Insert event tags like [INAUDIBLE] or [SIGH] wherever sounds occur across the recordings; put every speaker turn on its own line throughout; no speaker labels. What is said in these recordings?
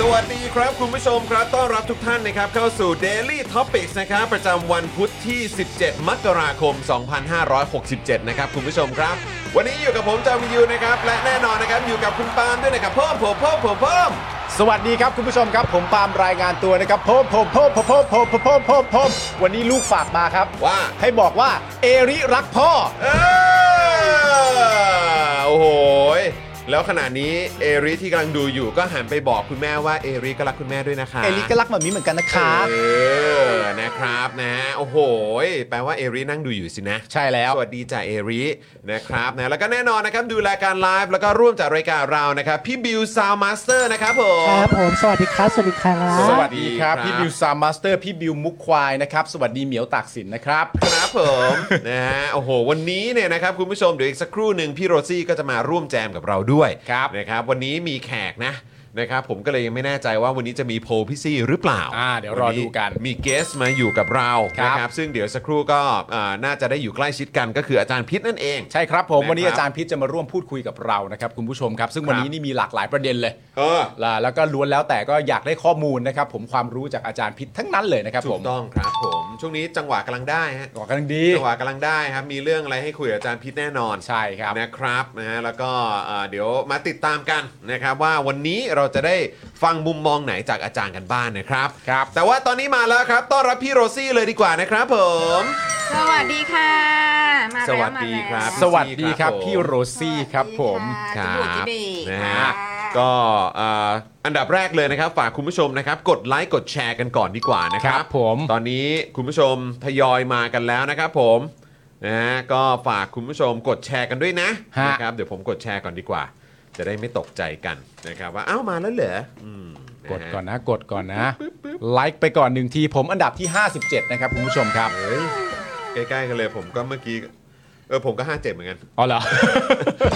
สวัสดีครับคุณผู้ชมครับต้อนรับทุกท่านนะครับเข้าสู่ Daily Topics นะครับประจำวันพุทธที่ 17 มกราคม 2567 นะครับคุณผู้ชมครับ วันนี้อยู่กับผมจาวินยูนะครับและแน่นอนนะครับอยู่กับคุณปาล์มด้วยนะครับเพิ่มผมเพิ่มผมเพิ่ม
สวัสดีครับคุณผู้ชมครับ ผมปาล์มรายงานตัวนะครับผมผมผมผมผมผมผมผมผมผมวันนี้ลูกฝากมาครับ
ว่า
ให้บอกว่าเอริรักพ่อ
เออโอ้โหยแล้วขณะนี้เอริที่กำลังดูอยู่ก็หันไปบอกคุณแม่ว่าเอริก็รักคุณแม่ด้วยนะคะ
เอริก็รักแบบนี้เหมือนกันนะคะ
เออนะครับนะฮะโอ้โห แปลว่าเอรินั่งดูอยู่สินะ
ใช่แล้ว
สวัสดีจ่าเอรินะครับนะแล้วก็แน่นอนนะครับดูรายการไลฟ์แล้วก็ร่วมจัดรายการเรานะครับ พี่บิวซาวมาสเตอร์นะครับผม
ครับผมสวัสดีครับ สวัสดีครับ
ส
ส
วั
วั
ส
ส
ดี
ดี
ค
ค
รั
รับ บ พี่บิวซามมาสเตอร์ พี่บิวมุกควายนะครับ สวัสดีเหมียวตากสินนะครับ
ครับผม [LAUGHS] นะฮะโอ้โห วันนี้เนี่ยนะครับคุณผู้ชมเดี๋ยวอีกสักครู่หนึ่งพี่โรซี่ก็จะมาร่วมแจมกับเราด้วย
ครับ
นะครับวันนี้มีแขกนะนะครับผมก็เลยยังไม่แน่ใจว่าวันนี้จะมีโพลพี่ซี่หรือเปล่า
อ่าเดี๋ยวรอดูกัน
วัมีเกสมาอยู่กับเรา
ครับ
นะครับซึ่งเดี๋ยวสักครู่ก็อ่าน่าจะได้อยู่ใกล้ชิดกันก็คืออาจารย์พิษนั่นเอง
ใช่ครับผม
นะครับ
วันนี้อาจารย์พิษจะมาร่วมพูดคุยกับเรานะครับคุณผู้ชมครับ ซึ่งวันนี้นี่มีหลากหลายประเด็นเลย
เออ
แล้วแล้วก็ล้วนแล้วแต่ก็อยากได้ข้อมูลนะครับผมความรู้จากอาจารย์พิษทั้งนั้นเลยนะครับผ
ถู
ม
กต้องครับผม ช่วงนี้จังหวะกำลังได้ฮะ
ก่อนกำลังดี
จังหวะกำลังได้ครับมีเรื่องอะไรให้คุยกับอาจารย์พิษแน่นอน
ใช่ครับ
นะครับนะฮะแล้วก็เอ่อเดี๋ยวมาติดตามกันนะครับว่าวันนี้เราจะได้ฟังมุมมองไหนจากอาจารย์กันบ้างนะครับ
ครับ
แต่ว่าตอนนี้มาแล้วครับต้อนรับพี่โรซี่เลยดีกว่านะครับผ
ส
ม
วัสดีค่ะ มาแล้ว
สวัสดีครับ
มา
ส
แล้ว
วัสดีครับ
ผม
พี่โรซี่ครับผม
สวัสดีค่ะจิ๋วจิ๋วดี
นะฮะ
ค่ะ
ก็เอ่ออันดับแรกเลยนะครับ ฝากคุณผู้ชมนะครับ กดไลค์กดแชร์กันก่อนดีกว่านะครับ
ครับผม
ตอนนี้คุณผู้ชมทยอยมากันแล้วนะครับผมนะฮะก็ฝากคุณผู้ชมกดแชร์กันด้วยนะนะครับเดี๋ยวผมกดแชร์ก่อนดีกว่า จะได้ไม่ตกใจกันนะครับว่าอ้าวมาแล้วเหรออืมะฮะ
กดก่อนนะกดก่อนนะ ไลค์ไปก่อนหนึ่งทีผมอันดับที่ 57 นะครับ คุณผู้ชมครับ
เฮ้ยใกล้ๆกันเลยผมก็เมื่อกี้เออผมก็ห้าเจ็ดเหมือน
[LAUGHS]
กัน
อ๋อเหรอ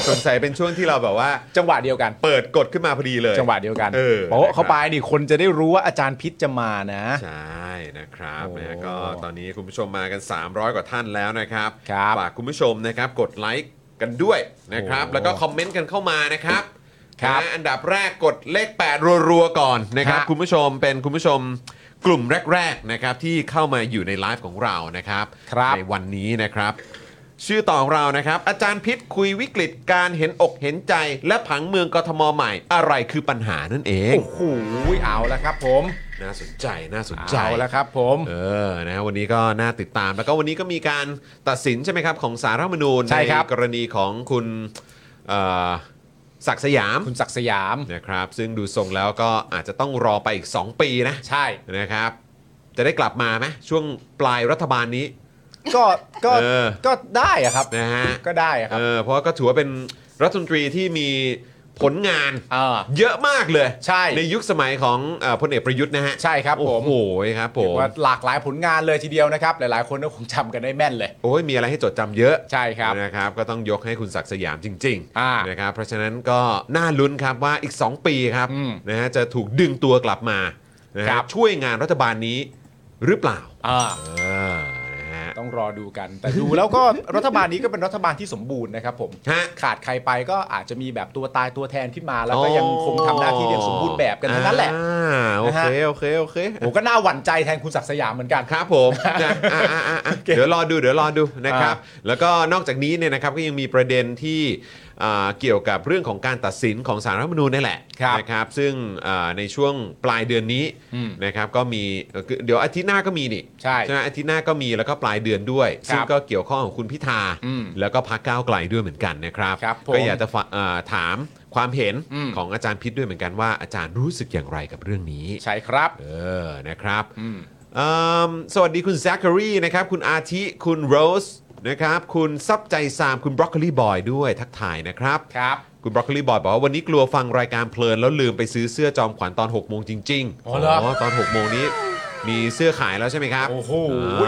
สงสัยเป็นช่วงที่เราแบบว่า
จังหวะเดียวกัน
เปิดกดขึ้นมาพอดีเลย
จังหวะเดียวกัน
เออ
โป๊ะเข้าไปดิคนจะได้รู้ว่าอาจารย์พิษจะมานะ
ใช่นะครับ
โอ้
นะก็ตอนนี้คุณผู้ชมมากัน 300 กว่าท่านแล้วนะครับ
ครับ
ฝากคุณผู้ชมนะครับกดไลค์กันด้วยนะครับ
โอ้
แล้วก็คอมเมนต์กันเข้ามานะครับ
ครับ
นะอันดับแรกกดเลข 8 รัวๆ ก่อนนะครับ
ฮะ
คุณผู้ชมเป็นคุณผู้ชมกลุ่มแรกๆนะครับที่เข้ามาอยู่ในไลฟ์ของเรานะครับ
ครับ
ในวันนี้นะครับ ชื่อต่อของเรานะครับ อาจารย์พิษคุยวิกฤตการเห็นอกเห็นใจ และผังเมืองกทมใหม่ อะไรคือปัญหานั่นเอง
โอ้โหเอาแล้วครับผม
น่าสนใจน่าสนใจ
เอาแล้วครับผม
เออ นะ วันนี้ก็น่าติดตาม แล้วก็วันนี้ก็มีการตัดสินใช่ไหมครับ ของสารรัฐธรรมนูญ
ใช่ครับ
กรณีของคุณเอ่อศักดิ์สยาม
คุณศักดิ์สยาม
นะครับ ซึ่งดูทรงแล้วก็อาจจะต้องรอไปอีก 2 ปีนะ
ใช่
นะครับ จะได้กลับมาไหมช่วงปลายรัฐบาลนี้
ก็ก็
เออ
ก็ได้อะครับ
นะฮะ
ก็ได้อะครับ
เออเพราะก็ถือว่าเป็นรัฐมนตรีที่มี ผลงาน
เออ
เยอะมากเลย
ใช่
ยุคสมัยของเอ่อพลเอกประยุทธ์นะฮะ
ใช่ครับผม
โอ้โหครับผ
เรีย
ม
กว่าหลากหลายผลงานเลยทีเดียวนะครับ หลายๆ คนก็คงจำกันได้แม่นเลย
โอ้ยมีอะไรให้จดจำเยอะ
ใช่ครับ
นะครับ ก็ต้องยกให้คุณศักดิ์สยามจริง
อ่า
นะครับเพราะฉะนั้นก็น่าลุ้นครับว่าอีก 2 ปีครับ
อืม
นะฮะจะถูกดึงตัวกลับมานะฮะ
ครับ
ช่วยงานรัฐบาลนี้หรือเปล่า
อ่า
อ่านะฮะ
ต้องรอดูกัน แต่ดูแล้วก็ รัฐบาลนี้ก็เป็นรัฐบาลที่สมบูรณ์นะครับผม
ฮะ
ขาดใครไปก็อาจจะมีแบบตัวตายตัวแทนขึ้นมา แล้วก็ยังคงทำหน้าที่เดียางสมบูรณ์แบบกันทั้งนั้นแหละ
อ่าโอเค
นะฮะ
โอเค โอเค
ผมก็น่าหวั่นใจแทนคุณศักดิ์สยามเหมือนกัน
ครับผม [LAUGHS] นะอ่ะอ่ะอ่ะอ่ะเดี๋ยวรอดู เดี๋ยวรอดูนะครับ แล้วก็นอกจากนี้เนี่ยนะครับก็ยังมีประเด็นที่อ่าเกี่ยวกับเรื่องของการตัดสินของสารรัฐธรรมนูญนี่แหละ
ครับ
นะครับ ซึ่งอ่าในช่วงปลายเดือนนี้
อืม
นะครับก็มีเดี๋ยวอาทิตย์หน้าก็มีนี่
ใช่
ไหมอาทิตย์หน้าก็มีแล้วก็ปลายเดือนด้วย
ครับ
ซึ่งก็เกี่ยวข้องของคุณพิธา
อืม
แล้วก็พักก้าวไกลด้วยเหมือนกันนะครับ
ครับผม
ก็อยากจะฝะอ่าถามความเห็น
อืม
ของอาจารย์พิษด้วยเหมือนกันว่าอาจารย์รู้สึกอย่างไรกับเรื่องนี้
ใช่ครับ
เออ นะครับ
อืม
เอิ่มสวัสดีคุณแซค c ารีนะครับ คุณอาทิ คุณโรส นะครับ คุณซับใจซาม คุณบรอกโคลีบอยด้วยทักทายนะครับ
ครับ
คุณบรอกโคลีบอยบอกว่าวันนี้กลัวฟังรายการเพลิน แล้วลืมไปซื้อเสื้อจอมขวัญตอน 6 โมงจริงๆ
อ๋อเหรอ
ตอน 6 โมงนี้มีเสื้อขายแล้วใช่ไหมครับ
โอ้โห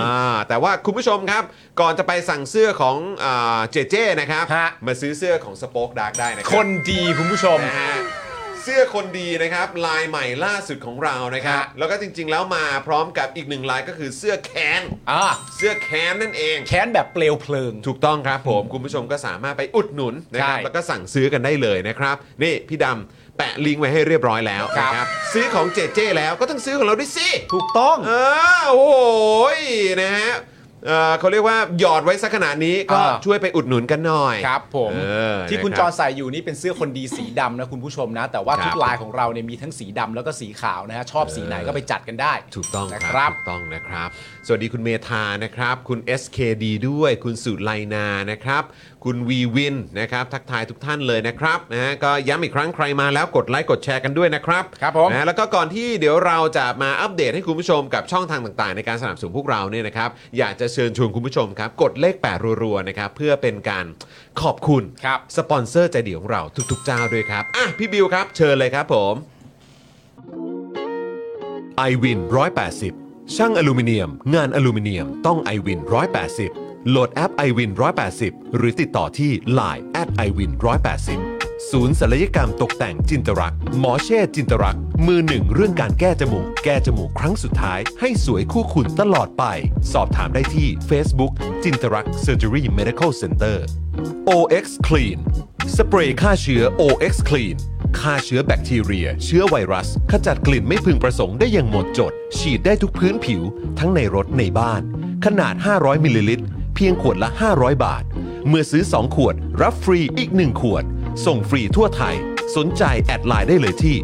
อ่าแต่ว่าคุณผู้ชมครับ ก่อนจะไปสั่งเสื้อของอ่าเจเจนะครับ
ฮะ
มาซื้อเสื้อของสป็อคดาร์กได้นะครั
คนดีคุณผู้ชม
นะฮะเสื้อคนดีนะครับลายใหม่ล่าสุดของเรานะครับ
ฮะ
แล้วก็จริงๆแล้วมาพร้อมกับอีกหนึ่งลายก็คือเสื้อแคน
อ่า
เสื้อแคนนั่นเอง
แค้นแบบเปลวเพลิง
ถูกต้องครับผม คุณผู้ชมก็สามารถไปอุดหนุนนะครับ
ใช่
แล้วก็สั่งซื้อกันได้เลยนะครับ นี่พี่ดำแปะลิงก์ไว้ให้เรียบร้อยแล้ว
ครับ
นะครับซื้อของเจเจแล้วก็ต้องซื้อของเราด้วยสิ
ถูกต้อง
เออโอ้ยนะฮะเอ่อเขาเรียกว่าหยอดไว้สักขนาดนี้ก็
อ่า
ช่วยไปอุดหนุนกันหน่อย
ครับผม
เออ
ที่คุณ
นะค
จ
รับ
รใส่อยู่นี่เป็นเสื้อคนดีสีดำนะคุณผู้ชมนะ แต่ว่า
ครับ
ทุกลายของเราเนี่ยมีทั้งสีดำแล้วก็สีขาวนะฮะชอบสีไหนก็ไปจัดกันได้
ถูกต้องค
นะครั
รับบ ถูกต้องนะครับ สวัสดีคุณเมธานะครับ คุณ SKD ด้วย คุณสุไลนานะครับ คุณวีวินนะครับ ทักทายทุกท่านเลยนะครับนะฮะก็ย้ำอีกครั้งใครมาแล้วกดไลค์กดแชร์กันด้วยนะครับ
ครับผม
นะแล้วก็ก่อนที่เดี๋ยวเราจะมาอัปเดตให้คุณผู้ชมกับช่องทางต่างๆ ในการสนับสนุนพวกเราเนี่ยนะครับ อยากจะเชิญชวนคุณผู้ชมครับ กดเลขแปดรัวๆนะครับเพื่อเป็นการขอบคุณ
ครับ
สปอนเซอร์ใจดีของเราทุกๆเจ้าด้วยครับอ่ะพี่บิวครับเชิญเลยครับผม
i w วิน180 ช่างอลูมิเนียม งานอลูมิเนียมต้อง i w วิน180 โหลดแอป i w วิน180 หรือติดต่อที่ Line at i w วิน180 ศูนย์ศัลยกรรมตกแต่งจินตรัก หมอเช่จินตรัก มือหนึ่งเรื่องการแก้จมูก แก้จมูกครั้งสุดท้าย ให้สวยคู่คุณตลอดไป สอบถามได้ที่ Facebook จินตรัก Surgery Medical Center OX Clean สเปรย์ฆ่าเชื้อ OX Clean ฆ่าเชื้อแบคทีเรีย เชื้อไวรัส ขจัดกลิ่นไม่พึงประสงค์ได้อย่างหมดจด ฉีดได้ทุกพื้นผิว ทั้งในรถในบ้าน ขนาด 500 มิลลิลิตร เพียงขวดละ 500 บาท เมื่อซื้อ 2 ขวด รับฟรีอีก 1 ขวด ส่งฟรีทั่วไทย สนใจแอดไลน์ได้เลยที่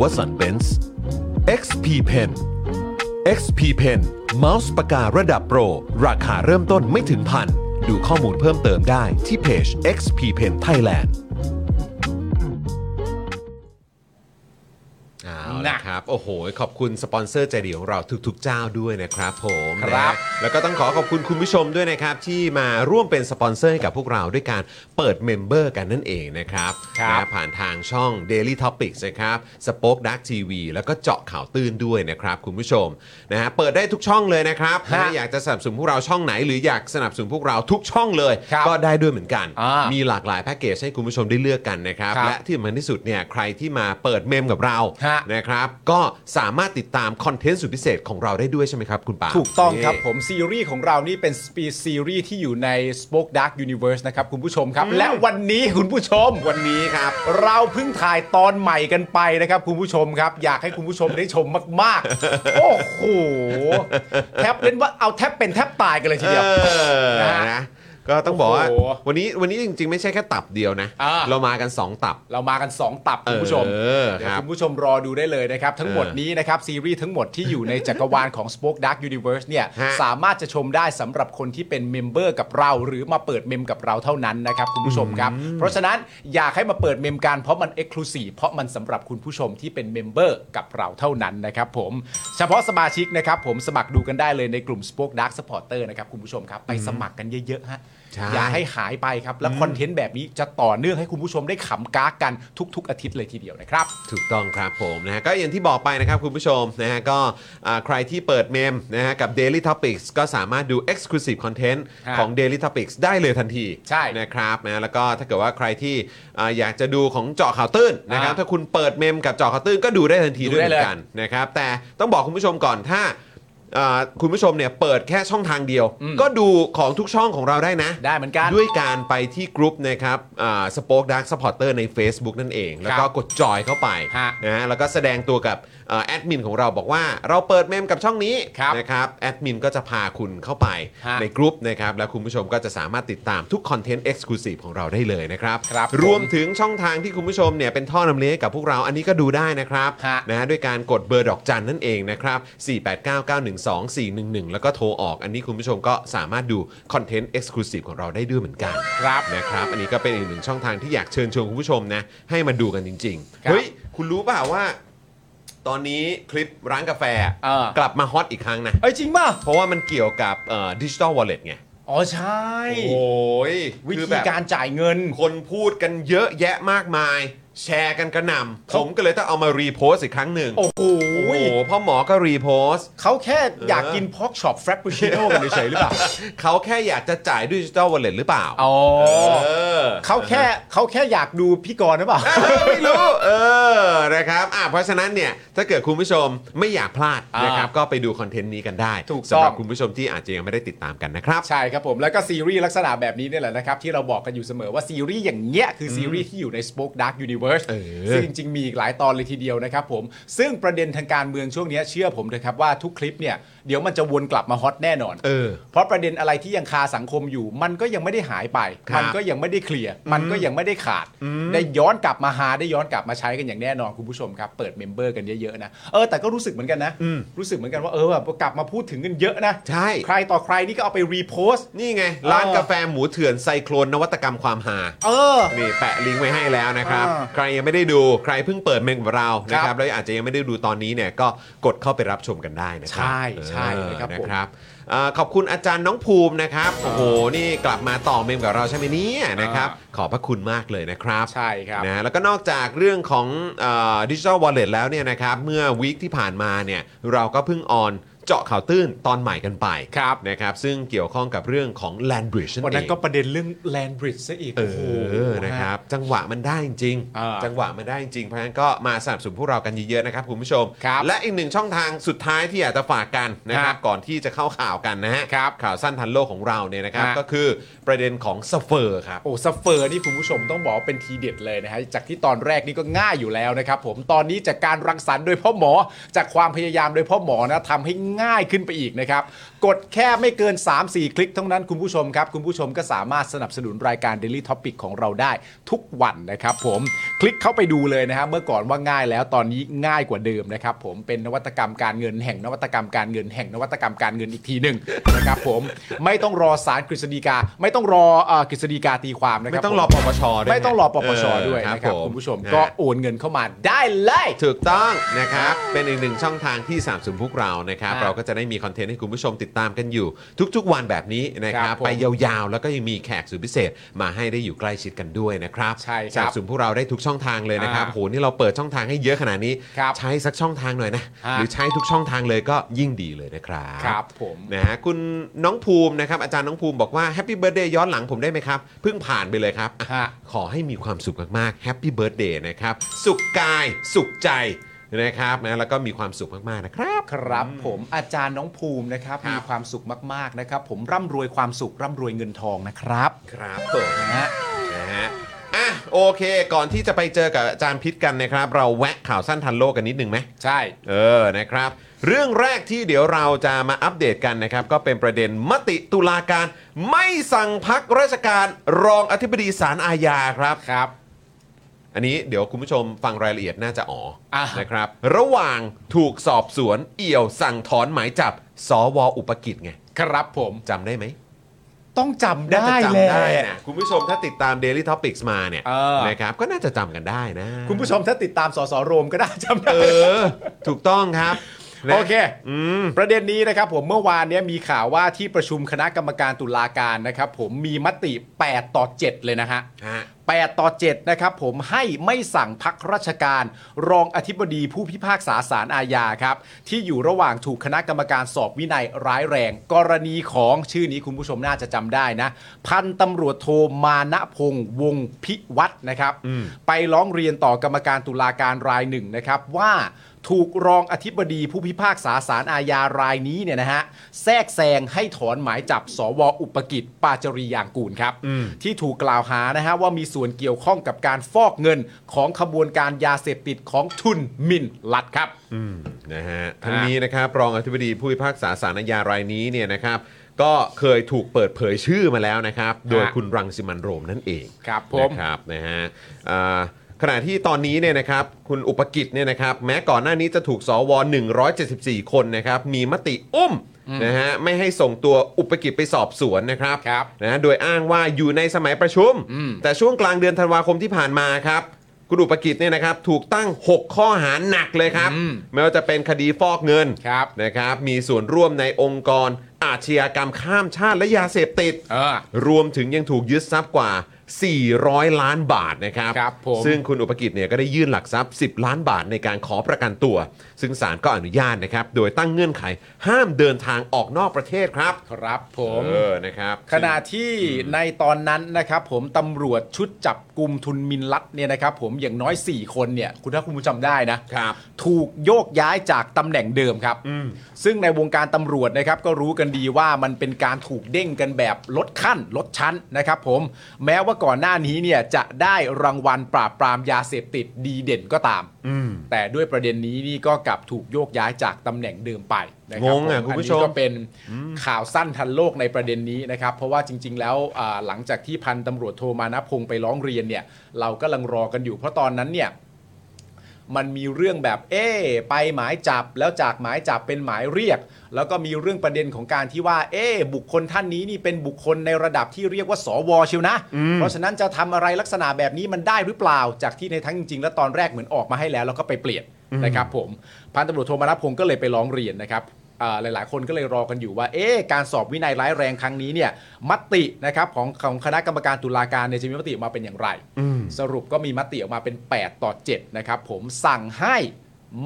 w a t s o n b e n z XP Pen XP Pen เมาส์ปากการะดับโปร ราคาเริ่มต้นไม่ถึงพัน ดูข้อมูลเพิ่มเติมได้ที่เพจ XP Pen Thailand
เอาละ
นะครับ
โอ้โห ขอบคุณสปอนเซอร์ใจดีของเราทุกๆ เจ้าด้วยนะครับผม
ครับ
นะแล้วก็ต้องขอขอบคุณคุณผู้ชมด้วยนะครับ ที่มาร่วมเป็นสปอนเซอร์ให้กับพวกเราด้วยการเปิดเมมเบอร์กันนั่นเองนะครับ
ครับ
นะผ่านทางช่อง Daily Topics นะครับสป็อคดักทีวีแล้วก็เจาะข่าวตื้นด้วยนะครับ คุณผู้ชมนะฮะเปิดได้ทุกช่องเลยนะครับนะฮะอยากจะสนับสนุนพวกเราช่องไหน หรืออยากสนับสนุนพวกเราทุกช่องเลย
ครับ
ก็ได้ด้วยเหมือนกัน
อ่ามี
มีหลากหลายแพ็กเกจให้คุณผู้ชมได้เลือกกันนะครับ
ครับ
และที่สำคัญที่สุดเนี่ยใครที่มาเปิดเมมกับเรา
ฮะ
นะครับก็สามารถติดตามคอนเทนต์สุดพิเศษของเราได้ด้วยใช่ไหมครับ คุณปาล์ม
ถูกต้องครับ
นี่
ผมซีรีส์ของเรานี่เป็นสปีซีรีส์ที่อยู่ใน Spoke Dark Universe นะครับคุณผู้ชมครับ และวันนี้คุณผู้ชม วันนี้ครับ เราเพิ่งถ่ายตอนใหม่กันไปนะครับคุณผู้ชมครับ อยากให้คุณผู้ชมได้ชมมาก [LAUGHS] ๆ โอ้โหแทบเป็นว่าเอาแทบเป็นแทบตายกันเลยทีเดียว
เออนะก็ต้องบอกว่า
โอ้โห
วันนี้วันนี้จริง ๆ ไม่ใช่แค่ตับเดียวนะ
อ่า
เรามากัน 2 ตับ
เรามากัน 2 ตับคุณผู้ชม
เออ
เดี๋ย
ควรับ
คุณผู้ชมรอดูได้เลยนะครับ ทั้งหมดนี้นะครับ ซีรีส์ทั้งหมดที่อยู่
[LAUGHS]
ในจักรวาลของ Spoke Dark Universe เนี่ย
ฮะ
สามารถจะชมได้สำหรับคนที่เป็นเมมเบอร์กับเรา หรือมาเปิดเมมกับเราเท่านั้นนะครับ คุณผู้ชมครับ เพราะฉะนั้นอยากให้มาเปิดเมมกันเพราะมันเอกลูซีเพราะมันสำหรับคุณผู้ชมที่เป็นเมมเบอร์กับเราเท่านั้นนะครับผมเฉพาะสมาชิกนะครับผมสมัครดูกันได้เลยในกลุ่ม Spoke Dark Supporter นะครับคุณผู้ชมครับไปสมัครกันเยอะๆฮะ
ใช่
อย่าให้หายไปครับ และคอนเทนต์แบบนี้จะต่อเนื่องให้คุณผู้ชมได้ขำก้ากกันทุก ๆ อาทิตย์เลยทีเดียวนะครับ
ถูกต้องครับผมนะฮะก็อย่างที่บอกไปนะครับคุณผู้ชมนะฮะก็อ่าใครที่เปิดเมมนะฮะกับ Daily Topics ก็สามารถดู Exclusive Content
ฮะ
ของ Daily Topics ได้เลยทันที
ใช่
นะครับนะแล้วก็ถ้าเกิดว่าใครที่อ่าอยากจะดูของเจาะข่าวตื้นนะครับ
อ่า
ถ้าคุณเปิดเมมกับเจาะข่าวตื้นก็ดูได้ทันที
ดู
ด้วย
ได้
เหมื
เลย
อนกันนะครับแต่ต้องบอกคุณผู้ชมก่อนถ้าอ่าคุณผู้ชมเนี่ยเปิดแค่ช่องทางเดียว
อืม
ก็ดูของทุกช่องของเราได้นะ
ได้เหมือนกัน
ด้วยการไปที่กรุ๊ปนะครับสป็อคดักสปอร์เตอร์ใน Facebook นั่นเอง แล้วก็กดจอยเข้าไป
ฮะ
นะฮะแล้วก็แสดงตัวกับเอ่อแอดมินของเราบอกว่าเราเปิดเมมกับช่องนี้
ครับ
นะครับแอดมินก็จะพาคุณเข้าไป
ฮะ
ในกรุ๊ปนะครับแล้วคุณผู้ชมก็จะสามารถติดตามทุกคอนเทนต์เอ็กซ์คลูซีฟของเราได้เลยนะครับ
ครับ
รวมถึงช่องทางที่คุณผู้ชมเนี่ยเป็นท่อนำเลี้ยงให้กับพวกเราอันนี้ก็ดูได้นะครับ
ฮะ
นะฮะด้วยการกดเบอร์ดอกจันนั่นเองนะครับ489912411 แล้วก็โทรออกอันนี้คุณผู้ชมก็สามารถดูคอนเทนต์เอ็กซ์คลูซีฟของเราได้ด้วยเหมือนกัน
ครับ
นะครับอันนี้ก็เป็นอีกหนึ่งช่องทางที่อยากเชิญชวนคุณผู้ชมนะให้มาดูกันจริง
ค
ๆ
รับ
เฮ้ยคุณรู้เปล่าว่า ตอนนี้คลิปร้านกาแฟ
เออ
กลับมาฮอตอีกครั้งนะ
เอ้ยจริงป่ะ
เพราะว่ามันเกี่ยวกับดิจิ t a ลวอลเล็ตไง
อ๋อใช่
โอ้ย
วิ
คือ
ธี
แบบ
การจ่ายเงิน
คนพูดกันเยอะแยะมากมาย แชร์กันกระหน่ำผมก็เลยต้องเอามารีโพสต์อีกครั้งหนึ่ง
โอ้โห
โอ้โหพ่อหมอก็รีโพสต์
เขาแค่อยาก
เออ
กินพอกช็อปแฟรปปูชิโน่กันเฉยๆหรือเปล่า
เขาแค่อยากจะจ่ายดิจิ t a ลวอลเล็ตหรือเปล่า
อ๋อ
เออ
เขาแค่เขาแค่อยากดูพี่กรณ์หรือเปล่า
เออไม่รู้เออนะครับอ่ะเพราะฉะนั้นเนี่ยถ้าเกิดคุณผู้ชมไม่อยากพลาด
อ่าน
นะครับก็ไปดูคอนเทนต์นี้กันได้
ถูกต้อ
สำ
ง
หรับคุณผู้ชมที่อาจจะยังไม่ได้ติดตามกันนะครับ
ใช่ครับผม แล้วก็ซีรีส์ลักษณะแบบนี้เนี่ยแหละนะครับ ที่เราบอกกันอยู่เสมอว่าซีรีส์อย่างเงี้ยคือซีรีส์ที่อยู่ใน Spoke Dark Universe
เออ
ซึ่งจริง ๆ มีอีกหลายตอนเลยทีเดียวนะครับผม ซึ่งประเด็นทางการเมืองช่วงเนี้ยเชื่อผมเถอะครับว่าทุกคลิปเนี่ยเดี๋ยวมันจะวนกลับมาฮอตแน่นอน
เออ
เพราะประเด็นอะไรที่ยังคาสังคมอยู่ มันก็ยังไม่ได้หายไป
ครับ
มัก็ยังไม่ได้เคลียร์ มันก็ยังไม่ได้ขาด ได้ย้อนกลับมาหาได้ย้อนกลับมาใช้กันอย่างแน่นอนคุณผู้ชมครับ เปิดเมมเบอร์กันเยอะๆนะ เออแต่ก็รู้สึกเหมือนกันนะ
อืม
รู้สึกเหมือนกันว่าเออแบบกลับมาพูดถึงกันเยอะนะ
ใช่
ใครต่อใครนี่ก็เอาไปรีโพสต์
นี่ไง ร้าน
เออ
กาแฟหมูเถื่อนไซโครนนวัตกรรมความหา
เออ
นี่แปะลิงก์ไว้ให้แล้วนะครับ
อ่า
ใครยังไม่ได้ดูใครเพิ่งเปิดเมงกับเรานะค
ครั
รับบ แล้วอาจจะยังไม่ได้ดูตอนนี้เนี่ยก็กดเข้าไปรับชมกันได้นะครั
ใช่ใช่เลยครับ
เออ
ผม
นะครับเอ่อขอบคุณอาจารย์น้องภูมินะครับโอ้โหนี่กลับมาต่อเมมกับเราใช่ไหมเนี่ยนะครับขอบพระคุณมากเลยนะครับ
ใช่ครับ
นะแล้วก็นอกจากเรื่องของดิจิ t a ลวอลเล็ตแล้วเนี่ยนะครับเมื่อวีคที่ผ่านมาเนี่ยเราก็เพิ่งออนเจาะข่าวตื้นตอนใหม่กันไป
ครับ
นะครับซึ่งเกี่ยวข้องกับเรื่องของ Land Bridge นั่
วัน
น
นั้
เอน ง
ก็ประเด็นเรื่องแลนบริดจ์ซะอีก
เอ
โอ้โห
อนะครับจังหวะมันได้จริง
เออ
จังหวะมันได้จริงเพราะฉะนั้นก็มาสนับสนุนพวกเรากันเยอะๆนะครับคุณผู้ชม
ครับ
และอีกหนึ่งช่องทางสุดท้ายที่อยากจะฝากกันนะค
ครั
รับบก่อนที่จะเข้าข่าวกันนะฮะ
ครับ
ข่าวสั้นทันโลกของเราเนี่ยนะครับ
ฮะ
ก็คือประเด็นของสเฟอร์ครับ
โอ้สเฟอร์นี่คุณผู้ชมต้องบอกว่าเป็นทีเด็ดเลยนะฮะจากที่ตอนแรกนี่ก็ง่ายอยู่แล้วนะครับผมตอนนี้จากการรังสรรค์โดยพ่อหมอ จากความพยายามโดยพ่อหมอนะทำให้ง่ายขึ้นไปอีกนะครับ กดแค่ไม่เกิน 3-4 คลิกเท่านั้นคุณผู้ชมครับ คุณผู้ชมก็สามารถสนับสนุนรายการ Daily Topic ของเราได้ทุกวันนะครับผมคลิกเข้าไปดูเลยนะฮะเมื่อก่อนว่าง่ายแล้วตอนนี้ง่ายกว่าเดิมนะครับผมเป็นนวัตกรรมการเงินแห่งนวัตกรรมการเงินแห่งนวัตกรรมการเงินอีกทีหนึ่งนะครับผมไม่ต้องรอสารกฤษฎีกา ไม่ต้องรอเอ่อกฤษฎีกาตีความนะ
ไม่ต้องรอปปชด้วย
ไม่ต้องรอปปช
เออ
ด้วย
ครับ
นะครับ
ผม
คุณผู้ชม
นะ
ก็โอนเงินเข้ามาได้เลย
ถูกต้องนะครับ เป็นอีกหนึ่งช่องทางที่สามสูนพวกเรานะครับ
ครับ
เราก็จะได้มีคอนเทนต์ให้คุณผู้ชมติดตามกันอยู่ ทุกๆวันแบบนี้นะค
ค
รั
รับ บผม
ไปยาวๆ แล้วก็ยังมีแขกสุดพิเศษมาให้ได้อยู่ใกล้ชิดกันด้วยนะครับ
ใช่ครับ
สามสูนพวกเราได้ทุกช่องทางเลยนะครับ
อ่า
โหนี่เราเปิดช่องทางให้เยอะขนาดนี้
ครับ
ใช้สักช่องทางหน่อยนะห
ฮะ
รือใช้ทุกช่องทางเลยก็ยิ่งดีเลยนะครับ
ครับผม
นะฮะคุณน้องภูมินะครับอาจารย์น้องภูมิบอกว่าแฮปปี้เบิร์ดเดย์ย้อนหลังผมได้ไหมครับ เพิ่งผ่านไปเลยครับอ่ะ
ฮะ
ขอให้มีความสุขมากๆแฮปปี้เบิร์ดเดย์นะครับ สุขกายสุขใจนะครับนะแล้วก็มีความสุขมากๆนะครับ
ครับผมอาจารย์น้องภูมินะครับ
ครับ
มีความสุขมาก ๆ นะครับ ผมร่ำรวยความสุข ร่ำรวยเงินทองนะครับ
ครับผม
นะฮะ
นะฮะอ่ะโอเค ก่อนที่จะไปเจอกับอาจารย์พิษกันนะครับ เราแวะข่าวสั้นทันโลกกันนิดนึงไหม
ใช่
เออ นะครับ เรื่องแรกที่เดี๋ยวเราจะมาอัปเดตกันนะครับ ก็เป็นประเด็นมติตุลาการ ไม่สั่งพักราชการรองอธิบดีศาลอาญาครับ
ครับ
อันนี้เดี๋ยวคุณผู้ชมฟังรายละเอียดน่าจะอ๋ออะ นะครับ ระหว่างถูกสอบสวนเอี่ยวสั่งถอนหมายจับสวอุปกิจไง
ครับผม
จำได้ไหม
ต้องจำได้
น่าจะ
แหละ
จำได้นะคุณผู้ชมถ้าติดตาม Daily Topics มาเนี่ย
เออ
นะครับก็น่าจะจำกันได้นะ
คุณผู้ชมถ้าติดตามสสโรมก็ได้จำได้
เออ ถูกต้องครับ นะ
โอเค ประเด็นนี้นะครับผมเมื่อวานเนี้ยมีข่าวว่าที่ประชุมคณะกรรมการตุลาการนะครับผมมีมติ 8 ต่อ 7 เลยนะฮะ
ฮะ
8 ต่อ 7 นะครับผมให้ไม่สั่งพักราชการ รองอธิบดีผู้พิพากษาศาลอาญาครับ ที่อยู่ระหว่างถูกคณะกรรมการสอบวินัยร้ายแรง กรณีของชื่อนี้คุณผู้ชมน่าจะจำได้นะ พันตำรวจโทมานะพงษ์วงศ์พิวัตรนะครับ ไปร้องเรียนต่อกรรมการตุลาการรายหนึ่งนะครับว่า ถูกรองอธิบดีผู้พิพากษาสารอาญารายนี้เนี่ยนะฮะแทรกแซงให้ถอนหมายจับสวอุปกิจปาจรียางกูลครับ ที่ถูกกล่าวหานะฮะว่ามีส่วนเกี่ยวข้องกับการฟอกเงินของขบวนการยาเสพติดของทุนมินลัดครับ
นะฮะทั้งนี้นะครับรองอธิบดีผู้พิพากษาสารอาญารายนี้เนี่ยนะครับ ก็เคยถูกเปิดเผยชื่อมาแล้วนะครับ โดยคุณรังสิมันต์โรมนั่นเอง
ครับผม
นะครับนะฮะอ่าขณะที่ตอนนี้เนี่ยนะครับคุณอุปกิจเนี่ยนะครับ แม้ก่อนหน้านี้จะถูกสว174 คนนะครับ มีมติอุ้มนะฮะไม่ให้ส่งตัวอุปกิจไปสอบสวนนะครับ
ครับ
นะโดยอ้างว่าอยู่ในสมัยประชุม แต่ช่วงกลางเดือนธันวาคมที่ผ่านมาครับคุณอุปกิจเนี่ยนะครับถูกตั้ง 6 ข้อหาหนักเลยครับ ไม่ว่าจะเป็นคดีฟอกเงิน
ครับ
นะครับมีส่วนร่วมในองค์กร อาชญากรรมข้ามชาติและยาเสพติด
เออ
รวมถึงยังถูกยึดทรัพย์กว่า 400 ล้านบาทนะครับ
ครับผม
ซึ่งคุณอุปกิจเนี่ยก็ได้ยื่นหลักทรัพย์ 10 ล้านบาทในการขอประกันตัว ซึ่งศาลก็อนุญาตนะครับ โดยตั้งเงื่อนไขห้ามเดินทางออกนอกประเทศครับ
ครับผม
เออ นะครับ
ขณะที่ในตอนนั้นนะครับผมตำรวจชุดจับกลุ่มทุนมินลัดเนี่ยนะครับผมอย่างน้อย 4 คนเนี่ยคุณถ้าคุณผู้ชมจำได้นะครับ ถูกโยกย้ายจากตำแหน่งเดิมครับ ซึ่งในวงการตำรวจนะครับก็รู้กันดีว่ามันเป็นการถูกเด้งกันแบบลดขั้นลดชั้นนะครับผมแม้ว่าก่อนหน้านี้เนี่ยจะได้รางวัลปราบปรามยาเสพติดดีเด่นก็ตาม
อืม
แต่ด้วยประเด็นนี้นี่ก็กลับถูกโยกย้ายจากตำแหน่งเดิมไปนะครั
งงอะ
ผ
คุณผู้
น
ชม
นี้ก็ เป็นข่าวสั้นทันโลกในประเด็นนี้นะครับ เพราะว่าจริง ๆ แล้วอ่าหลังจากที่พันตำรวจโทมานะพงศ์ไปร้องเรียนเนี่ย เราก็ลังรอกันอยู่ เพราะตอนนั้นเนี่ย มันมีเรื่องแบบเอ๊ะไปหมายจับแล้วจากหมายจับเป็นหมายเรียก แล้วก็มีเรื่องประเด็นของการที่ว่า เอ๊ะบุคคลท่านนี้นี่เป็นบุคคลในระดับที่เรียกว่าสวเชียวนะ เพราะฉะนั้นจะทำอะไรลักษณะแบบนี้มันได้หรือเปล่า จากที่ในทั้งจริงๆแล้วตอนแรกเหมือนออกมาให้แล้วแล้วก็ไปเปลี่ยนนะครับผมพันตำรวจโทมานะพงศ์ก็เลยไปร้องเรียนนะครับ อ่าหลาย ๆ คนก็เลยรอกันอยู่ว่า เอ๊ะการสอบวินัยร้ายแรงครั้งนี้เนี่ย มตินะครับของของคณะกรรมการตุลาการเนี่ยจะมีมติออกมาเป็นอย่างไร สรุปก็มีมติออกมาเป็น 8 ต่อ 7 นะครับ ผมสั่งให้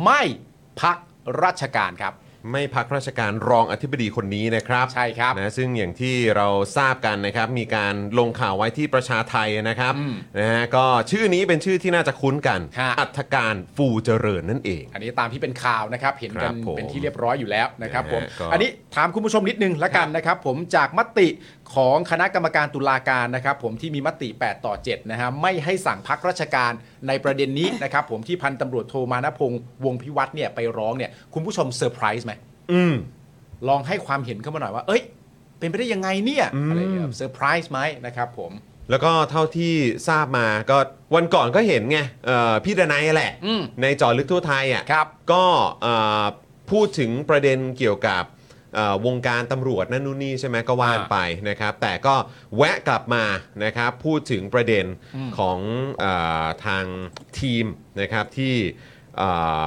ไม่พักราชการครับ
ไม่พักราชการรองอธิบดีคนนี้นะครับ
ใช่ครับ
นะซึ่งอย่างที่เราทราบกันนะครับ มีการลงข่าวไว้ที่ประชาไทยนะครับ
อืม
นะฮะก็ชื่อนี้เป็นชื่อที่น่าจะคุ้นกัน
ฮะ
อัฐการฟูเจริญนั่นเอง
อันนี้ตามที่เป็นข่าวนะครับ เห็น
ค
กัน
รับผม
เป็นที่เรียบร้อยอยู่แล้วนะครับผม
นะฮะก็
อันนี้ถามคุณผู้ชมนิดนึงละกันนะครับ ผมจากมติของคณะกรรมการตุลาการนะครับ ผมที่มีมติ 8 ต่อ 7 นะฮะไม่ให้สั่งพักราชการในประเด็นนี้นะครับ ผมที่พันตำรวจโทมานพงศ์วงศ์พิวัตรเนี่ยไปร้องเนี่ยคุณผู้ชมเซอร์ไพรส์ไหม
อืม
ลองให้ความเห็นเข้ามาหน่อยว่า เอ้ย เป็นไปได้ยังไงเนี่ยอะไรอย่างเงี้ยเซอร์ไพรส์ไหมนะครับผม
แล้วก็เท่าที่ทราบมาก็วันก่อนก็เห็นไงเอ่อพี่ดนัยแหละ
อืม
ในเจอลึกทั่วไทยอ่ะ
ครับ
ก็เอ่อพูดถึงประเด็นเกี่ยวกับเอ่อวงการตำรวจนั่นนู่นนี่ใช่ไหมก็ว่าน
อ่า
ไปนะครับ แต่ก็แวะกลับมานะครับพูดถึงประเด็น
อืม
ของเออทางทีมนะครับที่เอ่อ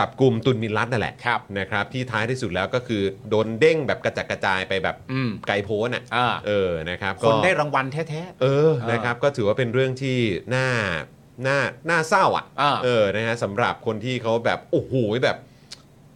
จับกลุ่มตุนมินลัดนั่นแหละ
ครับ
นะครับที่ท้ายที่สุดแล้วก็คือโดนเด้งแบบกระจัดกระจายไปแบบ
อืม
ไกลโพ้นอ่ะ
อ่า
เออนะครับ
ค
ก็
นได้รางวัลแท้
เออ
เออ
นะครับก็ถือว่าเป็นเรื่องที่น่า น่า น่าเศร้าอ่ะ
อ่า
เออ นะฮะสำหรับคนที่เขาแบบ โอ้โห แบบ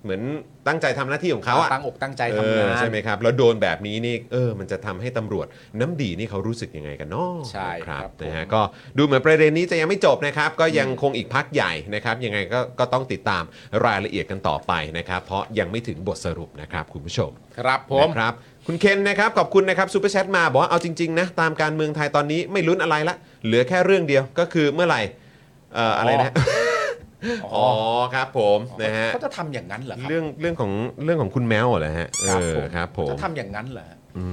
เหมือนตั้งใจทำหน้าที่ของเขาอ่ะ
ตั้งอกตั้งใจทำงาน
เออใช่ไหมครับ แล้วโดนแบบนี้นี่ เออ มันจะทำให้ตำรวจน้ำดีนี่เขารู้สึกยังไงกันเนาะ
ใช่
นะครับ
ครับผม
นะฮะ ก็ดูเหมือนประเด็นนี้จะยังไม่จบนะครับ ก็ยังคงอีกพักใหญ่นะครับ ยังไงก็ก็ต้องติดตามรายละเอียดกันต่อไปนะครับ เพราะยังไม่ถึงบทสรุปนะครับคุณผู้ชม
ๆ ครับผม
นะครับคุณเคนนะครับขอบคุณนะครับซูเปอร์แชทมาบอกว่าเอาจริงๆนะตามการเมืองไทยตอนนี้ไม่ลุ้นอะไรละ เหลือแค่เรื่องเดียวก็คือเมื่อไหร่เอ่ออะไรนะ อ๋อครับผมนะฮะ
เขาจะทำอย่างนั้นเหรอครับ
เรื่องเรื่องของเรื่องของคุณแมวเหรอฮะเออครับผม
เขาจะทำอย่างนั้นเหรอฮะ
อื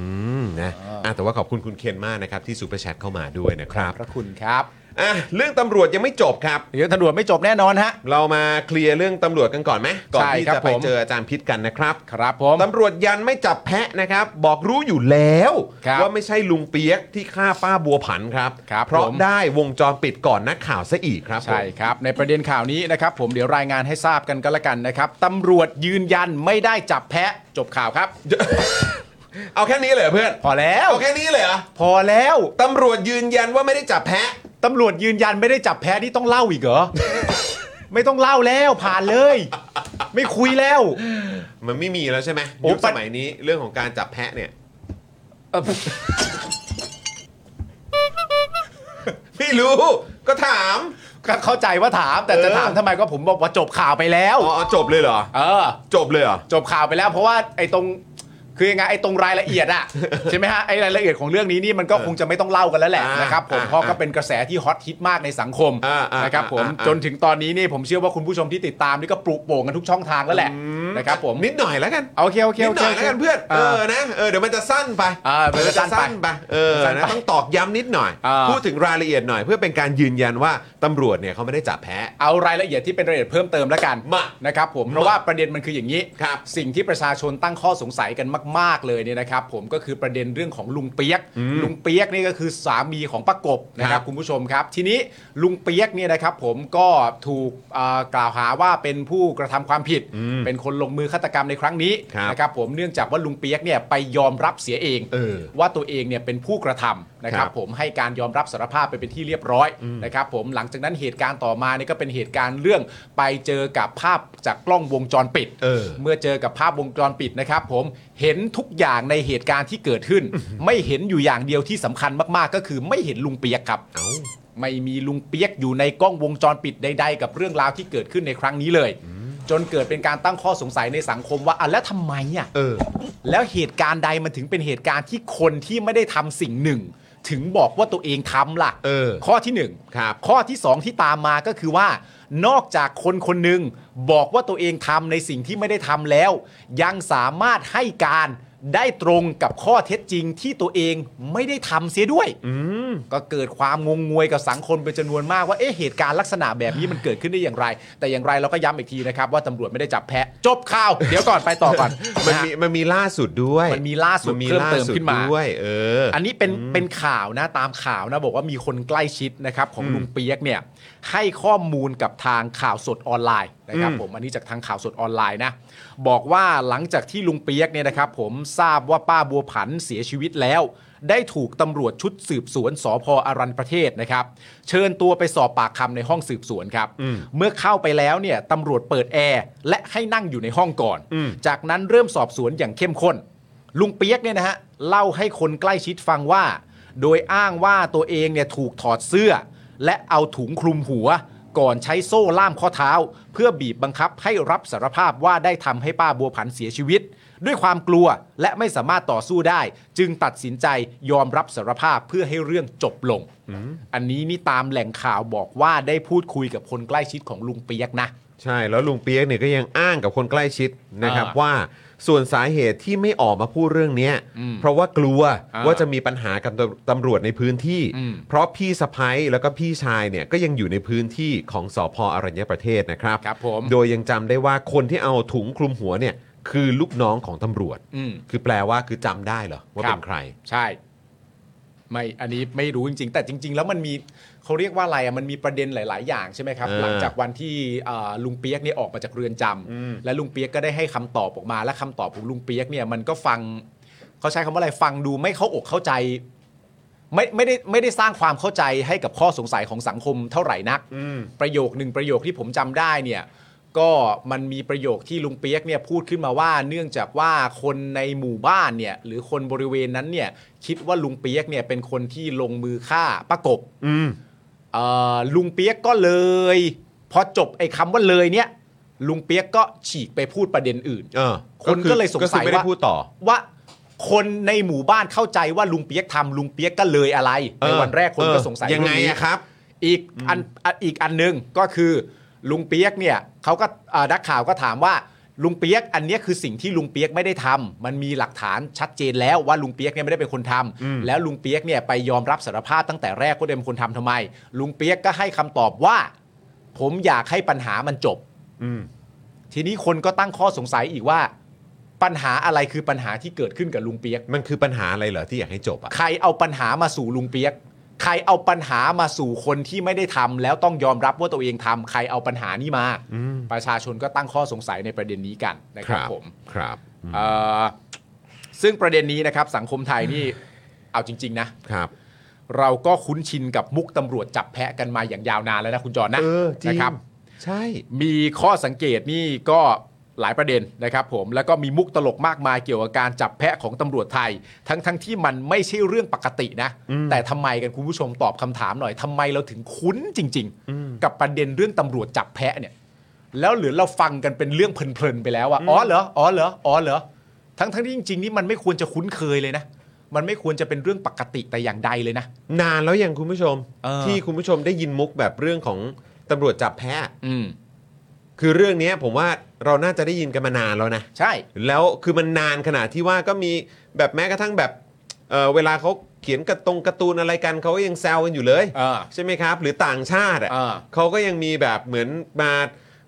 มนะอ่ะแต่ว่าขอบคุณคุณเคนมากนะครับที่ซูเปอร์แชทเข้ามาด้วยนะครับ
พระคุณครับ
อ่ะเรื่องตำรวจยังไม่จบครับ
เดี๋ยวตำรวจไม่จบแน่นอนฮะ
เรามาเคลียร์เรื่องตำรวจกันก่อนไหมก่อน
ใช่
ที่
ครับ
จะไป
ผม
เจออาจารย์พิษกันนะครับ
ครับผม
ตำรวจยันไม่จับแพะนะครับ บอกรู้อยู่แล้ว
ครับ
ว่าไม่ใช่ลุงเปียกที่ฆ่าป้าบัวผันครับ
ครับ
เพราะ
ผม
ได้วงจรปิดก่อนนักข่าวซะอีกครับผม [LAUGHS]
ใช่ครับ ในประเด็นข่าวนี้นะครับ ผมเดี๋ยวรายงานให้ทราบกันก็แล้วกันนะครับตำรวจยืนยันไม่ได้จับแพะจบข่าวครับ
เอาแค่นี้เลยเหรอเพื่อน
พอแล้ว
เอาแค่นี้เลยเหรอ
พอแล้ว
ตำรวจยืนยันว่าไม่ได้จับแพะ
ตำรวจยืนยันไม่ได้จับแพะนี่ต้องเล่าอีกเหร [LAUGHS] อ ไม่ต้องเล่าแล้วผ่านเลย ไม่คุยแล้ว
มันไม่มีแล้วใช่ไหม
โอ้
ยุคส
ปะ
มัยนี้เรื่องของการจับแพะ
[LAUGHS]
เนี่ย ไม่รู้ ก็ถาม
ก็เข้าใจว่าถามแต่จะ
เออ
ถามทำไมก็ผมบอกว่าจบข่าวไปแล้ว
อ๋ออ๋อจบเลยเหรอ
เออ
จบเลยเหรอ
จบข่าวไปแล้วเพราะว่าไอ้ตรงคือยังไงไอ้ตรงรายละเอียด
[LAUGHS]
อะ ใช่ไหมฮะไอ้รายละเอียดของเรื่องนี้นี่มันก็คงจะไม่ต้องเล่ากันแล้วแหละ
อ่าน
นะครับผม
อ่า
เพราะก็เป็นกระแสที่ฮอตฮิตมากในสังคม
อ่าอ่า
นะครับผม
อ่าอ่า
จนถึงตอนนี้นี่ผมเชื่อว่าคุณผู้ชมที่ติดตามนี่ก็ปลุกโป่งกันทุกช่องทางแล้วแหละนะครับผม
นิดหน่อยแล้วกัน
โอเคโอเค
นิ
โอ
ดห
เค
น่อยแล้วกันเพื่อน เออ
า
นะ เออ เดี๋ยวมันจะสั้นไป
อ่าเดี๋ยวมันจะสั้นไป
ไป เออ
สั้น
นะ
ไป
ต้องตอกย้ำนิดหน่อย
อ่า
พูดถึงรายละเอียดหน่อย เพื่อเป็นการยืนยันว่าตำรวจเนี่ยเขาไม่ได้จับแพะ
เอารายละเอียดที่เป็นรายละเอียดเพิ่มเติมแล้วกัน
มา
นะครับผมเพราะว่าประเด็นมันคืออย่างนี้
ครับ
สิ่งที่ประชาชนตั้งข้อสงสัยกันมาก ๆเลยเนี่ยนะครับ ผมก็คือประเด็นเรื่องของลุงเปียก ลุงเปียกนี่ก็คือสามีของประกบนะค
ครั
รับบ คุณผู้ชมครับ ทีนี้ลุงเปียกเนี่ยนะครับ ผมก็ถูกเอ่อกล่าวหาว่าเป็นผู้กระทำความผิด เป็นคนลงมือฆาตกรรมในครั้งนี้นะครับ ผมเนื่องจากว่าลุงเปียกเนี่ยไปยอมรับเสียเอง
เออ
ว่าตัวเองเนี่ยเป็นผู้กระทำนะค
ค
รั
รับ บ
ผมให้การยอมรับสารภาพไปเป็นที่เรียบร้อยนะครับผมหลังจากนั้นเหตุการณ์ต่อมาเนี่ยก็เป็นเหตุการณ์เรื่องไปเจอกับภาพจากกล้องวงจรปิด
เออ
เมื่อเจอกับภาพวงจรปิดนะครับ ผมเห็นทุกอย่างในเหตุการณ์ที่เกิดขึ้น ไม่เห็นอยู่อย่างเดียวที่สำคัญมากๆ ก็คือไม่เห็นลุงเปียกครับ
เอ้า
ไม่มีลุงเปียกอยู่ในกล้องวงจรปิดใด ๆ กับเรื่องราวที่เกิดขึ้นในครั้งนี้เลย จนเกิดเป็นการตั้งข้อสงสัยในสังคมว่าอ่ะแล้วทำไมอ่ะ
เออ
แล้วเหตุการณ์ใดมันถึงเป็นเหตุการณ์ที่คนที่ไม่ได้ทำสิ่งหนึ่ง ถึงบอกว่าตัวเองทำล่ะ
เออ
ข้อที่หนึ่ง
ครับ
ข้อที่สองที่ตามมาก็คือว่า นอกจากคนคนหนึ่งบอกว่าตัวเองทำในสิ่งที่ไม่ได้ทำแล้ว ยังสามารถให้การได้ตรงกับข้อเท็จจริงที่ตัวเองไม่ได้ทำเสียด้วย ก็เกิดความงงงวยกับสังคมเป็นจำนวนมากว่าเอ๊ะเหตุการณ์ลักษณะแบบนี้มันเกิดขึ้นได้อย่างไร แต่อย่างไรเราก็ย้ำอีกทีนะครับว่าตำรวจไม่ได้จับแพะจบข่าวเดี๋ยวก่อนไปต่อก่อน
มันมี มันมีล่าสุดด้วย
มันมีล่าสุด
น
เพิ่มเติม
ล่สุด
ขึ้นมา
ด้วย เออ
อันนี้เป็นเป็นข่าวนะตามข่าวนะ บอกว่ามีคนใกล้ชิดนะครับของลุงเปียกเนี่ยให้ข้อมูลกับทางข่าวสดออนไลน์นะครับผมอันนี้จากทางข่าวสดออนไลน์นะบอกว่าหลังจากที่ลุงเปียกเนี่ยนะครับผมทราบว่าป้าบัวผันเสียชีวิตแล้ว ได้ถูกตำรวจชุดสืบสวนสพอรัญประเทศนะครับเชิญตัวไปสอบปากคำในห้องสืบสวนครับเมื่อเข้าไปแล้วเนี่ยตำรวจเปิดแอร์และให้นั่งอยู่ในห้องก่อน
อืม
จากนั้นเริ่มสอบสวนอย่างเข้มข้น ลุงเปียกเนี่ยนะฮะเล่าให้คนใกล้ชิดฟังว่า โดยอ้างว่าตัวเองเนี่ยถูกถอดเสื้อ และเอาถุงคลุมหัว ก่อนใช้โซ่ล่ามข้อเท้า เพื่อบีบบังคับให้รับสารภาพว่าได้ทำให้ป้าบัวผันเสียชีวิต ด้วยความกลัวและไม่สามารถต่อสู้ได้ จึงตัดสินใจยอมรับสารภาพเพื่อให้เรื่องจบลง อันนี้นี่ตามแหล่งข่าวบอกว่าได้พูดคุยกับคนใกล้ชิดของลุงเปียกนะ
ใช่ แล้วลุงเปียกเนี่ยก็ยังอ้างกับคนใกล้ชิดนะครับ
อ่า
ว่าส่วนสาเหตุที่ไม่ออกมาพูดเรื่องเนี้ย
อืม
เพราะว่ากลัว
อ่า
ว่าจะมีปัญหากับตำตำรวจในพื้นที่
อืม
เพราะพี่สะพ้ยแล้วก็พี่ชายเนี่ยก็ยังอยู่ในพื้นที่ของสพอรัญญประเทศนะครับ
ครับผม
โดยยังจำได้ว่าคนที่เอาถุงคลุมหัวเนี่ยคือลูกน้องของตำรวจ
อืม
คือแปลว่าคือจำได้เหรอว่า
ครับ
เป็นใคร
ใช่ ไม่อันนี้ไม่รู้จริง ๆ แต่จริง ๆ แล้วมันมีเขาเรียกว่าอะไรอ่ะมันมีประเด็นหลาย ๆ อย่างใช่ไหมครับ
เออ
หลังจากวันที่เอ่อลุงเปียกเนี่ยออกมาจากเรือนจำ
อืม
และลุงเปียกก็ได้ให้คำตอบออกมา และคำตอบของลุงเปียกเนี่ยมันก็ฟังเขาใช้คำว่าอะไรฟังดูไม่เข้าอกเข้าใจ ไม่ไม่ได้ไม่ได้สร้างความเข้าใจให้กับข้อสงสัยของสังคมเท่าไหร่นัก
อืม
ประโยคหนึ่งประโยคที่ผมจำได้เนี่ยก็มันมีประโยคที่ลุงเปียกเนี่ยพูดขึ้นมาว่า เนื่องจากว่าคนในหมู่บ้านเนี่ยหรือคนบริเวณนั้นเนี่ยคิดว่าลุงเปียกเนี่ยเป็นคนที่ลงมือฆ่าประกบ
อืม
เอ่อลุงเปียกก็เลย พอจบไอ้คำว่าเลยเนี่ยลุงเปียกก็ฉีกไปพูดประเด็นอื่น
เออ
คนก็เลยสงสัย
ก็คือไม่ได้
ว่า
พูดต่อ
ว่าคนในหมู่บ้านเข้าใจว่าลุงเปียกทำลุงเปียกก็เลยอะไรในวันแรกคนก็สงสัย
เออยังไง
เรื่องนี้
อะครับ
อีกอันอ่ะอีกอันหนึงก็คือลุงเปียกเนี่ยเขาก็อ่านักข่าวก็ถามว่า ลุงเปียกอันเนี้ยคือสิ่งที่ลุงเปียกไม่ได้ทำมันมีหลักฐานชัดเจนแล้วว่าลุงเปียกเนี่ยไม่ได้เป็นคนทำแล้วลุงเปียกเนี่ยไปยอมรับสารภาพตั้งแต่แรกว่าเป็นคนทำทำไม ลุงเปียกก็ให้คำตอบว่า ผมอยากให้ปัญหามันจบ
อืม
ทีนี้คนก็ตั้งข้อสงสัยอีกว่า ปัญหาอะไรคือปัญหาที่เกิดขึ้นกับลุงเปียก
มันคือปัญหาอะไรเหรอที่อยากให้จบอ่ะ
ใครเอาปัญหามาสู่ลุงเปียก ใครเอาปัญหามาสู่คนที่ไม่ได้ทำแล้วต้องยอมรับว่าตัวเองทำใครเอาปัญหานี้มา
อืม
ประชาชนก็ตั้งข้อสงสัยในประเด็นนี้กันนะครับผม
ครับ
เอ่อซึ่งประเด็นนี้นะครับ สังคมไทยนี่เอาจริง ๆ นะ
ครับ
เราก็คุ้นชินกับมุกตำรวจจับแพะกันมาอย่างยาวนานแล้วนะคุณจอนะ
เออจริง
นะครับ
ใช่
มีข้อสังเกตนี่ก็หลายประเด็นนะครับผมแล้วก็มีมุกตลกมากมายเกี่ยวกับการจับแพะของตำรวจไทย ทั้งทั้งที่มันไม่ใช่เรื่องปกตินะ แต่ทำไมกันคุณผู้ชมตอบคำถามหน่อยทำไมเราถึงคุ้นจริง ๆ กับประเด็นเรื่องตำรวจจับแพะเนี่ย แล้วเหลือเราฟังกันเป็นเรื่องเพลินๆไปแล้วอะอ๋อเหรออ๋อเหรออ๋อเหรอทั้งทั้งที่จริงๆนี่มันไม่ควรจะคุ้นเคยเลยนะ มันไม่ควรจะเป็นเรื่องปกติแต่อย่างใดเลยนะ
นานแล้วยังคุณผู้ชม
เออ
ที่คุณผู้ชมได้ยินมุกแบบเรื่องของตำรวจจับแพ้
อืม
คือเรื่องเนี้ยผมว่าเราน่าจะได้ยินกันมานานแล้วนะ
ใช่
แล้วคือมันนานขนาดที่ว่าก็มีแบบแม้กระทั่งแบบเอ่อเวลาเขาเขียนกระตรงการ์ตูนอะไรกันเขาก็ยังแซวกันอยู่เลย
เออ
ใช่ไหมครับ หรือต่างชาติอ่ะ
เออ
เขาก็ยังมีแบบเหมือนมา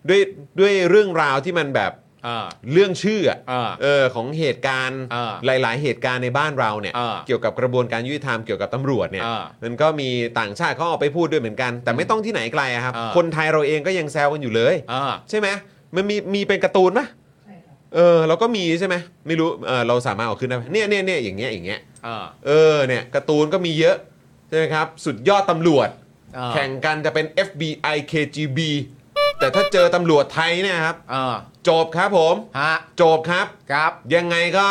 ด้วยด้วยเรื่องราวที่มันแบบ
อ่า
เรื่องชื่ออะ
เออ
เออของเหตุการณ์
เออ
หลาย ๆ เหตุการณ์ในบ้านเราเนี่ย
เออ
เกี่ยวกับกระบวนการยุติธรรมเกี่ยวกับตำรวจเนี่ย
เออ
มันก็มีต่างชาติเขาเอาไปพูดด้วยเหมือนกัน แต่ไม่ต้องที่ไหนไกลอะครับ
เออ
คนไทยเราเองก็ยังแซวกันอยู่เลย
อ่า
ใช่ไหมมันมีมีเป็นการ์ตูนปะเออเราก็มีใช่ไหมไม่รู้เออเราสามารถเอาขึ้นได้ปะเนี่ยเนี่ยเนี่ยอย่างเงี้ยอย่างเงี้ย
อ่า
เออเนี่ยการ์ตูนก็มีเยอะใช่ไหมครับ สุดยอดตำรวจ
อ่า
แข่งกันจะเป็น FBI KGB แต่ถ้าเจอตำรวจไทยเนี่ยครับ
อ่า
จบครับผม
ฮะ
จบครับ
ครับ
ยังไงก็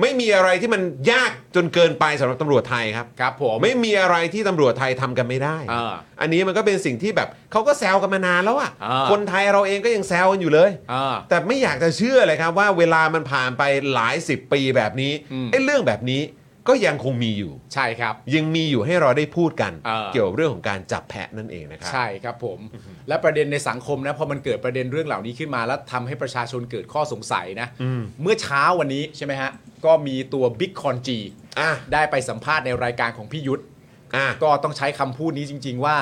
ไม่มีอะไรที่มันยากจนเกินไปสำหรับตำรวจไทยครับ
ครับผม
ไม่มีอะไรที่ตำรวจไทยทำกันไม่ได้
อ่า
อันนี้มันก็เป็นสิ่งที่แบบเขาก็แซวกันมานานแล้วอ่ะ
อ่า
คนไทยเราเองก็ยังแซวกันอยู่เลย
อ่า
แต่ไม่อยากจะเชื่อเลยครับว่าเวลามันผ่านไปหลายสิบปีแบบนี้
อืม
ไอ้เรื่องแบบนี้ก็ยังคงมีอยู่
ใช่ครับ
ยังมีอยู่ให้เราได้พูดกัน
เออ
เกี่ยวเรื่องของการจับแพะนั่นเองนะครั
ใช่ครับผม และประเด็นในสังคมนะพอมันเกิดประเด็นเรื่องเหล่านี้ขึ้นมาแล้วทำให้ประชาชนเกิดข้อสงสัยนะ เมื่อเช้าวันนี้ใช่ไหมฮะ ก็มีตัวบิ๊กคอนจี
อ่ะ
ได้ไปสัมภาษณ์ในรายการของพี่ยุทธ
อ่ะ
ก็ต้องใช้คำพูดนี้จริง ๆ ว่า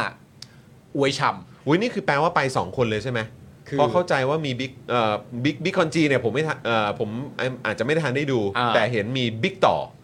อวยฉ่
อุ้ยนี่คือแปลว่าไป 2 คนเลยใช่ไหม
คือ
เพราะเข้าใจว่ามีบิ๊กเอ่อบิ๊กบิ๊กคอนจีเนี่ยผมไม่ทันเอ่อผมอาจจะไม่ได้ทันได้ดู
อ่า
แต่เห็นมีบิ๊กต่อ
ำ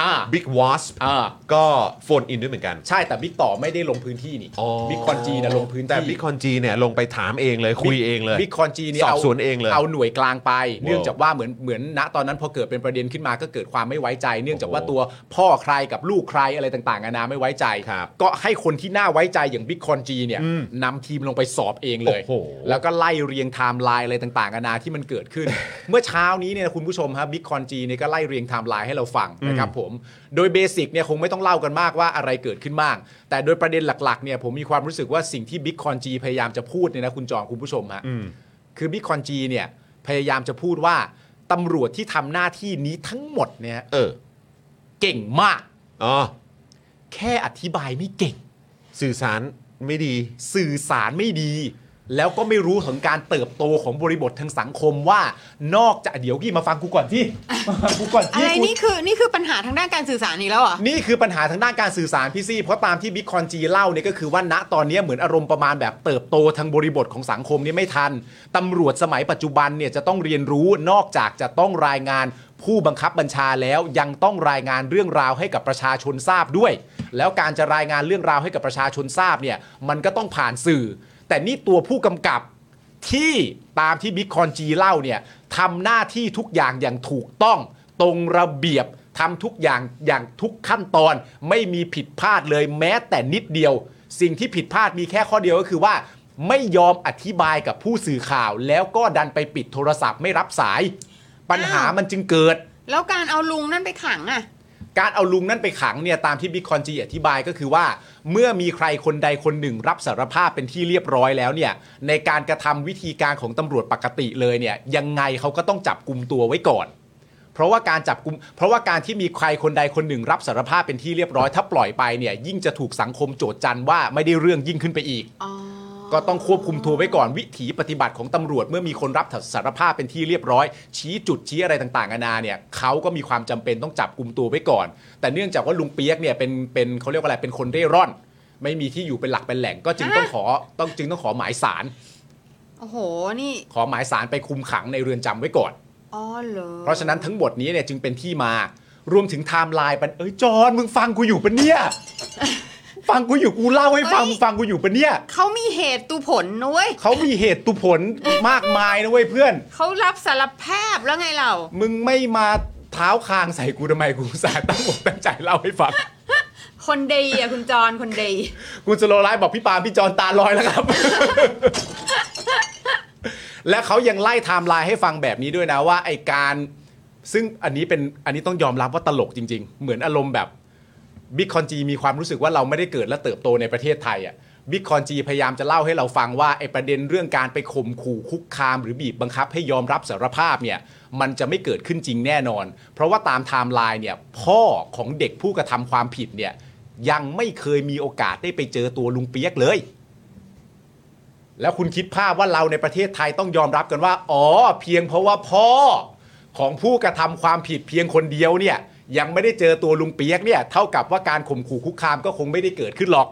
อ่า
บิ๊กวอส
อ่า
ก็โฟนอินด้วยเหมือนกัน
ใช่แต่บิ๊กต่อไม่ได้ลงพื้นที่นี่บิ๊กคอนจีนะลงพื้นที่
แต่บิ๊กคอนจีเนี่ยลงไปถามเองเลยคุยเองเลย
บิ๊กคอนจีเนี่ย
สอบสวนเองเลย
เอาหน่วยกลางไป
Wow
เนื่องจากว่าเหมือนเหมือนณตอนนั้นพอเกิดเป็นประเด็นขึ้นมาก็เกิดความไม่ไว้ใจ เนื่องจากว่าตัวพ่อใครกับลูกใครอะไรต่างๆนานาไม่ไว้ใจ
ครับ
ก็ให้คนที่น่าไว้ใจอย่างบิ๊กคอนจีเนี่ยนำทีมลงไปสอบเองเลย
โอ้โห
แล้วก็ไล่เรียงไทม์ไลน์อะไรต่างๆนานาที่มันเกิด
[LAUGHS]
ขึ้น เมื่อเช้านี้เนี่ยคุณผู้ชมฮะบิ๊กคอนจีเนี่ยก็ไล่เรียงไทม์ไลน์ให้เราฟังนะครับผม โดยเบสิกเนี่ยคงไม่ต้องเล่ากันมากว่าอะไรเกิดขึ้นบ้าง แต่โดยประเด็นหลักๆเนี่ยผมมีความรู้สึกว่าสิ่งที่บิ๊กคอนจีพยายามจะพูดเนี่ยนะคุณจองคุณผู้ชมฮะ คือบิ๊กคอนจีเนี่ยพยายามจะพูดว่าตำรวจที่ทำหน้าที่นี้ทั้งหมดเนี่ย
เออ
เก่งมาก
อ๋อ
แค่อธิบายไม่เก่ง
สื่อสารไม่ดี
สื่อสารไม่ดี แล้วก็ไม่รู้ถึงการเติบโตของบริบททางสังคมว่า นอกจากเดี๋ยวกี่มาฟังกูก่อนที่มาฟังกูก่อน
อะ
ที่
ไร
กู
นี่คือนี่คือปัญหาทางด้านการสื่อสารอีกแล้วเหรอ่ะ
นี่คือปัญหาทางด้านการสื่อสารพี่ซี่ เพราะตามที่บิ๊กคอนจีเล่าเนี่ยก็คือว่าณตอนเนี้ยเหมือนอารมณ์ประมาณแบบเติบโตทางบริบทของสังคมเนี่ยไม่ทันตำรวจสมัยปัจจุบันเนี่ยจะต้องเรียนรู้นอกจากจะต้องรายงาน ผู้บังคับบัญชาแล้วยังต้องรายงานเรื่องราวให้กับประชาชนทราบด้วย แล้วการจะรายงานเรื่องราวให้กับประชาชนทราบเนี่ยมันก็ต้องผ่านสื่อ แต่นี่ตัวผู้กำกับ ที่ตามที่บิ๊กคอนจีเล่าเนี่ยทำหน้าที่ทุกอย่างอย่างถูกต้อง ตรงระเบียบทำทุกอย่างอย่างทุกขั้นตอน ไม่มีผิดพลาดเลยแม้แต่นิดเดียว สิ่งที่ผิดพลาดมีแค่ข้อเดียวก็คือว่า ไม่ยอมอธิบายกับผู้สื่อข่าว แล้วก็ดันไปปิดโทรศัพท์ไม่รับสาย ปัญหา
อ้าว
มันจึงเกิด
แล้วการเอาลุงนั่นไปขังอ่ะ
การเอาลุงนั่นไปขังเนี่ยตามที่บิ๊กคอนจีอธิบายก็คือว่า เมื่อมีใครคนใดคนหนึ่งรับสารภาพเป็นที่เรียบร้อยแล้วเนี่ยในการกระทำวิธีการของตำรวจปกติเลยเนี่ยยังไงเขาก็ต้องจับกลุ่มตัวไว้ก่อน เพราะว่าการจับกลุ่มเพราะว่าการที่มีใครคนใดคนหนึ่งรับสารภาพเป็นที่เรียบร้อย ถ้าปล่อยไปเนี่ยยิ่งจะถูกสังคมโจทย์จันว่าไม่ได้เรื่องยิ่งขึ้นไปอีก
อ๋อ
ก็ต้องควบคุมตัวไว้ก่อนวิถีปฏิบัติของตำรวจ เมื่อมีคนรับสารภาพเป็นที่เรียบร้อย ชี้จุดชี้อะไรต่างๆนานาเนี่ยเขาก็มีความจำเป็นต้องจับกลุมตัวไว้ก่อน แต่เนื่องจากว่าลุงเปียกเนี่ยเป็นเป็นเขาเรียกว่าอะไรเป็นคนเร่ร่อน ไม่มีที่อยู่เป็นหลักเป็นแหล่ง ก็จึงต้องขอต้องจึงต้องขอหมายสาร
โอ้โห นี่
ขอหมายสารไปคุมขังในเรือนจำไว้ก่อน
อ๋อเหรอ
เพราะฉะนั้นทั้งหมดนี้เนี่ยจึงเป็นที่มารวมถึงไทม์ไลน์ปันเอ้ยจอห์นมึงฟังกูอยู่ปะเนี่ย ฟังกูอยู่กูเล่าให้ฟังมึงฟังกูอยู่ปะเนี่ย
เขามีเหตุตุผลนุ้ย
เขามีเหตุตุผลมากมายนะเว้ยเพื่อน
เขารับสารภาพแล้วไงเรา
มึงไม่มาเท้าคางใส่กูทำไมกูอุตสาห์ตั้งอกตั้งใจเล่าให้ฟัง
คนดีอ่ะคุณจรคนดี
คุณสโลไลฟ์บอกพี่ปาล์มพี่จอนตาลอยแล้วครับ [LAUGHS] และเขายังไล่ไทม์ไลน์ให้ฟังแบบนี้ด้วยนะว่าไอการ ซึ่งอันนี้เป็นอันนี้ต้องยอมรับว่าตลกจริง ๆ เหมือนอารมณ์แบบบิ๊กคอนจีมีความรู้สึกว่าเราไม่ได้เกิดและเติบโตในประเทศไทยอ่ะบิ๊กคอนจีพยายามจะเล่าให้เราฟังว่าไอประเด็นเรื่องการไปข่มขู่คุกคาม หรือบีบบังคับให้ยอมรับสารภาพเนี่ยมันจะไม่เกิดขึ้นจริงแน่นอน เพราะว่าตามไทม์ไลน์เนี่ยพ่อของเด็กผู้กระทำความผิดเนี่ยยังไม่เคยมีโอกาสได้ไปเจอตัวลุงเปียกเลย แล้วคุณคิดภาพว่าเราในประเทศไทยต้องยอมรับกันว่า อ๋อ เพียงเพราะว่าพ่อของผู้กระทำความผิดเพียงคนเดียวเนี่ย ยังไม่ได้เจอตัวลุงเปียกเนี่ย เท่ากับว่าการข่มขู่คุกคามก็คงไม่ได้เกิดขึ้นหรอก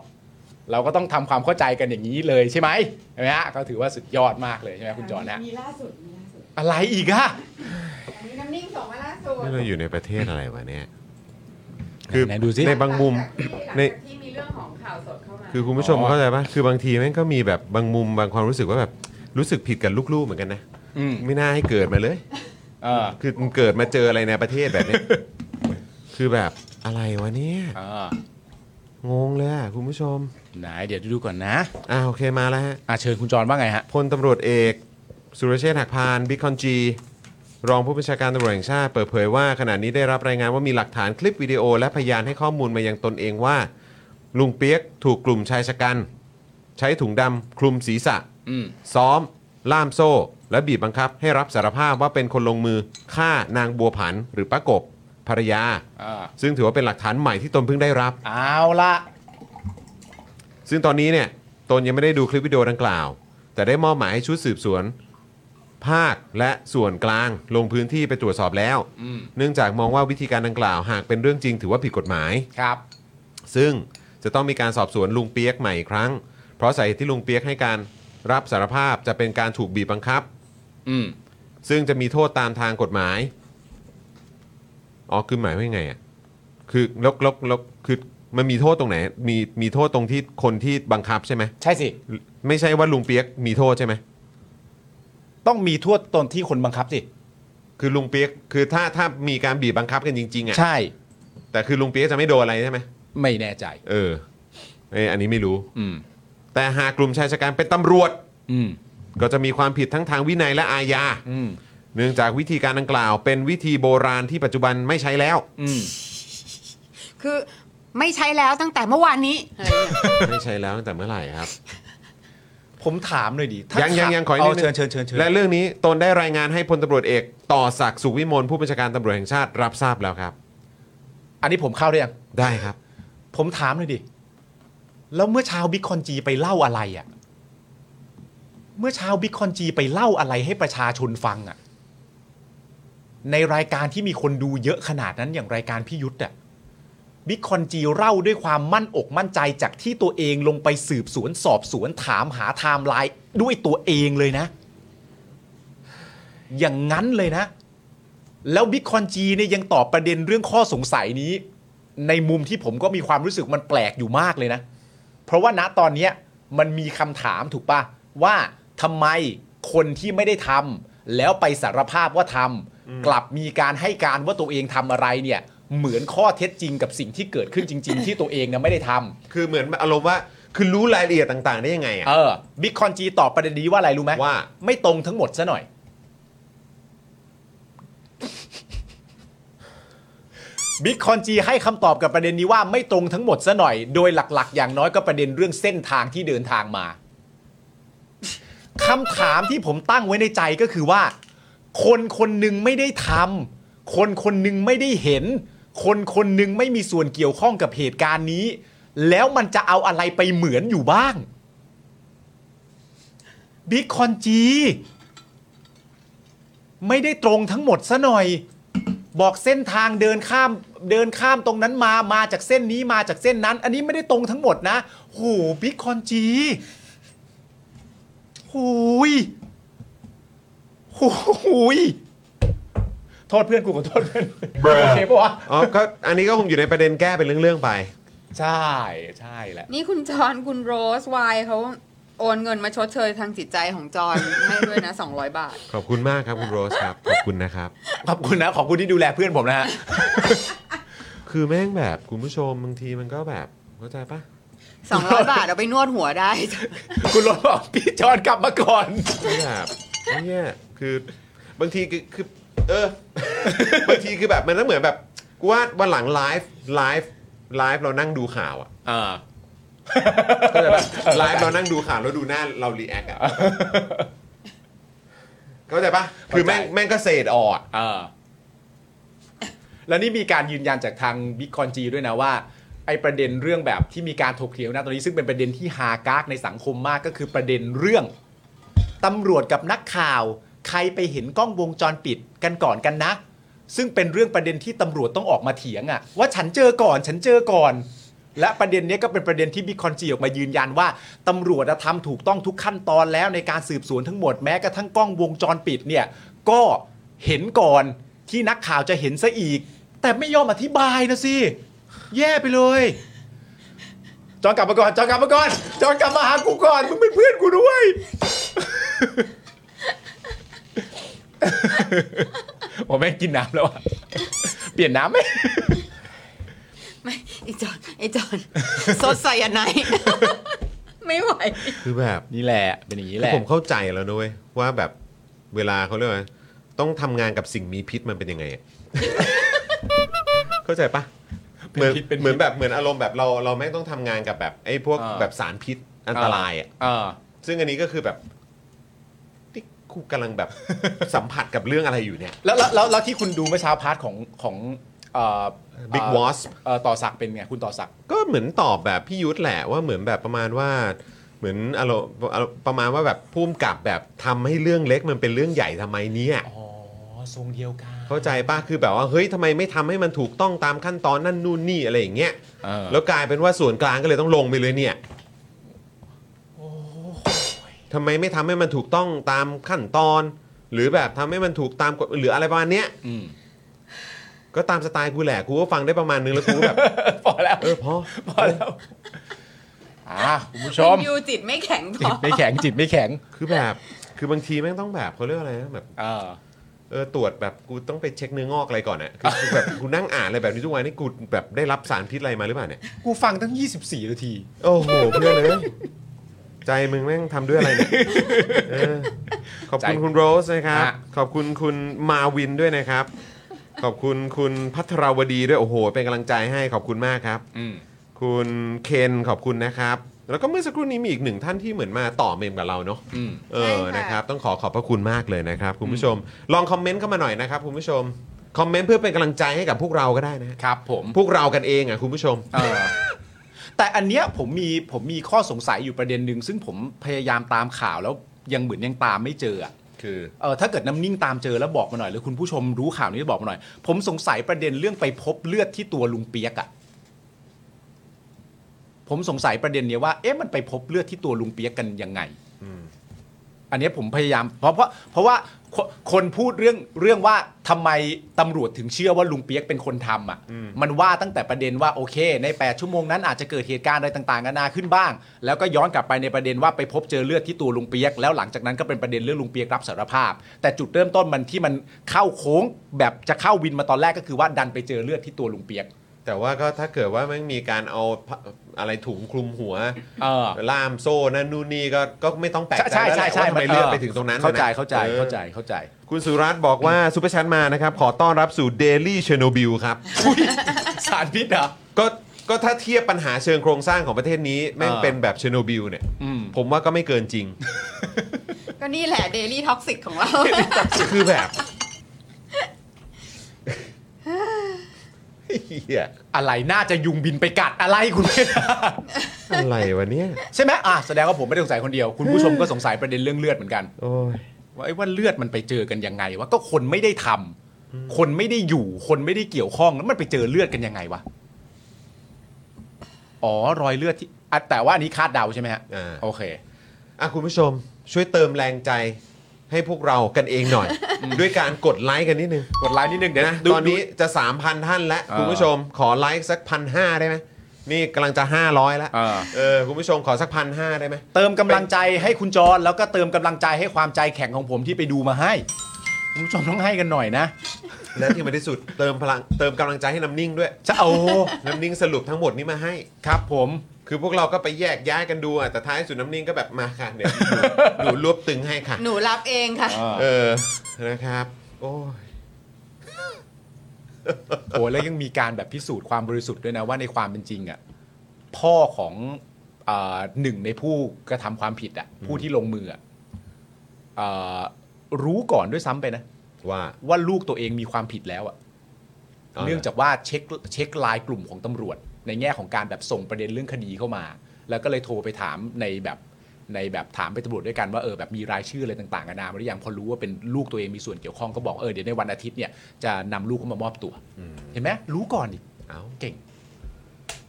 เราก็ต้องทำความเข้าใจกันอย่างนี้เลยใช่ไหมใช่ไหมฮะก็ถือว่าสุดยอดมากเลยใช่ไหมคุณจอห์นนะ
มีล่าสุดมีล่าสุด
อะไรอีกอะ
อันนี้น้ำนิ่งส่งมาล่าสุด
นี่เราอยู่ในประเทศอะไรวะเนี่ย คือ
ไหนดูสิ
ในบางมุม ใน
ในที่มีเรื่องของข่าวสดเข้ามา
คือคุณผู้ชมเข้าใจปะคือบางทีแม่งก็มีแบบบางมุมบางความรู้สึกว่าแบบรู้สึกผิดกับลูกๆเหมือนกันนะ
อืม
ไม่น่าให้เกิดมาเลย
เออ
คือมึงเกิดมาเจออะไรในประเทศแบบเนี้
[LAUGHS]
ย คือแบบอะไรวะเนี่ย
เออง
งเลยอะคุณผู้ชม
ไหนเดี๋ยวดูก่อนนะ
อ่าโอเคมาแล้วฮะ
อ่ะเชิญคุณจอห์นว่าไงฮะ
พลตำรวจเอกสุรเชษฐ์หักพานบิ๊กคอนจีรองผู้บัญชาการตำรวจแห่งชาติเปิดเผยว่าขณะนี้ได้รับรายงานว่ามีหลักฐานคลิปวิดีโอ และพยานให้ข้อมูลมายังตนเองว่า ลุงเปียกถูกกลุ่มชายชะกัน ใช้ถุงดำคลุมศีรษะ
อืม
ซ้อม ล่ามโซ่ และบีบบังคับให้รับสารภาพว่าเป็นคนลงมือฆ่านางบัวผันหรือป้ากบภรรยา
อ่า
ซึ่งถือว่าเป็นหลักฐานใหม่ที่ตนเพิ่งได้รับ
เอาละ
ซึ่งตอนนี้เนี่ยตนยังไม่ได้ดูคลิปวิดีโอดังกล่าว แต่ได้มอบหมายให้ชุดสืบสวน ภาคและส่วนกลางลงพื้นที่ไปตรวจสอบแล้ว
อืม
เนื่องจากมองว่าวิธีการดังกล่าวหากเป็นเรื่องจริงถือว่าผิดกฎหมาย
ครับ
ซึ่งจะต้องมีการสอบสวนลุงเปียกใหม่อีกครั้ง เพราะสาเหตุที่ลุงเปียกให้การรับสารภาพจะเป็นการถูกบีบบังคับ
อืม
ซึ่งจะมีโทษตามทางกฎหมาย อ๋อ คือหมายว่ายังไงอ่ะ คือแลกลกลกคือมันมีโทษตรงไหน มีมีโทษตรงที่คนที่บังคับใช่ไหม
ใช่สิ
ไม่ใช่ว่าลุงเปียกมีโทษใช่ไหม
ต้องมีทั่วตนที่คนบังคับสิ
คือลุงเปียก คือถ้าถ้ามีการบีบบังคับกันจริงๆอ่ะ
ใช่
แต่คือลุงเปียกจะไม่โดนอะไรใช่ไหม
ไม่แน่ใจ
เออเอยอันนี้ไม่รู้
อืม
แต่หากกลุ่มชายชะกันเป็นตำรวจ
อืม
ก็จะมีความผิดทั้งทางวินัยและอาญา
อืม
เนื่องจากวิธีการดังกล่าว เป็นวิธีโบราณที่ปัจจุบันไม่ใช้แล้ว
อืม
คือไม่ใช้แล้วตั้งแต่เมื่อวานนี้อะไรเงี้ย
ไม่ใช้แล้วตั้งแต่เมื่อไหร่ครับ
ผมถามเลยดิถ้า
ยังยังยังขออีก
เา
นิดนึง
เชิญเชิญเชิญเชิญ
และเรื่องนี้ตนได้รายงานให้พลตำรวจเอกต่อศักดิ์สุขวิมลผู้บัญชาการตำรวจแห่งชาติรับทราบแล้วครับ
อันนี้ผมเข้าได้ยัง
ได้ครับ
ผมถามเลยดิ แล้วเมื่อเช้าบิ๊กคอนจีไปเล่าอะไรอะ่ะ เมื่อเช้าบิ๊กคอนจีไปเล่าอะไรให้ประชาชนฟังอะ่ะ ในรายการที่มีคนดูเยอะขนาดนั้นอย่างรายการพี่ยุทธ์อ่ะ บิ๊กคอนจีเล่าด้วยความมั่นอกมั่นใจจากที่ตัวเองลงไปสืบสวนสอบสวนถามหาไทม์ไลน์ด้วยตัวเองเลยนะ อย่างนั้นเลยนะ แล้วบิ๊กคอนจีเนี่ยยังตอบประเด็นเรื่องข้อสงสัยนี้ ในมุมที่ผมก็มีความรู้สึกมันแปลกอยู่มากเลยนะ เพราะว่าณตอนเนี้ยมันมีคำถามถูกปะว่าทำไมคนที่ไม่ได้ทำแล้วไปสารภาพว่าทำกลับมีการให้การว่าตัวเองทำอะไรเนี่ย เหมือนข้อเท็จจริงกับสิ่งที่เกิดขึ้นจริง ๆ ที่ตัวเองนะไม่ได้ทำ
คือเหมือนอารมณ์ว่าคือรู้รายละเอียดต่างๆ ได้ยังไงอ่ะ
เออบิ๊กคอนจีตอบประเด็นนี้ว่าอะไรรู้ไหม
ว่า
ไม่ตรงทั้งหมดซะหน่อย บิ๊กคอนจีให้คำตอบกับประเด็นนี้ว่าไม่ตรงทั้งหมดซะหน่อย โดยหลักๆ อย่างน้อยก็ประเด็นเรื่องเส้นทางที่เดินทางมาคำถามที่ผมตั้งไว้ในใจก็คือว่า คนคนหนึ่งไม่ได้ทำคนคนหนึ่งไม่ได้เห็น คนคนหนึ่งไม่มีส่วนเกี่ยวข้องกับเหตุการณ์นี้ แล้วมันจะเอาอะไรไปเหมือนอยู่บ้าง บิ๊กคอนจีไม่ได้ตรงทั้งหมดซะหน่อย บอกเส้นทางเดินข้ามเดินข้ามตรงนั้นมามาจากเส้นนี้มาจากเส้นนั้น อันนี้ไม่ได้ตรงทั้งหมดนะโหบิ๊กคอนจีหูยหูยโทษเพื่อนกูขอโทษเพื่อนโอเคปะวะ
อ๋อก็อันนี้ก็คงอยู่ในประเด็นแก้เป็นเรื่องๆไป
ใช่ใช่แหละ
นี่คุณจอนคุณโรสวายเขาโอนเงินมาชดเชยทางจิตใจของจอน [LAUGHS] ให้ด้วยนะ 200 บาท
ขอบคุณมากครับคุณโรสครับ ขอบคุณนะครับ
ขอบคุณนะ ขอบคุณที่ดูแลเพื่อนผมนะฮะ
คือแม่งแบบคุณผู้ชมบางทีมันก็แบบเข้าใจปะ
200 บาทเอาไปนวดหัวได้
คุณรถบอกพี่จอนกลับมาก่อน
คือแบบเนี่ยคือบางทีคือคือเออบางทีคือแบบมันก็เหมือนแบบกูว่าวันหลังไลฟ์ไลฟ์ไลฟ์เรานั่งดูข่าวอะ
อ่า
เข้าใจปะไลฟ์เรานั่งดูข่าวแล้วดูหน้าเรารีแอค [LAUGHS] อะเข้าใจปะคือแม่งแม่งก็เศษออกอะ
อ่า แล้วนี่มีการยืนยันจากทางบิ๊กคอนจีด้วยนะว่า ไอ้ประเด็นเรื่องแบบที่มีการถกเถียงนะตอนนี้ซึ่งเป็นประเด็นที่ฮากากในสังคมมากก็คือประเด็นเรื่องตำรวจกับนักข่าว ใครไปเห็นกล้องวงจรปิดกันก่อนกันนะ ซึ่งเป็นเรื่องประเด็นที่ตำรวจต้องออกมาเถียงอะว่าฉันเจอก่อน ฉันเจอก่อน และประเด็นเนี้ยก็เป็นประเด็นที่บิ๊กคอนจีออกมายืนยันว่าตำรวจอะทำถูกต้องทุกขั้นตอนแล้วในการสืบสวนทั้งหมดแม้กระทั่งกล้องวงจรปิดเนี่ย ก็เห็นก่อนที่นักข่าวจะเห็นซะอีก แต่ไม่ยอมอธิบายนะสิ แย่ไปเลย จอนกลับมาก่อนจอนกลับมาก่อนจอนกลับมาหากูก่อนมึงเป็นเพื่อนกูด้วย ผมแม่งกินน้ำแล้วอะ [LAUGHS] เปลี่ยนน้ำไหม
ไม่ไอจอนไอจอนสดใสอะไหน [LAUGHS] ไม่ไหว
คือแบบ
นี่แหละ เป็นอย่างนี้แหละ
ผมเข้าใจแล้วนะเว้ยว่าแบบเวลาเขาเรียกว่าต้องทำงานกับสิ่งมีพิษมันเป็นยังไงอะ [LAUGHS] เข้าใจปะเหมือน
เป็นพิษเป็นพิษ
เหมือนแบบเหมือนอารมณ์แบบเราเราไม่งต้องทำงานกับแบบไอ้พวก
อ่า
แบบสารพิษอันตรายอ่ะ
เออ
ซึ่งอันนี้ก็คือแบบนี่กูกำลัง
[LAUGHS]
แบบ สัมผัสกับเรื่องอะไรอยู่เนี่ย
แล้วแล้วแล้วแล้วที่คุณดูเมื่อเช้าพาร์ทของของเอ่อ
Big
เอ่อ
Wasp
เอ่อต่อสักดิ์เป็นไง คุณต่อสักดิ์
ก็เหมือนตอบแบบพี่ยุทธแหละว่าเหมือนแบบประมาณว่าเหมือนอารมณ์ประมาณว่าแบบพุ่มกับแบบทำให้เรื่องเล็กมันเป็นเรื่องใหญ่ทำไมเนี่ย
อ๋อ ทรงเดียวกัน
เข้าใจป่ะ คือแบบว่า เฮ้ยทำไมไม่ทำให้มันถูกต้องตามขั้นตอนนั่นนู่นนี่อะไรอย่างเงี้ย
เออ
แล้วกลายเป็นว่าส่วนกลางก็เลยต้องลงไปเลยเนี่ยทำไมไม่ทำให้มันถูกต้องตามขั้นตอน หรือแบบทำให้มันถูกตามกฎหรืออะไรประมาณเนี้ย
อืม
ก็ตามสไตล์กูแหละ กูก็ฟังได้ประมาณนึงแล้วกูก็แบบ [LAUGHS]
พอแล้ว
เออพอ
พอแล้ว อ่าคุณผู้ชม
คุณยูจิตไม่แข็งพ
จิ
อ
ตไม่แข็ง จิตไม่แข็ง
คือแบบ คือบางทีแม่งต้องแบบเขาเรียกว่าอะไรนะแบบ
เออ
เออตรวจแบบกูต้องไปเช็คเนื้องอกอะไรก่อนอะคือคือแบบกูนั่งอ่านอะไรแบบนี้ทุกวันนี่กูแบบได้รับสารพิษอะไรมาหรือเปล่าเนี่ย
กูฟังตั้ง 24 นาที
โอ้โหเพื่อนเลย ใจมึงแม่งทำด้วยอะไรเนี่ยเออขอบคุณ
ใจ
คุณโรสนะครับ
ฮะ
ขอบคุณคุณมาวินด้วยนะครับ ขอบคุณคุณพัทรวดีด้วยโอ้โห เป็นกำลังใจให้ขอบคุณมากครับ
อืม
คุณเคนขอบคุณนะครับ แล้วก็เมื่อสักครู่นี้มีอีกหนึ่งท่านที่เหมือนมาต่อเมมกับเราเนาะ
อืม
เออนะครับ ต้องขอขอบพระคุณมากเลยนะครับ คุณผู้ชม ลองคอมเมนต์เข้ามาหน่อยนะครับคุณผู้ชมคอมเมนต์เพื่อเป็นกำลังใจให้กับพวกเราก็ได้นะฮะ
ครับผม
พวกเรากันเองอ่ะคุณผู้ชม
เออแต่อันเนี้ยผมมีผมมีข้อสงสัยอยู่ประเด็นหนึ่งซึ่งผมพยายามตามข่าวแล้วยังเหมือนยังตามไม่เจออะ
คือ
เออถ้าเกิดน้ำนิ่งตามเจอแล้วบอกมาหน่อยหรือคุณผู้ชมรู้ข่าวนี้บอกมาหน่อย ผมสงสัยประเด็นเรื่องไปพบเลือดที่ตัวลุงเปียกอะผมสงสัยประเด็นเนี้ยว่าเอ๊ะมันไปพบเลือดที่ตัวลุงเปียกกันยังไงอันเนี้ยผมพยายามเพราะเพราะเพราะว่าคนคนพูดเรื่องเรื่องว่าทำไมตำรวจถึงเชื่อว่าลุงเปียกเป็นคนทำอ่ะ มันว่าตั้งแต่ประเด็นว่าโอเค ใน 8 ชั่วโมงนั้นอาจจะเกิดเหตุการณ์อะไรต่างๆนานาขึ้นบ้าง แล้วก็ย้อนกลับไปในประเด็นว่าไปพบเจอเลือดที่ตัวลุงเปียก แล้วหลังจากนั้นก็เป็นประเด็นเรื่องลุงเปียกรับสารภาพ แต่จุดเริ่มต้นมันที่มันเข้าโค้งแบบจะเข้าวินมาตอนแรกก็คือว่าดันไปเจอเลือดที่ตัวลุงเปียก
แต่ว่าก็ถ้าเกิดว่าไม่มีการเอาผ้าอะไรถุงคลุมหัว
เออ
ล่ามโซ่นั่นนู่นนี่ก็ก็ไม่ต้องแปลก
ใช่
ใจ
ใช่
แล้วแหละว่า
ใช่ใช่
ทำไมเลือกไปถึงตรงนั้นน่ะนะ
เข้าใจเข้าใจ
ออ
เข้าใจเข้าใจ
คุณสุรัตน์บอกว่าซูเปอร์ชันมานะครับ ขอต้อนรับสู่ Daily Chernobyl ครับ [LAUGHS]
สารพิษเหรอ
ก็ก็ถ้าเทียบปัญหาเชิงโครงสร้างของประเทศนี้ แม่ง
เออ
เป็นแบบเชอร์โนบิลเนี่ย
อืม
ผมว่าก็ไม่เกินจริง
ก็นี่แหละเดลี่ท็อกซิกของเรา [LAUGHS]
[LAUGHS]
คือแบบ เหี้ย
อะไรน่าจะยุงบินไปกัดอะไรคุณ [LAUGHS] ไม่ได้
อะไรวะเนี่ย
ใช่ไหมอ่ะแสดงว่าผมไม่ได้สงสัยคนเดียว คุณผู้ชมก็สงสัยประเด็นเรื่องเลือดเหมือนกัน
โอ้ย
ว่าไอ้ว่าเลือดมันไปเจอกันยังไงวะก็คนไม่ได้ทำคนไม่ได้อยู่ คนไม่ได้เกี่ยวข้องแล้วมันไปเจอเลือดกันยังไงวะอ๋อรอยเลือดที่อ่ะแต่ว่าอันนี้คาดเดาใช่ไหมฮะ
อ่า
โอเค
อ่ะคุณผู้ชมช่วยเติมแรงใจให้พวกเรากันเอง
[LAUGHS]
หน่อย ด้วยการกดไลค์กันนิดนึง
กดไลน์นิดนึงเดี๋ยว
นะ
นะดู
ตอนนี้
ดู
จะ 3,000 ท่านแล้ว
อ่า
คุณผู้ชมขอไลค์สักพันห้าได้ไหมนี่กำลังจะ 500 แล้ว
เออ
เออคุณผู้ชมขอสักพันห้าได้ไหม
เติมกำลังใจให้คุณจรแล้วก็เติมกำลังใจให้ความใจแข็งของผมที่ไปดูมาให้คุณผู้ชมต้องให้กันหน่อยนะ
และที่มาที่
[LAUGHS]
สุดเติมพลังเติมกำลังใจให้น้ำนิ่งด้วย
จะเอา
[LAUGHS] น้ำนิ่งสรุปทั้งหมดนี้มาให้
ครับผม
คือพวกเราก็ไปแยกย้ายกันดูอ่ะแต่ท้ายสุดน้ำนิ่งก็แบบมาค่ะ [LAUGHS] เนี่ยหนูรวบตึงให้
[LAUGHS]
ค่ะ
หนูรับเองค่ะ
เออนะครับ โอ้ย
โอ้แล้วยังมีการแบบพิสูจน์ความบริสุทธิ์ด้วยนะว่าในความเป็นจริงอ่ะพ่อของเอ่อหนึ่งในผู้กระทำความผิดอ่ะผู้ที่ลงมืออ่ะเอ่อรู้ก่อนด้วยซ้ำไปนะ
ว่า
ว่าลูกตัวเองมีความผิดแล้วอ่ะ เนื่องจากว่าเช็คเช็คไลน์กลุ่มของตำรวจ ในแง่ของการแบบส่งประเด็นเรื่องคดีเข้ามา แล้วก็เลยโทรไปถามในแบบในแบบถามไปตำรวจด้วยกันว่าเออแบบมีรายชื่ออะไรต่างๆกันานามาหรือยังพอรู้ว่าเป็นลูกตัวเองมีส่วนเกี่ยวข้องก็บอกเออเดี๋ยวในวันอาทิตย์เนี่ยจะนำลูกเขามามอบตัว เห็นไหมรู้ก่อนดิ
เอ้า
เก่ง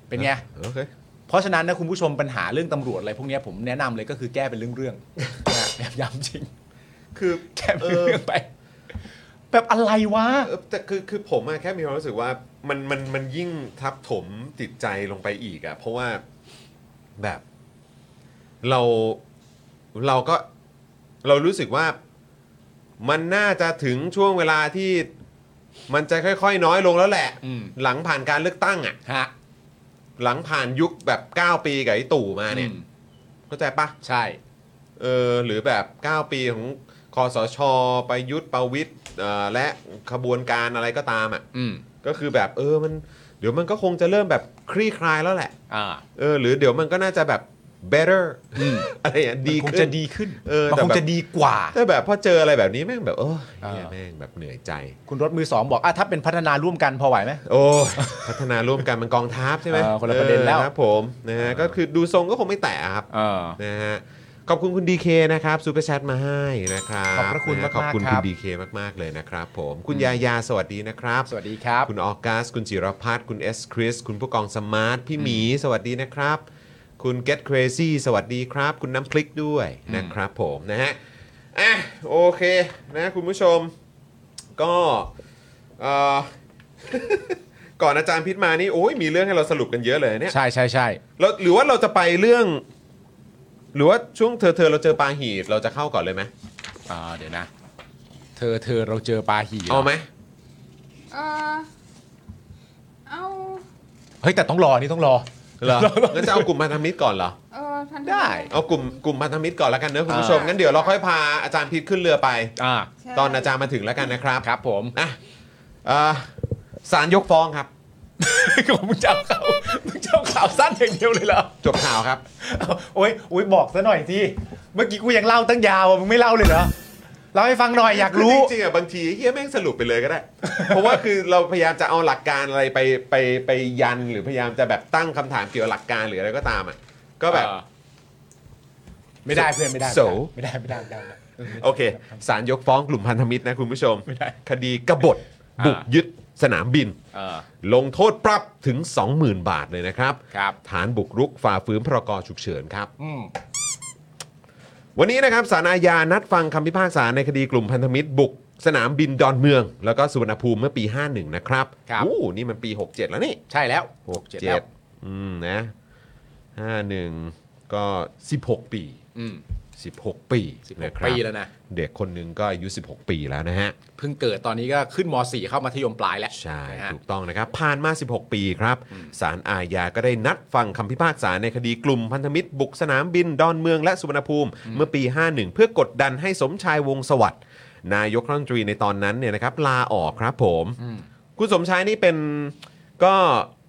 เป็นไง
โอเค
เพราะฉะนั้นนะคุณผู้ชมปัญหาเรื่องตำรวจอะไรพวกเนี้ยผมแนะนำเลยก็คือแก้เป็นเรื่องๆ นะ [LAUGHS] แบบย้ำจริง
คือ
แก้เป็นเรื่องๆไป แบบอะไรวะ
เออแต่คือคือผมอะแค่มีความรู้สึกว่ามันมันมันยิ่งทับถมจิตใจลงไปอีกอะเพราะว่าแบบ เราเราก็เรารู้สึกว่ามันน่าจะถึงช่วงเวลาที่มันจะค่อย ๆ น้อยลงแล้วแหละ
อืม
หลังผ่านการเลือกตั้งอะ
ฮะ
หลังผ่านยุคแบบ 9 ปีกับไอ้ตู่มาเนี่ย
อืม
เข้าใจปะ
ใช่
เออหรือแบบ 9 ปีของคอสช ประยุทธ์ประวิทย์เอ่อและขบวนการอะไรก็ตามอ่ะ
อืม
ก็คือแบบเออมันเดี๋ยวมันก็คงจะเริ่มแบบคลี่คลายแล้วแหละ
อ่า
เออหรือเดี๋ยวมันก็น่าจะแบบ better อะไรอย่างเงี้ยดี
มันคง
ขึ้น
จะดีขึ้น
เออ
มัน
แต่
คง
แบบ
จะดีกว่า
แต่แบบพอเจออะไรแบบนี้แม่งแบบโอ้ย
เออ
เนี่ยแม่งแบบเหนื่อยใจ
คุณรถมือสองบอกอ่ะถ้าเป็นพัฒนาร่วมกันพอไหวไหม
โอ้ย พัฒนาร่วมกันมันกองทัพใช่ไหม
เออคนละประเด็นแล้ว
ออครับผมนะฮะก็คือดูทรงก็คงไม่แตะครับ
เออ
นะฮะขอบคุณคุณดีเคนะครับซูเปอร์แชทมาให้นะครับ
ขอบพระคุณ
น
มากๆ
ขอบคุณ
ค
คุ
รั
ณ
บ
ดีเคมาก ๆ เลยนะครับผมคุณยายาสวัสดีนะครับ
สวัสดีครับ
คุณออกัส คุณจิรพัฒน์คุณเอสคริส คุณผู้กองสมาร์ท พี่หมี สวัสดีนะครับ คุณ Get Crazy สวัสดีครับ คุณน้ำพลิกด้วยนะครับผมนะฮะ อ่ะ โอเคนะคุณผู้ชม ก็เอ่ [LAUGHS] อ ก่อนอาจารย์พิษมานี่โอ้ยมีเรื่องให้เราสรุปกันเยอะเลยเนี่ย
ใช่ใช่ใช่
เราหรือว่าเราจะไปเรื่อง หรือว่าช่วงเธอเธอเราเจอปลาหีบเราจะเข้าก่อนเลยไหม
อ่าเดี๋ยวนะ เธอเธอเราเจอปลาหี่
เอาไหม
เออเอา
เฮ้ยแต่ต้องรอนี่ต้องรอ
เหรองั้นจะเอากลุ่มพันธมิตรก่อนเหรอ
เออทัน
ได้
เอากลุ่มกลุ่มพันธมิตรก่อนแล้วกันเนอะคุณผู้ชม
อ่างั้
งั้นเดี๋ยวเราค่อยพาอาจารย์พิษขึ้นเรือไป
อ่า
ใช่
ตอนอาจารย์มาถึงแล้วกันนะครับ
ครับผม
อ่ะเอ่อศาลยกฟ้องครับ
[LAUGHS] มึงจะเอาข่าวมึงจะเอาข่าวสั้นอย่างเดียวเลยเหรอ
จบข่าวครับ
เอาโอ้ยโอ้ยบอกซะหน่อยสิเมื่อกี้กูยังเล่าตั้งยาวอ่ะมึงไม่เล่าเลยเหรอเล่าให้ฟังหน่อยอยากรู้
คือจริงๆอ่ะบางทีเฮียแม่งสรุปไปเลยก็ได้ เพราะว่าคือเราพยายามจะเอาหลักการอะไรไปไปไปยันหรือพยายามจะแบบตั้งคำถามเกี่ยวกับหลักการหรืออะไรก็ตามอ่ะก็แบบ
เออไม่ได้เพื่อนไม่ได้
So?
ไม่ได้ไม่ได้ไม่ได้ไม่ได้
โอเคศาลยกฟ้องกลุ่มพันธมิตรนะคุณผู้ชม
ไม่ได้
คดีกบฏ
อ่า
บุกยึดสนามบิน
เออ
ลงโทษปรับถึง 20,000 บาทเลยนะครับ
ครับ
ฐานบุกรุกฝ่าฝืนพรกฉุกเฉินครับ
อืม
วันนี้นะครับสารอาญานัดฟังคำพิพากษาในคดีกลุ่มพันธมิตรบุก สนามบินดอนเมือง แล้วก็สุวรรณภูมิเมื่อปี 51 นะครับ
ครับ
อู้นี่มันปี 67 แล้วนี่
ใช่แล้วหกเจ็ดแล้ว
67 อืมนะ51 ก็ 16 ปี
อืม
16 ปี
16
นะครับ
ปีแล้วนะ
เด็กคนหนึงก็อายุ 16 ปีแล้วนะฮะ
เพิ่งเกิดตอนนี้ก็ขึ้นม .4 เข้ามัธยมปลายแล้ว
ใช่
นะฮะ
ถูกต้องนะครับ ผ่านมา 16 ปีครับศาลอาญาก็ได้นัดฟังคำพิพากษาในคดีกลุ่มพันธมิตร บุกสนามบิน ดอนเมืองและสุวรรณภูมิ เมื่อปี 51 เพื่อกดดันให้สมชายวงศ์สวัสด์นายกรัฐมนตรีในตอนนั้นเนี่ยนะครับลาออกครับผม คุณสมชายนี่เป็นก็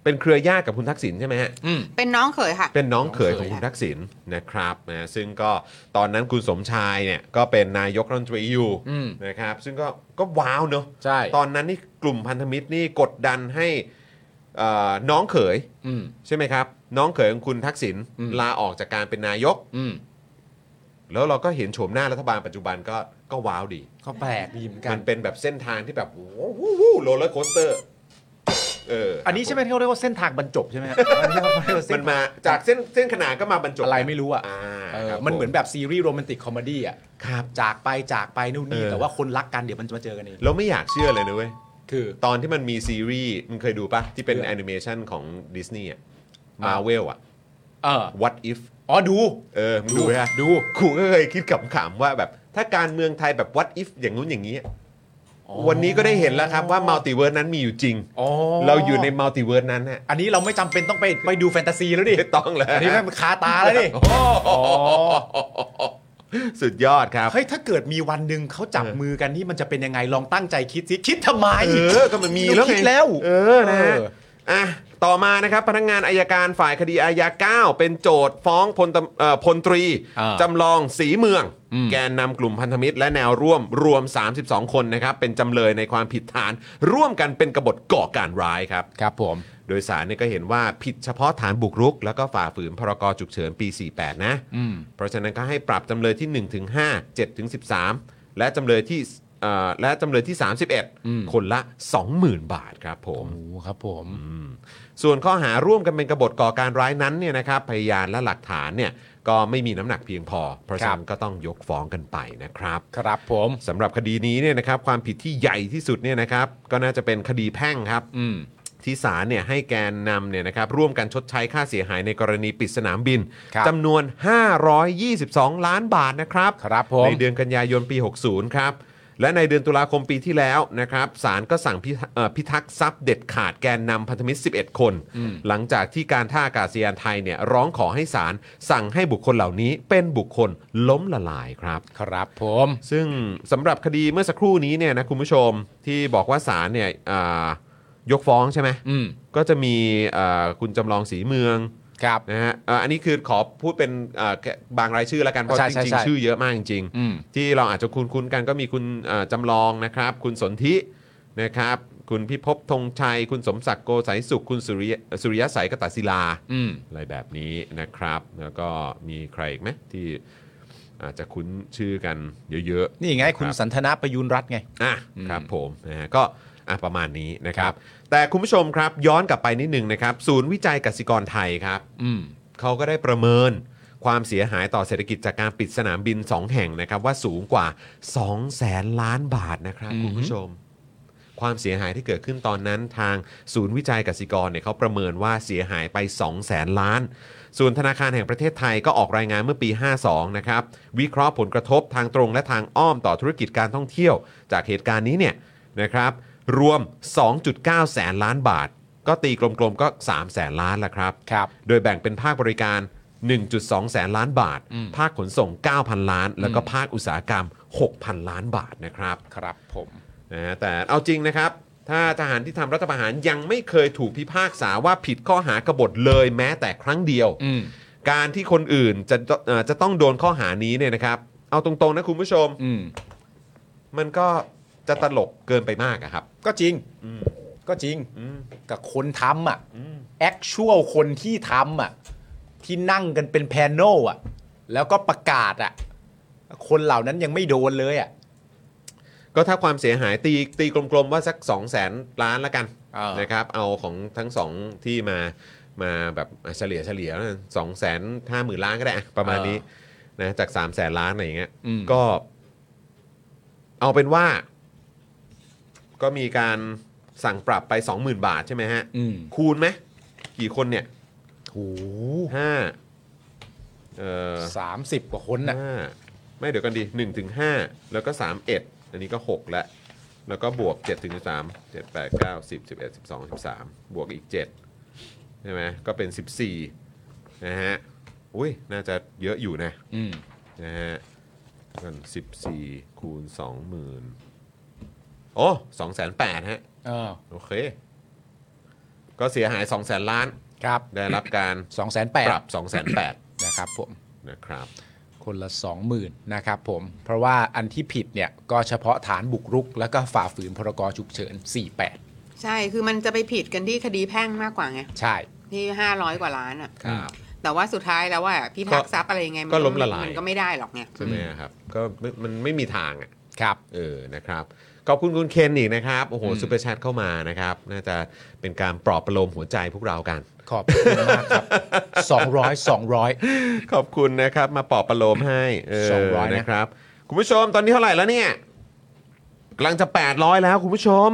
เป็นเครือญาติกับคุณทักษิณใช่ไหมฮะ
เป็นน้องเขยค่ะ
เป็นน้องเขย
น้อง
ข
เขย
องคุณทักษิณนะครับนะซึ่งก็ตอนนั้นคุณสมชายเนี่ยก็เป็นนายกรัฐมนตรีอยู่
อืม
นะครับซึ่งก็ก็ว้าวเนอะ
ใช่
ตอนนั้นนี่กลุ่มพันธมิตรนี่กดดันให้ เอ่อน้องเขย
อืม
ใช่ไหมครับ น้องเขยของคุณทักษิณ
อืม
ลาออกจากการเป็นนายก
อืม
แล้วเราก็เห็นโฉมหน้ารัฐบาลปัจจุบันก็ก็ว้าวดี
ก็แปลกดีเหมือนกั
มัน นเป็นแบบเส้นทางที่แบบวู้วู้วู้โรลเลอร์โคสเตอร์เอออั
อันนี้ใช่ไหมที่เขาเรียกว่าเส้นทางบรรจบใช่ไหมฮะ
มันมาจากเส้นเส้นขนานก็มาบรรจบ
อะไรไม่รู้อ่ะ
อ่า
เออ
ครับ
มันเหมือน
ผ
แบบซีรีส์โรแมนติกคอมเมดี้อ่ะ
ครับ
จากไปจากไปนู่นนี่
เออ
แต่ว่าคนรักกันเดี๋ยวมันจะมาเจอกันเอง
แล้วไม่อยากเชื่อเลยนะเว้ย
คือ
ตอนที่มันมีซีรีส์มึงเคยดูปะที่เป็น
เรื่อง
แอนิเมชันของดิสนีย์อะ
อ่าม
มาเวลอะ
เออ
what if
อ๋อดู
เออมึงดูไหมฮะ
ดู
กูก็เคยคิดขำๆว่าแบบ ถ้าการเมืองไทยแบบ what if อย่างนู้นอย่างนี้อะวันนี้ก็ได้เห็นแล้วครับว่ามัลติเวิร์สนั้นมีอยู่จริง
อ๋อ
เราอยู่ในมัลติเวิร์สนั้นน่ะ [LAUGHS]
อันนี้เราไม่จำเป็นต้องไปไปดูแฟนตาซีแล้วดิ
ไม่ต้องแล้ว
อันนี้มันคาตาแล้วดิอ๋อ
สุดยอดครับ
เฮ้ยถ้าเกิดมีวันหนึ่งเขาจับ
เออ
มือกันนี่มันจะเป็นยังไงลองตั้งใจคิดสิคิดทำไม
เออ ก็มันมีแล้ว
คิ
ไง
ดแล้ว
เออนะฮะ
เออ
อ่ะต่อมานะครับ พนักงานอายการฝ่ายคดีอาญาเก้า9เป็นโจทย์ฟ้องพลตำเอ่อพลตรี
อ่า
จำลองสีเมือง แกนนำกลุ่มพันธมิตร และแนวร่วมรวม 32 คนนะครับ เป็นจำเลยในความผิดฐาน ร่วมกันเป็นกบฏก่อการร้ายครับ
ครับผม
โดยสารเนี่ยก็เห็นว่าผิดเฉพาะฐานบุกรุก แล้วก็ฝ่าฝืนพรกฉุกเฉินปี 48 นะ
อืม
เพราะฉะนั้นก็ให้ปรับจำเลยที่1ถึง5 7ถึง13 และจำเลยที่เอ่อและจำเลยที่ 31 คนละ 20,000 บาทครับผม
โอ้ครับผม
ส่วนข้อหาร่วมกันเป็นกบฏก่อการร้ายนั้นเนี่ยนะครับพยานและหลักฐานเนี่ยก็ไม่มีน้ำหนักเพียงพอ เพราะฉะนั้นก็ต้องยกฟ้องกันไปนะครับ
ครับผม
สำหรับคดีนี้เนี่ยนะครับความผิดที่ใหญ่ที่สุดเนี่ยนะครับก็น่าจะเป็นคดีแพ่งครับ
อืม
ที่ศาลเนี่ยให้แกนนำเนี่ยนะครับร่วมกันชดใช้ค่าเสียหายในกรณีปิดสนามบิน
ครับ
จำนวน 522 ล้านบาทนะครับ
ครับผม
ในเดือนกันยายนปี 60 ครับ และในเดือนตุลาคมปีที่แล้วนะครับศาลก็สั่งพเอ่อพิทักษ์ทรัพย์เด็ดขาดแกนนำพันธมิตร 11 คน หลังจากที่การท่าอากาศยานไทยเนี่ยร้องขอให้ศาลสั่งให้บุคคลเหล่านี้เป็นบุคคลล้มละลายครับ
ครับผม
ซึ่งสำหรับคดีเมื่อสักครู่นี้เนี่ยนะคุณผู้ชมที่บอกว่าศาลเนี่ยอ่ายกฟ้องใช่ไหม
อืม
ก็จะมีอ่าคุณจำลองสีเมือง
ครับ
นะฮะอ่าอันนี้คือขอพูดเป็นอ่าแค่บางรายชื่อแล้วกัน เพราะ
ใช่
จ
ใช่
ริง
ใช่
ๆ ชื่อเยอะมากจริง ๆ
อืม
ที่เราอาจจะคุ้นคุ้นๆกันก็มีคุณเอ่อจำลองนะครับ คุณสนธินะครับ คุณพิภพธงชัย คุณสมศักดิ์โกสายสุข คุณสุริยสุริยะสายกตศิลา
อืม
อะไรแบบนี้นะครับ แล้วก็มีใครอีกไหมที่อาจจะคุ้นชื่อกันเยอะๆ
นี่ไงคุณสันทนาประยุนรัตน์ไง
อ่ะ
อืม
ครับผมนะฮะก็อ่ะประมาณนี้นะครั
ครับ บ
แต่คุณผู้ชมครับย้อนกลับไปนิดนึงนะครับ ศูนย์วิจัยกสิกรไทยครับ
อืม
เขาก็ได้ประเมินความเสียหายต่อเศรษฐกิจจากการปิดสนามบิน 2 แห่งนะครับ ว่าสูงกว่า 2 0 0แสนล้านบาทนะครับ
อืม
คุณผู้ชม ความเสียหายที่เกิดขึ้นตอนนั้นทางศูนย์วิจัยกสิกรเนี่ยเขาประเมินว่าเสียหายไป 2 0 0แสนล้าน ส่วนธนาคารแห่งประเทศไทยก็ออกรายงานเมื่อปี 52 นะครับ วิเคราะห์ผลกระทบทางตรงและทางอ้อมต่อธุรกิจการท่องเที่ยว จากเหตุการณ์นี้เนี่ยนะครับ รวม 2.9 แสนล้านบาท ก็ตีกลมๆก็ 3 แสนล้านละครับ
ครับ
โดยแบ่งเป็นภาคบริการ 1.2 แสนล้านบาท ภาคขนส่ง 9,000 ล้าน แล้วก็ภาคอุตสาหกรรม 6,000 ล้านบาทนะครับ
ครับผม
นะฮะแต่เอาจริงนะครับ ถ้าทหารที่ทำรัฐประหารยังไม่เคยถูกพิพากษาว่าผิดข้อหากบฏเลยแม้แต่ครั้งเดียว
อืม
การที่คนอื่นจะเอ่อจะต้องโดนข้อหานี้เนี่ยนะครับ เอาตรงๆนะคุณผู้ชม
อืม
มันก็จะตลกเกินไปมากอะครับ
ก็จริง
อืม
ก็จริง
อืม
กับคนทำอ่ะ
อืม
แอคชวลคนที่ทำอ่ะ ที่นั่งกันเป็นแพนโนลอ่ะ แล้วก็ประกาศอ่ะ คนเหล่านั้นยังไม่โดนเลยอ่ะ
ก็ถ้าความเสียหายตีตีกลมๆว่าสัก 2 0 0แสนล้านละกัน
เออ
นะครับเอาของทั้งสองที่มามาแบบอ่ะเฉลี่ยเฉลี่ยสองแสนห้าหมื่นล้านก็ได้อะประมาณนี้นะจาก3 0 0แสนล้านอะไรอย่างเงี้ย
อืม
ก็เอาเป็นว่า ก็มีการสั่งปรับไป 20,000 บาทใช่ไหมฮะ
อืม
คูณไหมกี่คนเนี่ย
โอ้
ห้าเออ
สามสิบกว่าคนน่ะ
ห้าไม่เดี๋ยวกันดี1ถึง5แล้วก็ 3 1 อันนี้ก็ 6 แล้ว แล้วก็บวก7ถึง3 7 8 9 10 11 12 13 บวกอีก 7 ใช่ไหมก็เป็น 14 นะฮะ อุ้ย น่าจะเยอะอยู่นะ
อืม
นะฮะกันสิบสี่คูณสองหมื่นโอ้สองแสนแปดฮะ
เออ
โอเค ก็เสียหายสองแสนล้าน
ครับ
ได้รับการ
สองแส [COUGHS] นแปด
ปรับสองแสนแปด
นะครับผม
นะครับ
คนละ 20,000นะครับผม เพราะว่าอันที่ผิดเนี่ย ก็เฉพาะฐานบุกรุก แล้วก็ฝ่าฝืนพรกฉุกเฉิน 48
ใช่คือมันจะไปผิดกันที่คดีแพ่งมากกว่าไง
ใช่
ที่ห้าร้อยกว่าล้านอ่ะ
ครับ
แต่ว่าสุดท้ายแล้วว่าพี่ทักษ์ทรัพย์อะไรยังไงน
ก็ล้มละลาย
มันก็ไม่ได้หรอกไง
ใช่ไหมครับก็ไม่มันไม่มีทางอ่ะ
ครับ
เออ นะครับ ขอบคุณคุณเคนอีกนะครับ โอ้โหซูเปอร์แชทเข้ามานะครับ น่าจะเป็นการปลอบประโลมหัวใจพวกเรากัน
ขอบคุณมาก
[LAUGHS]
ครับสองร้อยสองร้อย
ขอบคุณนะครับ มาปลอบประโลมให้ เออ
สองร้อยนะ
นะครับ คุณผู้ชมตอนนี้เท่าไหร่แล้วเนี่ยกำลังจะ 800 แล้วคุณผู้ชม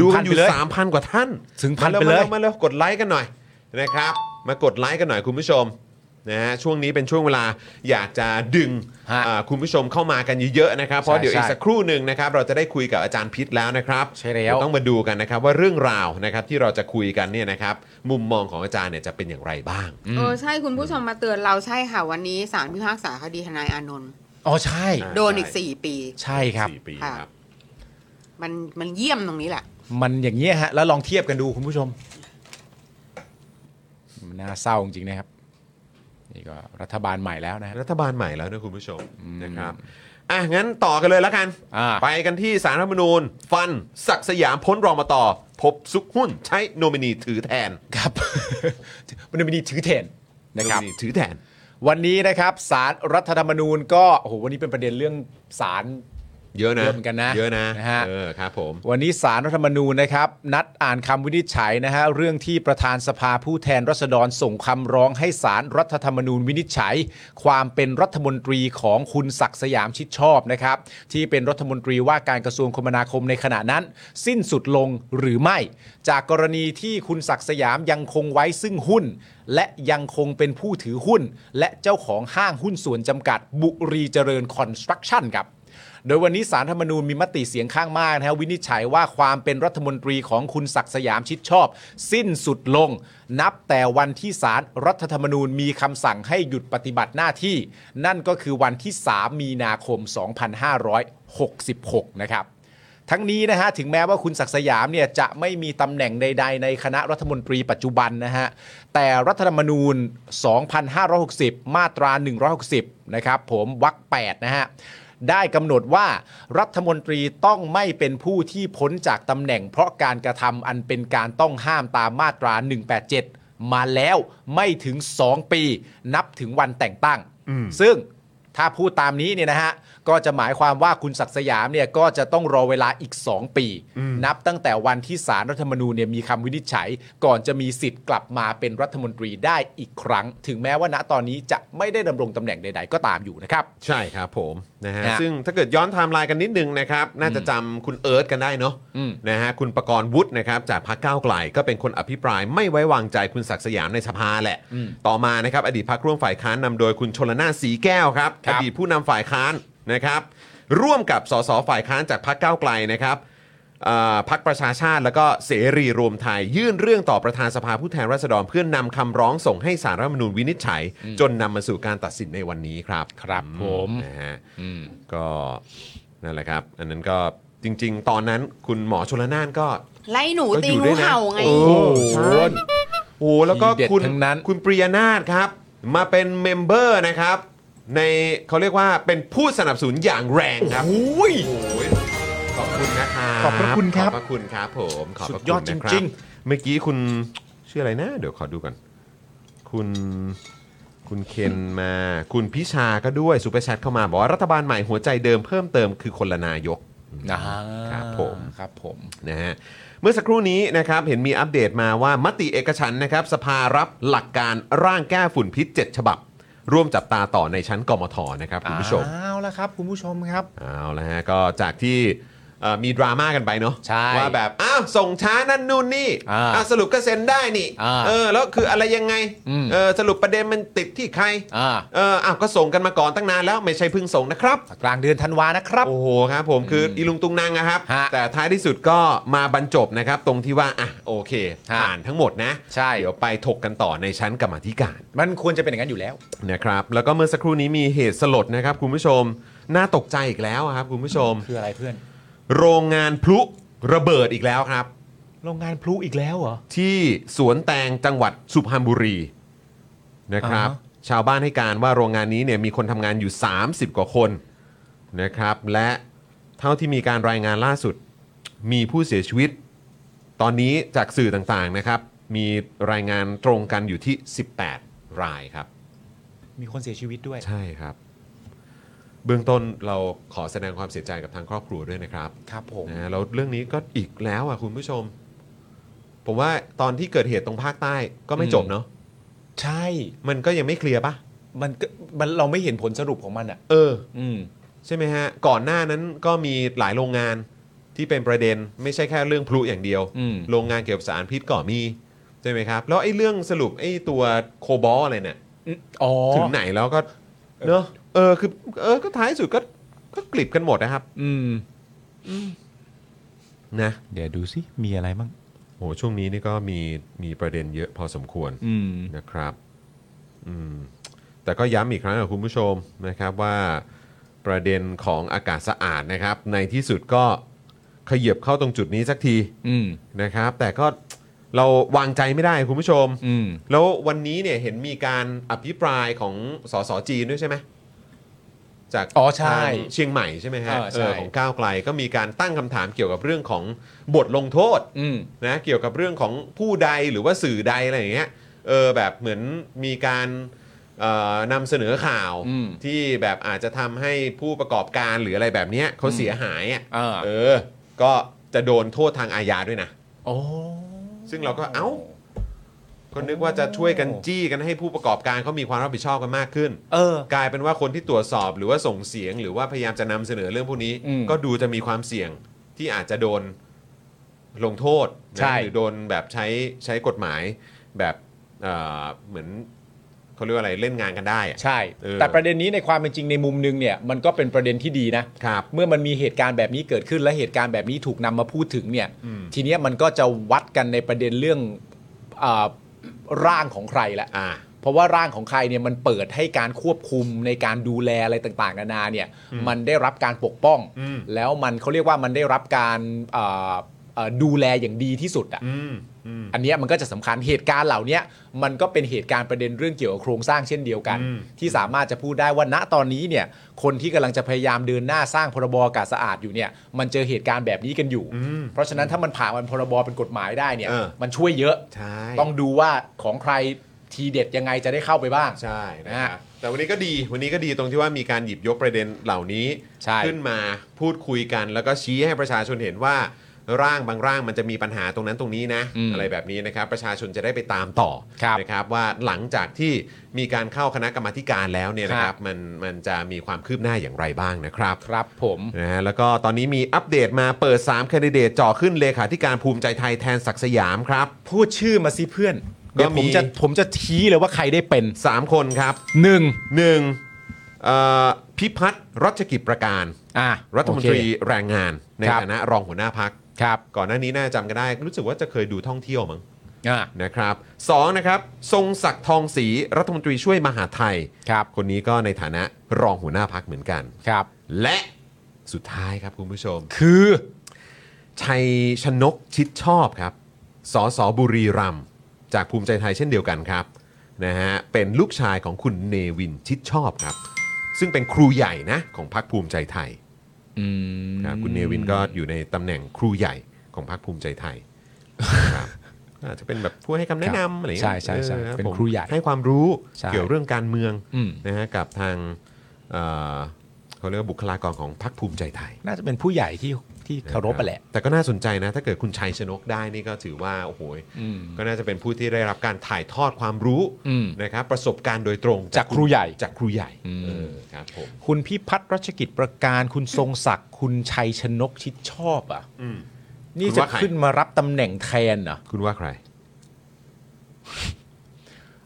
ดูกันอยู่ 3,000 กว่าท่าน
ถึงพันไปเล
มา
ย
ร็วมาเร็วมาเร็วกดไลค์กันหน่อยนะครับ มากดไลค์กันหน่อยคุณผู้ชมนะฮะช่วงนี้เป็นช่วงเวลาอยากจะดึง
ฮะ
อ่าคุณผู้ชมเข้ามากันเยอะๆนะครับเพราะ
ใช่
เดี๋ยวอีก
ใช่
สักครู่หนึ่งนะครับ เราจะได้คุยกับอาจารย์พิษแล้วนะครับ
ใช่แล้ว
เดี๋ยต้องมาดูกันนะครับ ว่าเรื่องราวนะครับที่เราจะคุยกันเนี่ยนะครับ มุมมองของอาจารย์เนี่ยจะเป็นอย่างไรบ้าง
เออใช่คุณผู้ชมมาเตือนเราใช่ค่ะ วันนี้ศาลพิพากษาคดีทนายอานนท์
อ๋อใช่
อ่า
โดนอีก 4 ปี
ใช่ครับ
สี่ปี
ค่ะ
ครับ
มันมันเยี่ยมตรงนี้แหละ
มันอย่างนี้ยฮะ แล้วลองเทียบกันดูคุณผู้ชมมันน่าเศร้าจริงๆนะครับ นี่ก็รัฐบาลใหม่แล้วนะฮะ
รัฐบาลใหม่แล้วนะคุณผู้ชมนะครับอ่ะงั้นต่อกันเลยแล้วกัน
อ่า
ไปกันที่สารรัฐธรรมนูญ ฟัน ศักดิ์สยามพ้นรองมาต่อ พบซุกหุ้นใช้โนมินีถือแทน
ครับ มันมีถือเทนนะครับ
โมิถือแทน
วันนี้นะครับสารรัฐธรรมนูญก็โอ้โหวันนี้เป็นประเด็นเรื่องสาร
เยอะนะ
เยอะเหมือนกันนะ
เยอะนะ
นะฮะ
เออครับผม
วันนี้สารรัฐธรรมนูญนะครับ นัดอ่านคำวินิจฉัยนะฮะเรื่องที่ประธานสภาผู้แทนรัษฎรส่งคำร้องให้สารรัฐธรรมนูญวินิจฉัย ความเป็นรัฐมนตรีของคุณศักดิ์สยามชิดชอบนะครับ ที่เป็นรัฐมนตรีว่าการกระทรวงคมนาคมในขณะนั้น สิ้นสุดลงหรือไม่ จากกรณีที่คุณศักดิ์สยามยังคงไว้ซึ่งหุ้น และยังคงเป็นผู้ถือหุ้น และเจ้าของห้างหุ้นส่วนจำกัด บุรีเจริญคอนสตรักชั่นครับ โดยวันนี้สารธรรมนูญมีมติเสียงข้างมากนะฮะวินิจฉัยว่าความเป็นรัฐมนตรีของคุณศักดิ์สยามชิดชอบ สิ้นสุดลง นับแต่วันที่สารรัฐธรรมนูญมีคำสั่งให้หยุดปฏิบัติหน้าที่ นั่นก็คือวันที่ 3 มีนาคม 2566 นะครับ ทั้งนี้นะฮะถึงแม้ว่าคุณศักดิ์สยามเนี่ยจะไม่มีตำแหน่งใด ๆ ในคณะรัฐมนตรีปัจจุบันนะฮะแต่รัฐธรรมนูญ 2560 มาตรา 160 นะครับผมวรรค8นะฮะได้กำหนดว่ารัฐมนตรีต้องไม่เป็นผู้ที่พ้นจากตำแหน่ง เพราะการกระทำอันเป็นการต้องห้ามตามมาตรา 187 มาแล้วไม่ถึง 2 ปี นับถึงวันแต่งตั้ง ซึ่ง ถ้าพูดตามนี้เนี่ยนะฮะ ก็จะหมายความว่าคุณศักดิ์สยามเนี่ยก็จะต้องรอเวลาอีก 2 ปี นับตั้งแต่วันที่สารรัฐธรรมนูญเนี่ยมีคำวินิจฉัย ก่อนจะมีสิทธิ์กลับมาเป็นรัฐมนตรีได้อีกครั้ง ถึงแม้ว่าณตอนนี้จะไม่ได้ดำรงตำแหน่งใด ๆ ก็ตามอยู่นะครับ
ใช่ครับผมนะฮะ
ฮะ
ซึ่งถ้าเกิดย้อนไทม์ไลน์กันนิดนึงนะครับ น่าจะจำคุณเอิร์ธกันได้เนาะ
อืม
นะฮะคุณประกรณ์วุฒินะครับจากพรรคก้าวไกลก็เป็นคนอภิปรายไม่ไว้วางใจคุณศักดิ์สยามในสภาแหละ
อืม
ต่อมานะครับอดีตพรรคร่วมฝ่ายค้านนำโดยคุณชลนานสีแก้วครับ
ครั
อบ ดีตผู้นำฝ่ายค้านนะครับ ร่วมกับสสฝ่ายค้านจากพรรคก้าวไกลนะครับเอ่อพักประชาชาติแล้วก็เสรีรวมไทย ยื่นเรื่องต่อประธานสภาผู้แทนราษฎรเพื่อนนำคำร้องส่งให้สารรัฐธรรมนูญวินิจฉัย จนนำมาสู่การตัดสินในวันนี้ครับ
ครับผม
นะฮะก็นั่นแหละครับ อันนั้นก็จริง ๆ ตอนนั้นคุณหมอชลนานก็
ไล่หนู
ก็
ตี
อยู่
งู
ด้วยนะ
เห่าไง
โอ้ใช่โอ้แล้วก็
ทีเด็ด
คุณ
ทั้งนั้น
คุณปริยนาถครับ มาเป็นเมมเบอร์นะครับ ในเขาเรียกว่าเป็นผู้สนับสนุนอย่างแรงครับ
โอ้ย
ขอบคุณนะครับ
ขอบพระคุณครับ
ขอบพระคุณครับผมขอบพระคุ
สุด
ณ
ยอด
นะคบ
จริง
เมื่อกี้คุณชื่ออะไรนะ เดี๋ยวขอดูก่อน คุณคุณเคนมา คุณพิชาก็ด้วยซูเปอร์แชทเข้ามาบอกว่ารัฐบาลใหม่หัวใจเดิมเพิ่มเติมคือคนละนายก ครับผม
ครับผม
นะฮะเมื่อสักครู่นี้นะครับเห็นมีอัปเดตมาว่ามติเอกฉันท์นะครับสภารับหลักการร่างแก้ฝุ่นพิษ 7 ฉบับ ร่วมจับตาต่อในชั้นกมทนะครับคุณผู้ชม
เอาละครับ คุณผู้ชมครับ
เอาละฮะก็จากที่เอ่อมีดราม่ากันไปเนาะ
ใช่
ว่าแบบ อ้าว ส่งช้านั่นนู่นนี่
อ่า
อ่ะสรุปก็เซ็นได้นี่
อ่า
เออแล้วคืออะไรยังไง
อืม
เออสรุปประเด็นมันติดที่ใคร
อ่า
เอออ้าวก็ส่งกันมาก่อนตั้งนานแล้วไม่ใช่เพิ่งส่งนะครับ
กลางเดือนธันวานะครับ
โอ้โหครับผมคืออีลุงตุงนางนะครับ
ฮะ
แต่ท้ายที่สุดก็มาบรรจบนะครับ ตรงที่ว่า อ่ะ โอเค
ฮะ
ผ่านทั้งหมดนะ
ใช่
เดี๋ยวไปถกกันต่อในชั้นกรรมาธิการ
มันควรจะเป็นอย่างนั้นอยู่แล้ว
นะครับแล้วก็เมื่อสักครู่นี้มีเหตุสลดนะครับคุณผู้ชมน่าตกใจอีกแล้วอะครับคุณผู้ชม
คืออะไรเพื่อน
โรงงานพลุระเบิดอีกแล้วครับ
โรงงานพลุอีกแล้วเหรอ
ที่สวนแตงจังหวัดสุพรรณบุรีนะครับ
อ่าฮ
ชาวบ้านให้การว่าโรงงานนี้เนี่ยมีคนทำงานอยู่ 30 กว่าคนนะครับ และเท่าที่มีการรายงานล่าสุด มีผู้เสียชีวิต ตอนนี้จากสื่อต่างๆนะครับ มีรายงานตรงกันอยู่ที่ 18 รายครับ
มีคนเสียชีวิตด้วย
ใช่ครับ เบื้องต้นเราขอแสดงความเสียใจกับทางครอบครัวด้วยนะครับ
ครับผม
นะแล้วเรื่องนี้ก็อีกแล้วอ่ะคุณผู้ชม ผมว่าตอนที่เกิดเหตุตรงภาคใต้ก็ไม่จบเนาะ
ใช่
มันก็ยังไม่เคลียร์ปะ
มันก็มันเราไม่เห็นผลสรุปของมันอ่ะ
เออ
อืม
ใช่ไหมฮะ ก่อนหน้านั้นก็มีหลายโรงงานที่เป็นประเด็นไม่ใช่แค่เรื่องพลุอย่างเดียว
อืม
โรงงานเกี่ยวกับสารพิษก็มี ใช่ไหมครับ แล้วไอ้เรื่องสรุปไอ้ตัวโคบอลอะไรเนี่ย
อ๋อ
ถึงไหนแล้วก็เนอะเออคือเออก็ท้ายสุดก็ก็กลิบกันหมดนะครับ
อืม
นะ
เดี๋ยวดูสิ มีอะไรบ้าง
โหช่วงนี้นี่ก็มีมีประเด็นเยอะพอสมควร
อืม
นะครับอืมแต่ก็ย้ำอีกครั้งกับคุณผู้ชมนะครับว่าประเด็นของอากาศสะอาดนะครับ ในที่สุดก็ขยับเข้าตรงจุดนี้สักที
อืม
นะครับ แต่ก็เราวางใจไม่ได้คุณผู้ชม
อืม
แล้ววันนี้เนี่ยเห็นมีการอภิปรายของสสจีนด้วยใช่ไหมจาก
อ๋อใช่
ทางเชียงใหม่ใช่ไหมฮะ
เออใช่
เออของก้าวไกลก็มีการตั้งคำถามเกี่ยวกับเรื่องของบทลงโทษ
อืม
นะเกี่ยวกับเรื่องของผู้ใดหรือว่าสื่อใดอะไรอย่างเงี้ยเออแบบเหมือนมีการเอ่อนำเสนอข่าว
อืม
ที่แบบอาจจะทำให้ผู้ประกอบการหรืออะไรแบบเนี้ยเขาเสียหายอะ
อ่า
เออ ก็จะโดนโทษทางอาญาด้วยนะ
โอ้
ซึ่งเราก็เอ้า ก็นึกว่าจะช่วยกันจี้กันให้ผู้ประกอบการเขามีความรับผิดชอบกันมากขึ้น
เออ
กลายเป็นว่าคนที่ตรวจสอบหรือว่าส่งเสียง หรือว่าพยายามจะนำเสนอเรื่องพวกนี้
อืม
ก็ดูจะมีความเสี่ยงที่อาจจะโดนลงโทษนะ
ใช่
หรือโดนแบบใช้ใช้กฎหมายแบบเอ่อเหมือนเขาเรียกว่าอะไรเล่นงานกันได้อะ
ใช่
เออ
แต่ประเด็นนี้ในความเป็นจริงในมุมนึงเนี่ย มันก็เป็นประเด็นที่ดีนะ
ครับ
เมื่อมันมีเหตุการณ์แบบนี้เกิดขึ้นและเหตุการณ์แบบนี้ถูกนำมาพูดถึงเนี่ย
อืม
ทีเนี้ยมันก็จะวัดกันในประเด็นเรื่องอาร่างของใครละ
อ่า
เพราะว่าร่างของใครเนี่ยมันเปิดให้การควบคุมในการดูแลอะไรต่างๆนานาเนี่ยมันได้รับการปกป้อง
อืม
แล้วมันเขาเรียกว่ามันได้รับการเอ่อเอ่อดูแลอย่างดีที่สุดอ่ะ
อืมอืม
อันเนี้ยมันก็จะสำคัญเหตุการณ์เหล่าเนี้ยมันก็เป็นเหตุการณ์ประเด็นเรื่องเกี่ยวกับโครงสร้างเช่นเดียวกัน
อืม
ที่สามารถจะพูดได้ว่าณตอนนี้เนี่ยคนที่กำลังจะพยายามเดินหน้าสร้างพรบอากาศสะอาดอยู่เนี่ยมันเจอเหตุการณ์แบบนี้กันอยู่
อืม
เพราะฉะนั้นถ้ามันผ่านมันพรบเป็นกฎหมายได้เนี่ย
เออ
มันช่วยเยอะ
ใช่
ต้องดูว่าของใครทีเด็ดยังไงจะได้เข้าไปบ้าง
ใช่นะครับแต่วันนี้ก็ดีวันนี้ก็ดีตรงที่ว่ามีการหยิบยกประเด็นเหล่านี้
ใช่
ขึ้นมาพูดคุยกัน แล้วก็ชี้ให้ประชาชนเห็นว่า ร่างบางร่างมันจะมีปัญหาตรงนั้นตรงนี้นะ
อืม
ไรแบบนี้นะครับ ประชาชนจะได้ไปตามต่อ
ครับ
นะครับว่าหลังจากที่มีการเข้าคณะกรรมาธิการแล้วเนี่ยนะค
ค
รั
รั
บบ มันมันจะมีความคืบหน้าอย่างไรบ้างนะครับ
ครับผม
นะฮะแล้วก็ตอนนี้มีอัปเดตมาเปิด3แคนดิเดตจ่อขึ้นเลขาธิการภูมิใจไทยแทนศักดิ์สยามครับ
พูดชื่อมาสิเพื่อน
ก็
เดี๋ยวผม
มี
จะผมจะชี้เลยว่าใครได้เป็น
3 คนครับ
1
1. เอ่อพิพัฒน์รัชกิจประการ
อ่ะ
รัฐมนตรี
โอเค
แรงงานใน
ครับ
ฐานะรองหัวหน้าพัก
ครับ
ก่อนหน้านี้น่าจำกันได้ รู้สึกว่าจะเคยดูท่องเที่ยวมั้ง
อ่ะ
นะครับสองนะครับ ทรงศักดิ์ทองศรีรัฐมนตรีช่วยมหาดไทย
ครับ
คนนี้ก็ในฐานะรองหัวหน้าพักเหมือนกัน
ครับ
และสุดท้ายครับคุณผู้ชม
คือ
ชัยชนกชิดชอบครับสสบุรีรัมย์จากภูมิใจไทยเช่นเดียวกันครับนะฮะเป็นลูกชายของคุณเนวินชิดชอบครับ ซึ่งเป็นครูใหญ่นะของพักภูมิใจไทย
อืม
ครับคุณเนวินก็อยู่ในตำแหน่งครูใหญ่ของพักภูมิใจไทยนะครับอาจจะเป็นแบบผู้ให้คำแนะนำอะไรอย่าง
ใช่
เงี้ย
ใช่ใช่
ออ
เป็น
ผม
ครูใหญ่
ให้ความรู้
ใช่
เกี่ยวเรื่องการเมือง
อืม
นะฮะกับทางเอ่อเขาเรียกว่าบุคลากรของพักภูมิใจไทย
น่าจะเป็นผู้ใหญ่ที่ที่เคารพไปแหละ
แต่ก็น่าสนใจนะ ถ้าเกิดคุณชัยชนกได้นี่ก็ถือว่าโอ้โห
อืม
ก็น่าจะเป็นผู้ที่ได้รับการถ่ายทอดความรู้
อืม
นะครับประสบการณ์โดยตรง
จากครูใหญ่
จากครูใหญ่
อืม
เออครับผม
คุณพิพัฒน์รัชกิจประการคุณทรงศักดิ์คุณชัยชนกชิดชอบอ่ะ
อืม
นี่
คุณ
จะ
ว่าใคร
ขึ้นมารับตำแหน่งแทนเหรอ
คุณว่าใคร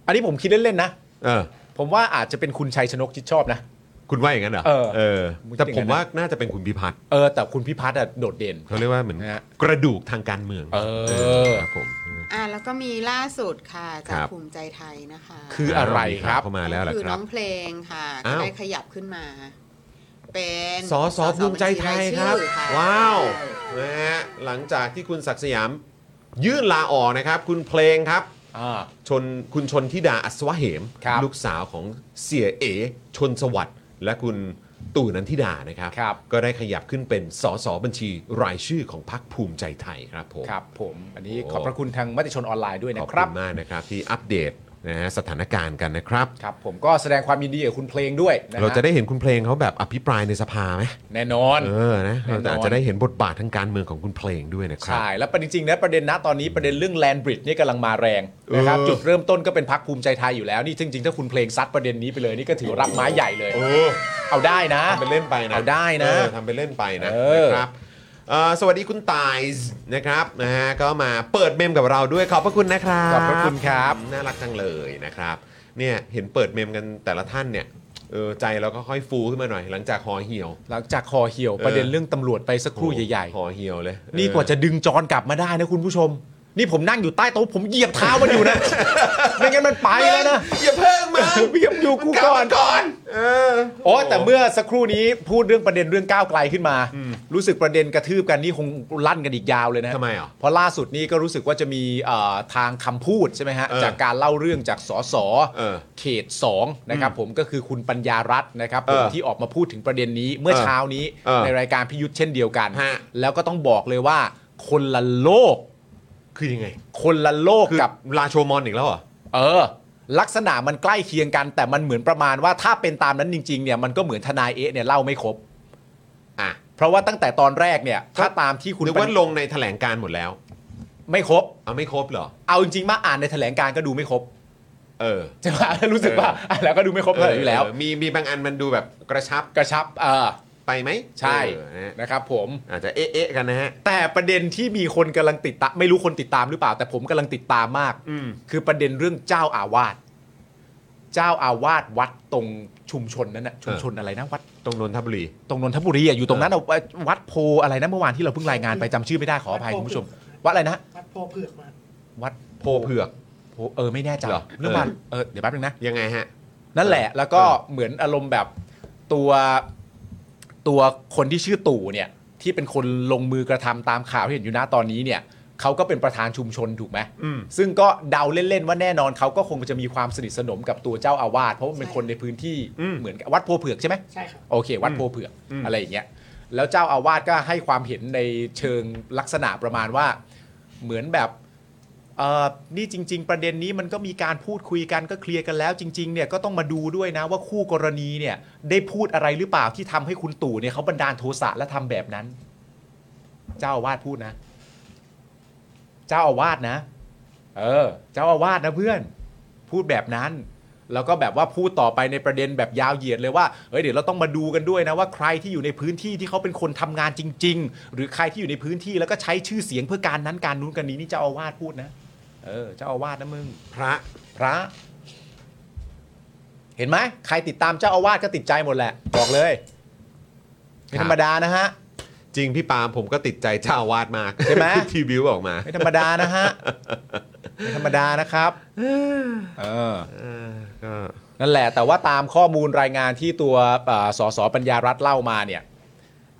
อันนี้ผมคิดเล่นๆนะ
เออ
ผมว่าอาจจะเป็นคุณชัยชนกชิดชอบนะ
คุณว่าอย่างนั้นเหรอ
เออ
เออ แต่ผ
ผมคิดอย่างนั้น
มว่าน่าจะเป็นคุณพิพัฒน์
เออแต่คุณพิพัฒน์อะโดดเด่น
เขาเรียกว่าเหมือน
นะฮะ
กระดูกทางการเมือง
เออ
ครับผม
อ่ะแล้วก็มีล่าสุดค่ะจา
ค
ก
รับ
ภูมิใจไทยนะคะ
คืออะไรครับ
เข้ามาแล้วเหรอ
คือ
ครั
น้
บ
องเพลงค่ะ
อ้า
ก็
ว
ได้ขยับขึ้นมา เป็น
สอสอภูมิใจไทยครับ
สอสอญชีชื่อ
ว้าวนะฮะหลังจากที่คุณศักดิ์สยาม ยื่นลาออกนะครับ คุณเพลงครับ
อ่า
ชนคุณชนทิดาอัศวะเหม
ครับ
ลูกสาวของเสียเอชนสวัสด์และคุณ ตู่นันทิดานะครับ
ครับ
ก็ได้ขยับขึ้นเป็นสสบัญชีรายชื่อของพรรคภูมิใจไทยครับผม
ครับผม อันนี้
โอ้
ขอบพระคุณทางมติชนออนไลน์ด้วย
ขอ
นะ
บ
ค
คุ
รับ
ณมากนะครับที่อัปเดตนะฮะสถานการณ์กันนะครับ
ครับผมก็แสดงความยินดีกับคุณเพลงด้วยนฮ
เราจะได้เห็นคุณเพลงเขาแบบอภิปรายในสภาไหม
แน่นอน
เออนะเราจะอาจ
แน่นอน
จะได้เห็นบทบาททางการเมืองของคุณเพลงด้วยนะครับ
ใช่ แล้วประเด็นจริงนะประเด็นนะตอนนี้ประเด็นเรื่องแลนบริดนี่กำลังมาแรงนะครับ
เออ
จุดเริ่มต้นก็เป็นพักภูมิใจไทยอยู่แล้วนี่จริงๆถ้าคุณเพลงซัดประเด็นนี้ไปเลยนี่ก็ถือรับไม้ใหญ่เลย
โอ้
เอาได้นะ
ทำเป็นเล่นไปนะ
เอาได้นะ
เออทำเป็นเล่นไปนะ
เออ
นะครับเอ่อสวัสดีคุณตายนะครับนะฮะก็มาเปิดเมมกับเราด้วยขอบพระคุณนะครับ
ขอบพระคุณครับ
น่ารักจังเลยนะครับเนี่ยเห็นเปิดเมมกันแต่ละท่านเนี่ยเออใจเราก็ค่อยฟูขึ้นมาหน่อย หลังจากหอเหี่ยว
หลังจากคอเหี่ยว
เออ
ประเด็นเรื่องตำรวจไปสักครู่ใหญ่
หอเหี่ยวเลย
ๆ นี่กว่าจะดึงจอนกลับมาได้นะคุณผู้ชม นี่ผมนั่งอยู่ใต้โต๊ะผมเหยียบเท้ามันอยู่นะ
[LAUGHS]
ไม่งั้นมันไป
เออ
แล้วนะ
อย่าเพิ่งมา
เหยียบอยู่กู
กลับ
ก่อ
มาน ก่อนเออ
โอ้แต่เมื่อสักครู่นี้พูดเรื่องประเด็นเรื่องก้าวไกลขึ้นมา รู้สึกประเด็นกระทืบกันนี่คงลั่นกันอีกยาวเลยนะ
ทำไมอ่ะ
เพราะล่าสุดนี้ก็รู้สึกว่าจะมีเอ่อทางคำพูดใช่ไหมฮะ
เออ
จากการเล่าเรื่องจากสส
เออ
เขตสองนะครับผมก็คือคุณปัญญารัตน์นะครับผม
เออ
ที่ออกมาพูดถึงประเด็นนี้เมื่อ
เออ
เช้านี้
เออ
ในรายการพิยุทธ์เช่นเดียวกัน
ฮะ
แล้วก็ต้องบอกเลยว่าคนละโลก
คือยังไง
คนละโลก
คือ
กับ
ลาโชมอนอีกแล้วเหรอ
เออ ลักษณะมันใกล้เคียงกัน แต่มันเหมือนประมาณว่าถ้าเป็นตามนั้นจริง ๆ เนี่ยมันก็เหมือนทนายเอ๊ะเนี่ยเล่าไม่ครบ
อ่ะ
เพราะว่าตั้งแต่ตอนแรกเนี่ย ถ้าตามที่คุณ
นึกว่าลงในแถลงการณ์หมดแล้ว
ไม่ครบ
เอาไม่ครบเหรอ
เอาจริงๆมาอ่านในแถลงการณ์ก็ดูไม่ครบ
เออ
ใช่ไหม [LAUGHS] รู้สึกว่าอ่านแล้วก็ดูไม่ครบเท่าไหร่อยู่แล้ว
เมีมีบางอันมันดูแบบกระชับ
กระชับเออ
ไปไหม
ใช่
เออนะฮะ
นะครับผม
อาจจะเอ๊ะๆกันนะฮะ
แต่ประเด็นที่มีคนกำลังติดตามไม่รู้คนติดตามหรือเปล่า แต่ผมกำลังติดตามมาก
อืม
คือประเด็นเรื่องเจ้าอาวาสเจ้าอาวาสวัดตรงชุมชนนั้นนะชุมชนอะไรนะวัด
ตรงนนทบุรี
ตรงนนทบุรีอะอยู่ตรงนั้นอะวัดโพอะไรนะเมื่อวานที่เราเพิ่งรายงานไปจำชื่อไม่ได้ขออภัยคุณผู้ชม วัดอะไรนะ
วัดโพเผือกมา
วัด
โพเผือก
โพเออไม่แน่ใจ
เหรอ
เรื่องวัดเออเดี๋ยวแป๊บนึงนะ
ยังไงฮะ
นั่นแหละ
เออ
แล้วก็
เออ
เหมือนอารมณ์แบบตัวตัวคนที่ชื่อตู่เนี่ยที่เป็นคนลงมือกระทำตามข่าวที่เห็นอยู่หน้าตอนนี้เนี่ยเขาก็เป็นประธานชุมชนถูกไหม
อืม
ซึ่งก็เดาเล่นๆว่าแน่นอนเขาก็คงจะมีความสนิทสนมกับตัวเจ้าอาวาสเพราะว่าเป็นคนในพื้นที่เหมือนกับวัดโพเผือกใช่ไหม
ใช่ครับ
โอเค วัดโพเผือกอะไรอย่างเงี้ยแล้วเจ้าอาวาสก็ให้ความเห็นในเชิงลักษณะประมาณว่า เหมือนแบบเอ่อนี่จริง ๆ ประเด็นนี้มันก็มีการพูดคุยกันก็เคลียร์กันแล้ว จริง ๆ เนี่ยก็ต้องมาดูด้วยนะว่าคู่กรณีเนี่ยได้พูดอะไรหรือเปล่าที่ทำให้คุณตู่เนี่ยเขาบันดาลโทสะและทำแบบนั้น เจ้าอาวาสพูดนะ เจ้าอาวาสนะ เออ เจ้าอาวาสนะเพื่อน พูดแบบนั้น แล้วก็แบบว่าพูดต่อไปในประเด็นแบบยาวเหยียดเลยว่าเอ้ยเดี๋ยวเราต้องมาดูกันด้วยนะว่าใครที่อยู่ในพื้นที่ที่เขาเป็นคนทำงานจริง ๆ หรือใครที่อยู่ในพื้นที่แล้วก็ใช้ชื่อเสียงเพื่อการนั้นการนู้นการนี้นี่เจ้าอาวาสพูดนะเออเจ้าอาวาสนะมึง
พระ
พระ เห็นไหมใครติดตามเจ้าอาวาสก็ติดใจหมดแหละบอกเลยไม่ธรรมดานะฮะ
จริงพี่ปาล์มผมก็ติดใจเจ้าอาวาดมาก
ใช่ไหม
[LAUGHS] ที่บิวออกมา
ไม่ธรรมดานะฮะไม่ธรรมดานะครับเออ
เออก็
นั่นแหละแต่ว่าตามข้อมูลรายงานที่ตัวเอ่อสสปัญญารัฐเล่ามาเนี่ย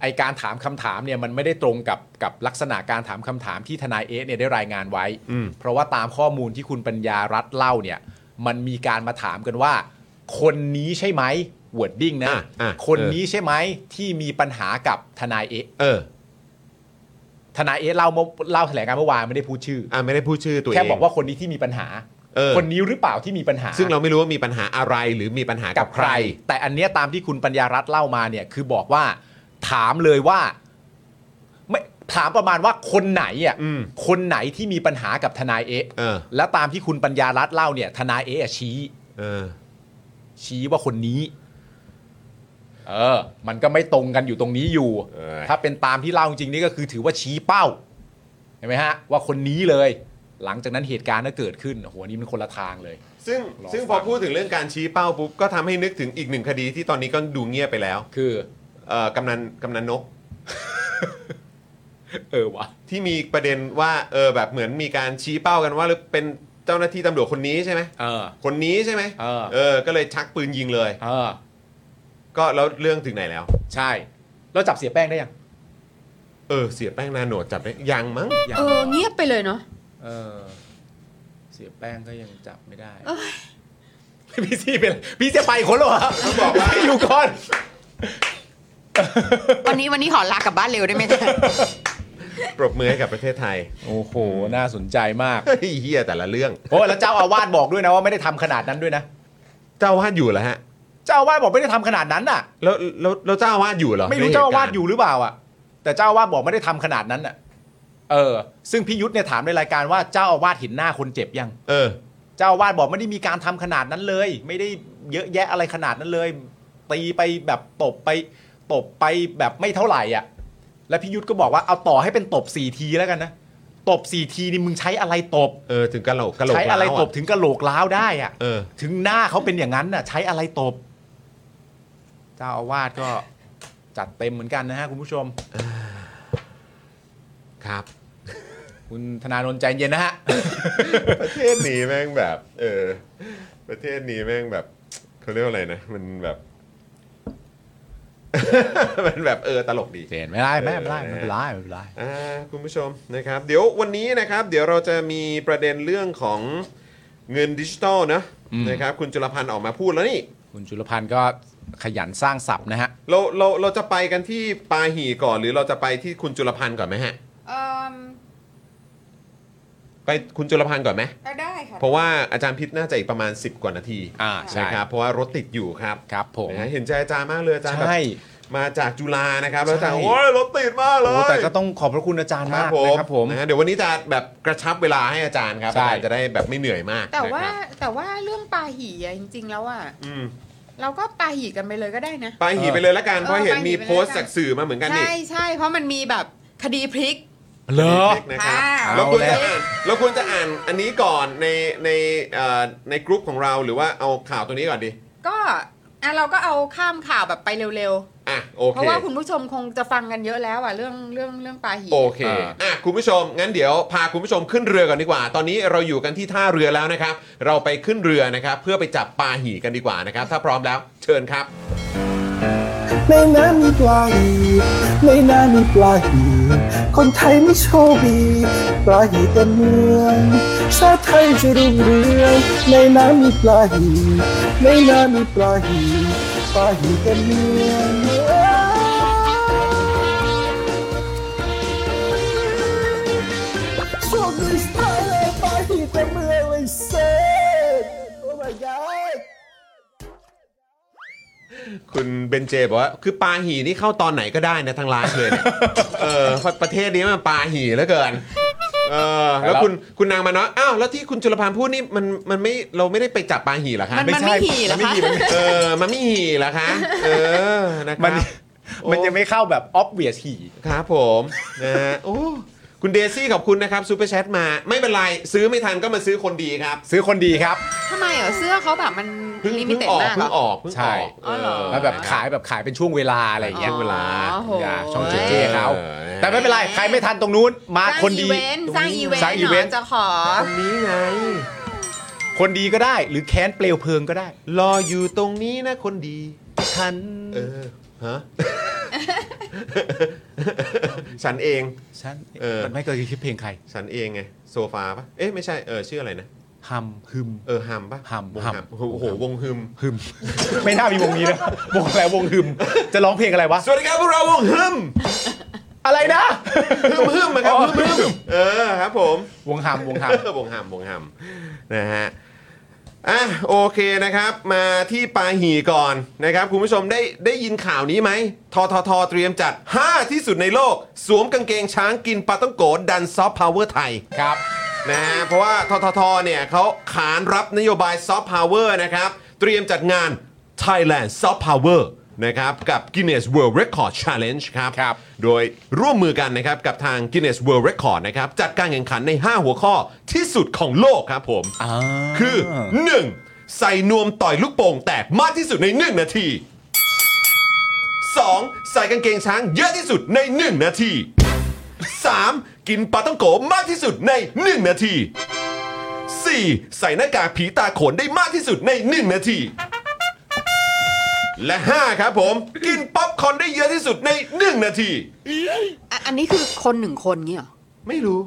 ไอการถามคำถามเนี่ยมันไม่ได้ตรงกับกับลักษณะการถามคำถามที่ทนายเอ๊ะเนี่ยได้รายงานไว้
อืม
เพราะว่าตามข้อมูลที่คุณปัญญารัฐเล่าเนี่ยมันมีการมาถามกันว่า คนนี้ใช่ไหมวอร์ดดิ้งนะ
อ่ะอ่ะ
คนนี้ใช่ไหมที่มีปัญหากับทนายเอ๊ะ
เออ
ทนายเอ๊ะเล่าเมื่อเล่าแถลงการณ์เมื่อวานไม่ได้พูดชื่อ
อ่ะไม่ได้พูดชื่อตัวเอง
แค่บอกว่าคนนี้ที่มีปัญหา
เออ
คนนี้หรือเปล่าที่มีปัญหา
ซึ่งเราไม่รู้ว่ามีปัญหาอะไรหรือมีปัญหา
กั
กั
บบ ใค
ใค
ร
ร
แต่อันเนี้ยตามที่คุณปัญญารัตน์เล่ามาเนี่ยคือบอกว่า ถามเลยว่าไม่ถามประมาณว่าคนไหนอ่ะ
อืม
คนไหนที่มีปัญหากับทนายเอ๊ะ
เออ
แล้วตามที่คุณปัญญารัตน์เล่าเนี่ย ทนายเอ๊ะอะชี้
เออ
ชี้ว่าคนนี้ เออ มันก็ไม่ตรงกันอยู่ตรงนี้อยู่
เออ
ถ้าเป็นตามที่เล่าจริงๆนี่ก็คือถือว่าชี้เป้าเห็นไหมฮะ ว่าคนนี้เลย หลังจากนั้นเหตุการณ์ก็เกิดขึ้นโอ้โหัวนี้มันคนละทางเลย
ซึ่ง
รอ
ซึ่ง
ฟัง
พอพูดถึงเรื่องการชี้เป้าปุ๊บก็ทำให้นึกถึงอีกหนึ่งคดีที่ตอนนี้ก็ดูเงียบไปแล้ว
คือ
เอ่อกำนันกำนันนก
เออวะ
ที่มีประเด็นว่าเออแบบเหมือนมีการชี้เป้ากันว่าหรือเป็นเจ้าหน้าที่ตำรวจคนนี้ใช่ไหม
เออ
คนนี้ใช่ไหม
เออ
เออ ก็เลยชักปืนยิงเลย
เออ
ก็แล้วเรื่องถึงไหนแล้ว
ใช่ เราจับเสียแป้งได้ยัง
เออเสียแป้งนาโหนดจับได้ยังมั้ง
เออเงียบไปเลยเนาะ
เออ เสียแป้งก็ยังจับไม่ได้ พี่ซี่เป็น พี่จะไปคนหรอวะ
ต้องบอกว่า
อยู่ก่อน
วันนี้วันนี้ขอลากลับบ้านเร็วได้ไหมจ๊ะ
ปรบมือให้กับประเทศไทย
โอ้โห น่าสนใจมาก
เฮ้ยเฮียแต่ละเรื่อง
โอ้ยแล้วเจ้าอาวาสบอกด้วยนะว่าไม่ได้ทำขนาดนั้นด้วยนะ
เจ้าอาวาดอยู่เหรอฮะ
เจ้าอาวาสบอกไม่ได้ทำขนาดนั้นน่ะ
แล้วแล้วแล้วเจ้าอาวาดอยู่เหรอ
ไม่รู้
ในหตุ
เจ้าอาวาส
กณ์
อยู่หรือเปล่าอ่ะ แต่เจ้าอาวาสบอกไม่ได้ทำขนาดนั้นน่ะ เออ ซึ่งพี่ยุทธเนี่ยถามในรายการว่าเจ้าอาวาสเห็นหน้าคนเจ็บยัง
เออ
เจ้าอาวาสบอกไม่ได้มีการทำขนาดนั้นเลย ไม่ได้เยอะแยะอะไรขนาดนั้นเลย ตีไปแบบตบไป ตบไปแบบไม่เท่าไหร่อ่ะ แล้วพี่ยุทธก็บอกว่าเอาต่อให้เป็นตบสี่ทีแล้วกันนะ ตบสี่ทีนี่มึงใช้อะไรตบ
เออ ถึงกะโหลกกะโหลก
ใช้อะไร
แล้ว
ตบถึงกระโหลกล้าวได้อ่ะ
เออ
ถึงหน้าเขาเป็นอย่างนั้นน่ะ ใช้อะไรตบ เจ้าอาวาสก็จัดเต็มเหมือนกันนะฮะคุณผู้ชม
ครับ
คุณธนาโนนใจเย็นนะฮะ
[LAUGHS] ประเทศนี้แม่งแบบ เออ ประเทศนี้แม่งแบบเขาเรียกว่าอะไรนะ มันแบบ [LAUGHS] มันแบบเออตลกดี
[LAUGHS] เจนไม่ได้ไม่เป็นได้ไม่เป็นไรไม่เป็นไร
อ่าคุณผู้ชมนะครับ เดี๋ยววันนี้นะครับ เดี๋ยวเราจะมีประเด็นเรื่องของเงินดิจิตอลนะ
อืม
นะครับ คุณจุลพันธ์ออกมาพูดแล้วนี่
คุณจุลพันธ์ก็ขยันสร้างศัพท์นะฮะ
เราเราเราจะไปกันที่ปาหีก่อนหรือเราจะไปที่คุณจุลพันธ์ก่อนไหมฮะ
เอ่อ
ไปคุณจุลพันธ์ก่อนไหม
ได้ค่ะ
เพราะว่าอาจารย์พิษน่าจะอีกประมาณ 10 กว่านาที
อ่าใช่
นะครับเพราะว่ารถติดอยู่ครับ
ครับ ผม
นะฮะเห็นใจอาจารย์มากเลยอาจารย์แบบ
ใช่
มาจากจุฬานะครับแล้วอาจารย์
ใช่
โอ้ยรถติดมากเล
โอ้
ย
แต่ก็ต้องขอบพระคุณอาจารย์
ครั
มา
บผ
กนะ
ม
ครับผม
นะฮะเดี๋ยววันนี้จะแบบกระชับเวลาให้อาจารย์ครับ
ใช่
อาจารย์จะได้แบบไม่เหนื่อยมาก
แต่
นะ
ว่า
ครับ
แต่ว่าเรื่องปาหี่อะจริง ๆ แล้วอะ
อืม
เราก็ปาหี่กันไปเลยก็ได้นะ
ไปหีไปเลยละกันเพราะเห็นมี
ไปหีไปเลยละกัน
โพสต์จากสื่อมาเหมือนกันนี่
ใช่ใช่เพราะมันมีแบบคดีพลิก
เหรอ
นะครับ
อ่า
เราควรจะ
เอาแล้ว
อ่านเราควรจะอ่านอันนี้ก่อนในในเอ่อในกรุ๊ปของเราหรือว่าเอาข่าวตัวนี้ก่อนดี
ก็อ่ะเราก็เอาข้ามข่าวแบบไปเร็ว
อ่ะโอ
ๆ เพ
เค
ราะว่าคุณผู้ชมคงจะฟังกันเยอะแล้วอะเรื่องเรื่องเรื่องปาหี่
โอเคอ่ะคุณผู้ชมงั้นเดี๋ยวพาคุณผู้ชมขึ้นเรือก่อนดีกว่า ตอนนี้เราอยู่กันที่ท่าเรือแล้วนะครับ เราไปขึ้นเรือนะครับ เพื่อไปจับปลาหีกันดีกว่านะครับ ถ้าพร้อมแล้วเชิญครับ
ในน้ำมีปลาหีในน้ำมีปลาหีคนไทยไม่โชคดีปลาหีเต็มเมืองชาติไทยจะรุ่งเรืองในน้ำมีปลาหีในน้ำมีปลาหีปลาหีเต็มเมือง โชคดีสไตล์เลยปลาหีเต็มเมืองเลยเซ่โอ้ my god
คุณเบนเจบอกว่าคือปลาหีนี่เข้าตอนไหนก็ได้นะทางร้าน [LAUGHS] เลยเนี่ย เออประเทศนี้มันปลาหีเหลือเกินเออแล้วคุณคุณนางมาเนาะอ้าวแล้วที่คุณจุลพันธ์พูดนี่มันมันไม่เราไม่ได้ไปจับปลาหีเหรอคะ
มันมันไม่หี่เหรอคะ
เออมันไม่หีเหรอคะเออนะค
มั
รั
น
บ
มันยังไม่เข้าแบบ obvious หี่
ครับผมนะฮะโอ้คุณเดซี่ขอบคุณนะครับซูเปอร์แชทมาไม่เป็นไรซื้อไม่ทันก็มาซื้อคนดีครับ
ซื้อคนดีครับ
ทำไมเหรอเสื้อเขาแบบมัน
เพิ่ง
ลิมิ
เพิ่ง
เต็ด
ออก
มา
เพิ่
กเหรง อ
ออกเพิ่ง
ใช่
ออก
อ๋อเหรอ
มันแบบขายแบบขายเป็นช่วงเวลาอะไรอย่างเงี้ย
เวลา
อ๋อโห
อย่าช่องเจเจเขาแต่ไม่เป็นไรใครไม่ทันตรงนู้นมา
สร้าง
คน
อี
ดี
เวนต์สร้างอีเวนต์
สร้างอีเวนต์
หรจะขอ
ตรงนี้ไง
คนดีก็ได้ หรือแค้นเปลวเพลิงก็ได้
รออยู่ตรงนี้นะคนดี
ฉัน
เออ ฮะ [LAUGHS] ฉันเอง
ฉัน
เออ
มันไม่เคยคิดเพลงใคร
ฉันเองไง โซฟาปะเอ๊ะ ไม่ใช่ เออ ชื่ออะไรนะ
ฮัมฮึม
เออฮัมปะ
ฮัม
วง
ฮั
ฮัม
ม
โอ้โห วงฮึม
[LAUGHS]
ฮึม ไม่น่ามีวงนี้นะวงอะไรวงฮึม จะร้องเพลงอะไรวะ
สวัสดีครับพวกเราวงฮึม
อะไรนะ
ฮึมฮึมอะครับ
อ๋อ
ฮึมฮึมเออ ครับผม
วงฮัมวงฮัม
เออวงฮัมวงฮัมนะฮะ อ่ะ โอเคนะครับ มาที่ปาหีก่อนนะครับ คุณผู้ชมได้ได้ยินข่าวนี้ไหม ททท เตรียมจัด 5 ที่สุดในโลก สวมกางเกงช้างกินปลาต้องโกะดันซอฟต์พาวเวอร์ไทย
ครับ
นะฮะเพราะว่าทททเนี่ยเขาขานรับนโยบายซอฟต์พาวเวอร์นะครับ เตรียมจัดงาน Thailand Soft Power นะครับ กับ Guinness World Record Challenge ครับ
ครับ
โดยร่วมมือกันนะครับ กับทาง Guinness World Record นะครับ จัดการแข่งขันใน 5 หัวข้อที่สุดของโลกครับผม คือ 1. ใส่นวมต่อยลูกโป่งแตกมากที่สุดใน 1 นาที 2. ใส่กางเกงช้างเยอะที่สุดใน 1 นาที 3. กินปลาต้องโกะมากที่สุดใน 1 นาที 4. ใส่หน้ากากผีตาโขนได้มากที่สุดใน 1 นาที และ 5 ครับผม กินป๊อปคอร์นได้เยอะที่สุดใน 1 นาที
อ่ะอันนี้คือคนหนึ่งคนเงี้ยเหรอ
ไม่รู้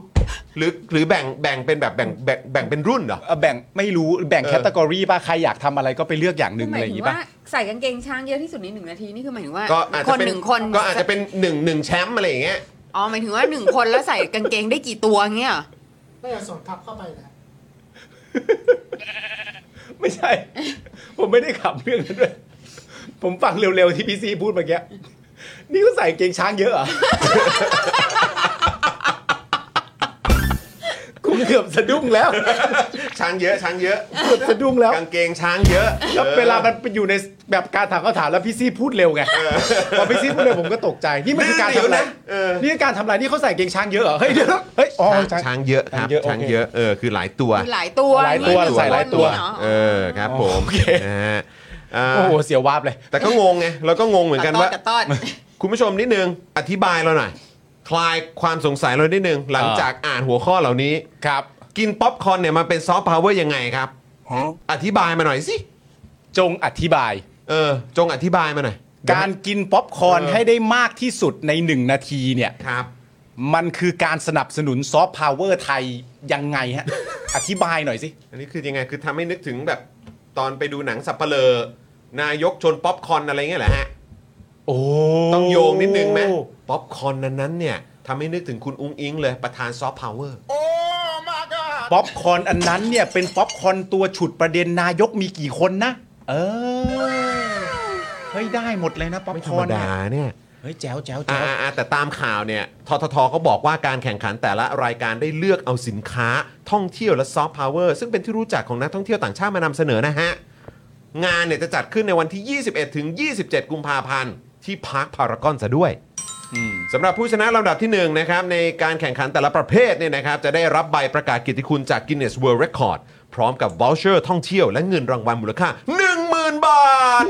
หรือหรือแบ่งแบ่งเป็นแบบแบ่งแบ่งแบ่งเป็นรุ่นเหรอ
เอ่อแบ่งไม่รู้แบ่ง
เออ
แคตตากรีป่ะใครอยากทำอะไรก็ไปเลือกอย่างหนึ่ง
ห
อะ
มา
ไร
ย
อย่า
ถึ
ง
ง
งี้ป่ะ
ว่าใส่กางเกงช้างเยอะที่สุดในหนึ่งนาทีนี่คือหมายถึงว่า
ก็อาจ
ค
จะ
น
เป็น
หนึ่งคน
ก็อาจจะเป็นหนึ่งหนึ่งแชมป์อะไรอย่างเงี้ย
อ๋อหมายถึงว่าหนึ่งคนแล้วใส่กางเกงได้กี่ตัวเงี้ย
ไม่อยากสวมทับเข้าไปนะ
ไม่ใช่ [LAUGHS] ผมไม่ได้ขับเรื่องนั้นด้วย ผมฟังเร็วๆที่พี่ซีพูดเมื่อกี้นี่ก็ใส่เกงช้างเยอะเหรอ่ะ กูเกือบสะดุ้งแล้ว
ช้างเยอะช้างเยอะ
เกือบสะดุ้งแล้ว
กางเกงช้างเยอะ
แล้วเวลามันไปอยู่ในแบบการถามคำถามแล้วพี่ซีพูดเร็วไงพอพี่ซีพูดเร็วผมก็ตกใจนี่มันคือการทำ
เดี๋ยว
อะไร
นะเออ
นี่คือการทำอะไรนี่เขาใส่เกงช้างเยอะเหรอเฮ้ยเดี๋ยวนะเฮ้ยอ๋อช้าง
ช้างเยอะครับ
ช้างเยอะ
ช้างเยอะเออคือหลายตัว
มีหลายตัว
หลายตัว
มี
ใส่หลายตัว
มีเนอะ
เออครับผม
โอเค
นะฮะอ่า
โอ้โหเสียววาบเลย
แต่ก็งงไงเราก็งงเหมือนกันว่า
กระต้อน
คุณผู้ชมนิดนึง อธิบายเราหน่อย คลายความสงสัยเรานิดนึง หลังจากอ่านหัวข้อเหล่านี้
ครับ
กินป๊อปคอร์นเนี่ยมันเป็นซอฟต์พาวเวอร์ยังไงครับ อธิบายมาหน่อยสิ
จงอธิบาย
เออ จงอธิบายมาหน่อย
การกินป๊อปคอร์นให้ได้มากที่สุดใน 1 นาทีเนี่ย
ครับ
มันคือการสนับสนุนซอฟต์พาวเวอร์ไทยยังไงฮะ อธิบายหน่อยสิ
อันนี้คือยังไง คือทำให้นึกถึงแบบตอนไปดูหนังสับเปลอนายกชนป๊อปคอร์นอะไรเงี้ยแหละฮะ
โอ้
ต้องโยงนิดนึงไหมป๊อปคอร์นนั้นๆเนี่ยทำให้นึกถึงคุณอุ้งอิงเลยประธานซอฟต์พาวเวอร์
ป๊อปคอร์นอันนั้นเนี่ย เป็นป๊อปคอร์นตัวฉุดประเด็นนายกมีกี่คนนะ เออ เฮ้ย ได้หมดเลยนะป๊อป
ไม่
ค
ธร
อ
รม
ร์นเนี่
ดาย เนี่ย
เฮ้ย แจ๋วแจ๋ว
อ่า
แจ๋ว
อ่าแต่ตามข่าวเนี่ยทททเขาบอกว่าการแข่งขันแต่ละรายการได้เลือกเอาสินค้าท่องเที่ยวและซอฟต์พาวเวอร์ซึ่งเป็นที่รู้จักของนักท่องเที่ยวต่างชาติมานำเสนอนะฮะ งานเนี่ยจะจัดขึ้นในวันที่ 21 ถึง 27 กุมภาพันธ์ ที่พาร์คพารากอนซะด้วยสำหรับผู้ชนะลำดับที่ 1 นะครับ ในการแข่งขันแต่ละประเภทเนี่ยนะครับ จะได้รับใบประกาศกิตติคุณจาก Guinness World Record พร้อมกับ v o u c h e r ท่องเที่ยวและเงินรางวัลมูลค่า 10,000 บาท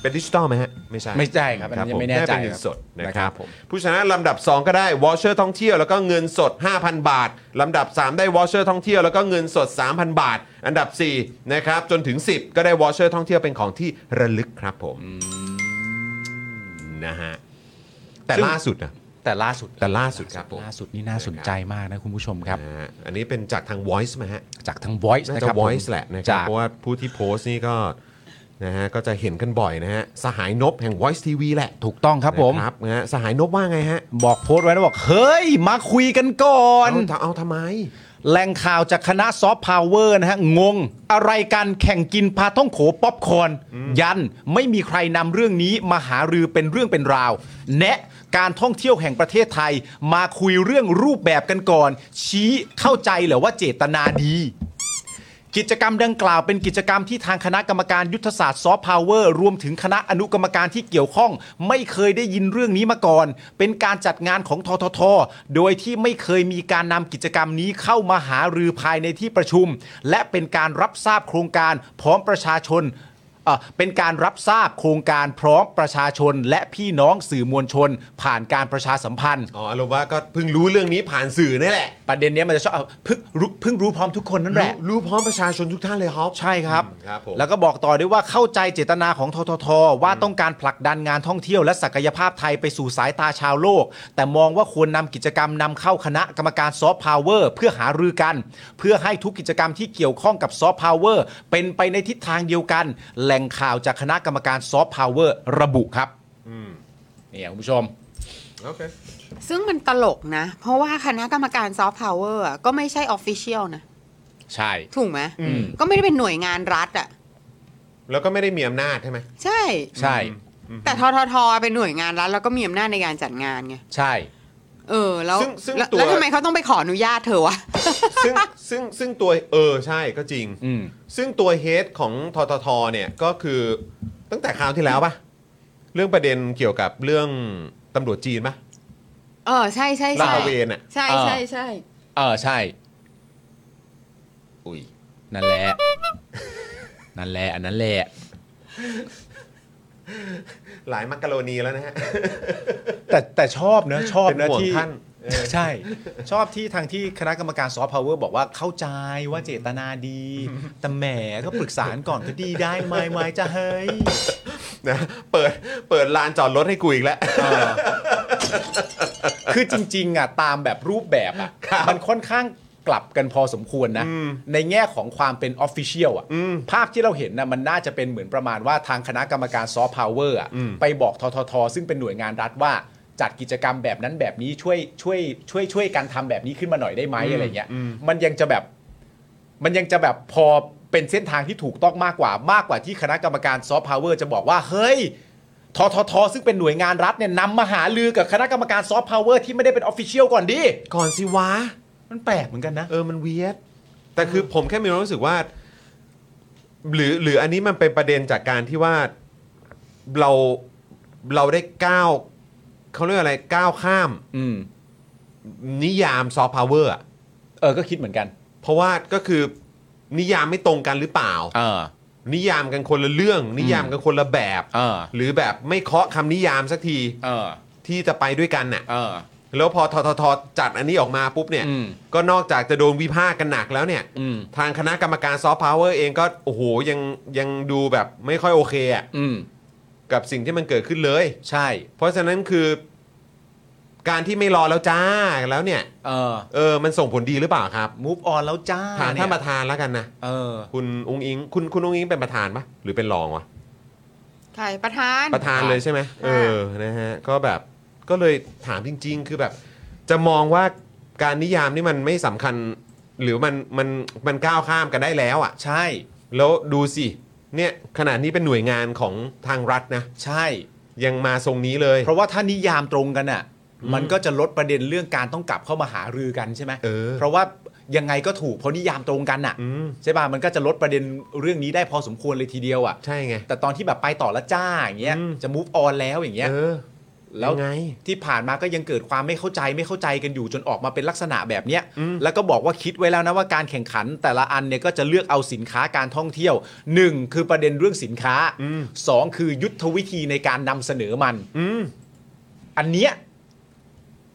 เป็นดิจิตอลไหมฮะไม่ใช่
ไม่ใช่ครับอันนั้นยังไม่แน่ใจ
ด้เป็นเงินสด
ครับ
นะครับ
นะครับผม
ผู้ชนะลำดับ 2 ก็ได้วอชเชอร์ท่องเที่ยวแล้วก็เงินสด 5,000 บาท ลำดับ 3 ได้วอชเชอร์ท่องเที่ยวแล้วก็เงินสด 3,000 บาท อันดับ4นะครับจนถึง 10 ก็ได้วอชเชอร์ท่องเที่ยวเป็นของที่ระลึกครับผมนะฮะแต่ล่าสุดนะ
แต่ล่าสุด
แต่ล่าสุดครับผม
ล่าสุดนี่น่าสนใจมากนะคุณผู้ชมครับ
นะฮะอันนี้เป็นจากทาง Voice ไหมฮะ
จากทาง Voice
น่า
นะค
จะ
รับผม
Voice แหละนะครับ
จาก
เพราะว่าผู้ที่โพสต์นี่ก็นะฮะก็จะเห็นกันบ่อยนะฮะสหายนบแห่ง Voice TV แหละ
ถูกต้องครับผม
นะครับนะฮะสหายนบว่าไงฮะ
บอกโพสต์ไว้นะบอก เฮ้ย มาคุยกันก่อน
เอาเอาทำไม
แหล่งข่าวจากคณะซอฟต์พาวเวอร์นะฮะ งง อะไรกันแข่งกินพาท่องโขป๊อปคอร์นยันไม่มีใครนำเรื่องนี้มาหารือเป็นเรื่องเป็นราว แนะการท่องเที่ยวแห่งประเทศไทย มาคุยเรื่องรูปแบบกันก่อน ชี้เข้าใจเหรอว่าเจตนาดี กิจกรรมดังกล่าวเป็นกิจกรรมที่ทางคณะกรรมการยุทธศาสตร์ซอฟต์พาวเวอร์รวมถึงคณะอนุกรรมการที่เกี่ยวข้อง ไม่เคยได้ยินเรื่องนี้มาก่อน เป็นการจัดงานของททท โดยที่ไม่เคยมีการนำกิจกรรมนี้เข้ามาหารือภายในที่ประชุม และเป็นการรับทราบโครงการพร้อมประชาชน เอ่อเป็นการรับทราบโครงการพร้อมประชาชน และพี่น้องสื่อมวลชน ผ่านการประชาสัมพันธ์
อ๋ออารมณ์ว่าก็เพิ่งรู้เรื่องนี้ผ่านสื่อนี่แหละ
ประเด็นเนี้ยมันจะชอบเอาเพิ่งรู้เพิ่งรู้พร้อมทุกคนนั่นแหละ
รู้รู้พร้อมประชาชนทุกท่านเลยฮอป
ใช่ครับ
อืมครับผม
แล้วก็บอกต่อด้วยว่าเข้าใจเจตนาของททท ว่าต้องการผลักดันงานท่องเที่ยวและศักยภาพไทยไปสู่สายตาชาวโลก แต่มองว่าควรนำกิจกรรมนำเข้าคณะกรรมการซอฟต์พาวเวอร์เพื่อหารือกัน เพื่อให้ทุกกิจกรรมที่เกี่ยวข้องกับซอฟต์พาวเวอร์เป็นไปในทิศทางเดียวกัน แหล่งข่าวจากคณะกรรมการซอฟต์พาวเวอร์ระบุครับเนี่ยคุณผู้ชม
โอเค
ซึ่งมันตลกนะ เพราะว่าคณะกรรมการซอฟต์พาวเวอร์ก็ไม่ใช่ออฟฟิเชียลนะ
ใช่
ถูกไหม
อืม
ก็ไม่ได้เป็นหน่วยงานรัฐอ่ะ
แล้วก็ไม่ได้มีอำนาจใช่ไหม
ใช่
ใช่
แต่ทททเป็นหน่วยงานรัฐแล้วก็มีอำนาจในการจัดงานไง
ใช่
เออแล้ว
ซึ่งซึ่ง
แล้ว
ตัว
แล้วทำไมเขาต้องไปขออนุญาตเธอวะ
ซึ่งซึ่งซึ่งตัวเออใช่ก็จริง
อืม
ซึ่งตัวเฮดของทททเนี่ยก็คือตั้งแต่คราวที่แล้วปะเรื่องประเด็นเกี่ยวกับเรื่องตำรวจจีนปะ
เออใช่ใช่
ลา
ใช่
ดตระเวนอ่ะ
ใช่ใช่ใช่
เออใช่ อุ้ยนั่นแหละ นั่นแหละอันนั้นแหละ
หลายมักกะโรนีแล้วนะฮะ
แต่แต่ชอบเนอะชอบ
เป็น
นะ
ห่วง
ที่
ท่านเออ
ใช่ ชอบที่ทางที่คณะกรรมการซอฟต์พาวเวอร์บอกว่าเข้าใจว่าเจตนาดี แต่แหมก็ปรึกษากันก่อนก็ดีได้ไหมไหมจะเฮ้ย
นะเปิดเปิดลานจอดรถให้กูอีกแล้ว
เออ คือจริงๆอ่ะตามแบบรูปแบบอ่ะมันค่อนข้างกลับกันพอสมควรนะ ในแง่ของความเป็นออฟฟิเชียลอ่ะภาพที่เราเห็นนะมันน่าจะเป็นเหมือนประมาณว่าทางคณะกรรมการซอฟต์พาวเวอร์อ่ะไปบอกททท ซึ่งเป็นหน่วยงานรัฐว่า จัดกิจกรรมแบบนั้นแบบนี้ช่วยช่วยช่วยช่วยกันทำแบบนี้ขึ้นมาหน่อยได้ไหมอะไรเงี้ยมันยังจะแบบ มันยังจะแบบพอเป็นเส้นทางที่ถูกต้องมากกว่ามากกว่าที่คณะกรรมการซอฟต์พาวเวอร์จะบอกว่า เฮ้ยทททซึ่งเป็นหน่วยงานรัฐเนี่ยนำมาหาลือกับคณะกรรมการซอฟต์พาวเวอร์ที่ไม่ได้เป็นออฟฟิเชียลก่อนดิ
ก่อนสิวะ
มันแปลกเหมือนกันนะ
เออ มันเวียด แต่คือผมแค่มีความรู้สึกว่า หรือหรืออันนี้มันเป็นประเด็นจากการที่ว่าเราเราได้ก้าวเขาเรียกอะไรก้าวข้าม
อืม
นิยามซอฟต์พาวเวอร์อะ
เออก็คิดเหมือนกัน
เพราะว่าก็คือนิยามไม่ตรงกันหรือเปล่า
เออ
นิยามกันคนละเรื่อง นิยามกันคนละแบบ
เออ
หรือแบบไม่เคาะคำนิยามสักที
เออ
ที่จะไปด้วยกันน่ะ
เออ
แล้วพอทททจัดอันนี้ออกมาปุ๊บเนี่ย
อืม
ก็นอกจากจะโดนวิพากษ์กันหนักแล้วเนี่ย
อืม
ทางคณะกรรมการซอฟต์พาวเวอร์เองก็โอ้โหยังยังดูแบบไม่ค่อยโอเคอะ
อืม
กับสิ่งที่มันเกิดขึ้นเลย
ใช่
เพราะฉะนั้นคือการที่ไม่รอแล้วจ้าแล้วเนี่ย
เออ
เออมันส่งผลดีหรือเปล่าครับ
move on แล้วจ้า
ถามท่านป
เนี่ย
ระธานแล้วกันนะ
เออ
คุณองค์อิง คุณคุณองค์อิงเป็นประธานปะหรือเป็นรองวะ
ใช่ประธาน
ประธานเลยใช่ไหม
ค่ะ
เออ นะฮะ ก็แบบ ก็เลยถามจริง ๆ คือแบบ จะมองว่าการนิยามนี่มันไม่สำคัญ หรือมันมันมันก้าวข้ามกันได้แล้วอะ่ะ
ใช่
แล้วดูสิ เนี่ยขนาดนี้เป็นหน่วยงานของทางรัฐนะ
ใช่
ยังมาทรงนี้เลย
เพราะว่าถ้านิยามตรงกันอ่ะ มันก็จะลดประเด็นเรื่องการต้องกลับเข้ามาหารือกันใช่ไหม
เออ
ราะว่ายังไงก็ถูกเพราะนิยามตรงกันอ่ะ
อืม
ใช่ป่ะมันก็จะลดประเด็นเรื่องนี้ได้พอสมควรเลยทีเดียวอ่ะ
ใช่ไง
แต่ตอนที่แบบไปต่อและจ้าอย่างเงี้ย
อืม
จะ move on แล้วอย่างเงี้ย
เออ
แล้ว
ยังไง
ที่ผ่านมาก็ยังเกิดความไม่เข้าใจไม่เข้าใจกันอยู่จนออกมาเป็นลักษณะแบบเนี้ยแล้วก็บอกว่าคิดไว้แล้วนะว่าการแข่งขันแต่ละอันเนี่ยก็จะเลือกเอาสินค้าการท่องเที่ยวหนึ่งคือประเด็นเรื่องสินค้าสองคือยุทธวิธีในการนำเสนอมัน
อืม
อันเนี้ย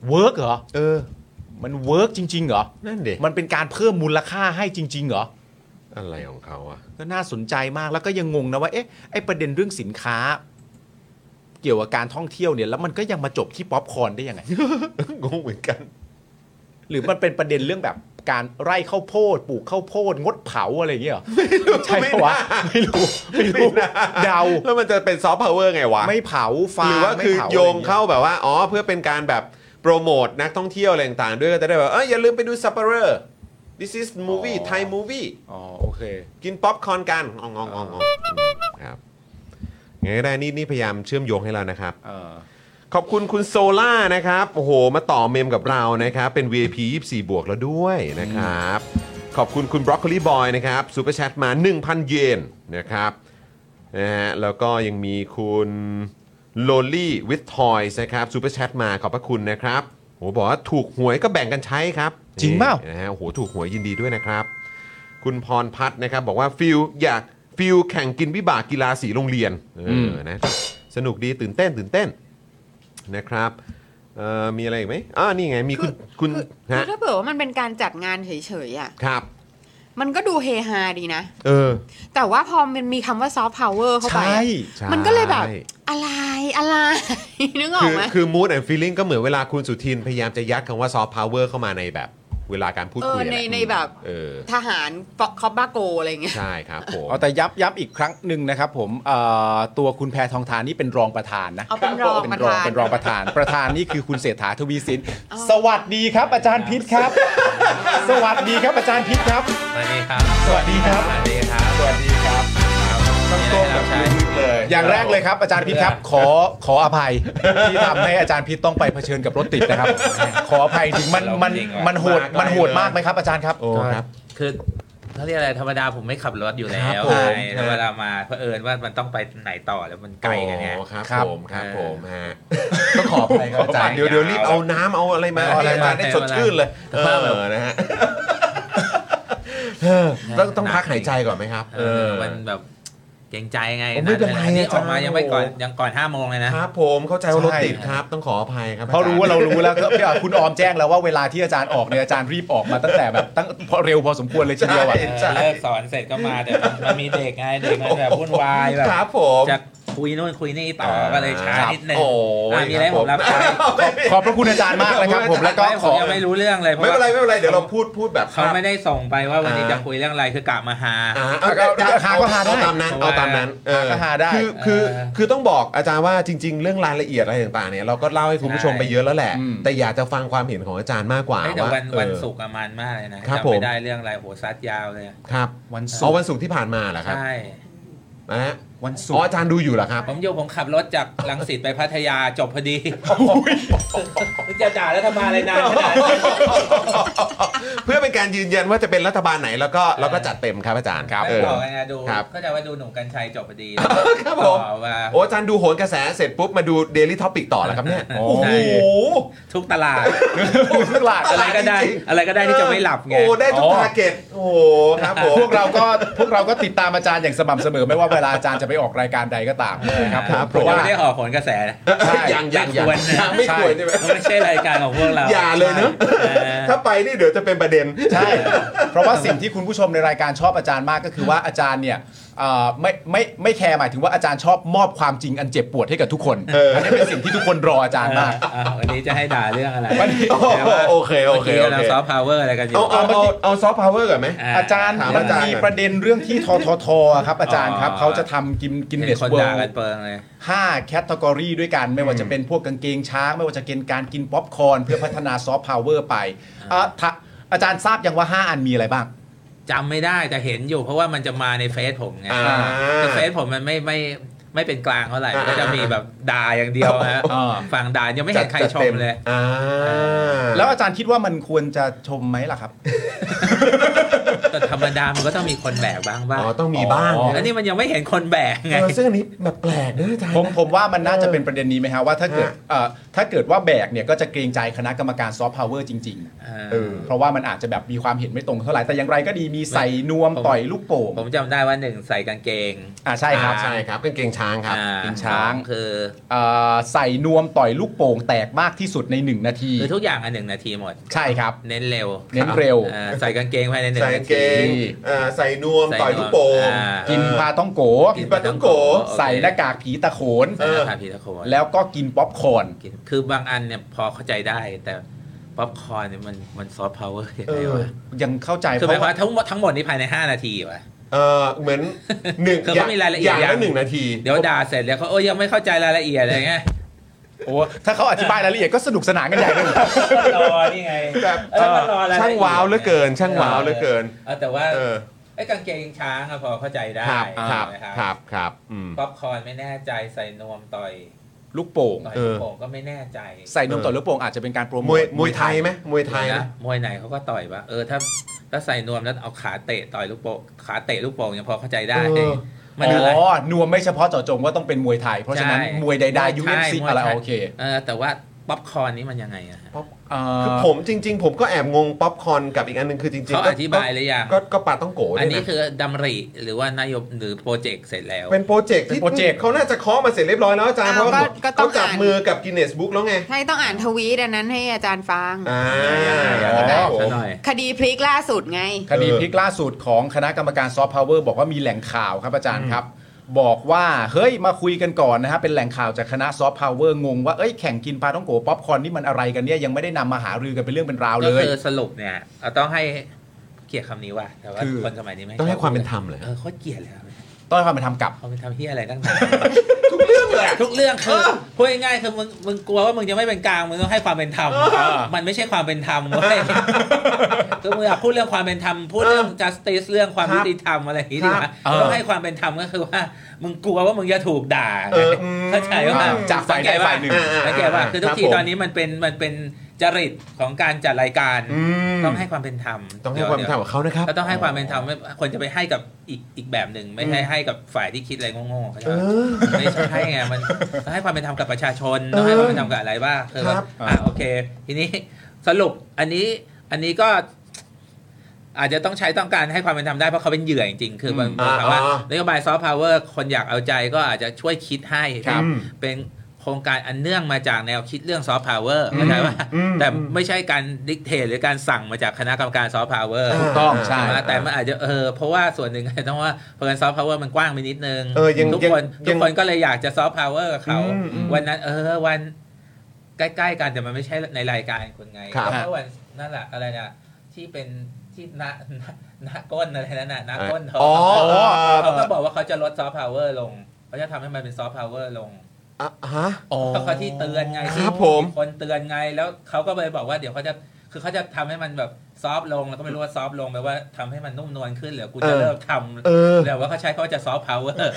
เวิร์กเหรอ
เออ
มันเวิร์กจริง ๆ เหรอ
นั่นเด็
มันเป็นการเพิ่มมูลค่าให้จริง ๆ เหรอ
อะไรของเขาอะ [LAUGHS]
ก็น่าสนใจมากแล้วก็ยังงงนะว่า เอ๊ะ ไอประเด็นเรื่องสินค้า เกี่ยวกับการท่องเที่ยวเนี่ย แล้วมันก็ยังมาจบที่ป๊อปคอร์นได้ยังไง [LAUGHS]
งงเหมือนกัน
หรือมันเป็นประเด็นเรื่องแบบการไร่ข้าวโพดปลูกข้าวโพดงดเผาอะไรอย่างเงี้ย [LAUGHS] เหรอใช่ปะวะไม่รู้ ไม่รู้
[LAUGHS]
เดา
แล้วมันจะเป็นซอฟต์พาวเวอร์ไงวะ
ไม่เผาฟาง
หรือว่า
ไม่
คือ
ผะไร
โยง
เ
เข้าแบบว่าอ๋อเพื่อเป็นการแบบโปรโมทนักท่องเที่ยวอะไรต่างๆด้วยก็จะได้แบบเอออย่าลืมไปดูซัปเปอร์ this is movie
อ๋อ
Thai movie
อ๋อโอเค
กินป๊อปคอร์นกันงองงองงองงครับไงก็ได้นี่นี่พยายามเชื่อมโยงให้เรานะครับ
เออ
ขอบคุณคุณโซล่านะครับ โอ้โห มาต่อเมมกับเรานะครับ เป็น VIP 24 บวกแล้วด้วยนะครับ ขอบคุณคุณบรอกโคลีบอยนะครับซูเปอร์แชทมา 1,000 เยนนะครับนะฮะแล้วก็ยังมีคุณโลลี่วิททอยส์นะครับซูเปอร์แชทมาขอบพระคุณนะครับโอ้โหบอกว่าถูกหวยก็แบ่งกันใช้ครับ
จริงเปล่า
นี่นะฮะโอ้โห ถูกหวยยินดีด้วยนะครับ คุณพรพัฒน์นะครับ บอกว่าฟิลอยากฟิลแข่งกินวิบากกีฬาสีโรงเรียนเอออนะสนุกดีตื่นเต้น ตื่นเต้นนะครับเอ่อมีอะไรอีกไหมอ่านี่ไงมีคุณคุณ
คือ
ฮะ
คือถ้าเผื่อว่ามันเป็นการจัดงานเฉยๆอ่ะ
ครับ
มันก็ดูเฮฮาดีนะ
เออ
แต่ว่าพอมันมีคำว่าซอฟต์พาวเวอร์เข้าไป
ใช่
อะ
ใช่
มันก็เลยแบบ อะไร อะไร [LAUGHS] นึกออ
คื
ก
อ
ไหม
คือ mood and feeling ก็เหมือนเวลาคุณสุทินพยายามจะยัดคำว่า soft power เข้ามาในแบบ เวลาการพูด
เอ
คุ
อย
อะ
ใน
ไร
ในแบบ
เออ
ทหารคอบบาโกอะไรอย่างเงี้ย
ใช่ครับผม
อ๋อแต่ย้ำย้ำอีกครั้งหนึ่งนะครับผมเอ่อตัวคุณแพทองทานนี่เป็นรองประธานนะ
เอาเป็นรอง
เป็
ป
น
ระ
รอง
ธาน
เป็นรองประธาน ประธานนี่คือคุณเศรษฐาทวีสิน สวัสดีครับ อาจารย์พิษครับ สวัสดีครับอาจารย์พิษครับ
สวัสดีครับ
สวัสดีครับ
สวัสดีครับ สวัสดีครับต้องโกงแบบใช้
อย่างแรกเลยครับ อาจารย์พิษครับ ขอขออภัยที่ทำให้อาจารย์พิษต้องไปเผชิญกับรถติด [LAUGHS] นะครับ ขออภัยถึงมันมันมันโหดมันโหดมากไหมครับ อาจารย์ครับ
โอ้ครับ
คือเขาเรียกอะไรธรรมดาผมไม่ขับรถอยู่แล้
ครั
ว
บผม
ใช่แต่เวลามาเผอิญว่ามันต้องไปไหนต่อแล้วมันไกลกันไง
โอ้ครับ
ครับ
ผมครับผ
เออ
มฮะ
ก็ขออภัยครับอาจารย์
เดี๋ยวเดี๋ยวรีบเอาน้ำเอาอะไรมา
เอาอะไรมา
ให้สดชื่นเลยเอ
เอาอะ
อ
ไรมา
นะฮะเออต้องต้องพักหายใจก่อนไหมครับ
เออมันแบบเกรงใจไง
โอ้ไม่เป็นไร
ะนี่
อา
อ
จารย์
อกมายังไม่ก่อนยังก่อนห้าโมงเลยนะ
ครับผมเข้าใจว่ารถ
ใช่
ติดครับ ต้องขออภัยครับ
เพราะรู้ว่าเรารู้แล้วก็คุณออมแจ้งแล้วว่าเวลาที่อาจารย์ออกเนี่ยอาจารย์รีบออกมาตั้งแต่แบบตั้งพอเร็วพอสมควรเลยที
ใช่
เดียวอะ
เออ
ใช่
เลิกสอนเสร็จก็มาแต่มันมีเด็กไงเด็กมันแบบวุ่นวายแบบ
ครับผม
จาก คุยโน่นคุยนี่ต่อก็เลยช้า
ครับ
นิดนึง
โอ้
อ่ะ
ย
มีอะไรให้ผมรับใช้
ขอบพระคุณอาจารย์มากนะครับผมแล้วก็
ไม่
ข
ผม
อ
ยังไม่รู้เรื่องเลยเพราะ
ไม่เป็นไร
ว่า
ไม่เป็นไรเดี๋ยวเราพูดพูดแบบ
เขาไม่ได้ส่งไปว่าวันนี้
อ่า
จะคุยเรื่องอะไรคือกะมาหา
อ่ะ
เอาเอา
เอา
หาก็หาได้
เอตามนั้นเอาตามนั้นเออ
หาก็หาได้
คือคือ
เออ
คือต้องบอกอาจารย์ว่าจริง ๆ เรื่องรายละเอียดอะไรต่างๆเนี่ยเราก็เล่าให้คุณผู้ชม
ใช่
ไปเยอะแล้วแหละ แต่อยากจะฟังความเห็นของอาจารย์มากกว่า
เอ้ยแต่
ว่า
วันวัน
เออ
ศุกร์อะมันมากเลยนะครับ จำ
ผม
ไม่ได้เรื่องอะไรโหซัดยาวเลยอะ
ครับ
วันศุ
อ๋อก
ร์
วันศุกร์ที่ผ่านมาเหรอครับ
ใช่
นะฮะ
วันศุ
อ๋อก
ร์
อาจารย์ดูอยู่เหรอ [LAUGHS] ครับ
ผมอยู่ผมขับรถจากลังสิตไปพัทยาจบพอดีจะด่าแล้วทำมาอะไรนานขนาดนี้
เพื่อเป็นการยืนยันว่าจะเป็นรัฐบาลไหนแล้วก็เราก็จัดเต็มครับอาจารย์
ไม่
เออ
บอกไงนะดู
ครับ
เข้าใจว่าดูหนุ่มกัญชัยจบพอดี
ครับผม
ต่อมา
โอ้อาจารย์ดูโหนกระแสเสร็จปุ๊บมาดู Daily Topic ต่อแล้วครับเนี่ย
โอ้
โอ้โห
ทุกตลาด
ทุกหลาด
อะไรก็ได้ อะไรก็ได้ที่จะไม่หลับไง
โอ้ได้ทุกทาร์เก็ตโอ้โหครับ
[LAUGHS]
ผม
พวกเราก็พวกเราก็ติดตามอาจารย์อย่างสม่ำเสมอ ไม่ว่าเวลาอาจารย์จะไปออกรายการใดก็ตามนะครับ
ครับ
เพ
ผม
ราะ
ยั
ว่า
งไม่ได้ออกผลกระแสนะ
ใช่
ยังยังยัง
ควรนะ
ยังไม่ควรใช่ไหม
มันไม่ใช่รายการของพวกเรา
อย่าเลยเนอะ
เออ
ถ้าไปนี่เดี๋ยวจะเป็นประเด็น
ใช่ เพราะว่าสิ่งที่คุณผู้ชมในรายการชอบอาจารย์มากก็คือว่าอาจารย์เนี่ยเอ่อไม่ไม่ไม่แคร์หมายถึงว่าอาจารย์ชอบมอบความจริงอันเจ็บปวดให้กับทุกคน
เอออั
นนี้เป็นสิ่งที่ทุกคนรออาจารย์มาก
เอออ่ะวันนี้จะให้ด่าเรื่องอะไร
วันนี้
โอ้โหโอเคโอเคโอ
เมื่อกี้กำลัง
เค
ซอฟต์พาวเวอร์อะไรกันอยู่
เอาเอาเอาเอาซอฟต์พาวเวอร์ก่อนไหม
ะ
อาจารย์
ถาม
มัน
อาจารย์
มีประเด็นเรื่องที่ทททครับอาจารย์ครับ
อ๋อ
เขาจะทำกินกินเน
เห็น
ส
คน
เวิ
ด่า
ล
กัน
ด์
เปิงเลย
ห้าแคตตากรีด้วยกัน ไม่ว่าจะเป็นพวกกางเกงช้าง ไม่ว่าจะเป็นการกินป๊อปคอร์นเพื่อพัฒนาซอฟต์พาวเวอร์ไปอ่ะถ้าอาจารย์ทราบยังว่า 5 อันมีอะไรบ้าง
จำไม่ได้แต่เห็นอยู่เพราะว่ามันจะมาในเฟซผมไง
อ่า
แต่เฟซผมมันไม่ไม่ไม่เป็นกลางเท่าไหร่
อ่า
ก็จะมีแบบด่าอย่างเดียวฮะ
อ่า
ฝั่งด่ายังไม่เห็นใครชมเลย
อ่า
แล้วอาจารย์คิดว่ามันควรจะชมไหมล่ะครับ
แต่ธรรมดามันก็ต้องมีคนแบกบ้างบ้าง
อ๋อ ต้องมีบ้าง
อ๋อ
แล้วนี่มันยังไม่เห็นคนแบกไง
เออซึ่งอันนี้แบบแปลกนะอาจารย์
ผมผมว่ามันน่าจะเป็นประเด็นนี้ไหมฮะว่าถ้าเกิด
ฮะ
เอ่อถ้าเกิดว่าแบกเนี่ยก็จะเกรงใจคณะกรรมการซอฟต์พาวเวอร์จริง
เออ
ๆเออเพราะว่ามันอาจจะแบบมีความเห็นไม่ตรงเท่าไหร่ แต่อย่างไรก็ดีมีใส่นวม
ผม
ต่อยลูกโป่ง
ผมจำได้ว่าหนึ่งใส่กางเกง
อ่าใช่ครับ
อ่าใช่ครับกางเกงช้างครับ
อ่
กางเกงช้าง
สอคือ
เอ่อใส่นวมต่อยลูกโป่งแตกมากที่สุดใน 1 นาที
คือทุกอย่างอันหนึ่งนาทีหมด
ใช่ครับ
เน้นเร็ว
เน้นเร็ว
เออใส่กางเกงภายในหนึ่งนาก
ใส่าง
ที
เกงอ่าใส่นวม
ใส่
ต่อย
นวม
ลูกโป่ง
อ่า
กินพาต้องโก
กินปลาต้องโก
โอเค
ใส่หน้ากากผีตะโขน
ใส่หน้าผากพีตะโคน
แล้วก็กินป๊อปคอร์น
กินคือบางอันเนี่ยพอเข้าใจได้แต่ป๊อปคอร์นเนี่ยมันมันซอฟต์พาวเวอร์ยัง
เอ
ไง
อ
วะ
ยังเข้าใจ
คือ
เพ
หมาย
ราะ
ความ
ว่า
ว่าทั้งหมดทั้งหมดนี้ภายใน 5 นาทีวะ
เออเหมือนหนึ่ง
คือ
อ
เขามีรายละเอีย
อ
ด
ย่าง
อย่า
ละ
ง
หนึ่งนาที
เดี๋ยวด่าเสร็จแล้วเขาโอ้ยยังไม่เข้าใจรายละเอียดอะไรเงี้ย
โอ้ถ้าเขาอธิบายรายละเอียดก็สนุกสนานกันใหญ่เลย
รอนี่ไง
แบบ
เออมันรอรยละเอียด
ช่างว้าวเหลือเกิน ช่างว้าวเหลือเกิน
เออแต่ว่า
เออ
ไอ้กางเกงช้างอะพอเข้าใจได้
ครับครับ
นะ
ค
ค
รั
รับบ
ครับอืม
ป๊อปคอร์นไม่แน่ใจใส่นวมต่อย
ลูกโป่ง
ต่อย
เออ
โป่งก็ไม่แน่ใจ
ใส่นมต่อยลูกโป่งอาจจะเป็นการโปรโมท
มวยมวยไทยไหมมวยไทยนะ
นะมวยไหนเขาก็ต่อยปะเออถ้าถ้าใส่นวมแล้วเอาขาเตะต่อยลูกโป่งขาเตะลูกโป่งยังพอเข้าใจได้
เออ
มัน
อ๋
อะไร
อ นวมไม่เฉพาะเจาะจงว่าต้องเป็นมวยไทย เพราะฉะนั้น
ใช่
มวยใดๆ
ใช่
UFC
มวย
อะไร
ไทย
โอเค
เออแต่ว่าป๊อปคอร์นนี่มันยังไงอะฮะ
คือผมจริง ๆ ผมก็แอบงงป๊อปคอร์นกับอีกอันหนึงคือจริง
เขา
ก็
อธิบายหรือยัง
ก็ก็ปาต้องโกด้วยะ
อันนี้คือดำริหรือว่านายบหรือโปรเจกต์เสร็จแล้ว
เป็นโปรเจกต์ที่
เป็นโปรเจกต์
เขาน่าจะเคาะมาเสร็จเรียบร้อยแล้วอาจารย์เพ
อ้าว
ราะว่า
ก็ก็ต้อ
เขา
ง
จับ
อ่าน
มือกับกินเนสบุ๊กแล้วไง
ใช่ต้องอ่านทวีตอันนั้นให้อาจารย์ฟัง
อ่า
ยังไง
ครับผ
ซะ
ม
หน่อย
คดีพลิกล่าสุดไง
คดีพลิกล่าสุดของคณะกรรมการซอฟต์พาวเวอร์บอกว่ามีแหล่งข่าวครับอาจารย์ครับ บอกว่า เฮ้ย มาคุยกันก่อนนะฮะ เป็นแหล่งข่าวจากคณะซอฟต์พาวเวอร์งงว่า เอ้ย แข่งกินปลาต้องโกะป๊อปคอร์นนี่มันอะไรกันเนี่ย ยังไม่ได้นำมาหารือกันเป็นเรื่องเป็นราว
ก็
เลย
คือสรุปเนี่ยเราต้องให้เกลียดคำนี้ว่ะแต่ว่า
คือ
คนสมัยนี้ไม่
ต้องให้ความเป็นธรรมเลย
เออโคตรเกลียดเลยครับ
ต้องให้ความเป็นธรรมกับ
เขาเป็นธรรมเฮียอะไรตั้งแต่
ทุกเรื่องเลยอะ
ทุกเรื่องคือพูดง่ายๆคือมึงมึงกลัวว่ามึงจะไม่เป็นกลางมึงต้องให้ความเป็นธรรมมันไม่ใช่ความเป็นธรรมเว้ยคือมึงอยากพูดเรื่องความเป็นธรรมพูดเรื่อง justice เรื่องความ
ครับ
ยุติธรรมอะไรอย่างงี้ดี
ครับ
กว่า
เออ
ต้องให้ความเป็นธรรมก็คือว่า มึงกลัวว่ามึงจะถูกด่า
เอออืม
เข้าใจว่า
ครับ
จากฝ่ายใดฝ่ายหนึ่ง
สังเกตว่า
อ่าๆ
คือทุ
ครั
ก
บ
ที
ผม
ตอนนี้มันเป็นมันเป็นจริตของการจัดรายการ
อืม
ต้องให้ความเป็นธรรม
ต้องให้ความเป็นธรรมกับเขานะครับ
ก็ต้องให้ความเป็นธรรมไม่ควรจะไปให้กับอีกอีกแบบหนึ่งไม่ใช่ให้กับฝ่ายที่คิดอะไรโง่ๆเขาใจปะ ไม่ใช่ไงมันต้องให้ความเป็นธรรมกับประชาชนต้องให้ความเป็นธรรมกับอะไรบ้างคือ
ครับ
อ่ะโอเค ทีนี้สรุปอันนี้อันนี้ก็อาจจะต้องใช้ต้องการให้ความเป็นธรรมได้เพราะเขาเป็นเหยื่อจริงๆคือมัน
อ่า
ถามว่า
อ่าน
โยบายซอฟต์พาวเวอร์คนอยากเอาใจก็อาจจะช่วยคิดให้
ครับ
เป็นค รงการอันเนื่องมาจากแนวคิดเรื่องซอฟต์พาวเวอร์เข้าใจป่ะแต่ไม่ใช่การดิกเทตหรือการสั่งมาจากคณะกรรมการซอฟต์พาวเวอร์
ถูกต้องใช่
ไหมแต่มันอาจจะเออเพราะว่าส่วนหนึ่ง [LAUGHS] ต้องว่าเพราะกันซอฟต์พาวเวอร์มันกว้างไปนิดนึง
เออยัง
ทุก
ยัง
คน
ยั
ทุก
ง
คนก็เลยอยากจะซอฟต์พาวเวอร์กับเขา
อืมอืม
วันนั้นเออวันใกล้ๆกันแต่มันไม่ใช่ในรายการคุณไง
ครับ
แล้ววันนั่นแหละอะไรนะที่เป็นที่หนาหน้าหนาก้นอะไรนั่นน่ะหนาก้นทอง
อ๋อเอ่อ
เขาก็บอกว่าเขาจะลดซอฟต์พาวเวอร์ลง เขาจะทำให้มันเป็นซอฟต์พาวเวอร์ลง
อ่ะฮะ
เขาก็ที่เตือนไง
ครับ
ที่
ผม
คนเตือนไงแล้วเขาก็เลยบอกว่าเดี๋ยวเขาจะคือเขาจะทำให้มันแบบซอฟต์ลงแล้วก็ไม่รู้ว่าซอฟต์ลงแปลว่าทำให้มันนุ่มนวลขึ้นหรือกูจะเลิกท
เออ
ำแต่ว่าเขาใช้เขาจะซอฟต์พาวเวอร์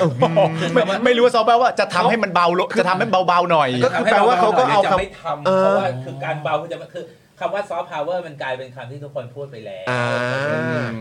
ไม่ไม่รู้ว่าซอฟต์แวร์ว่าจะทำให้มันเบาลงจะทำให้เบาๆหน่อย
ก็คือแปลว่าเขาก็เอา
จะ
คำ
ไม่ทำ
เออ
เพราะว่าคือการเบาคือจะคือคำว่าซอฟต์พาวเวอร์มันกลายเป็นคำที่ทุกคนพูดไปแล้ว
อ่า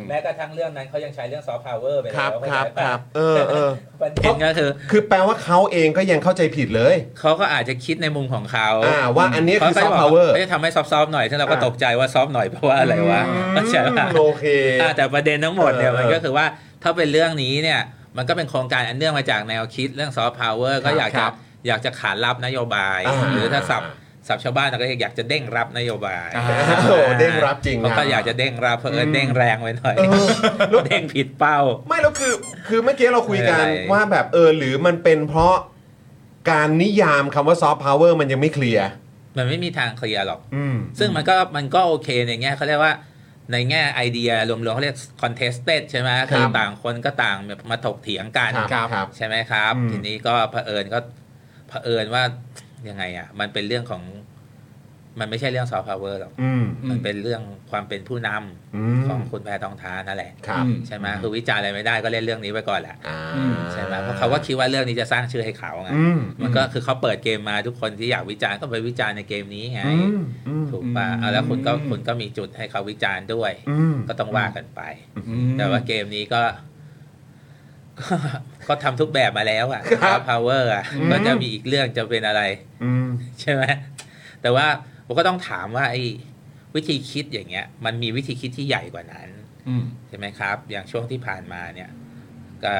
แม้กระทั่งเรื่องนั้นเขายังใช้เรื่องซอฟต์พาวเวอร์ไป
ครั
แล้
บ
ว
ครับครับเออเออ
ประเด็นก็คือ
คือแปลว่าเขาเองก็ยังเข้าใจผิดเลย
เขาก็อาจจะคิดในมุมของเขา
อ่าว่าอันเนี้ยคือ
ขาก็จะ
soft power
บกเขาจะทำให้ซอฟต์ๆหน่อย ซึ่งเราก็
อ่า
ตกใจว่าซอฟต์หน่อยเพราะว่าอะไรวะเข้าใจปะ
โอเค
อ่าแต่ประเด็นทั้งหมดเนี่ย
เออ
มันก็คือว่าถ้าเป็นเรื่องนี้เนี่ย มันก็เป็นโครงการอันเนื่องมาจากแนวคิดเรื่องซอฟต์พาวเวอร์ก็อยาก
ค
จะ
รับ
อยากจะขานรับนโยบาย
อ่า
หรือถ้าสับสับชาวบ้านเราก็อยากจะเด้งรับนโยบาย
อ่าโอ้เด้งรับจริงนะ
เขาก็อยากจะเด้งรับเพื่อญเด้งแรงไว้หน่อย
เออแล้ว
เด้งผิดเป้า
ไม่แล้วคือคือเมื่อกี้เราคุยกัน
ไม่เป็นไร
ว่าแบบเออหรือมันเป็นเพราะการนิยามคำว่าซอฟต์พาวเวอร์มันยังไม่เคลียร์
มันไม่มีทางเคลียร์หรอก
อืม
ซึ่งมันก็มันก็โอเคในแง่เขาเรียกว่าในแง่ไอเดียรวมๆเขาเรียก contested ใช่ไหมคือต่างคนก็ต่างแบบมาถกเถียงกัน
ครับครับ
ใช่ไหมครับ
อืม
ทีนี้ก็เผอิญก็เผอิญว่ายังไงอ่ะ มันเป็นเรื่องของ มันไม่ใช่เรื่องซอฟต์พาวเวอร์หรอก
อืม
มันเป็นเรื่องความเป็นผู้นำ
อืม
ของคุณแพรทองทานนั่นแหละ
ครับ
อืม
ใช่ไหมคือวิจารณ์อะไรไม่ได้ก็เล่นเรื่องนี้ไปก่อนแหละ
อ่า
ใช่ไหมเพราะเขาก็คิดว่าเรื่องนี้จะสร้างชื่อให้เขาไง
อืม
มันก็คือเขาเปิดเกมมาทุกคนที่อยากวิจารณ์ก็ไปวิจารณ์ในเกมนี้ไง
อืมอืม
ถูกป่ะเอาแล้วคุณก็คุณก็มีจุดให้เขาวิจารณ์ด้วย
อืม
ก็ต้องว่ากันไป แต่ว่าเกมนี้ก็ [LAUGHS] ก็ก็ทำทุกแบบมาแล้วอะ
ครับ
พาวเวอร์อะก็จะมีอีกเรื่องจะเป็นอะไร [LAUGHS]
อืม
ใช่ไหมแต่ว่าผมก็ต้องถามว่าไอ้วิธีคิดอย่างเงี้ย มันมีวิธีคิดที่ใหญ่กว่านั้น ใช่ไหมครับ อย่างช่วงที่ผ่านมาเนี่ยกับ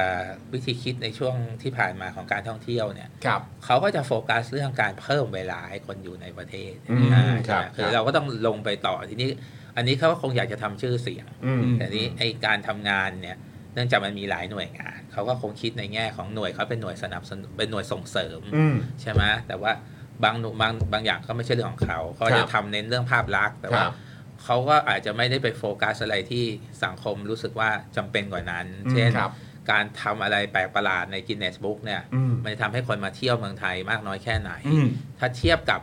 วิธีคิดในช่วงที่ผ่านมาของการท่องเที่ยวเนี่ย
ครับ
เขาก็จะโฟกัสเรื่องการเพิ่มเวลาให้คนอยู่ในประเทศ
อืม
อ่า
ครับ
ใช่ไหมคือเราก็ต้องลงไปต่อทีนี้ อันนี้เขาก็คงอยากจะทำชื่อเสียง
อืม
แต่นี้ไอการทำงานเนี่ย เนื่องจากมันมีหลายหน่วยงาน เขาก็คงคิดในแง่ของหน่วยเขาเป็นหน่วยสนับสนุนเป็นหน่วยส่งเสริม
อืม
ใช่ไหมแต่ว่าบางหน่วยบางบางอย่างก็ไม่ใช่เรื่องของเขา
ค
เขา
รั
จะ
บ
ทำเน้นเรื่องภาพลักษณ์แต่
ค
ว่า
รับ
เขาก็อาจจะไม่ได้ไปโฟกัสอะไรที่สังคมรู้สึกว่าจำเป็นกว่านั้น เช่น
ครับ
การทำอะไรแปลกประหลาดในกินเนสบุ๊กเนี่ย
อืม
มันจะทำให้คนมาเที่ยวเมืองไทยมากน้อยแค่ไหน
อืม
ถ้าเทียบกับ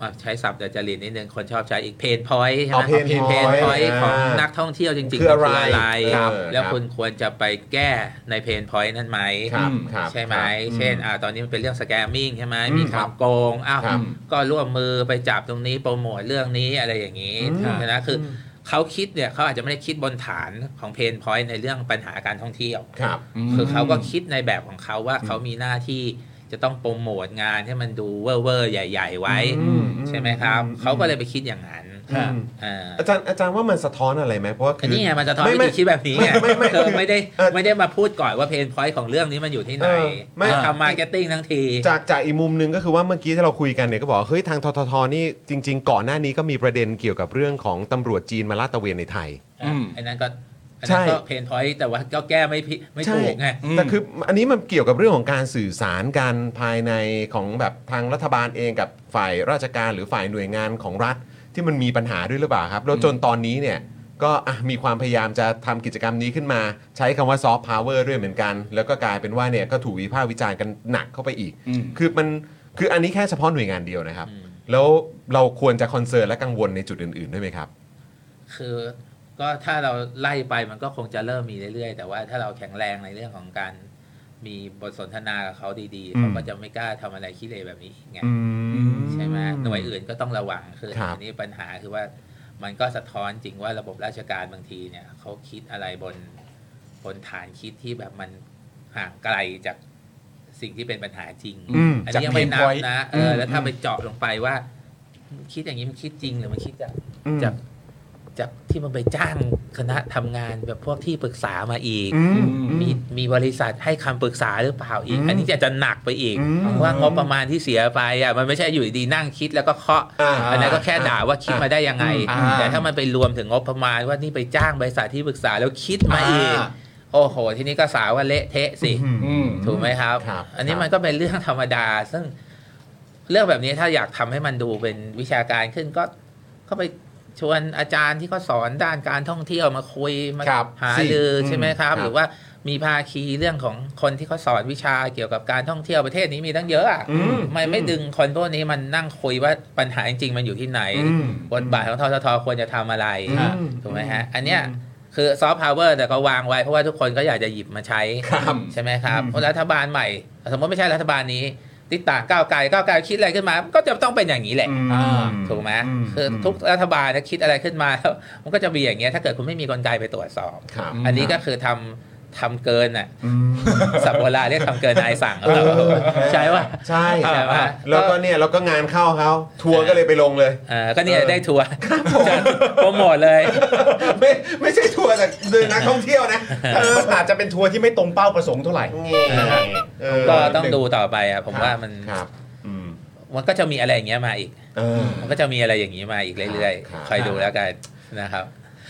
อ่ะใช้ศัพท์ดัจจริตนิดนึง คนชอบใช้อีกเพนพอยต์ใช่ไห
อ๋
ม
อ pain point
เพนพอยต์
อ่า
ของนักท่องเที่ยวจริงๆ
คืออะไร
มัน
ครับ
แล้ว
ครับ
คุณควรจะไปแก้ในเพนพอยต์นั้นไหม
ครับครับ
ใช่ไหม เช่นอ่าตอนนี้มันเป็นเรื่องสแกมมิ่งใช่ไหม
อืม
มีความโกง อ้าว
ครับ
ก็ร่วมมือไปจับตรงนี้โปรโมทเรื่องนี้อะไรอย่างนี้
อืม
นะ คืออเขาคิดเนี่ยเขาอาจจะไม่ได้คิดบนฐานของเพนพอยต์ในเรื่องปัญหาการท่องเที่ยว
ครับ
คือเขาก็คิดในแบบของเขาว่าเขามีหน้าที่จะต้องโปรโมทงานให้มันดูเว่อร์ๆใหญ่ ๆ ไว้
อืม
ใช่ไหมครับ
อืม
เขาก็เลยไปคิดอย่างนั้น
อืม
อ่า
อาจารย์อาจารย์ว่ามันสะท้อนอะไรไหมเพราะว่าคื
อัน
อ
นี้ไงมันจะทอน
ไม่
วิ
ไม่
ธีคิดแบบนี้ไง
ไม่ไม่ไม่
เธอไม่ได้
เออ
ไม่ได้มาพูดก่อนว่าเพนพอยต์ของเรื่องนี้มันอยู่ที่ไหน
เออไม่
มันทำมาร์เก็ตติ้งทั้งที
จากจากอีกมุมหนึงก็คือว่าเมื่อกี้ที่เราคุยกันเนี่ยก็บอกว่าเฮ้ยทางทททนี่จริง ๆ ก่อนหน้านี้ก็มีประเด็นเกี่ยวกับเรื่องของตำรวจจีนมาลาดตระเวนในไทย
อืม
อันนั้นก็อัน
ใช่
นั้นก็เพนพอยต์แต่ว่าก็แก้ไม่ผิดไม่ถูกไง
แต่คืออันนี้มันเกี่ยวกับเรื่องของการสื่อสารกันภายในของแบบทางรัฐบาลเองกับฝ่ายราชการหรือฝ่ายหน่วยงานของรัฐที่มันมีปัญหาด้วยหรือเปล่าครับ แล้วจนตอนนี้เนี่ยก็อ่ะมีความพยายามจะทำกิจกรรมนี้ขึ้นมา ใช้คำว่าซอฟต์พาวเวอร์ด้วยเหมือนกัน แล้วก็กลายเป็นว่าเนี่ยก็ถูกวิพากษ์วิจารณ์กันหนักเข้าไปอีก
อืม
คือมันคืออันนี้แค่เฉพาะหน่วยงานเดียวนะครับ แล้วเราควรจะคอนเซิร์นและกังวลในจุดอื่นๆด้วยไหมครับ
คือก็ถ้าเราไล่ไปมันก็คงจะเริ่มมีเรื่อยๆ แต่ว่าถ้าเราแข็งแรงในเรื่องของการมีบทสนทนากับเขาดีๆ
อืม
เขาก็จะไม่กล้าทำอะไรขี้เหร่แบบนี้อีกไงใช่ไหมหน่วยอื่นก็ต้องระวังคือ
ครับ
อันนี้ปัญหาคือว่ามันก็สะท้อนจริงว่าระบบราชการบางทีเนี่ยเขาคิดอะไรบนบนฐานคิดที่แบบมันห่างไกลจากสิ่งที่เป็นปัญหาจริง
อืม
อัน
จาก
นี้ยังไม่นับ
pain point
นะเอออ
ม
แล้วถ้าไปเจาะลงไปว่ามึงคิดอย่างนี้มันคิดจริงหรือมันคิดจาก
อืม
จาก จากที่มันไปจ้างคณะทำงานแบบพวกที่ปรึกษามาอีก
อืม
มีมีบริษัทให้คำปรึกษาหรือเปล่าอีก อันนี้จะจะหนักไปอีก
อืม
ว่างบประมาณที่เสียไปอ่ะมันไม่ใช่อยู่ดีๆนั่งคิดแล้วก็เคาะ
อ่า
อันนั้นก็แค่ด่าว่าคิดมาได้ยังไง
อ่า
แต่ถ้ามันไปรวมถึงงบประมาณว่านี่ไปจ้างบริษัทที่ปรึกษาแล้วคิดมาอีก
อ่า
โอ้โห ทีนี้ก็สาวว่าเละเทะสิ
อืม
ถูกไหมครับ
ครับ
อันนี้
ครับ
มันก็เป็นเรื่องธรรมดา ซึ่งเรื่องแบบนี้ถ้าอยากทำให้มันดูเป็นวิชาการขึ้นก็ก็ไปชวนอาจารย์ที่เขาสอนด้านการท่องเที่ยวมาคุยมา
ครับ
หา
สิ
รือ
ม
ใช่ไหมครับ
ครับ
หรือว่ามีภาคีเรื่องของคนที่เขาสอนวิชาเกี่ยวกับการท่องเที่ยวประเทศนี้มีตั้งเยอะอ่ะทำไมไม่ดึงคนพวกนี้มันนั่งคุยว่าปัญหาจริงๆมันอยู่ที่ไหนบทบาทของทททควรจะทำอะไรถูกไหมฮะ อันเนี้ยคือซอฟต์พาวเวอร์แต่ก็วางไว้เพราะว่าทุกคนก็อยากจะหยิบมาใช้
ครับ
ใช่ไหมครับรัฐบาลใหม่ สมมติไม่ใช่รัฐบาลนี้ ติดต่างก้าวไกลก้าวไกลคิดอะไรขึ้นมา ก็จะต้องเป็นอย่างนี้แหละ
อ่า
ถูกไหมคือทุกรัฐบาลนะคิดอะไรขึ้นมา [LAUGHS] แล้วมันก็จะมีอย่างเงี้ยถ้าเกิดคุณไม่มีกลไกไปตรวจสอบ
ครับ
อันนี้ก็คือทำทำเกินอ่ะสับโบราณเรียกทำเกินนายสั่งเราใช่ว่า
ใช่
ใช่ปะ
แล้วก็เนี่ยแล้วก็งานเข้าเขาทัวร์ก็เลยไปลงเลย
ก็เนี่ย
เออ
ได้ทัวร์จะโปรโมทเลย
ไม่ไม่ใช่ทัวร์จากเดินนักท่องเที่ยว [LAUGHS] นะเออ
อาจจะเป็นทัวร์ที่ไม่ตรงเป้าประสงค์เท่าไหร่
เออ
ก็ต้องดูต่อไปอ่ะผมว่ามัน
ครับอืม
มันก็จะมีอะไรอย่างเงี้ยมาอีก
เออ
มันก็จะมีอะไรอย่างนี้มาอีกเรื่อย
ครับ
ๆคอยดูแล้วกันนะครับ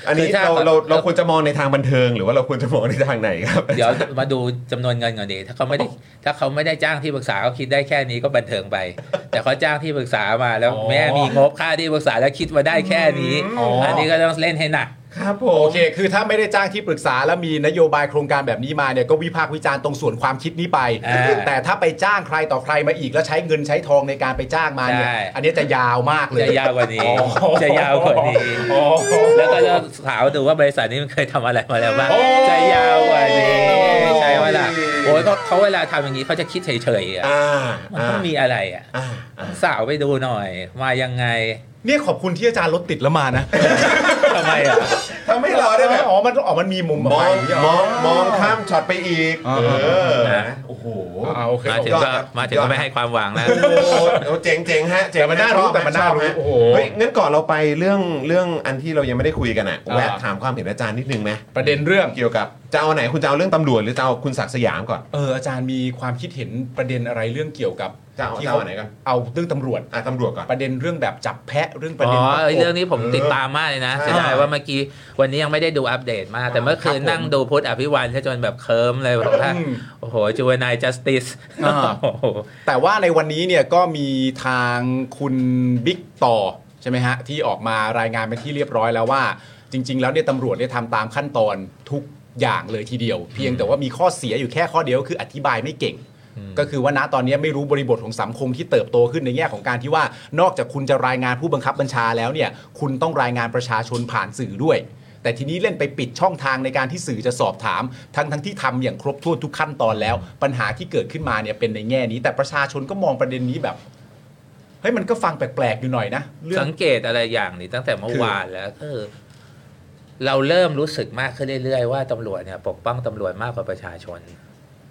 อันนี้
คือถ้า
เราเราเราควรจะมองในทางบันเทิง หรือว่าเราควรจะมองในทางไหนครับ
เดี๋ยวมาดูจำนวนเงินก่อนดีถ้าเขาไม่ได้ถ้าเขาไม่ได้จ้างที่ปรึกษาเขาคิดได้แค่นี้ก็บันเทิงไป แต่เขาจ้างที่ปรึกษามาแล้ว
อ๋อ
แม่มีงบค่าที่ปรึกษาแล้วคิดมาได้แค่นี้
อ๋ออั
อันนี้ก็ต้องเล่นให้หนัก
ครับผ
โอ
ม
เค คือถ้าไม่ได้จ้างที่ปรึกษาแล้วมีนโยบายโครงการแบบนี้มาเนี่ยก็วิพากษ์วิจารณ์ตรงส่วนความคิดนี้ไป
อ่า
แต่ถ้าไปจ้างใครต่อใครมาอีกแล้วใช้เงินใช้ทองในการไปจ้างมาเนี่ย
ใช่
อันนี้จะยาวมากเลย
จะยาวกว่านี้
อ๋อ
จะยาวกว่านี้
อ๋อ
แล้วก็จะสาวดูว่าบริษัทนี้มันเคยทำอะไรมาแล้วบ้าง
โอ้
จะยาวกว่านี้ใช่ไหมล่ะโอ้ยเขาเขาเวลาทำอย่างนี้เขาจะคิดเฉยๆอ่ะ
อ่า
มัน
อ่า
ต้องมีอะไรอ่ะ
อ่าอ่า
สาวไปดูหน่อย มายังไง
เนี่ยขอบคุณที่อาจารย์รถติดแล้วมานะ
ทำไมอ่ะ
ทำให้เราได้แบบ
อ๋อมันอ๋อมันมีมุม
มอง
ย่างนี้เหร
มองมองข้ามช็อตไปอีก
อ่า
เออ
นะ
โอ้โห
อ่าโอเค
มาถึง
ยอด
ก็
ครับ
มาถึง
ยอด
ก็ไม่ให้ความหวังแล้ว
โอ้โหเจ๋งเจ๋งฮะเจ๋ง
แต่มันน่า
ช
รู้
อบ
แต่มันน่ารู้
ชบฮะ
โอ้โห
เฮ้ยงั้นก่อนเราไปเรื่องเรื่องอันที่เรายังไม่ได้คุยกันอ่ะ
อ่า
แวะถามความเห็นอาจารย์นิดนึงไหม
ประเด็นเรื่อง
เกี่ยวกับจะเอาไหนคุณจะเอาเรื่องตำรวจหรือจะเอาคุณศักดิ์สยามก่อน
เอออาจารย์มีความคิดเห็นประเด็นอะไรเรื่องเกี่ยวกับ
จะเอา
ที่
จะเอาไหนก่อน
เอาเรื่องตำรวจ
อ่ะตำรวจก่อน
ประเด็นเรื่องแบบจับแพะเรื่องประ
อ๋
เด็น
อไอ้เรื่องนี้ผมติดตามมากเลยนะ
ใช่
เสียดายว่าเมื่อกี้วันนี้ยังไม่ได้ดูอัปเดตมาก แต่เมื่อคืน
ครับผม
นั่งดูพุทธอภิวันซะจนแบบเคิร์มเลยบอกว่า
อืม
โอ้โหจูวนายจัสติส
อ่า
โอ้โห
แต่ว่าในวันนี้เนี่ยก็มีทางคุณบิ๊กต่อใช่ไหมฮะ ที่ออกมารายงานเป็นที่เรียบร้อยแล้วว่า จริง ๆ แล้วเนี่ยตำรวจเนี่ยทำตามขั้นตอนทุกอย่างเลยทีเดียว เพียงแต่ว่ามีข้อเสียอยู่แค่ข้อเดียวคืออธิบายไม่เก่ง ก็คือว่าณตอนนี้ไม่รู้บริบทของสังคมที่เติบโตขึ้นในแง่ของการที่ว่านอกจากคุณจะรายงานผู้บังคับบัญชาแล้วเนี่ยคุณต้องรายงานประชาชนผ่านสื่อด้วย แต่ทีนี้เล่นไปปิดช่องทางในการที่สื่อจะสอบถาม ทั้งทั้งที่ทำอย่างครบถ้วนทุกขั้นตอนแล้ว ปัญหาที่เกิดขึ้นมาเนี่ยเป็นในแง่นี้ แต่ประชาชนก็มองประเด็นนี้แบบเฮ้ยมันก็ฟังแปลกๆอยู่หน่อยนะเรื่อง
สังเกตอะไรอย่างนี้ตั้งแต่เมื่อวานแล้วก็คือเราเริ่มรู้สึกมากขึ้นเรื่อยๆ ว่าตำรวจเนี่ยปกป้องตำรวจมากกว่าประชาชน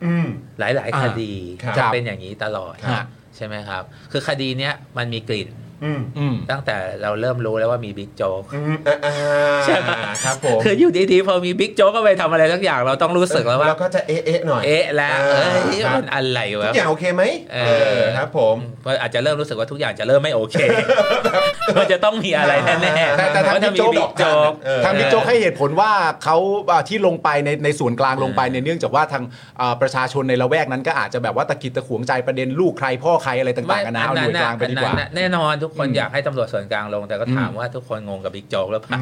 อืม
หลาย
อ่า
ๆ คดี
ครับ
จะเป็นอย่างนี้ตลอด
ครับ
ใช่ไหมครับ คือคดีเนี้ยมันมีกลิ่น
อืม
อืม
ตั้งแต่เราเริ่มรู้แล้วว่ามีบิ๊กโจ๊ก
อืมอ่าอ่า
ใช่ปะ
ครับผม
คืออยู่ดีๆพอมีบิ๊กโจ๊กเข้าไปทำอะไรสักอย่างเราต้องรู้สึกแล้วว่า
เราก็จะเอ๊ะเอ๊ะหน่อย
เอ๊ะแล้วเอ้ย
ครับ
มันอะไร
ทุ
วะ
กอย่างโอเคไหม
เออ
ครับผม
มันอาจจะเริ่มรู้สึกว่าทุกอย่างจะเริ่มไม่โอเค มันจะต้องมีอะไรแน่ๆ
แต่แต่ทาง
มันจะ
บิ๊ก
มี
โจ๊ก
บิ๊กโจ๊ก
เออ
ทางบิ๊กโจ๊กให้เหตุผลว่าเขาอ่าที่ลงไปในในส่วนกลางลงไปเนี่ยเนื่องจากว่าทางอ่าประชาชนในละแวกนั้นก็อาจจะแบบว่าตะกิดตะขวงใจประเด็นลูกใครพ่อใครอะไรต่างๆกันานะเอาหน่วยกลางไปดีกว่า
อันนั้นน่ะแน่นอนทุกคน
อืม
อยากให้ตำรวจส่วนกลางลงแต่ก็ถามว่าทุกคนงงกับบิ๊กโจ๊กหรือเปล่า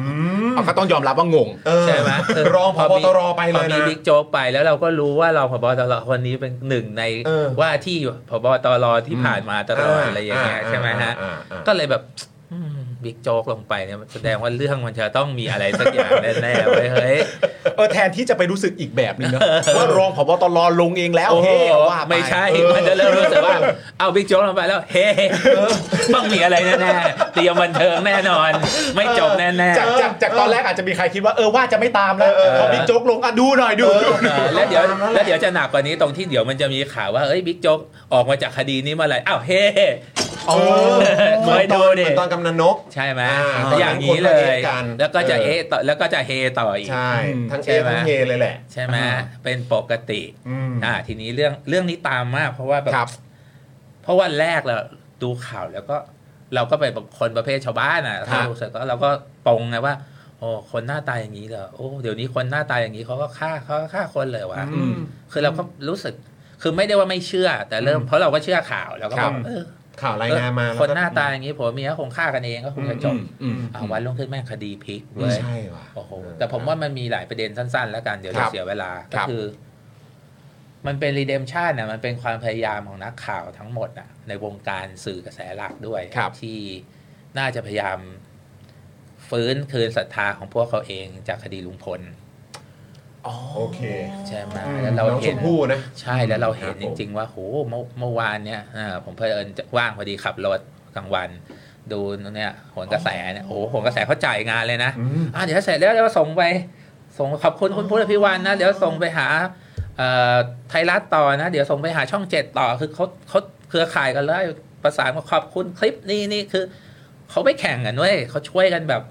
เอาก็ต้องยอมรับว่างง
เออ
ใช่ไหมคือ
รองพบตรไปเล
พอยมี
นะ
บิ๊กโจ๊กไปแล้วเราก็รู้ว่าเราพบตรคนนี้เป็นหนึ่งใน
เออ
ว่าที่พบตรที่ผ่านมาตลอดอะไรอย่างเงี้ยใช่ไหมฮะ
อ่าอ่าอ่า
ก็เลยแบบอืมบิ๊กโจ๊กลงไปเนี่ยแสดงว่าเรื่องมันจะต้องมีอะไรสักอย่างแน่ๆเว้ยเฮ้ย
เออแทนที่จะไปรู้สึกอีกแบบนึงเนอะว่ารองผบตรลงเองแล้ว
โอ้
เ
โห
ฮ้ว่าป
ไม่ใช่
เออ
มันจะเริ่มรู้สึกว่า เอาบิ๊กโจ๊กลงไปแล้ว เฮ้ต้องมีอะไรแน่ๆเตรียมบันเทิงแน่นอน ไม่จบแน่ๆ
จากจากจากตอนแรกอาจจะมีใครคิดว่าเออว่าจะไม่ตามแล้ว
เออเออ
พอบิ๊กโจ๊กลงอ่ะดูหน่อยดู
เออแล้วเดี๋ยวแล้วเดี๋ยวจะหนักกว่านี้ตรงที่เดี๋ยวมันจะมีข่าวว่าเอ้ยบิ๊กโจ๊กออกมาจากคดีนี้เมื่อไหร่อ้าวเฮ้
เหมือน
ไป
ต
ดู
อน
ดิ
เหมือนตอนกำนันนก
ใช่ไหม
อ่า
อย่างนี้เล
ต
ย
อนนั้นคนก็เอ๊ะกัน
แล้วก็จะเอะต่อแล้วก็จะเฮต่ออีก
ใช่ ทั้ง
ใช่
เอะ
ไหม
ทั้งเฮเลยแหละ
ใช่ไหม
อ่า
เป็นปกติ
อืม
อ่าทีนี้เรื่องเรื่องนี้ตามมาก เพราะว่าแบบ
ครับ
เพราะว่าแรกเราดูข่าวแล้วก็เราก็ไปแบบคนประเภทชาวบ้านอ่ะถ้ารู้สึกก็เราก็ปรงไงว่าโอ้คนหน้าตายอย่างนี้เหรอโอ้เดี๋ยวนี้คนหน้าตายอย่างนี้เขาก็ฆ่าเขาก็ฆ่าคนเลยว่ะ
อืม
คือเราก็รู้สึก คือไม่ได้ว่าไม่เชื่อ แต่เริ่มเพราะเราก็เชื่อข่าวเราก็
ครับ บ
อกเออ
ข่าวรายงานมาแล้ว
คนหน้า
ก็
ตายอย่างนี้ผมมีก็คงฆ่ากันเองก็คงจะจบ
อืม
อ่าวันรุ่งขึ้นแม่งคดีพลิกเล
ไม่
ย
ใช่ว่ะ
โอ้โหแต่ผมว่ามันมีหลายประเด็นสั้น ๆ แล้วกันเดี๋ยว
ค
จะ
รับ
เสียเวลา
ค
ก็
รับ
คือ มันเป็นรีเดมชันนะมันเป็นความพยายามของนักข่าวทั้งหมดนะในวงการสื่อกระแสหลักด้วย
ครับ
ที่น่าจะพยายามฟื้นคืนศรัทธาของพวกเขาเองจากคดีลุงพล
โอเค
ใช่ไหม
อืม
แล้วเรา
น้องช
เห็น
มพู่นะ
ใช่แล้วเราเห็
ครั
น
บ
จ
ผม
ริง ๆ ว่าโหเมื่อเมื่อวานเนี่ยอ่าผมเพลินว่างพอดีขับรถกลางวัน ดูเนี่ยโหนกระแสเนี่ยโอ้โหโหนกระแสเขาจ่ายงานเลยนะอ่าเดี๋ยวเสร็จแล้วเดี๋ยวส่งไปส่งขอบคุณคุณพุทธพิวันนะเดี๋ยวส่งไปหาเอ่อไทยรัฐต่อนะ เดี๋ยวส่งไปหาช่องเจ็ดต่อคือเขาเขาเครือข่ายกันแล้วประสานมาขอบคุณคลิปนี่นี่คือเขาไม่แข่งกันเว้ยเขาช่วยกันแบบ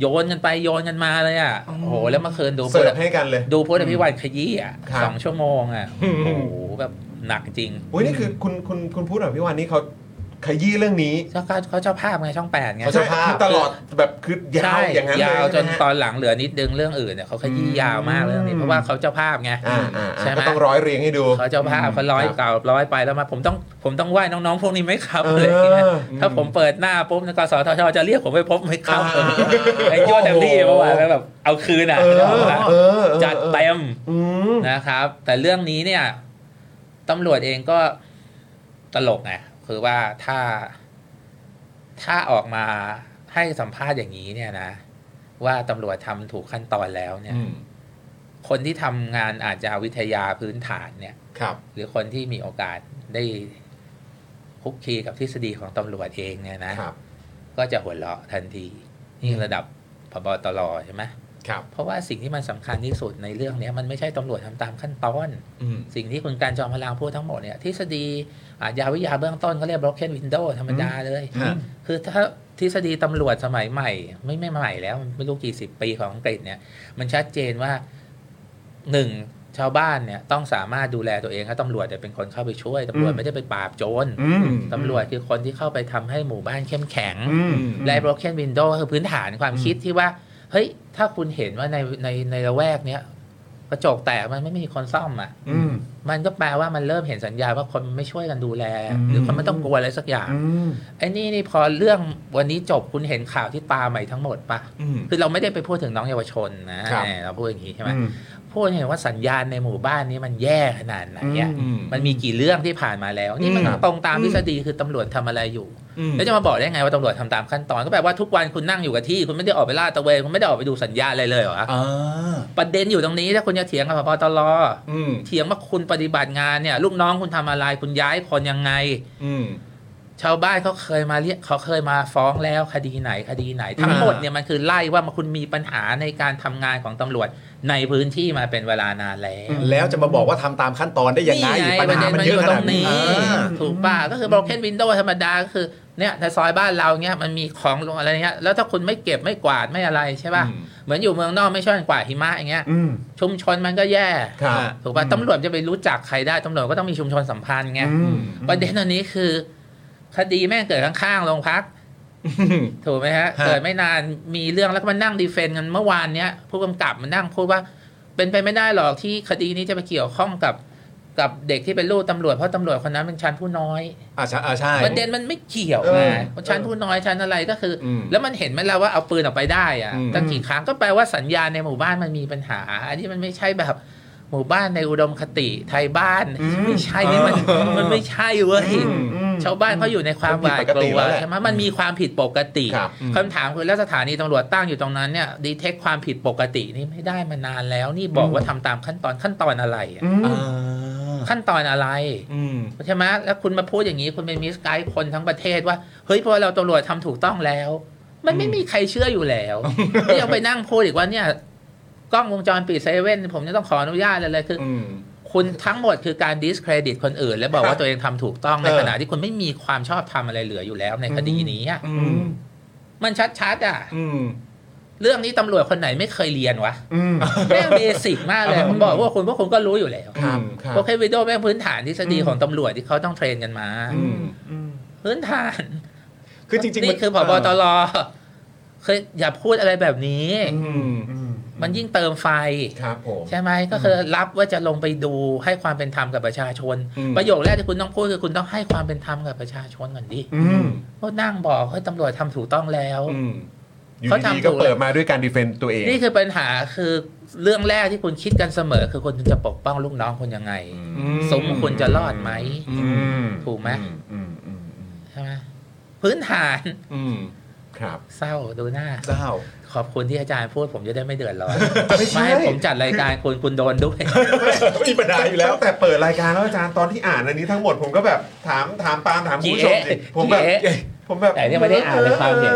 โยนกันไปโยนกันมาเลยอ่ะโอ้โหแล้วเมื่อคืนดู
เสิร์ฟให้กันเลย
ดูโพสต์อภิวันขยี้อ่ะ
ครับ
สองชั่วโมงอ่ะ โอ้โห
[LAUGHS]
แบบหนักจริง
อุ้ยนี่คือคุณคุณคุณพูดแบบพี่วันนี่เขาขยี้เรื่องนี้
เขาก็เขาเจ้าภาพไงช่องแปดไง
เขาจะพาตลอดแบบคือยาว
ใช่
อย่างนั้นเลย
ยาวจน
ใช่ไหมฮะ
ตอนหลังเหลือนิดดึงเรื่องอื่นเนี่ยเขาขยี้ยาวมากเรื่องนี้
อืม
เพราะว่าเขาเจ้าภาพไง
อ่าอ่าอ่า
ใช่ไหม
ก็ต้องร้อยเรียงให้ดู
เขาเจ้าภาพเขาร้อย
ครับ
เก่าร้อยไปแล้วมาผมต้องผมต้องไหว้น้องๆพวกนี้ไหมครับ
เออ
อะไรอย่างเงี้ยถ้าผมเปิดหน้าปุ๊บกสทชจะเรียกผมไปพบไหมครับ
อ่า
ไอ้โยอดเต็มที่เมื่อวานก็แบบเอาคืนอ่ะ
เออ
นึกออกปะ
เออเออ
จัดเต็ม
อืม
นะครับแต่เรื่องนี้เนี่ยตำรวจเองก็ตลกไงคือว่าถ้าถ้าออกมาให้สัมภาษณ์อย่างนี้เนี่ยนะ ว่าตำรวจทำถูกขั้นตอนแล้วเนี่ย
อืม
คนที่ทำงานอาจจะวิทยาพื้นฐานเนี่ย
ครับ
หรือคนที่มีโอกาสได้คุกคีกับทฤษฎีของตำรวจเองเนี่ยนะครับ ก็จะหัวเราะทันทีนี่ระดับพบตรใช่ไหม
ครับ
เพราะว่าสิ่งที่มันสำคัญที่สุดในเรื่องเนี้ยมันไม่ใช่ตำรวจทำตามขั้นตอน
อืม
สิ่งที่คุณการจอมพลังพูดทั้งหมดเนี่ยทฤษฎีอาญาวิทยาเบื้องต้นก็เรียก broken window ธรรมดาเลย
ฮะ
คือถ้าทฤษฎีตำรวจสมัยใหม่ ไม่ไม่ใหม่แล้วมันไม่รู้กี่สิบปีของอังกฤษเนี่ย มันชัดเจนว่าหนึ่งชาวบ้านเนี่ยต้องสามารถดูแลตัวเองถ้าตำรวจเนี่ยเป็นคนเข้าไปช่วยตำรวจไม่ได้ไปปราบโจร
อืม
ตำรวจคือคนที่เข้าไปทำให้หมู่บ้านเข้มแข็ง
อืม
และ broken window ก็คือพื้นฐานความคิดที่ว่า เฮ้ย ถ้าคุณเห็นว่าในในในละแวกเนี้ยกระจกแตกมันไม่มีคนซ่อมอ่ะ
อืม
มันก็แปลว่ามันเริ่มเห็นสัญญาณว่าคนไม่ช่วยกันดูแล
อืม
หรือคนไม่ต้องกลัวอะไรสักอย่าง
อืม
ไอ้นี่นี่พอเรื่องวันนี้จบคุณเห็นข่าวที่ตามใหม่ทั้งหมดปะ
อืม
คือเราไม่ได้ไปพูดถึงน้องเยาวชนนะครับ แหมเราพูดอย่างนี้ใช่ไหม
อืม
พูดเห็นว่าสัญญาณในหมู่บ้านนี้มันแย่ขนาดไหนอะ
อืม
มันมีกี่เรื่องที่ผ่านมาแล้ว นี่มัน
ครับ
ตรงตามทฤษฎีคือตำรวจทำอะไรอยู่
อืม
แล้วจะมาบอกได้ไงว่าตำรวจทำตามขั้นตอนก็แปลว่าทุกวันคุณนั่งอยู่กับที่ คุณไม่ได้ออกไปลาดตระเวนคุณไม่ได้ออกไปดูสัญญาณอะไรเลยเหรอ
อ่า
ประเด็นอยู่ตรงนี้ถ้าคุณจะเถียงกับพบตร
อืม
เถียงว่าคุณปฏิบัติงานเนี่ยลูกน้องคุณทำอะไรคุณย้ายคนยังไง
อืม
ชาวบ้านเขาเคยมาเรียกเขาเคยมาฟ้องแล้วคดีไหนคดีไหน ทั้งหมดเนี่ยมันคือไล่ว่าคุณมีปัญหาในการทำงานของตำรวจในพื้นที่มาเป็นเวลานานแล้ว
แล้วจะมาบอกว่าทำตามขั้นตอนได้ยังไง
นี่
ปัญ
ประ
หา
เด็น
มัน
มัน
เย
อ
อะ
ยู่
ข
ตร
นาด
ง
นี้
นี้
อ่า
ถูกป่ะก็คือ broken window ธรรมดาก็คือเนี่ยในซอยบ้านเราเนี่ยมันมีของลงอะไรเงี้ยแล้วถ้าคุณไม่เก็บไม่กวาดไม่อะไรใช่ป่ะเหมือนอยู่เมืองนอกไม่ช่วยกันกวาดหิมะอย่างเงี้ย
อืม
ชุมชนมันก็แย่
ครับ
ถูกป่ะตำรวจจะไปรู้จักใครได้ตำรวจก็ต้องมีชุมชนสัมพันธ์ไง
อืม
ประเด็นอันนี้คือ คดีแม่งเกิดข้างๆโรงพัก
อืม
ถูกไหมฮะ
ฮะ
เกิดไม่นานมีเรื่องแล้วก็มานั่งดีเฟนต์กันเมื่อวานเนี้ยผู้กำกับมานั่งพูดว่า เป็นไปไม่ได้หรอกที่คดีนี้จะไปเกี่ยวข้องกับกับเด็กที่เป็นลูกตำรวจเพราะตำรวจคนนั้นเป็นชั้นผู้น้อย
อ่าใช่อ่าใช่
ประเด็นมันไม่เกี่ยว
เอ
ไง
อ
ชั้นผู้น้อยชั้นอะไรก็คืออ
ม
แล้วมันเห็นไหมล่ะว่าเอาปืนออกไปได้อะ
อืม
ตั้งกี่ครั้งก็แปลว่าสัญญาณในหมู่บ้านมันมีปัญหา อันนี้มันไม่ใช่แบบหมู่บ้านในอุดมคติไทยบ้านไม่ใช่นี่มันมันไม่ใช่เว้ยชาวบ้านเขาอยู่ในความหวาดกลัว
มันผิดปกติแล้วแหละ
ใช่ไหมมันมีความผิดปกติ
ครับ
คำถามคือแล้วสถานีตำรวจตั้งอยู่ตรงนั้นเนี่ยดีเทคความผิดปกตินี่ไม่ได้มานานแล้ว นี่บอกว่าทำตามขั้นตอนขั้นตอนอะไรอะ
อ่า
ขั้นตอนอะไร
อืม
ใช่ไหมแล้วคุณมาพูดอย่างนี้คุณเป็นมิสไกด์คนทั้งประเทศว่า เฮ้ยเพราะเราตำรวจทำถูกต้องแล้ว มันไม่มีใครเชื่ออยู่แล้ว นี่ยังไปนั่งพูดอีกว่าเนี่ย กล้องวงจรปิดเซเว่นผมจะต้องขออนุญาตอะไรเลยคืออ
อืม
คุณทั้งหมดคือการ discredit คนอื่น และบอกว่าตัวเองทำถูกต้องใน
เออ
ขณะที่คุณไม่มีความชอบธรรมอะไรเหลืออยู่แล้วในคดีนี้อะ
อืม
มันชัดๆอ่ะ
อืม
เรื่องนี้ตำรวจคนไหนไม่เคยเรียนวะ
อืม
แม่งเบสิกมากเลย ผมบอกว่าคุณพวกคุณก็รู้อยู่แล้ว
ครับครับ
โอเควิดีโอแม่งพื้นฐานทฤษฎีของตำรวจที่เขาต้องเทรนกันมา
อืม
อืม
พื้นฐาน
คือจริงๆมั
นี่คือผบตรเคยอย่าพูดอะไรแบบนี้
อืม
อืม
มันยิ่งเติมไฟ
ครับผม
ใช่ไหมก็คือรับว่าจะลงไปดูให้ความเป็นธรรมกับประชาชน ประโยคแรกที่คุณต้องพูดคือคุณต้องให้ความเป็นธรรมกับประชาชนก่อนดิ
อืม
ก็นั่งบอกเฮ้ยตำรวจทำถูกต้องแล้ว
อืม
อยู่
เขา
ดี
ทำ
ๆก็
ถูก
เปิดมาด้วยการดีเฟนต์ตัวเอง
นี่คือปัญหาคือเรื่องแรกที่คุณคิดกันเสมอ คือคุณจะปกป้องลูกน้องคุณยังไงสมคุณจะรอดไหม
อื
อืม
ถูกไหม
อืมอืมอืม
ใช่ไหมพื้นฐาน
อืม
ครับ
เศร้าดูหน้า
เจ้า
ขอบคุณที่อาจารย์พูดผมจะได้ไม่เดือดร้อน
ไม่ใช่
ให้ผมจัดรายการคุณคุณโดนด้วย
มีปัญหาอยู่แล้ว
ตั้งแต่เปิดรายการแล้วอาจารย์ตอนที่อ่านอันนี้ทั้งหมดผมก็แบบถามถามปาล์มถามคุณผู้ชมสิ
เก๋
ผมแบบ
เก๋
ผมแบบ
แต่เนี่ยไม่ได้อ่านเป็นความเห็น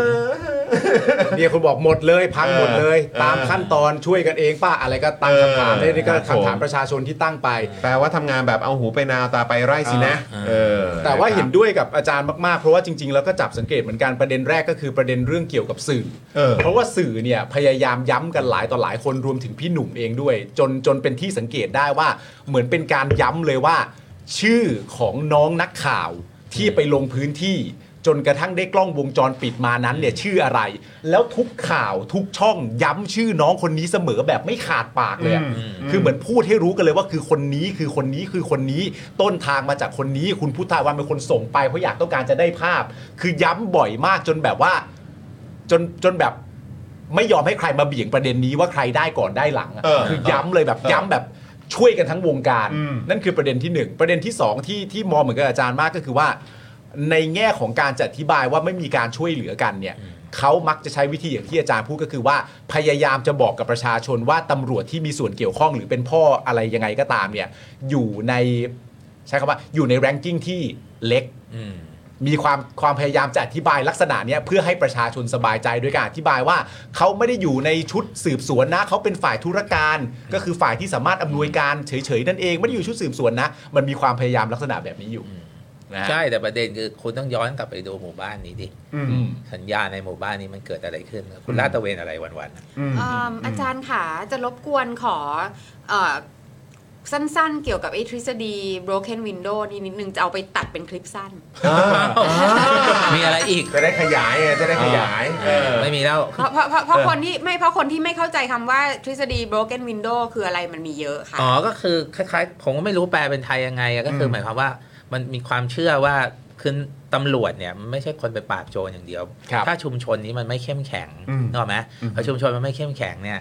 เนี่ยคุณบอกหมดเลยพังหมดเลย ตามขั้นตอนช่วยกันเองป้าอะไรก็ตั้งคำถามได้นี่ก็คำถามประชาชนที่ตั้งไป
[LAUGHS] แปลว่าทำงานแบบเอาหูไปนาวตาไปไร่สินะเออ
แต่ว่าเห็น
ครับ
ด้วยกับอาจารย์มากๆ เพราะว่าจริงๆ แล้วก็จับสังเกตเหมือนกันประเด็นแรกก็คือประเด็นเรื่องเกี่ยวกับสื่อ
เออ
เพราะว่าสื่อเนี่ยพยายามย้ำกันหลายต่อหลายคนรวมถึงพี่หนุ่มเองด้วย จนจนเป็นที่สังเกตได้ว่าเหมือนเป็นการย้ำเลยว่า ชื่อของน้องนักข่าวที่ไปลงพื้นที่ จนกระทั่งได้กล้องวงจรปิดมานั้นเนี่ยชื่ออะไร แล้วทุกข่าวทุกช่องย้ำชื่อน้องคนนี้เสมอแบบไม่ขาดปากเลยอะคือเหมือนพูดให้รู้กันเลยว่าคือคนนี้คือคนนี้คือคนนี้ต้นทางมาจากคนนี้ คุณพุทธาวันเป็นคนส่งไปเพราะอยากต้องการจะได้ภาพ คือย้ำบ่อยมากจนแบบว่า จนจนแบบไม่ยอมให้ใครมาเบี่ยงประเด็นนี้ว่าใครได้ก่อนได้หลังอะ
เออ
คือย้ำเลยแบบย้ำแบบช่วยกันทั้งวงการ
อืม
นั่นคือประเด็นที่หนึ่งประเด็นที่สองที่ที่มองเหมือนกับอาจารย์มากก็คือว่า ในแง่ของการจะอธิบายว่าไม่มีการช่วยเหลือกันเนี่ยเขามักจะใช้วิธีอย่างที่อาจารย์พูดก็คือว่า พยายามจะบอกกับประชาชนว่าตำรวจที่มีส่วนเกี่ยวข้องหรือเป็นพ่ออะไรยังไงก็ตามเนี่ยอยู่ในใช้คำว่าอยู่ในแรงกิ้งที่เล็ก
อืม
มีความความพยายามจะอธิบายลักษณะเนี้ยเพื่อให้ประชาชนสบายใจด้วยการอธิบายว่าเขาไม่ได้อยู่ในชุดสืบสวนนะเขาเป็นฝ่ายธุรการ ก็คือฝ่ายที่สามารถอำนวยการเฉยๆนั่นเองไม่ได้อยู่ชุดสืบสวนนะ มันมีความพยายามลักษณะแบบนี้อยู่นะฮะ
ใช่แต่ประเด็นคือคุณต้องย้อนกลับไปดูหมู่บ้านนี้ดิ
อืม
อืม
สัญญาในหมู่บ้านนี้มันเกิดอะไรขึ้น คุณลาดตระเวนอะไรวัน
อืม
เอิ่มอาจารย์ค่ะ จะรบกวนขอเอ่อสั้นๆ เกี่ยวกับไอทฤษฎี broken window นี่นิดนึง จะเอาไปตัดเป็นคลิปสั้น
ๆ มีอะไรอีก
จะได้ขยายไงจะได้ขยายเออ
ไม่มีแล้ว
เพราะเพราะเพราะเพราะคนที่ไม่เพราะคนที่ไม่เข้าใจคำว่าทฤษฎี broken window คืออะไรมันมีเยอะค่ะ
อ๋อ ก็คือคล้ายๆ ผมก็ไม่รู้แปลเป็นไทยยังไงอะก็คือหมายความว่ามันมีความเชื่อว่าคือตำรวจเนี่ยมันไม่ใช่คนไปปราบโจรอย่างเดียว
ครับ
ถ้าชุมชนนี้มันไม่เข้มแข็ง
อืม
นึกออกไหมพอชุมชนมันไม่เข้มแข็งเนี่ย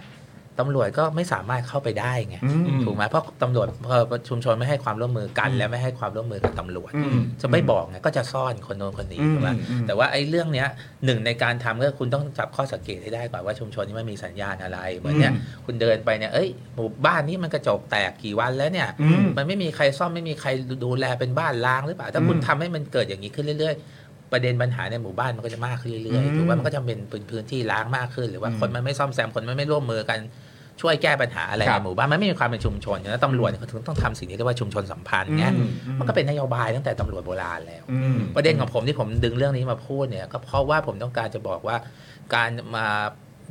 ตำรวจก็ไม่สามารถเข้าไปได้ไง
อืม
ถูกไหมเพราะตำรวจพอชุมชนไม่ให้ความร่วมมือกัน และไม่ให้ความร่วมมือกับตำรวจ
อืม
จะไม่บอกไงก็จะซ่อนคนโน้นคนนี้
อืม
ถูกไหม
อืม
แต่ว่าไอ้เรื่องเนี้ยหนึ่งในการทำก็คุณต้องจับข้อสังเกตให้ได้ก่อนว่าชุมชนนี้มันมีสัญญาณอะไรเหมือนเนี้ยคุณเดินไปเนี่ยเอ้ยหมู่บ้านนี้มันกระจกแตกกี่วันแล้วเนี่ยมันไม่มีใครซ่อมไม่มีใครดูแลเป็นบ้านล้างหรือเปล่าถ้าคุณทำให้มันเกิดอย่างนี้ขึ้นเรื่อย ๆ ประเด็นปัญหาในหมู่บ้านมันก็จะมากขึ้นเรื่อยๆถูกไหมมันก็จะเป็นพื้นที่ล้างมากขึ้น หรือว่าคนมันไม่ซ่อมแซมคนมันไม่ร่วมมือกันช่วยแก้ปัญหาอะไรในหมู่บ้านมันไม่มีความเป็นชุมชนนะตำรวจเนี่ยเขาถึงต้องทำสิ่งที่เรียกว่าชุมชนสัมพันธ์ไง มันก็เป็นนโยบายตั้งแต่ตำรวจโบราณแล้ว ประเด็นของผมที่ผมดึงเรื่องนี้มาพูดเนี่ยก็เพราะว่าผมต้องการจะบอกว่าการมา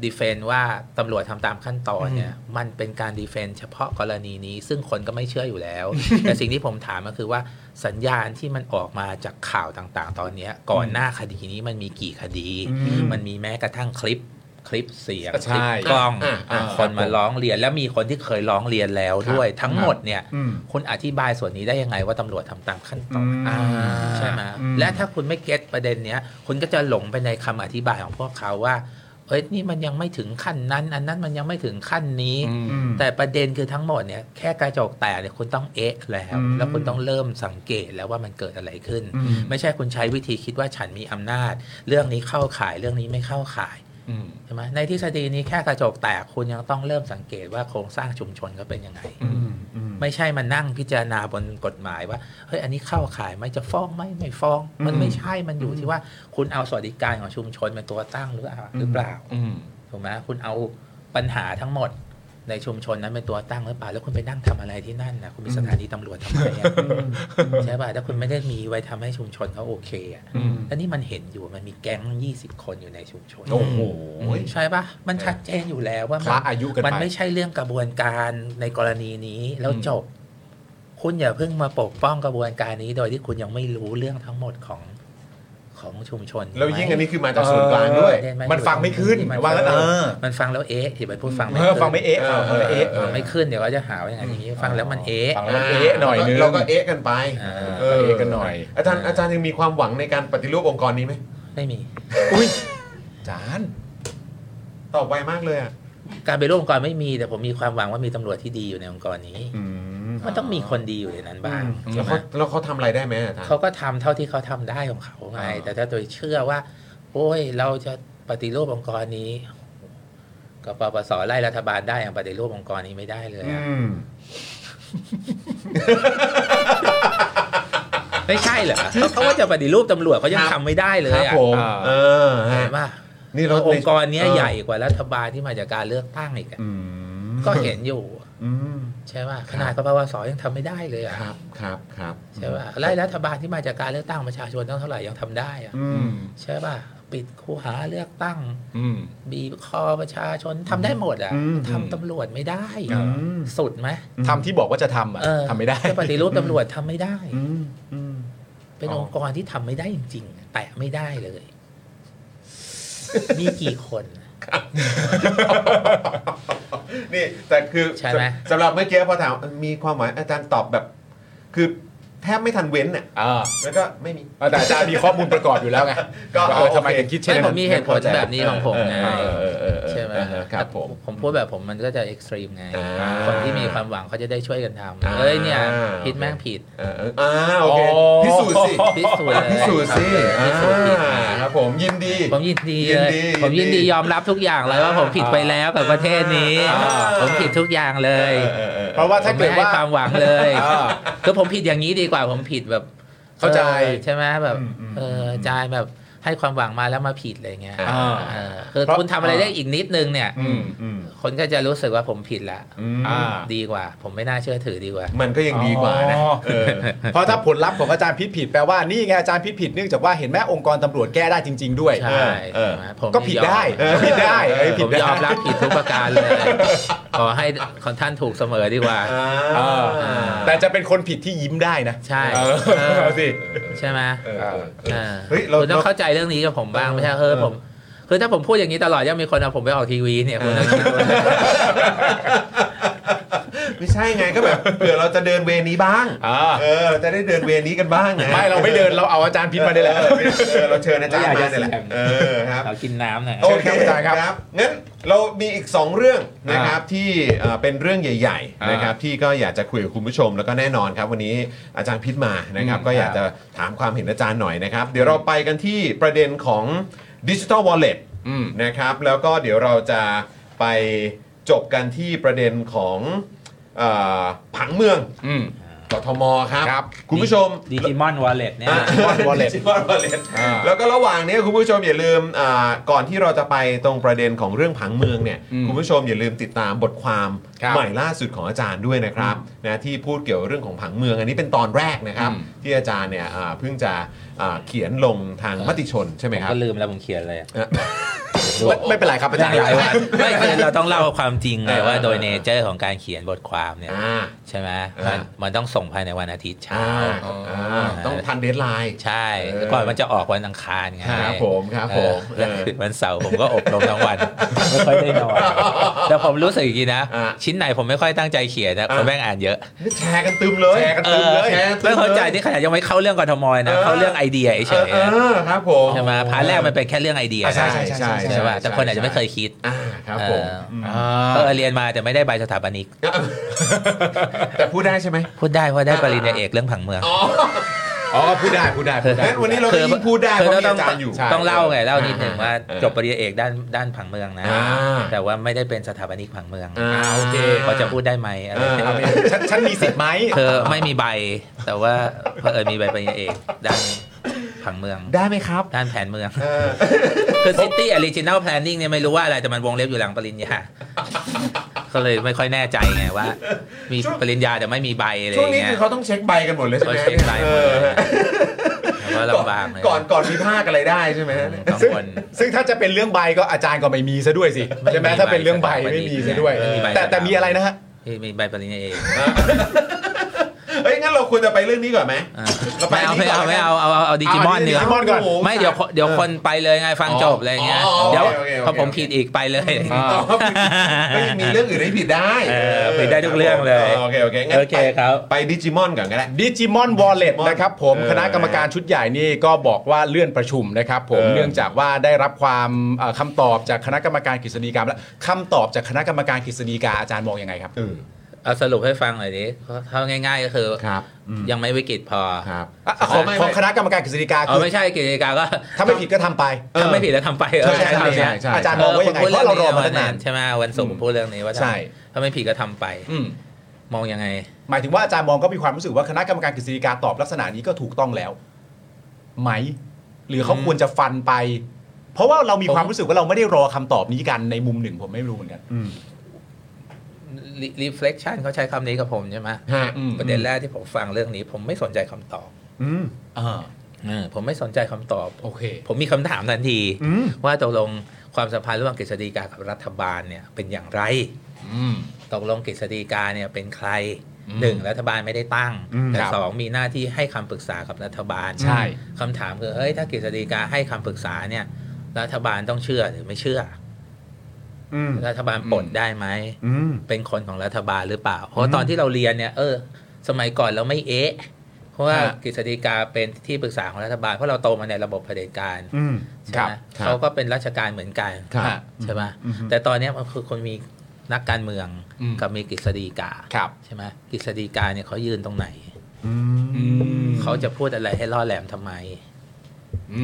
ดีเฟนว่าตำรวจทำตามขั้นตอนเนี่ยมันเป็นการดีเฟนเฉพาะกรณีนี้ซึ่งคนก็ไม่เชื่ออยู่แล้ว แต่สิ่งที่ผมถามก็คือว่าสัญญาณที่มันออกมาจากข่าวต่างๆ ตอนเนี้ยก่อนหน้าคดีนี้มันมีกี่คดี มันมีแม้กระทั่งคลิปคลิปเสียงค
ใช่
ลิปกล้อง
อ่ะอ่ะ
คนมาร้องเรียนแล้วมีคนที่เคยร้องเรียนแล้วด้วยทั้งหมดเนี่ย คุณอธิบายส่วนนี้ได้ยังไงว่าตำรวจทำตามขั้นตอน
อ่า
ใช่ไหม
อืม
และถ้าคุณไม่เก็ตประเด็นเนี้ย คุณก็จะหลงไปในคำอธิบายของพวกเขาว่า เอ้ยนี่มันยังไม่ถึงขั้นนั้น อันนั้นมันยังไม่ถึงขั้นนี้ แต่ประเด็นคือทั้งหมดเนี่ยแค่กระจกแตกเนี่ยคุณต้องเอ๊ะแล้ว แล้วคุณต้องเริ่มสังเกตแล้วว่ามันเกิดอะไรขึ้น ไม่ใช่คุณใช้วิธีคิดว่าฉันมีอำนาจ เรื่องนี้เข้าข่ายเรื่องนี้ไม่เข้าข่ายใช่ไหมในทฤษฎีนี้แค่กระจกแตกคุณยังต้องเริ่มสังเกตว่าโครงสร้างชุมชนเขาเป็นยังไง ไม่ใช่มานั่งพิจารณาบนกฎหมายว่าเฮ้ยอันนี้เข้าข่ายไหมจะฟ้องไหมไม่ฟ้อง มันไม่ใช่มันอยู่ที่ว่าคุณเอาสวัสดิการของชุมชนเป็นตัวตั้งหรือเปล่าหรือเปล่าถูกไหมคุณเอาปัญหาทั้งหมด ในชุมชนนั้นเป็นตัวตั้งหรือเปล่าแล้วคุณไปนั่งทำอะไรที่นั่นนะคุณมีสถานีตำรวจทำไมอะใช่ป่ะถ้าคุณไม่ได้มีไว้ทำให้ชุมชนเขาโอเคอ่ะแล้วนี่มันเห็นอยู่มันมีแก๊ง 20 คนอยู่ในชุมชน
โอ้โห
ใช่ปะมันชัดเจนอยู่แล้วว่ามั
คละอายุกันไป
มันไม่ใช่เรื่องกระบวนการในกรณีนี้แล้ว
อืม
จบ คุณอย่าเพิ่งมาปกป้องกระบวนการนี้ โดยที่คุณยังไม่รู้เรื่องทั้งหมดของของชุมชน
แล้วยิ่งอันนี้คือมาจาก
เออ
ส่วนกลางด้วย
ประเด็มั
มันฟังไม่ขึ้น
มั
ว่างั้นเออ
มันฟังแล้วเอ๊ะอย่าไปพูดฟังไม่
เอ
ขึ้
อน ฟังไม่เอ๊ะเออฟังไม่เอ๊ะ
ฟังไม่ขึ้นเดี๋ยวก็จะหาว่าอย่างนั้นอย่างนี้ฟังแล้วมันเอ๊ะ
ฟัง แล้วเอ๊ะหน่อยนึง
เราก็เอ๊ะกันไป
อ่า
เอ๊ะกันหน่อย
อาจารย์อาจารย์ยังมีความหวังในการปฏิรูปองค์กรนี้ไหม
ไม่มี
จาน
ตอบไวมากเลยอ่ะ
การไปร่วมองค์กรไม่มีแต่ผมมีความหวังว่ามีตำรวจที่ดีอยู่ในองค์กรนี้ มันต้องมีคนดีอยู่ในนั้นบ้าง
แล้
ใช่
ว
ไหม
เขาแล้วเขาทำอะไรได้ไหมอาจารย์
เขาก็ทำเท่าที่เขาทำได้ของเขาไง
อ่า
แต่ถ้าโดยเชื่อว่า โอ้ยเราจะปฏิรูปองค์กรนี้ก็ปปสไล่รัฐบาลได้อย่างปฏิรูปองค์กรนี้ไม่ได้เลยอะ
ม
ไม่ใช่เหรอเขาเขาว่าจะปฏิรูปตำรวจเขายังทำไม่ได้เล
ค
ย
รับ
อ่ะ
ผมเออฮะ
เห็นปะ
นี่เรา
องค์กรเนี้ย
เออ
ใหญ่กว่ารัฐบาลที่มาจากการเลือกตั้งอีกอะ
อืม
ก็เห็นอยู่
อืม
ใช่ปะ
ค
ข
รับ
นาดกปปสยังทำไม่ได้เลยอ่ะ
ครับครับครับ
ใช่ปะไล่รัฐบาลที่มาจากการเลือกตั้งประชาชนต้องเท่าไหร่ยังทำได้อ่ะ
อื
อื
ม
ม
ใช่ปะปิดคูหาเลือกตั้ง
อืม
บีบคอประชาชนทำได้หมดอ่ะ
อืม
ทำตำรวจไม่ได้
อื
ม
สุดไหม
ทำที่บอกว่าจะทำอ่ะ
เออ
ทำไม่ได้
จะปฏิรูปตำรวจทำไม่ได้
อืมอืม
เป็น
อ๋อ
องค์กรที่ทำไม่ได้จริงๆแตะไม่ได้เลย มีกี่คน
นี่แต่คือ
ใช่ไหม
สำหรับเมื่อกี้พอถามมีความหมายอาจารย์ตอบแบบ คือแทบไม่ทันเว้นอ่ะ
เออ
แล้วก็ไม่มี
เออแต่อาจารย์มีข้อมูลประกอบอยู่แล้วไง
ก็
ว่าเออทำไมถึงคิดเช่น
ไม่ผ
นั้
ม
น
มีเหตุผลแบบนี้ของผมไง
เออเออเออเออ
ใช่ไหม
เออครับผม
ผมพูดแบบผมมันก็จะเอ็กซ์ตรีมไง
อ่า
คนที่มีความหวังเขาจะได้ช่วยกันท
อ่า
ำเอ้ยเนี่ยผิดแม่งผิด
เออเอออ่าโอเค
อ๋อ
พิสูจน์สิ
พิสูจน์เลย
พิสูจน์สิ
พิสูจน์ผิด
อ่าครับผมยินดี
ผมยินดี
ยิน
เลย
ดี
ผมยิน
ยินดี
ดียอมรับทุกอย่างเลยว่าผมผิดไปแล้วกับประเทศนี้
อ่า
ผมผิดทุกอย่างเล
เอย อเออเออ
เพราะว่าถ้า
ผม
เกิ
ไม่
ดว่า
ให้ความหวังเลย
อ่า
คือผมผิดอย่างนี้ดีกว่าผมผิดแบบ
เข้าใจ
ออใช่ไหมแบบเอออาจารย์แบบให้ความหวังมาแล้วมาผิดอะไรเงี้ย
อ่า
เออคือ
เพราะ
คุณทำอะไรได้อีกนิดนึงเนี่ย
อืม
อืม
คนก็จะรู้สึกว่าผมผิดละ
อืม
อ่า
ดีกว่า ผมไม่น่าเชื่อถือดีกว่า
มันก็ยังดีกว่านะ
อ๋อ
เออ
เพราะถ้าผลลัพธ์ของอาจารย์ผิดผิดแปลว่านี่ไงอาจารย์ผิดผิดเนื่องจากว่าเห็นแม่องค์กรตำรวจแก้ได้จริง ๆ ด้วย
ใช่
เออ
ใช่ไหมผม
ก็ผิดได้
ยอม
ก็ผิดได้เอ้ย
ผ
ผิด
ม
ได้
ยอมรับผิดทุกประการเลย ขอให้คนท่านถูกเสมอดีกว่า
เออ
อ่า
แต่จะเป็นคนผิดที่ยิ้มได้นะ
ใช่
เออเอาสิ
ใช่ไหม
เออเออ
อ่า
เฮ้ยเรา
คุณต้อ
เรา
งเข้าใจเรื่องนี้กับผมบ้างไม่ใช่เออผมคือถ้าผมพูดอย่างนี้ตลอดยังมีคนเอาผมไปออกทีวีเนี่ยคุณต้องคิดด้วย
ไม่ใช่ไงก็แบบเผื่อเราจะเดินเวนี้บ้าง
อ่า
เออเราจะได้เดินเวนี้กันบ้างนะ
ไม่เราไม่เดินเราเอาอาจารย์พิษมาได้แหละ
เออเออเราเชิญอาจารย์มาเนี่ยแหละ
เราอยากจะเสี่ยง
เออครับ
เรากินน้ำหน่อย
โอ
โอ
เค
เค
อา
อา
จา
จาร รย์
ย์ค
ครั
รั
บบ
งั้นเรามีอีก 2 เรื่องนะครับที่เอ่อเป็นเรื่องใหญ่ๆ
อ่าน
นะครับที่ก็อยากจะคุยกับคุณผู้ชม แล้วก็แน่นอนครับ วันนี้อาจารย์พิษมานะครับ
อืม
ก็อยากจะถามความเห็นอาจารย์หน่อยนะครับ เดี๋ยวเราไปกันที่ประเด็นของดิจิทัลวอลเล็ต
อืม
นะครับแล้วก็เดี๋ยวเราจะไปจบกันที่ประเด็นของเอ่อผังเมือง
อืม
กทมครับ
ครับ
คุณผู้ชม
ดิจิมอนวอลเล็ตเนี่ย
Digimon Wallet
ดิจิมอนวอลเล็ต
อ่า
แล้วก็ระหว่างนี้คุณผู้ชมอย่าลืมอ่าก่อนที่เราจะไปตรงประเด็นของเรื่องผังเมืองเนี่ย
อืม
คุณผู้ชมอย่าลืมติดตามบทความ
ครับ
ใหม่ล่าสุดของอาจารย์ด้วยนะครับนะที่พูดเกี่ยวเรื่องของผังเมือง อันนี้เป็นตอนแรกนะครับ
อืม
ที่อาจารย์เนี่ยอ่าเพิ่งจะอ่าเขียนลงทางมติชนใช่ไหม
ผม
ครับ
ก็ลืมแล้วผมเขียนเลย
ไม่ไม่เป็นไรครับอาจารย์
ไม่คือเราต้องเล่าความจริงไง
เออ
ว่าโดย
เออ
เนเจอร์ของการเขียนบทความเนี่ย
อ่า
ใช่ไหม
เออ
มันมันต้องส่งภายในวันอาทิตย์เช้า
อ่าอ่าต้องทันเดทไลน์
ใช่
เออ
ก่อนมันจะออกวันอังคารไง
ครับผมครับ
เอ
ผ
อ
ม
แล้ว
เออ
คืนวันเสาร์ผมก็อบรมทั้งวัน
[LAUGHS]
ไม่ค่อยได้นอนแต่ผมรู้สึกอย่างนี้นะ
อ่ะ
ชิ้นไหนผมไม่ค่อยตั้งใจเขียนนะ
อ่ะ
คนแม่งอ่านเยอะ
นี่แชร์กันตึมเลย
แชร์กันตึมเลย
แชร์กันตึ
ไม่
ม
เข้าใจ
เลย
นี่ขนาดยังไม่เข้าเรื่องกทมนะ
เออ
เข้าเรื่องไอเดีย
เอ
เฉ
อย เอ
ๆ
อครับผม
ใช่ไหมพาร์ทแรกมันเป็นแค่เรื่องไอเดีย
อ่า
นะ
ใช่ใช่ใช่
ใช่ป่ะแต่คนอาจจะไม่เคยคิด
อ่าครับผมม
อ่า
เออเรียนมาแต่ไม่ได้ใบสถาปนิก
[LAUGHS] แต่พูดได้ใช่ไหม
พูดได้เพราะได้
อ่า
ปริญญาเอกเรื่องผังเมือง
อ๋อพูดได้พูดได้พูดได้
งั้นวันนี้เราก็ยิ่งพูดได้เพ
คื
ราะมี
ต้
อาจารย์อยู่
ใช่
ต้องเล่าไงเล่านิดหนึ่งว่า
เออ
จบปริญญาเอกด้านด้านผังเมืองนะ
อ่า
แต่ว่าไม่ได้เป็นสถาปนิกผังเมือง
อ่าโอเค
พอจะพูดได้ไหมอะไร
อ่า
เอาเป็นฉันฉันมีสิทธิ์ไหม
เธอไม่มีใบ แต่ว่าเพอเอญมีใบปริญญาเอกด้านผังเมือง
ได้ไหมครับ
ด้านแผนเมือง
เออ
คือ City Original Planning เนี่ยไม่รู้ว่าอะไร แต่มันวงเล็บอยู่หลังปริญญา ก็เลยไม่ค่อยแน่ใจไงว่า มี
ช่วง
ปริญญาแต่ไม่มีใบอะไรอ
ช่วง
ย่าง
นี้
เงี้ย
คือเขาต้องเช็คใบกันหมดเลยใช่
ก็
ไหม
เช็คใบหมดเลยแล้วก็ลำบากเลย
ก่อนก่อนมีภาคอะไรได้ใช่ไหมฮะเนี่ย
กัง
ซึ่ง
วล
ซึ่งถ้าจะเป็นเรื่องใบก็อาจารย์ก็ไม่มีซะด้วยสิ
ไม่มี
ใช่ไหมถ้าเป็นเรื่องใบ
ใบ
ไม่มีซะด้วย
ไม่มีใบ
แต่แต่มีอะไรนะฮะ
ที่มีใบปริญญาเอง
เฮ้ยงั้นเราควรจะไปเรื่องนี้ก่อนไหม
อ่ะ
เราไป
ไม่เอา
อันนี้ก่อน
ไม่เอาไม่เอาเอาเอาเอาดิจิมอน
เอาดิ
เนื้
ดิจิมอนก่อน
ไม่เดี๋ยวคนเดี๋ยวคนไปเลยไงฟัง
อ๋อ
จบอะไรอย่างเงี้ย
อ๋อ
เดี๋ยว
โอเคโอเคโอเค
พอผมผิดอีกไปเลยอะไรอย่างเงี้ย
อ๋อก็ยังมีเรื่องอื่นให้ผิดได้
เออผิดได้ทุกเรื่องเลย
โอเคโอเคงั้น
โอเค
ไป
ครับ
ไปดิจิมอนก่อนก็ได้
ดิจิมอนวอลเล็ต
Digimon
นะครับผม
เออ
คณะกรรมการชุดใหญ่นี่ก็บอกว่าเลื่อนประชุมนะครับผม
เออ
เนื่องจากว่าได้รับความเอ่อคำตอบจากคณะกรรมการกฤษฎีกาแล้วคำตอบจากคณะกรรมการกฤษฎีกาอาจารย์มองยังไงครับ
เออ
เอาสรุปให้ฟังหน่อยดิเท่าง่าย ๆ ก็คือ
ครับอืม
ยังไม่วิกฤตพอ
ครับ
อ่ะของของคณะกรรมการกฤษฎีกา
เอ
คือ
อไม่ใช่กิจการก็
ถ้าไม่ผิดก็ทำไป
ถ้าไม่ผิดแล้วทำไปเออ
ใช่ใช่ใช่
ใช่ใช่
ใช่อาจารย์มองว่ายังไงเพราะเรารอมาตั้งนาน
ใช่ไหมวันศุกร์ผมพูดเรื่องนี้ว่า
ใช่
ถ้าไม่ผิดก็ทำไป
อืม
มองยังไง
หมายถึงว่าอาจารย์มองก็มีความรู้สึกว่าคณะกรรมการกฤษฎีกาตอบลักษณะนี้ก็ถูกต้องแล้ว ไหม หรือเขา
อืม
ควรจะฟันไป เพราะว่าเรามีความรู้สึกว่าเราไม่ได้รอคำตอบนี้กันในมุมหนึ่งผมไม่รู้เหมือนกัน
อืม
Re- reflection เขาใช้คำนี้กับผมใช่ไหม
ฮะ
อืม
ประเด็นแรกที่ผมฟังเรื่องนี้ ผมไม่สนใจคำตอบ
อืม
อ่า
เออผมไม่สนใจคำตอบ
โอเค
ผมมีคำถามทันที
อืม
[COUGHS] ว่าตกลงความสัมพันธ์ระหว่างกฤษฎีกากับรัฐบาลเนี่ยเป็นอย่างไร
อืม
ตกลงกฤษฎีกาเนี่ยเป็นใคร
อืม
หนึ่งรัฐบาลไม่ได้ตั้ง
อืม
แต่
ครับ
สองมีหน้าที่ให้คำปรึกษากับรัฐบาล
ใช่
คำถามคือเฮ้ยถ้ากฤษฎีกาให้คำปรึกษาเนี่ยรัฐบาลต้องเชื่อหรือไม่เชื่อ
อืม
อรัฐบาลปลดได้ไหม
อืม
เป็นคนของรัฐบาลหรือเปล่า เพราะตอนที่เราเรียนเนี่ยเออ สมัยก่อนเราไม่เอะเพราะว่า
ฮะ
กฤษฎีกาเป็นที่ปรึกษาของรัฐบาลเพราะเราโตมาในระบบเผด็จการ
อืม
ใช่ไหม
ครับ
เขาก็เป็นราชการเหมือนกัน
ครับ
ฮะใช่ไหม
อืมอืม
แต่ตอนเนี้ยมันคือคนมีนักการเมือง
อืม
กับมีกฤษฎีกา
ครับ
ใช่ไหมกฤษฎีกาเนี่ยเขายืนตรงไหน
อื
อื
ม
ม
เขาจะพูดอะไรให้ล่อแหลมทำไม
อื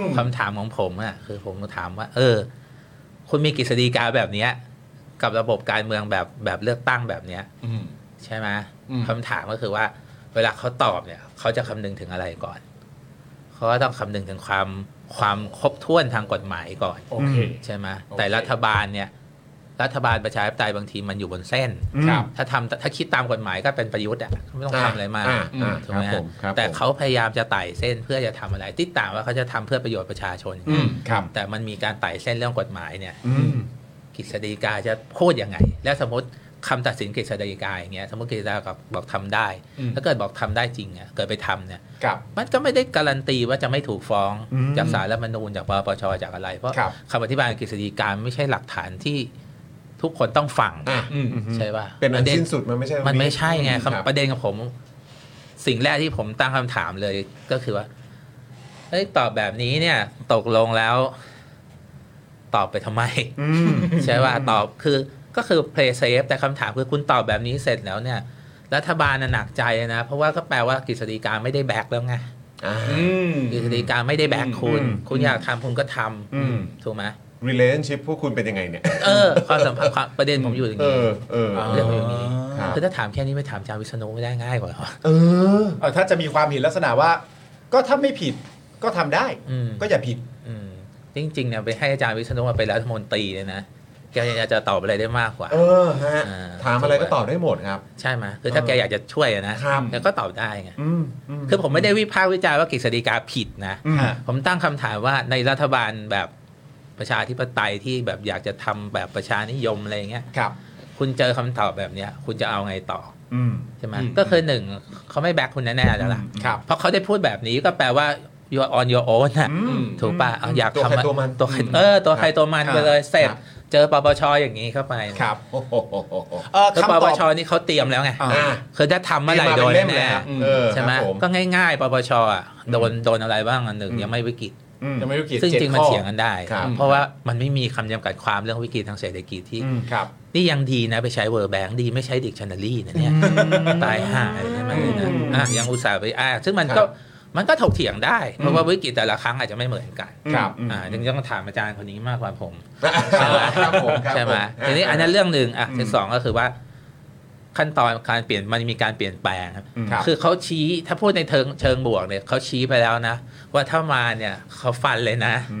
ม
คำถามของผมอะคือผมถามว่า เออ คุณมีกฤษฎีกาแบบเนี้ย กับระบบการเมืองแบบแบบเลือกตั้งแบบเนี้ย
อืม
ใช่ไหม
อืม
คำถามก็คือว่า เวลาเขาตอบเนี่ยเขาจะคำนึงถึงอะไรก่อนเขาก็ต้องคำนึงถึงความความครบถ้วนทางกฎหมายก่อน
โอเค
ใช่ไหม
โอเค
แต่รัฐบาลเนี่ย รัฐบาลประชาธิปไตยบางทีมันอยู่บนเส้น
ครับ
ถ้าทำถ้าคิดตามกฎหมายก็เป็นประยุทธ์อ่ะไม่ต้อง
อ่า
ทำอะไรมาก
อ่าอ่า
ถูกไหม
ครับผมครับผม
แต่เขาพยายามจะไต่เส้นเพื่อจะทำอะไรติดตามว่าเขาจะทำเพื่อประโยชน์ประชาชน
อืมครับ
แต่มันมีการไต่เส้นเรื่องกฎหมายเนี่ย
อืม
กฤษฎีกาจะพูดยังไง แล้วสมมติคำตัดสินกฤษฎีกาอย่างเงี้ยสมมติกฤษฎีกาบอกทำได้
อืม
ถ้าเกิดบอกทำได้จริงอ่ะเกิดไปทำเนี่ย
ครับ
มันก็ไม่ได้การันตีว่าจะไม่ถูกฟ้อง
อืม
จากสารรัฐธรรมนูญจากปปชจากอะไร เพราะ
ครับ
คำอธิบายกฤษฎีกาไม่ใช่หลักฐานที่ทุกคนต้องฟัง
อ่ะ
อืม
ใช่ป่ะ
เป็นอัน
ระด็
สิ้นสุดมันไม่ใช่
มันไม่ใช่ไง
ครับ
คำประเด็นของผม สิ่งแรกที่ผมตั้งคำถามเลยก็คือว่าเอ้ยตอบแบบนี้เนี่ย ตกลงแล้ว ตอบไปทำไม
อืม
ใช่ป่ะตอบคือก็คือ play safe แต่คำถามคือคุณตอบแบบนี้เสร็จแล้วเนี่ย รัฐบาลน่ะหนักใจนะ เพราะว่าก็แปลว่ากฤษฎีกาไม่ได้แบกแล้วไง
อ่า
อืม
กฤษฎีกาไม่ได้แบกคุณ
อืม
คุณอยากทำคุณก็ทำ
อืม
ถูกไหม
relationship พวกคุณเป็นยังไงเนี่ย
เออความสัมพันธ์ความประเด็นผมอยู่อย่าง
เอ
นี้
อ เออ
อ่า
เรื่องผมอยู่อย่างนี้
ครับ
คือถ้าถามแค่นี้ไม่ถามอาจารย์วิษณุไม่ได้ง่ายกว่าเหรอ
เออ
เอ่อถ้าจะมีความเห็นลักษณะว่า ก็ถ้าไม่ผิดก็ทำได้
อืม
ก็อย่าผิด
อืมจริงๆเนี่ยไปให้อาจารย์วิษณุมาเป็นรัฐมนตรีเนี่ยนะแกยังจะตอบอะไรได้มากกว่า
เออฮะ
อ่า
ถามอะไรก็ตอบได้หมดครับ
ใช่ไหมคือถ้าแกอยากจะช่วยอะนะครับ แกก็ตอบได้ไง
อืมอืม
คือผมไม่ได้วิพากษ์วิจารณ์ว่ากฤษฎีกาผิดนะ
อืม
ผมตั้งคำถามว่าในรัฐบาลแบบประชาธิปไตยที่แบบอยากจะทำแบบประชานิยมอะไรอย่างเงี้ย
ครับ
คุณเจอคำตอบแบบเนี้ย คุณจะเอาไงต่อ
อืม
ใช่ไหม
อืม
ก็คือหนึ่งเขาไม่แบ็คคุณแน่ๆแล้วล่ะ
อืม
ครับ
เพราะเขาได้พูดแบบนี้ก็แปลว่า you are on your own น่ะ
อืม
ถูกป่ะเอาอยาก
ตัว
ทำ
ใคร
อะ
ตัวมัน
ตัวใคร
อืม
เออตัวใครตัวมัน
ครับ
ไปเลยเสร็จ
ครับ
เจอปปชอย่างนี้เข้าไป
ครับ
[LAUGHS] โอ้โห
เอ่อ
คือป
คำต
ป
อบ
ชนี่เขาเตรียมแล้วไง
อ่า
อ่า
คือถ้าทำเมื่อไหร่โดน
เล่ม
แน่
แล้ว
อืม
เออ
ใช่ไหม
ครับผม
ก็ง่ายๆปปชอ่ะโดนโดนอะไรบ้างอันหนึ่ง
อืม
ยังไม่วิกฤต
อืม
ยังไม่รู้กี่
ซึ่งจริงมัน
ข้อ
เถียงกันได้
ครับ
เพราะว่ามันไม่มีคำจำกัดความเรื่องวิกฤตทางเศรษฐกิจที่
อืม
ครับ
นี่ยังดีนะไปใช้เวอร์แบงดีไม่ใช้ดิกชันนารีนะเนี่ยตายห่าใช่ไหมเลยนะ
อืม
อ่ะยังอุตส่าห์ไปอ้างซึ่งมัน
ครั
ก็
บ
มันก็ถกเถียงได้ เพราะว่าวิกฤตแต่ละครั้งอาจจะไม่เหมือนกัน
ครับ
อ่าจึงต้องถามอาจารย์คนนี้มากกว่าผม
ค
ใช่ไหม
รับผมครับ
ใช่ไหม
ผ
ทีนี้อันนั้นเรื่องหนึ่งอ่ะ
อืม
ที่สองก็คือว่า ขั้นตอนการเปลี่ยนมันมีการเปลี่ยนแปลงครับ
อืม
คือเขาชี้ถ้าพูดในเทิงเชิงบวกเนี่ยเขาชี้ไปแล้วนะ ว่าถ้ามาเนี่ยเขาฟันเลยนะ
อื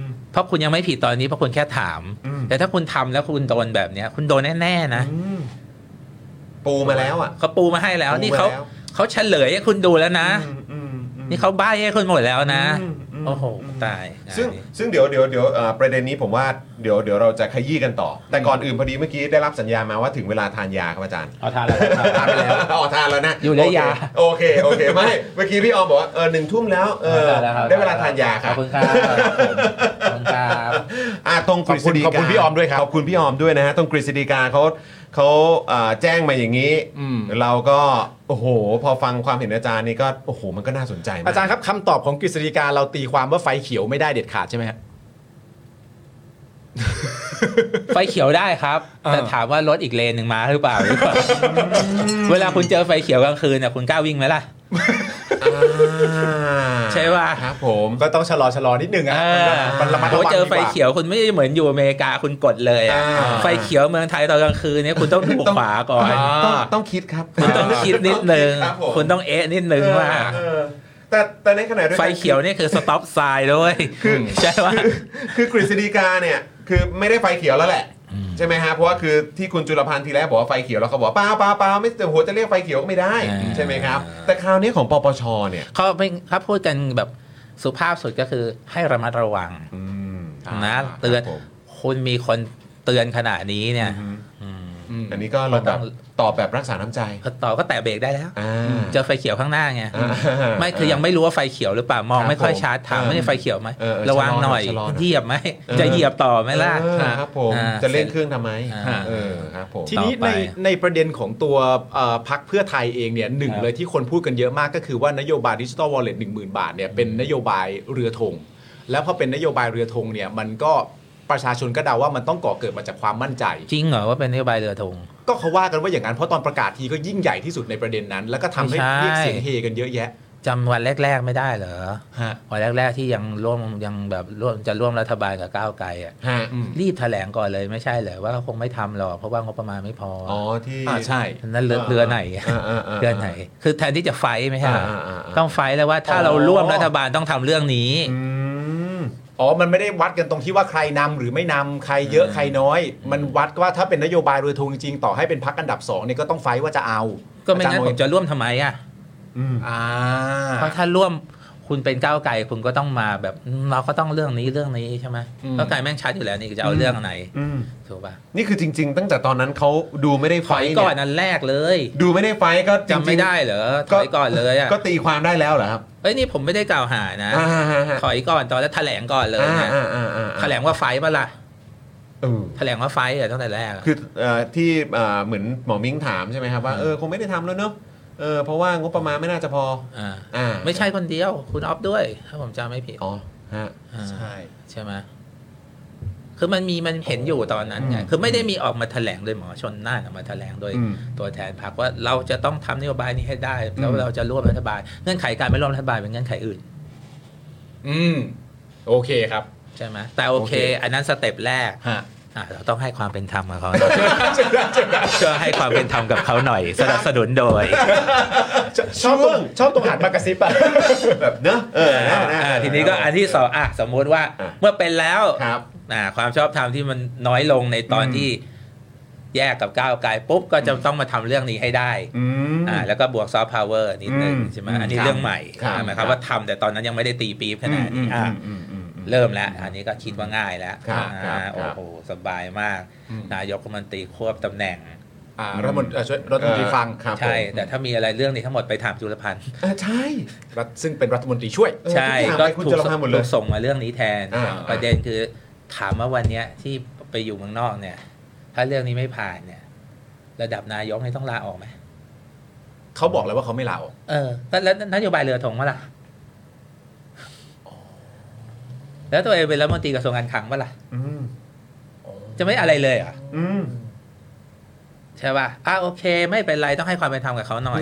ม
เพราะคุณยังไม่ผิดตอนนี้เพราะคุณแค่ถาม
อืม
แต่ถ้าคุณทำแล้วคุณโดนแบบเนี้ย คุณโดนแน่ๆนะ
อืมปูมาแล้วอ่ะ
เขาปูมาให้แล้ว
ปูมา
นี่เขา
แล้ว
เขาเฉลยให้คุณดูแล้วนะ
อืมอืมอืม
นี่เขาใบ้ให้คุณหมดแล้วนะ
อืมอืม
โอ้โหตายงาน
ซึ่ง
นี้
ซึ่งเดี๋ยวเดี๋ยวเดี๋ยวเอ่อประเด็นนี้ผมว่าเดี๋ยวเดี๋ยวเราจะขยี้กันต่อ แต่ก่อนอื่นพอดีเมื่อกี้ได้รับสัญญาณมาว่าถึงเวลาทานยาครับอาจารย์
เอาทานแล้วทานไปแล้ว
ออกทานแล้วนะ
อยู่แล้วยา
โอเคโอเคโอเคไม่เมื่อกี้พี่ออมบอกว่าเออหนึ่งทุ่มแล้วเออ
ได้แล้วครับ
ได้เวลาทานยาค
ข
รั
อบบ คุณครับผมขอบคุณครับ
อ่ะตรงกฤษฎีกา
ขอบคุณพี่ออมด้วยครับ
ขอบคุณพี่ออมด้วยนะฮะตรงกฤษฎีกาเขาเขาเอ่อแจ้งมาอย่างนี้
อืม
เราก็โอ้โห พอฟังความเห็นอาจารย์นี่ก็โอ้โหมันก็น่าสนใจมาก
อาจารย์ครับคำตอบของกฤษฎีกาเราตีความว่าไฟเขียวไม่ได้เด็ดขาดใช่ไหม
[LAUGHS]
ฮะ
ไฟเขียวได้ครับ
อ่า
แต่ถามว่ารถอีกเลนหนึ่งมาหรือเปล่า เวลาคุณเจอไฟเขียวกลางคืนน่ะคุณกล้าวิ่งไหมล่ะ
อ่า
ใช่ป่ะ
ครับผม
ก็ต้องชะลอชะลอนิดนึงอะ
อ่า
มันระมัด
โอ้
ระวัง
เจอ
ดีกว่า
ไฟเขียวคุณไม่ได้เหมือนอยู่อเมริกาคุณกดเลยอะ
อ่า
ไฟเขียวเมืองไทยตอนกลางคืนเนี่ยคุณต้องถูกขวาก่อน
ต้องต้องคิดครับ
คุณต้องคิดนิดนึง
รับผม
คุณต้องเอะนิดนึงว่า
เออแต่แต่ในขณะเดียวกั
ไฟเขียวนี่คือสต็อปไซด์ด้วยใช่ป่ะ
คือกฤษฎีกาเนี่ย คือไม่ได้ไฟเขียวแล้วแหละ ใช่ไหมฮะเพราะว่าคือที่คุณจุลพันธ์ทีแรกบอกว่าไฟเขียวแล้วเขาบอกว่าเปล่าเปล่าเปล่าไม่โอ้โหจะเรียกไฟเขียวก็ไม่ได้
อ่า
ใช่ไหมครับ แต่คราวนี้ของปปชเนี่ย
เขาเป็นเขาพูดกันแบบสุภาพสุดก็คือให้ระมัดระวัง
อืม
นะ
อ่า
เตือ
ค
น
รับผม
คุณมีคนเตือนขนาดนี้เนี่ย
อืม
อืม
อันนี้ก็เราแบบตอบแบบรักษาน้ำใจ
ก็ต่อก็แตะเบรกได้แล้ว
อ่า
เจอไฟเขียวข้างหน้าไง
อ่า
ไม่คือยังไม่รู้ว่าไฟเขียวหรือเปล่ามองไม่ค่อยชัดถาม
เออ
ไม่ได้ไฟเขียวไหม
เออเออ
ระวังหน่อย
ชะลอหน่อย
เหยียบไหม
เออ
จะเหยียบต่อไหมล่ะ
เออครับผม
อ่า
จะเล่นเครื่องทำไม
อ่า
เออครับผม
ทีนี้
ต่อไป
ในในประเด็นของตัวเอ่อพักเพื่อไทยเองเนี่ยหนึ่ง
ครับ
เลยที่คนพูดกันเยอะมากก็คือว่านโยบายดิจิ t a ลวอลเล็ตหนึ่งหมื่นบาทเนี่ยเป็นนโยบายเรือธงแล้วพอเป็นนโยบายเรือธงเนี่ยมันก็ประชาชนก็เดาว่ามันต้องก่อเกิดมาจากความมั่นใจ
จริงเหรอว่าเป็นนโยบายเรือธง
ก็เขาว่ากันว่าอย่างนั้นเพราะตอนประกาศทีก็ยิ่งใหญ่ที่สุดในประเด็นนั้น แล้วก็ทำให้
ไม่
เรีย
ใช่
กเสียงเฮกันเยอะแยะ
จำวันแรก ๆ ไม่ได้เหรอ
ฮะ
วันแรก ๆ ที่ยังร่วมยังแบบร่วมจะร่วมรัฐบาลกับก้าวไกลอ่ะ
ฮะ
อืม
รีบแถลงก่อนเลยไม่ใช่เหรอว่าคงไม่ทำหรอกเพราะว่างบประมาณไม่พออ
อ๋อที่
อ่าใช่
นั่นเรือเรือไหน
อ่าๆๆ
เดือนไหน คือแทนที่จะไฟท์ไม่ใช่เหรอ
อ่าอ่าอ่า
ต้องไฟท์แล้วว่าถ้าเราร่วมรัฐบาลต้องทำเรื่องนี้
อืม
อ๋อ มันไม่ได้วัดกันตรงที่ว่าใครนำหรือไม่นำใครเยอะใครน้อย มันวัดว่าถ้าเป็นนโยบายเรือธงจริงๆต่อให้เป็นพักอันดับสองเนี่ยก็ต้องไฟท์ว่าจะเอา
ก็ไม่งั้น
อาารย์
ผมจะร่วมทำไมอ่ะ
อ่า
เพราะถ้าร่วมคุณเป็นก้าวไกลคุณก็ต้องมาแบบอืมเราก็ต้องเรื่องนี้เรื่องนี้ใช่ไหมก้าวไกลแม่งชัดอยู่แล้วนี่จะเอาเรื่องไหนถูกป่ะ
นี่คือจริง ๆ ตั้งแต่ตอนนั้นเขาดูไม่ได้
ถ
ไฟ
อย
ท์
ก่อน
เนี่ย
นั้นแรกเลย
ดูไม่ได้ไฟท์ก็
จำไม่
ริงๆ
ได้เหรอ
ก็
ถอยก่อนเลยอ่ะ
ก็ตีความได้แล้วเหรอครับ
เอ้ยนี่ผมไม่ได้กล่าวหานะ
อ่าฮะฮะ
ถอยก่อนตอนแล้วแถลงก่อนเลยนะ
อ่าอ่าอ่าอ่า
แถลงว่าไฟท์ปะล่ะ
เออ
แถลงว่าไฟท์อะตั้งแต่แรกอะ
คือเอ่อที่เอ่อเหมือนหมอมิ้งถามใช่ไหมครับว่าเออคงไม่ได้ทำแล้วเนอะเออเพราะว่างบประมาณไม่น่าจะพอ
อ่า
อ่า
ไม่ใช่คนเดียว คุณออฟด้วย ถ้าผมจำไม่ผิด
อ๋อฮะ
อ่า
ใช่
ใช่ไหมคือมันมีมันเห็นอยู่ตอนนั้นไง
อืม
คือไม่ได้มีออกมาแถลงโดยหมอชนน่านออกมาแถลงโดย
อืม
ตัวแทนพรรคว่าเราจะต้องทำนโยบายนี้ให้ได้ แล้วเราจะร่วมรัฐบาล เงื่อนไขการไม่ร่วมรัฐบาลเป็นเงื่อนไขอื่น
อืมโอเคครับ
ใช่ไหมแต่โอเค
โอเค
อันนั้นสเต็ปแรก
ฮะ
อ่ะเราต้องให้ความเป็นธรรมกับเขาหน่อย [LAUGHS] ช่วยให้ความเป็นธรรมกับเขาหน่อย สนับสนุนโดย
ชอบตรงชอบตรงหันมากระซิบอะ
แบบเนอะเออนะนะ
อ่ะทีนี้ก็อันที่สองอ่ะสมมติว่า
อ่ะ
เมื่อเป็นแล้ว
ครับ
อ่าความชอบธรรมที่มันน้อยลงในตอน
อืม
ที่แยกกับก้าวไกลปุ๊บก็จะต้องมาทำเรื่องนี้ให้ได้
อืม
อ่าแล้วก็บวกซอฟต์พาวเวอร์นิดนึง
อืม
ใช่ไหม
อืม
อันนี้
ครับ
เรื่องใหม่
ครับ
อ่าหมายความ
ครับ
ว่าทำแต่ตอนนั้นยังไม่ได้ตีปี๊บขนาดนี้อ่า
อืมอืมอืม
เริ่มแล้ว อันนี้ก็คิดว่าง่ายแล้ว
ครับครั
อ่า
บ
โอ้โหสบายมาก
อืม
นายกรัฐมนตรีควบตำแหน่ง
อ่ารัฐมนตรีอ่ะช่วยรัฐมนตรีฟัง
เออครับ
ใช่ แต่ถ้ามีอะไรเรื่องนี้ทั้งหมดไปถามจุลพันธ์
อ่าใช่
รัฐซึ่งเป็นรัฐมนตรีช่วย
เออ
ใช่
ทุ
ก็
อย่างไปคุณ
ถูก
จะรับ
ส่ง
หมดเล
ถู
ย
กส่งมาเรื่องนี้แทน
อ่า
ประเด็นคือถามว่าวันเนี้ยที่ไปอยู่เมืองนอกเนี่ย ถ้าเรื่องนี้ไม่ผ่านเนี่ย ระดับนายกนี่ต้องลาออกไหม
เขาบอกแล้วว่าเขาไม่ลาออก
เออก็แล้วนโยบายเรือธงว่าล่ะ แล้วตัวเองเป็นรัฐมนตรีกระทรวงการคลังว่าล่ะ
อืม
จะไม่อะไรเลยเหรอ่ะ
อืม
ใช่ป่ะอ่ะโอเค ไม่เป็นไรต้องให้ความเป็นธรรมกับเขาหน่อย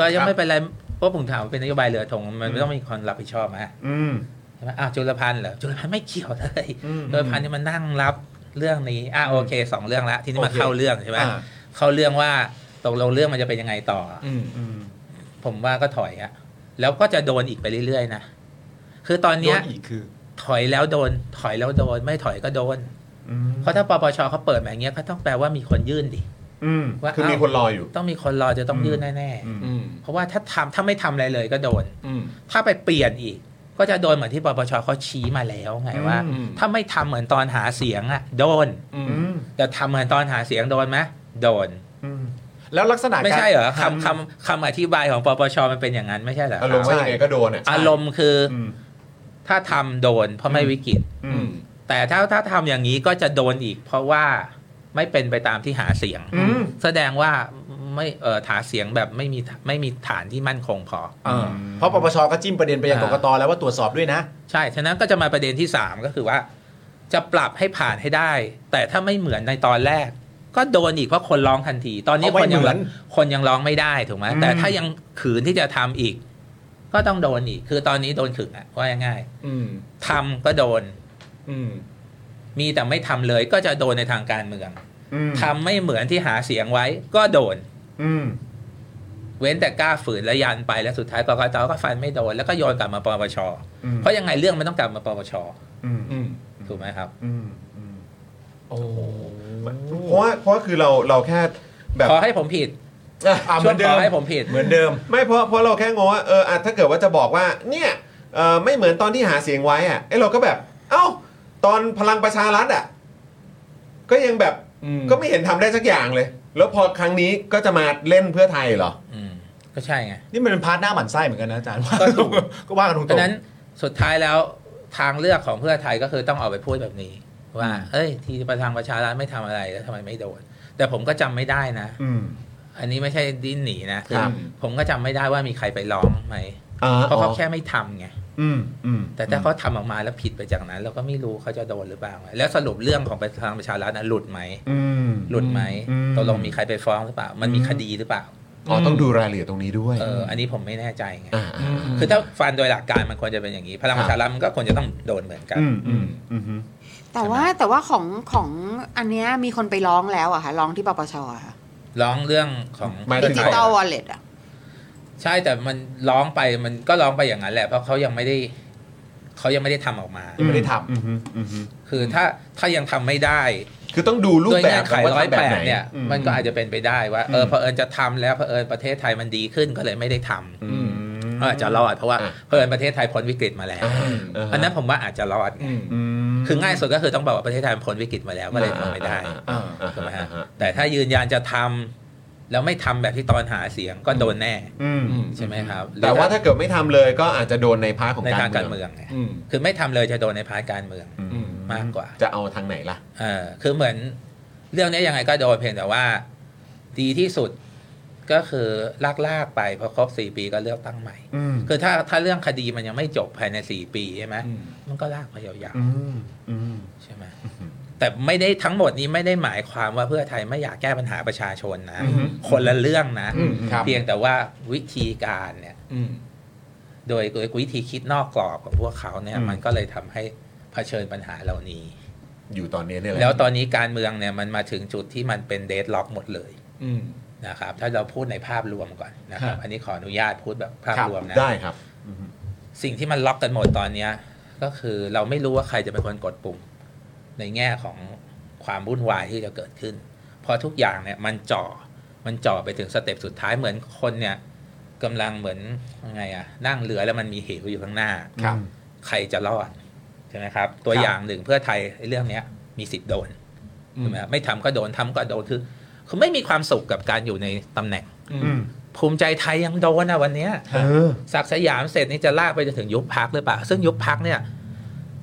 ก็ยังไม่เป็นไรเพราะผมถามว่าเป็นนโยบายเรือธงมันไม่ต้องมีคนรับผิดชอบไหม
อืม
ใช่ไหมอ้าวจุลพันธ์เหรอจุลพันธ์ไม่เกี่ยวเลย
อืม
จุลพันธ์นี่มันนั่งรับเรื่องนี้อ่ะโอเคสองเรื่องละที่นี่มา
โอเค
เข้าเรื่องใช่ไหม
อ่า
เข้าเรื่องว่าตกลงเรื่องมันจะเป็นยังไงต่อ
อืม
อืม
ผมว่าก็ถอยอะแล้วก็จะโดนอีกไปเรื่อยๆนะคือตอน
โด
เนี้ย
นอีกคือ
ถอยแล้วโดน ถอยแล้วโดน ไม่ถอยก็โดน เพราะถ้าปปชเขาเปิดมาอย่างเงี้ยเขาต้องแปลว่ามีคนยื่นดิ
อืม
ว่า
คือมี
เอ้า
คนรออยู่
ต้องมีคนรอจะต้องยื่นแน่
อืม
อืม
ๆเพราะว่าถ้าทำถ้าไม่ทำอะไรเลยก็โดน
อืม
ถ้าไปเปลี่ยนอีก ก็จะโดนเหมือนที่ปปชเขาชี้มาแล้วไงว่า
อืม
ถ้าไม่ทำเหมือนตอนหาเสียงอะโดน
อืม
อืม
แต่ทำเหมือนตอนหาเสียงโดนไหมโดน
อืม
แล้วลักษณะ
ไม่ใช่เหรอ
การ
คำคำคำอธิบายของปปชมันเป็นอย่างนั้นไม่ใช่เหรอ
อารมณ์ว่ายังไงก็โดนอ่ะ
อารมณ์คืออ
อืม
ถ้าทำโดนเพราะไม่วิกฤต
อืม
แต่ถ้าถ้าทำอย่างนี้ก็จะโดนอีก เพราะว่าไม่เป็นไปตามที่หาเสียง
อืม
แสดงว่าไม่เออหาเสียงแบบไม่มีไม่มีฐานที่มั่นคงพอ
เออเพราะปปชก็จิ้มประเด็นไปยังก
อ่า
กตแล้วว่าตรวจสอบด้วยนะ
ใช่ ฉะนั้นก็จะมาประเด็นที่ 3 ก็คือว่า จะปรับให้ผ่านให้ได้ แต่ถ้าไม่เหมือนในตอนแรก ก็โดนอีกเพราะคนร้องทันที ตอนนี้
เอาไว้
คนยัง
เหมือน
คนยังร้องไม่ได้ถูกไหมแต่ถ้ายังขืนที่จะทำอีก ก็ต้องโดนอีก คือตอนนี้โดนขึงอะว่าง่าย
อืม
ๆทำก็โดน
อืม
มีแต่ไม่ทำเลย ก็จะโดนในทางการเมือง
อืม
ทำไม่เหมือนที่หาเสียงไว้ ก็โดน
อืม
เว้นแต่กล้าฝืนและยันไปแล้วสุดท้ายกกตก็ฟันไม่โดนแล้วก็โยนกลับมาปปช
อืม
เพราะยังไงเรื่องมันต้องกลับมาปปช
อืม
อืม
ถูกไหมครับ
อืมอืม
โอ้
เพราะว่าเพราะว่าคือเราเราแค่แบบ
ขอให้ผมผิด
อ่ะเห
ช่
มื
ว
อง น
ข
เดิ
อ
ม
ให้ผมผิด
เหมือนเดิม
ไม่เพราะเพราะเราแค่งงว่าเอออ่ะถ้าเกิดว่าจะบอกว่าเนี่ยเออไม่เหมือนตอนที่หาเสียงไว้อะเอ้ยเราก็แบบ เอ้า ตอนพลังประชารัฐอ่ะก็ยังแบบ
อืม
ก็ไม่เห็นทำได้สักอย่างเลย แล้วพอครั้งนี้ก็จะมาเล่นเพื่อไทยเหรอ
อืมก็ใช่ไง
นี่มันเป็นพาร์ทหน้าหมันไส้เหมือนกันนะอาจารย์
ก็ถูก
ก็ว่ากันตรง
เพ
ๆ
ราะฉะนั้นสุดท้ายแล้วทางเลือกของเพื่อไทยก็คือต้องออกไปพูดแบบนี้ ว่า เอ้ย ที่ประธานประชารัฐไม่ทำอะไรแล้วทำไมไม่โดน แต่ผมก็จำไม่ได้นะ
อืม
อันนี้ไม่ใช่ดิ้นหนีนะครับ ผมก็จำไม่ได้ว่ามีใครไปร้องไหม
อ่า
เพราะเขาแค่ไม่ทำไง
อืมอืม
แต่ถ้าเขาทำออกมาแล้วผิดไปจากนั้น เราก็ไม่รู้เขาจะโดนหรือเปล่าไงแล้วสรุปเรื่องของประธานประชารัฐนะหลุดไหม
อืม
หลุดไหม
อืม
ตกลงมีใครไปฟ้องหรือเปล่า มันมีคดีหรือเปล่า
อ๋อต้องดูรายละเอียดตรงนี้ด้วย
เอออันนี้ผมไม่แน่ใจไง
อ่าอ่าอ่า
คือถ้าฟันโดยหลักการมันควรจะเป็นอย่างนี้ พลังประชารัฐมันก็ควรจะต้องโดนเหมือนกัน
อืมอืมอืม
แต่ว่าแต่ว่าของของอันเนี้ยมีคนไปร้องแล้วอะค่ะร้องที่ปปชอะค่ะ
ร้องเรื่องของ
หมาย
ดิ
ถึง
จิตอลวอลเล็ตอะ
ใช่แต่มันร้องไปมันก็ร้องไปอย่างนั้นแหละเพราะเขายังไม่ได้เขายังไม่ได้ทำออกมา
ไม่ได้ทำ
อืมอืมอืม
คือถ้าถ้ายังทำไม่ได้
คือต้องดูรูป
ด้วย
แบ
เงื่
บ
อนไข
ว่า
ร้อย
ทำแบ
แป
บ
ด
ไห
เนี่ย
อื
มันก็อาจจะเป็นไปได้ว่าเออเผอิญจะทำแล้วเผอิญประเทศไทยมันดีขึ้นก็เลยไม่ได้ทำ
อืม
ก็อาจจะรอดเพราะว่า
อ่ะ
เผอิญประเทศไทยพ้นวิกฤตมาแล้ว
อ่าฮะ
อันนั้นผมว่าอาจจะรอดไง
อืม
อืม
คือง่ายสุดก็คือต้องบอกว่าประเทศไทยมันพ้นวิกฤตมาแล้วก็เลยทำไม่ได้
อ่าอ่า
อ่า
ถูกไหมฮะแต่ถ้ายืนยันจะทำแล้วไม่ทำแบบที่ตอนหาเสียงก็โดนแน่
อืม
อืม
ใช่ไหมครับ
แต่ว่าถ้าเกิดไม่ทำเลยก็อาจจะโดนในพาร์ทของ
ใน
การ
ทางการเมืองไง
อืม
คือไม่ทำเลยจะโดนในพาร์ทการเมือง
อื
มากกว่า
จะเอาทางไหนล่ะ
เออคือเหมือนเรื่องนี้ยังไงก็โดนเพียงแต่ว่า ดีที่สุดก็คือลากลากๆไปพอครบสี่ปีก็เลือกตั้งใหม่
อืม
คือถ้าถ้าเรื่องคดีมันยังไม่จบภายในสี่ปีใช่ไหม
อืม
มันก็ลากมายาว
อืมอืม
ๆใช่ไหมแต่ไม่ได้ทั้งหมดนี้ไม่ได้หมายความว่าเพื่อไทยไม่อยากแก้ปัญหาประชาชนนะ
อือฮึ
คนละเรื่องนะ
อืมครับ
เพียงแต่ว่าวิธีการเนี่ย
อืม
โดยโดยวิธีคิดนอกกรอบของพวกเขาเนี่ย มันก็เลยทำให้เผชิญปัญหาเหล่านี้
อยู่ตอนนี้เนี่ยแหละ
แล้วตอนนี้การเมืองเนี่ยมันมาถึงจุดที่มันเป็นเดดล็อกหมดเลย
อืม
นะครับ ถ้าเราพูดในภาพรวมก่อนนะครั
ค
บ
รับ
อันนี้ขออนุญาตพูดแบบภาพ
ครับ
รวมนะ
ได้ครับ
สิ่งที่มันล็อกกันหมดตอนเนี้ยก็คือเราไม่รู้ว่าใครจะเป็นคนกดปุ่ม ในแง่ของความวุ่นวายที่จะเกิดขึ้น เพราะทุกอย่างเนี่ยมันจ่อมันจ่อไปถึงสเต็ปสุดท้ายเหมือนคนเนี่ยกำลังเหมือนยังไงอะนั่งเรือแล้วมันมีเหวอยู่ข้างหน้า
ครับ
ใครจะรอดใช่ไหมครับ ตัว
ครับ
อย่างหนึ่งเพื่อไทยไอ้เรื่องเนี้ยมีสิทธิ์โดน
อื
ใช่ไหมครับไม่ทำก็โดนทำก็โดนคือคือไม่มีความสุขกับการอยู่ในตำแหน่ง
อืม
ภูมิใจไทยยังโดนนะวันเนี้ย
เอ
ศักดิ์สยามเสร็จนี่จะลากไปจนถึงยุบพักหรือเปล่า ซึ่งยุบพักเนี่ย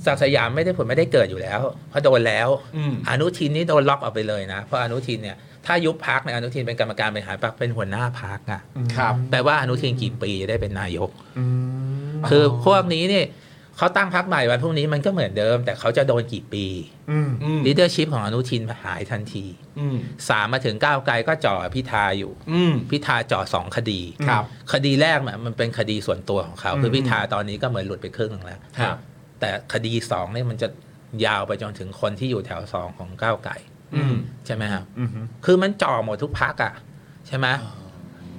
ศักดิ์สยามไม่ได้ผลไม่ได้เกิดอยู่แล้วเพราะโดนแล้ว
อืม
อนุทินนี่โดนล็อกออกไปเลยนะ เพราะอนุทินเนี่ยถ้ายุบพักเนี่ยอนุทินเป็นกรรมการบริหารพักเป็นหัวหน้าพักอ่ะ
ครับ
แปลว่าอนุทินกี่ปีจะได้เป็นนายกคือพวกนี้นี่เขาตั้งพักใหม่วันพรุ่งนี้มันก็เหมือนเดิม แต่เขาจะโดนกี่ปี
อืม
ลีดเดอร์ชิพของอนุทินหายทันที
อืม
สามมาถึงก้าวไกลก็จ่อพิธาอยู่
อืม
พิธาจ่อสองคดี
ครับ
คดีแรกเนี่ยมันเป็นคดีส่วนตัวของเขา คือพิธาตอนนี้ก็เหมือนหลุดไปครึ่งหนึ่งแล้ว
ครับ
แต่คดีสองเนี่ยมันจะยาวไปจนถึงคนที่อยู่แถวสองของก้าวไกล
อืม
ใช่ไหมครับคือมันจ่อหมดทุกพักอ่ะใช่ไหม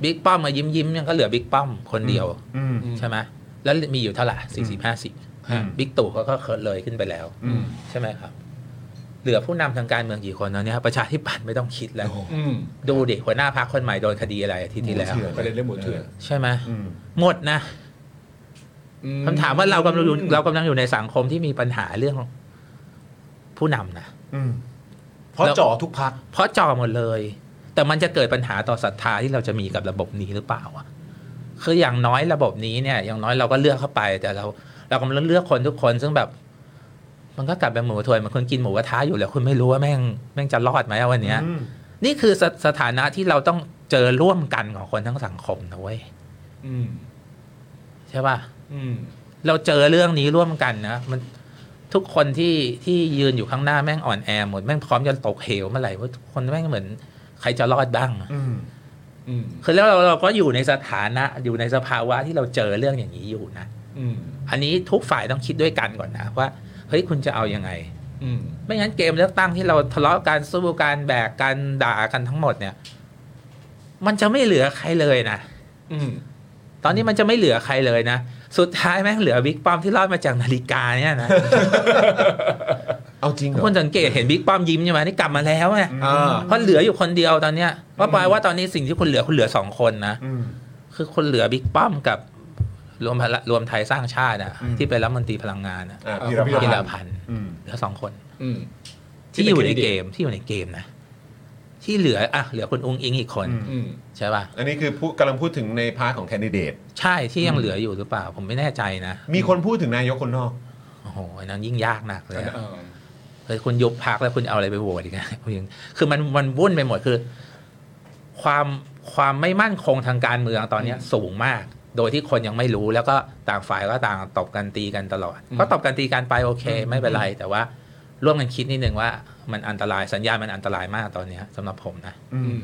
บิ๊กป้อมมายิ้มยิ้มๆยังก็เหลือบิ๊กป้อมคนเดียว
อืม
ใช่ไหมแล้วมีอยู่เท่าไหร่สี่สิบห้าสิบ บิ๊กตู่เขาก็เคยเลยขึ้นไปแล้ว
อืม
ใช่ไหมครับ เหลือผู้นำทางการเมืองกี่คนแล้วเนี่ยประชาธิปัตย์ไม่ต้องคิดแล้ว
อืม
ดูดิหัวหน้าพรรคคนใหม่โดนคดีอะไรอาทิตย์ที่แล้ว
ประเด็นเรื่องหมูเถื่อน
ใช่ไหมหมดนะคำถามว่าเรากำลังอยู่เรากำลังอยู่ในสังคมที่มีปัญหาเรื่อง ผู้นำนะ
เพราะจ่อทุกพัก
เพราะจ่อหมดเลย แต่มันจะเกิดปัญหาต่อศรัทธาที่เราจะมีกับระบบนี้หรือเปล่าอะคืออย่างน้อยระบบนี้เนี่ย อย่างน้อยเราก็เลือกเข้าไป แต่เรา เรากำลังเลือกคนทุกคน ซึ่งแบบ มันก็กลับไปหมูกระทวยมันคนกินหมูกระทะอยู่แล้วคุณไม่รู้ว่าแม่งแม่งจะรอดไหมอะวันเนี้ย นี่คือสสถานะที่เราต้องเจอร่วมกันของคนทั้งสังคมนะเว้ย
อืม
ใช่ป่ะ
อืม
เราเจอเรื่องนี้ร่วมกันนะมันทุกคนที่ที่ยืนอยู่ข้างหน้าแม่งอ่อนแอหมดแม่งพร้อมจะตกเหวเมื่อไหร่ว่าทุกคนแม่งเหมือน ใครจะรอดบ้างอะ
อืม
คือแล้วเราเราก็อยู่ในสถานะอยู่ในสภาวะที่เราเจอเรื่องอย่างนี้อยู่นะ
อืม
อันนี้ทุกฝ่ายต้องคิดด้วยกันก่อนนะว่าเฮ้ยคุณจะเอายังไง
อืม
ไม่งั้นเกมเลือกตั้งที่เราทะเลาะกันสู้กันแบกกันด่ากันทั้งหมดเนี่ย มันจะไม่เหลือใครเลยนะ
อืม
ตอนนี้มันจะไม่เหลือใครเลยนะ สุดท้ายแม่งเหลือบิ๊กป้อมที่รอดมาจากนาฬิกาเนี่ยนะ [LAUGHS]
เอาจริงเหรอ
คนสังเกตเห็นบิ๊กป้อมยิ้มใช่ไหมนี่กลับมาแล้วไง
อ่า
เพราะเหลืออยู่คนเดียวตอนเนี้ยก็แปลว่าตอนนี้สิ่งที่คุณเหลือคุณเหลือสองคนนะคือคนเหลือบิ๊กป้อมกับรวมพลังรวมไทยสร้างชาติอะที่เป็นรัฐมนตรีพลังงานอะ
อ่ะ
พีระพั
กี
น
ฬา
ธ์
พันธ์
อืม
เหลือสองคน
อืม ที่
ที่
เป็น
อยู่ใน
candidate
เกมที่อยู่ในเกมนะ ที่เหลืออ่ะเหลือคุณอุ้งอิงอีกคน
อืม
ใช่ป่ะ
อันนี้คือพูดกำลังพูดถึงในพาร์ทของแคนดิเดต
ใช่ที่ยังเหลืออยู่หรือเปล่า ผมไม่แน่ใจนะ
มีคนพูดถึงนายกคนนอก
โอ้โหอันนั้นยิ่งยากหนักเลยอะ เฮ้ยคุณยุบพักแล้วคุณเอาอะไรไปโหวตอีกนะ [LAUGHS] คุณยังคือมันมันวุ่นไปหมดคือ ความความไม่มั่นคงทางการเมืองตอนเนี้ยสูงมาก โดยที่คนยังไม่รู้แล้วก็ต่างฝ่ายก็ต่างตบกันตีกันตลอด
อืม
ก็ตบกันตีกันไปโอเค
อืม
ไม่เป็นไร แต่ว่าร่วมกันคิดนิดนึงว่ามันอันตรายสัญญาณมันอันตรายมากตอนเนี้ยสำหรับผมนะ
อืม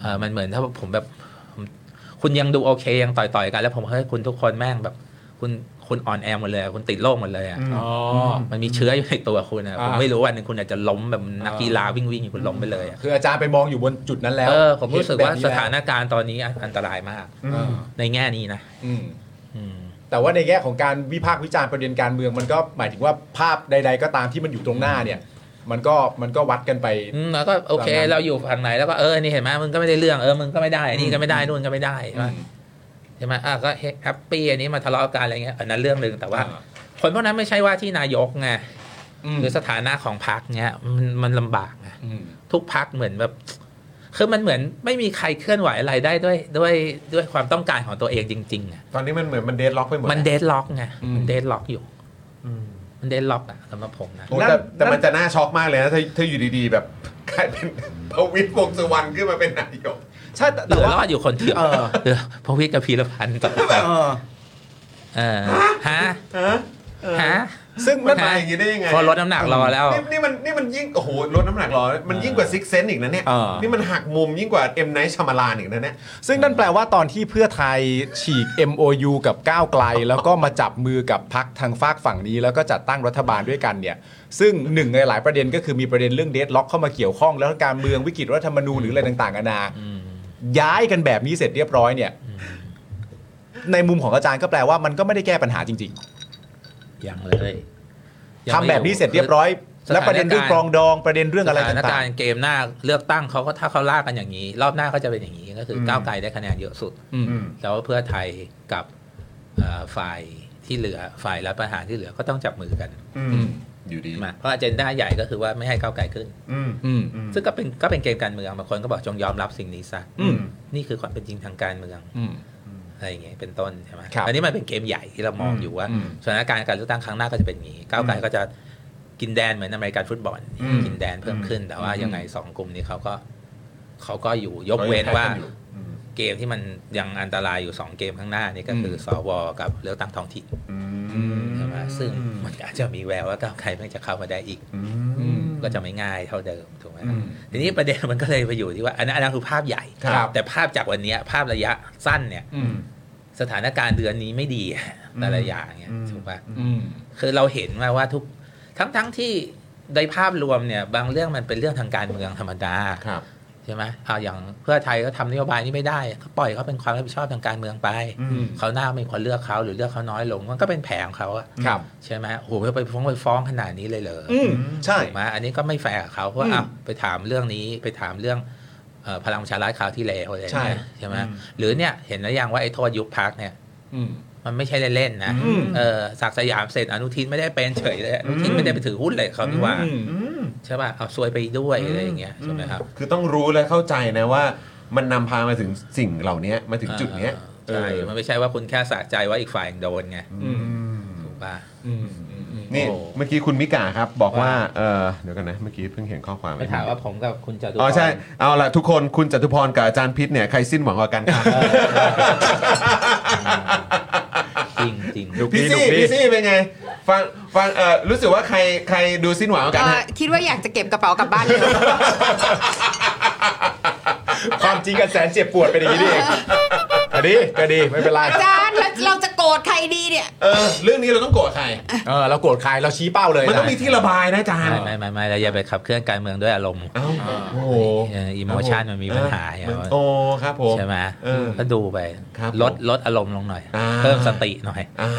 เออมันเหมือนถ้าผมแบบผมคุณยังดูโอเคยังต่อยต่อยๆกันแล้วผมเฮ้ยคุณทุกคนแม่งแบบ คุณคุณอ่อนแอหมดเลยอะคุณติดโรคหมดเลยอะ
อ๋อ
มันมีเชื้ออยู่ในตัวคุณนะ
อ่า
ผมไม่รู้วันหนึ่งคุณอาจจะล้มแบบนักกีฬาวิ่งวิ่งอยู่คุณล้มไปเลยอะ
คืออาจารย์ไปมองอยู่บนจุดนั้นแล้ว
เออผมรู้สึกว่า
เห็แบ
ส
บแล้ว
ถานการณ์ตอนนี้อันตรายมาก
อ่า
ในแง่นี้นะ
อืม
อืม
แต่ว่าในแง่ของการวิพากษ์วิจารณ์ประเด็นการเมืองมันก็หมายถึงว่าภาพใด ๆ ก็ตามที่มันอยู่ตรงหน้าเนี่ย มันก็มันก็วัดกันไป
อืมแล้วก็โอเค
ตามนั้น
เราอยู่ฝั่งไหนแล้วก็เออนี่เห็นไหมมึงก็ไม่ได้เรื่องเออมึงก็ไม่ได้อันนี่ก็ไม่ได้นู่นก็ไม่ได้ใช่ไหมใช่ไหมอ่ะก็แฮปปี้อันนี้มาทะเลาะกันอะไรเงี้ยอันนั้นเรื่องหนึ่งแต่ว่า คนพวกนั้นไม่ใช่ว่าที่นายกไง
อืม
หรือสถานะของพรรคเนี้ยมันมันลำบากไง
อืม
ทุกพักเหมือนแบบคือมันเหมือนไม่มีใครเคลื่อนไหวอะไรได้ด้วยด้วยด้วยความต้องการของตัวเองจริงๆอะ
ตอนนี้มันเหมือนมันเดดล็อกไปหมด
มันเดดล็อกไง
อืม
มันเดดล็อกอยู่มันเดดล็อกอะสำหรับผมนะ
โอ้แต่แต่มันจะน่าช็อกมากเลยนะถ้าถ้าอยู่ดีๆ แบบกลายเป็นประวิตรวงษ์สุวรรณขึ้นมาเป็นนายก
ใช่แต่
เห
แต่
ลือ
ว่าร
อดอยู่คนเดียว
เออ
เหลือพวิทย์กับพีรพันธ์ต่อ
เออ
เออฮะ
ฮะ
ฮะ
ซึ่ง
มั
มัน น
มาอย่างนี้ได้ยังไง
พอลดน้ำหนักรอแล้ว
นี่นี่มันนี่มันยิ่ง โอ้โหลดน้ำหนักรอ มันยิ่งกว่าซิกเซนอีกนะเนี่ย
เออ
นี่มันหักมุมยิ่งกว่าเอ็มไนท์ชมาลานอีกนะเนี่ย
ซึ่งนั่นแปลว่าตอนที่เพื่อไทยฉีก MOU กับก้าวไกล แล้วก็มาจับมือกับพักทางฝากฝั่งนี้ แล้วก็จัดตั้งรัฐบาลด้วยกันเนี่ย ซึ่งหนึ่งในหลายประเด็นก็คือมีประเด็นเรื่องเดดล็อกเข้ามาเกี่ยวข้องแล้วการเมืองวิกฤตรัฐธรรมนูญหรืออะไรต่างๆนานา
อืม
ย้ายกันแบบนี้เสร็จเรียบร้อยเนี่ย ในมุมของอาจารย์ก็แปลว่ามันก็ไม่ได้แก้ปัญหาจริง
ยังเลย
ๆทำแบบนี้เสร็จเรียบร้อย และประเด็นเรื่องกรองดองประเด็นเรื่องอะไร
สถา
ต่าก
นาง รณ์เกมหน้าเลือกตั้งเขาก็ถ้าเขาลากกันอย่างนี้ รอบหน้าก็จะเป็นอย่างนี้ก็คืออ
ม
ก้าวไกลได้คะแนนเยอะสุด
ๆอืม
แล้วเพื่อไทยกับเอ่อฝ่ายที่เหลือฝ่ายรัฐประหารที่เหลือก็ต้องจับมือกัน
อืม อยู่ดี
มาเพราะอเจนดาใหญ่ก็คือว่าไม่ให้ก้าวไกลขึ้น
อืม
อืม
ซึ่งก็เป็นก็เป็นเกมการเมืองบางคนก็บอกจงยอมรับสิ่งนี้ซะ
อืม
นี่คือความเป็นจริงทางการเมือง
อืม
อะไรอย่างเงี้ยเป็นต้นใช่ไหม
ครับ
อันนี้มันเป็นเกมใหญ่ที่เรามองอยู่ว่า
อืม
สถานการณ์การเลือกตั้งครั้งหน้าก็จะเป็นอย่างนี้ก้าวไกลก็จะกินแดนเหมือนอเมริกันฟุตบอล
อืม
กินแดนเพิ่มขึ้นแต่ว่ายังไงสองกลุ่มนี้เขาก็เขาก็อยู่ยกเว้นว่า เกมที่มันยังอันตรายอยู่ 2 เกมข้างหน้านี่ก็คืออสวกับเลือกตั้งท้องถิ่นใช่ไหมซึ่งมันอาจจะมีแววว่าก้าวไกลมันจะเข้ามาได้อีก
อืม
ก็จะไม่ง่ายเท่าเดิมถูกไหม
อืม
ทีนี้ประเด็นมันก็เลยไปอยู่ที่ว่าอันนั้นอันนั้นคือภาพใหญ่
ครับ
แต่ภาพจากวันเนี้ยภาพระยะสั้นเนี่ย
อืม
สถานการณ์เดือนนี้ไม่ดีอะแต่ละอย่างเนี่ยถูกปะ
อืม
คือเราเห็นมาว่าทุกทั้งทั้งที่ในภาพรวมเนี่ยบางเรื่องมันเป็นเรื่องทางการเมืองธรรมดา
ครับ
ใช่ไหมอ่าอย่างเพื่อไทยก็ทำนโยบายนี้ไม่ได้ก็ปล่อยเขาเป็นความรับผิดชอบทางการเมืองไปเขาวหน้าไม่ควรเลือกเขาหรือเลือกเขาน้อยลงมันก็เป็นแผลของเขาอะ
ครับ
ใช่ไหมโอ้โหไปฟ้องไปฟ้องขนาดนี้เลยเหรอ
อืม
ใช่
ถูกไหมอันนี้ก็ไม่แฟร์กับเขาเพราะว่าอ้าวไปถามเรื่องนี้ไปถามเรื่องเอ่อพลังประชารัฐคราวที่แล้วอะไรอย่างเงี้ยใช่ไหมหรือเนี่ยเห็นหรือยังว่าไอ้โทษยุบพักเนี่ย
อืม
มันไม่ใช่เล่นๆนะ
อืม
เออศักดิ์สยามเสร็จอนุทินไม่ได้เป็นเฉยเลยอนุทินไม่ได้ไปถือหุ้นเลยเขาดีกว่า
อืม
ใช่ป่ะ เอาซวยไปด้วยอะไรอย่างเงี้ยใช่ไหมครับ
คือต้องรู้และเข้าใจนะว่า มันนำพามาถึงสิ่งเหล่านี้มาถึงจุดเนี้ย
ใช่
เออ
มันไม่ใช่ว่าคุณแค่สะใจว่าอีกฝ่ายโดนไง
อืม
ถูกป่ะ
อืมอืมอืม
นี่
โอ้
เมื่อกี้คุณมิกาครับ บอกว่าเออเดี๋ยวกันนะเมื่อกี้เพิ่งเห็นข้อความ
ไปถามว่าผมกับคุณจตุพร
อ๋อใช่เอาละทุกคนคุณจตุพรกับอาจารย์พิษเนี่ยใครสิ้นหวังกว่ากันครับ
จริงจริงๆ
พี่ซี่พี่ซี่เป็นไง ฟังฟังเออรู้สึกว่าใครใครดูสิ้นหวังกว่ากัน
เอ่อ
ฮะ
คิดว่าอยากจะเก็บกระเป๋ากลับบ้านเลย
ความจริงกันแสนเจ็บปวดเป็นอย่างนี้นี่เองก็ดีก็ดีไม่เป็นไร
อาจารย์แล้วเราจะโกรธใครดีเนี่ย
เออเรื่องนี้เราต้องโกรธใคร
เออเราโกรธใครเราชี้เป้าเลย
มันต้องมี
นะ
ที่ระบายนะอาจารย์
ไม่ไม่ไม่ไม่เราอย่าไปขับเคลื่อนการเมืองด้วยอารมณ์
เอ้าโอ้โห
อิโมชันมันมีปัญหาอย่าง
มัน
เงี้ย
โอ้ครับผม
ใช่ไหม
เออ
ก็ดูไป
ครับ
ลดลดอารมณ์ลงหน่อย
อ่า
เพิ่มสติหน่อย
อ่า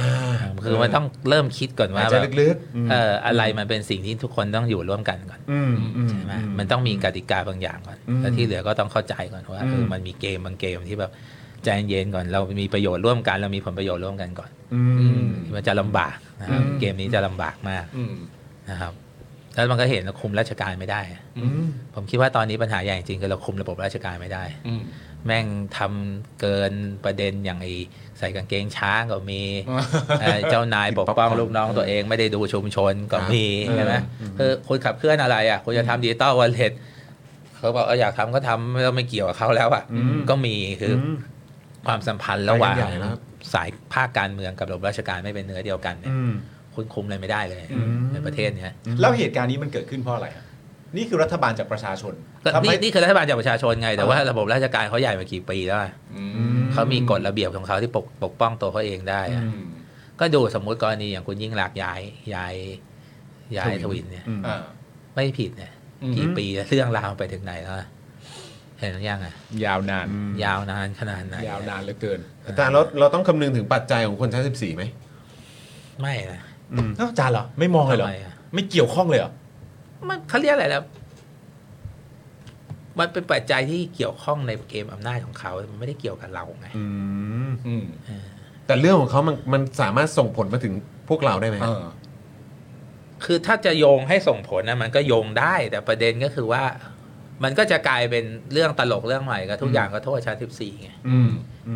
คือมันต้องเริ่มคิดก่อน
หา
ว่าย
ใจ
แบบ
ลึกๆอืม
เอ่ออะไรมันเป็นสิ่งที่ทุกคนต้องอยู่ร่วมกันก่อน
อืมอืม
ใช่ไหมมันต้องมีกติกาบางอย่างก่อน
อืม
แล้วที่เหลือก็ต้องเข้าใจก่อนว่าเออมันมีเกมบางเกมที่แบบใจเย็นก่อนเรามีประโยชน์ร่วมกันเรามีผลประโยชน์ร่วมกันก่อนมันจะลำบากนะครับเกมนี้จะลำบากมาก
อืม
นะครับแล้วมันก็เห็นเราคุมราชการไม่ได้ ผมคิดว่าตอนนี้ปัญหาใหญ่จริงคือเราคุมระบบราชการไม่ได้
อืม
แม่งทำเกินประเด็นอย่างไอใส่กางเกงช้างก็ [LAUGHS] มี
อ่า
เอ่อเจ้านายปกป้องลูกน้องตัวเองไม่ได้ดูชุมชนก็มีใช่ไหมคือคุณขับเคลื่อนอะไรอ่ะคุณจะทำดิจิตอลวอลเล็ตเขาบอกเอออยากทำก็ทำไม่ต้องไม่เกี่ยวกับเขาแล้วอ่ะก็มีคืออความสัมพันธ์ระหว่าง
ใหญ่นะครับ
สายภาคการเมืองกับระบบราชการไม่เป็นเนื้อเดียวกันเนี่ยคุณคุมอะไรไม่ได้เลย ในประเทศเนี้ย
แล้วเหตุการณ์นี้มันเกิดขึ้นเพราะอะไรฮะนี่คือรัฐบาลจากประชาชน
ก็
ทำให้
นี่นี่คือรัฐบาลจากประชาชนไง แต่ว่าระบบราชการเขาใหญ่มากี่ปีแล้วอะเขามีกฎระเบียบของเขาที่ปกปกป้องตัวเขาเองได้อะ
อืม
ก็ดูสมมุติกรณีอย่างคุณยิ่งหลักษณ์ย้ายย้ายย้ายทวินเนี่ย
อ่า
ไม่ผิดเนี่ย
อืม
กี่ปีแล้วเรื่องราวไปถึงไหนแล้วอะเห็นหรือยังอ่ะ
ยาวนาน
ยาวนานขนาดไหนอะ
ยาวนานเหลือเกิน
อาจารย์เราเราต้องคำนึงถึงปัจจัยของคนชั้น14ไหม
ไม่นะ
เอ้าอาจารย์เหรอไม่มองเลยเหรอ
ทำไมอะ
ไม่เกี่ยวข้องเลยเหรอ
มันเขาเรียกอะไรแล้วมันเป็นปัจจัยที่เกี่ยวข้องในเกมอำนาจของเขา มันไม่ได้เกี่ยวกับเราไง
อืม
แต่เรื่องของเขามันมันสามารถส่งผลมาถึงพวกเราได้ไหม
เออ
คือถ้าจะโยงให้ส่งผลนะมันก็โยงได้ แต่ประเด็นก็คือว่า มันก็จะกลายเป็นเรื่องตลกเรื่องใหม่ก็ทุกอย่างก็โทษชาติสิบสี่ไง
อืม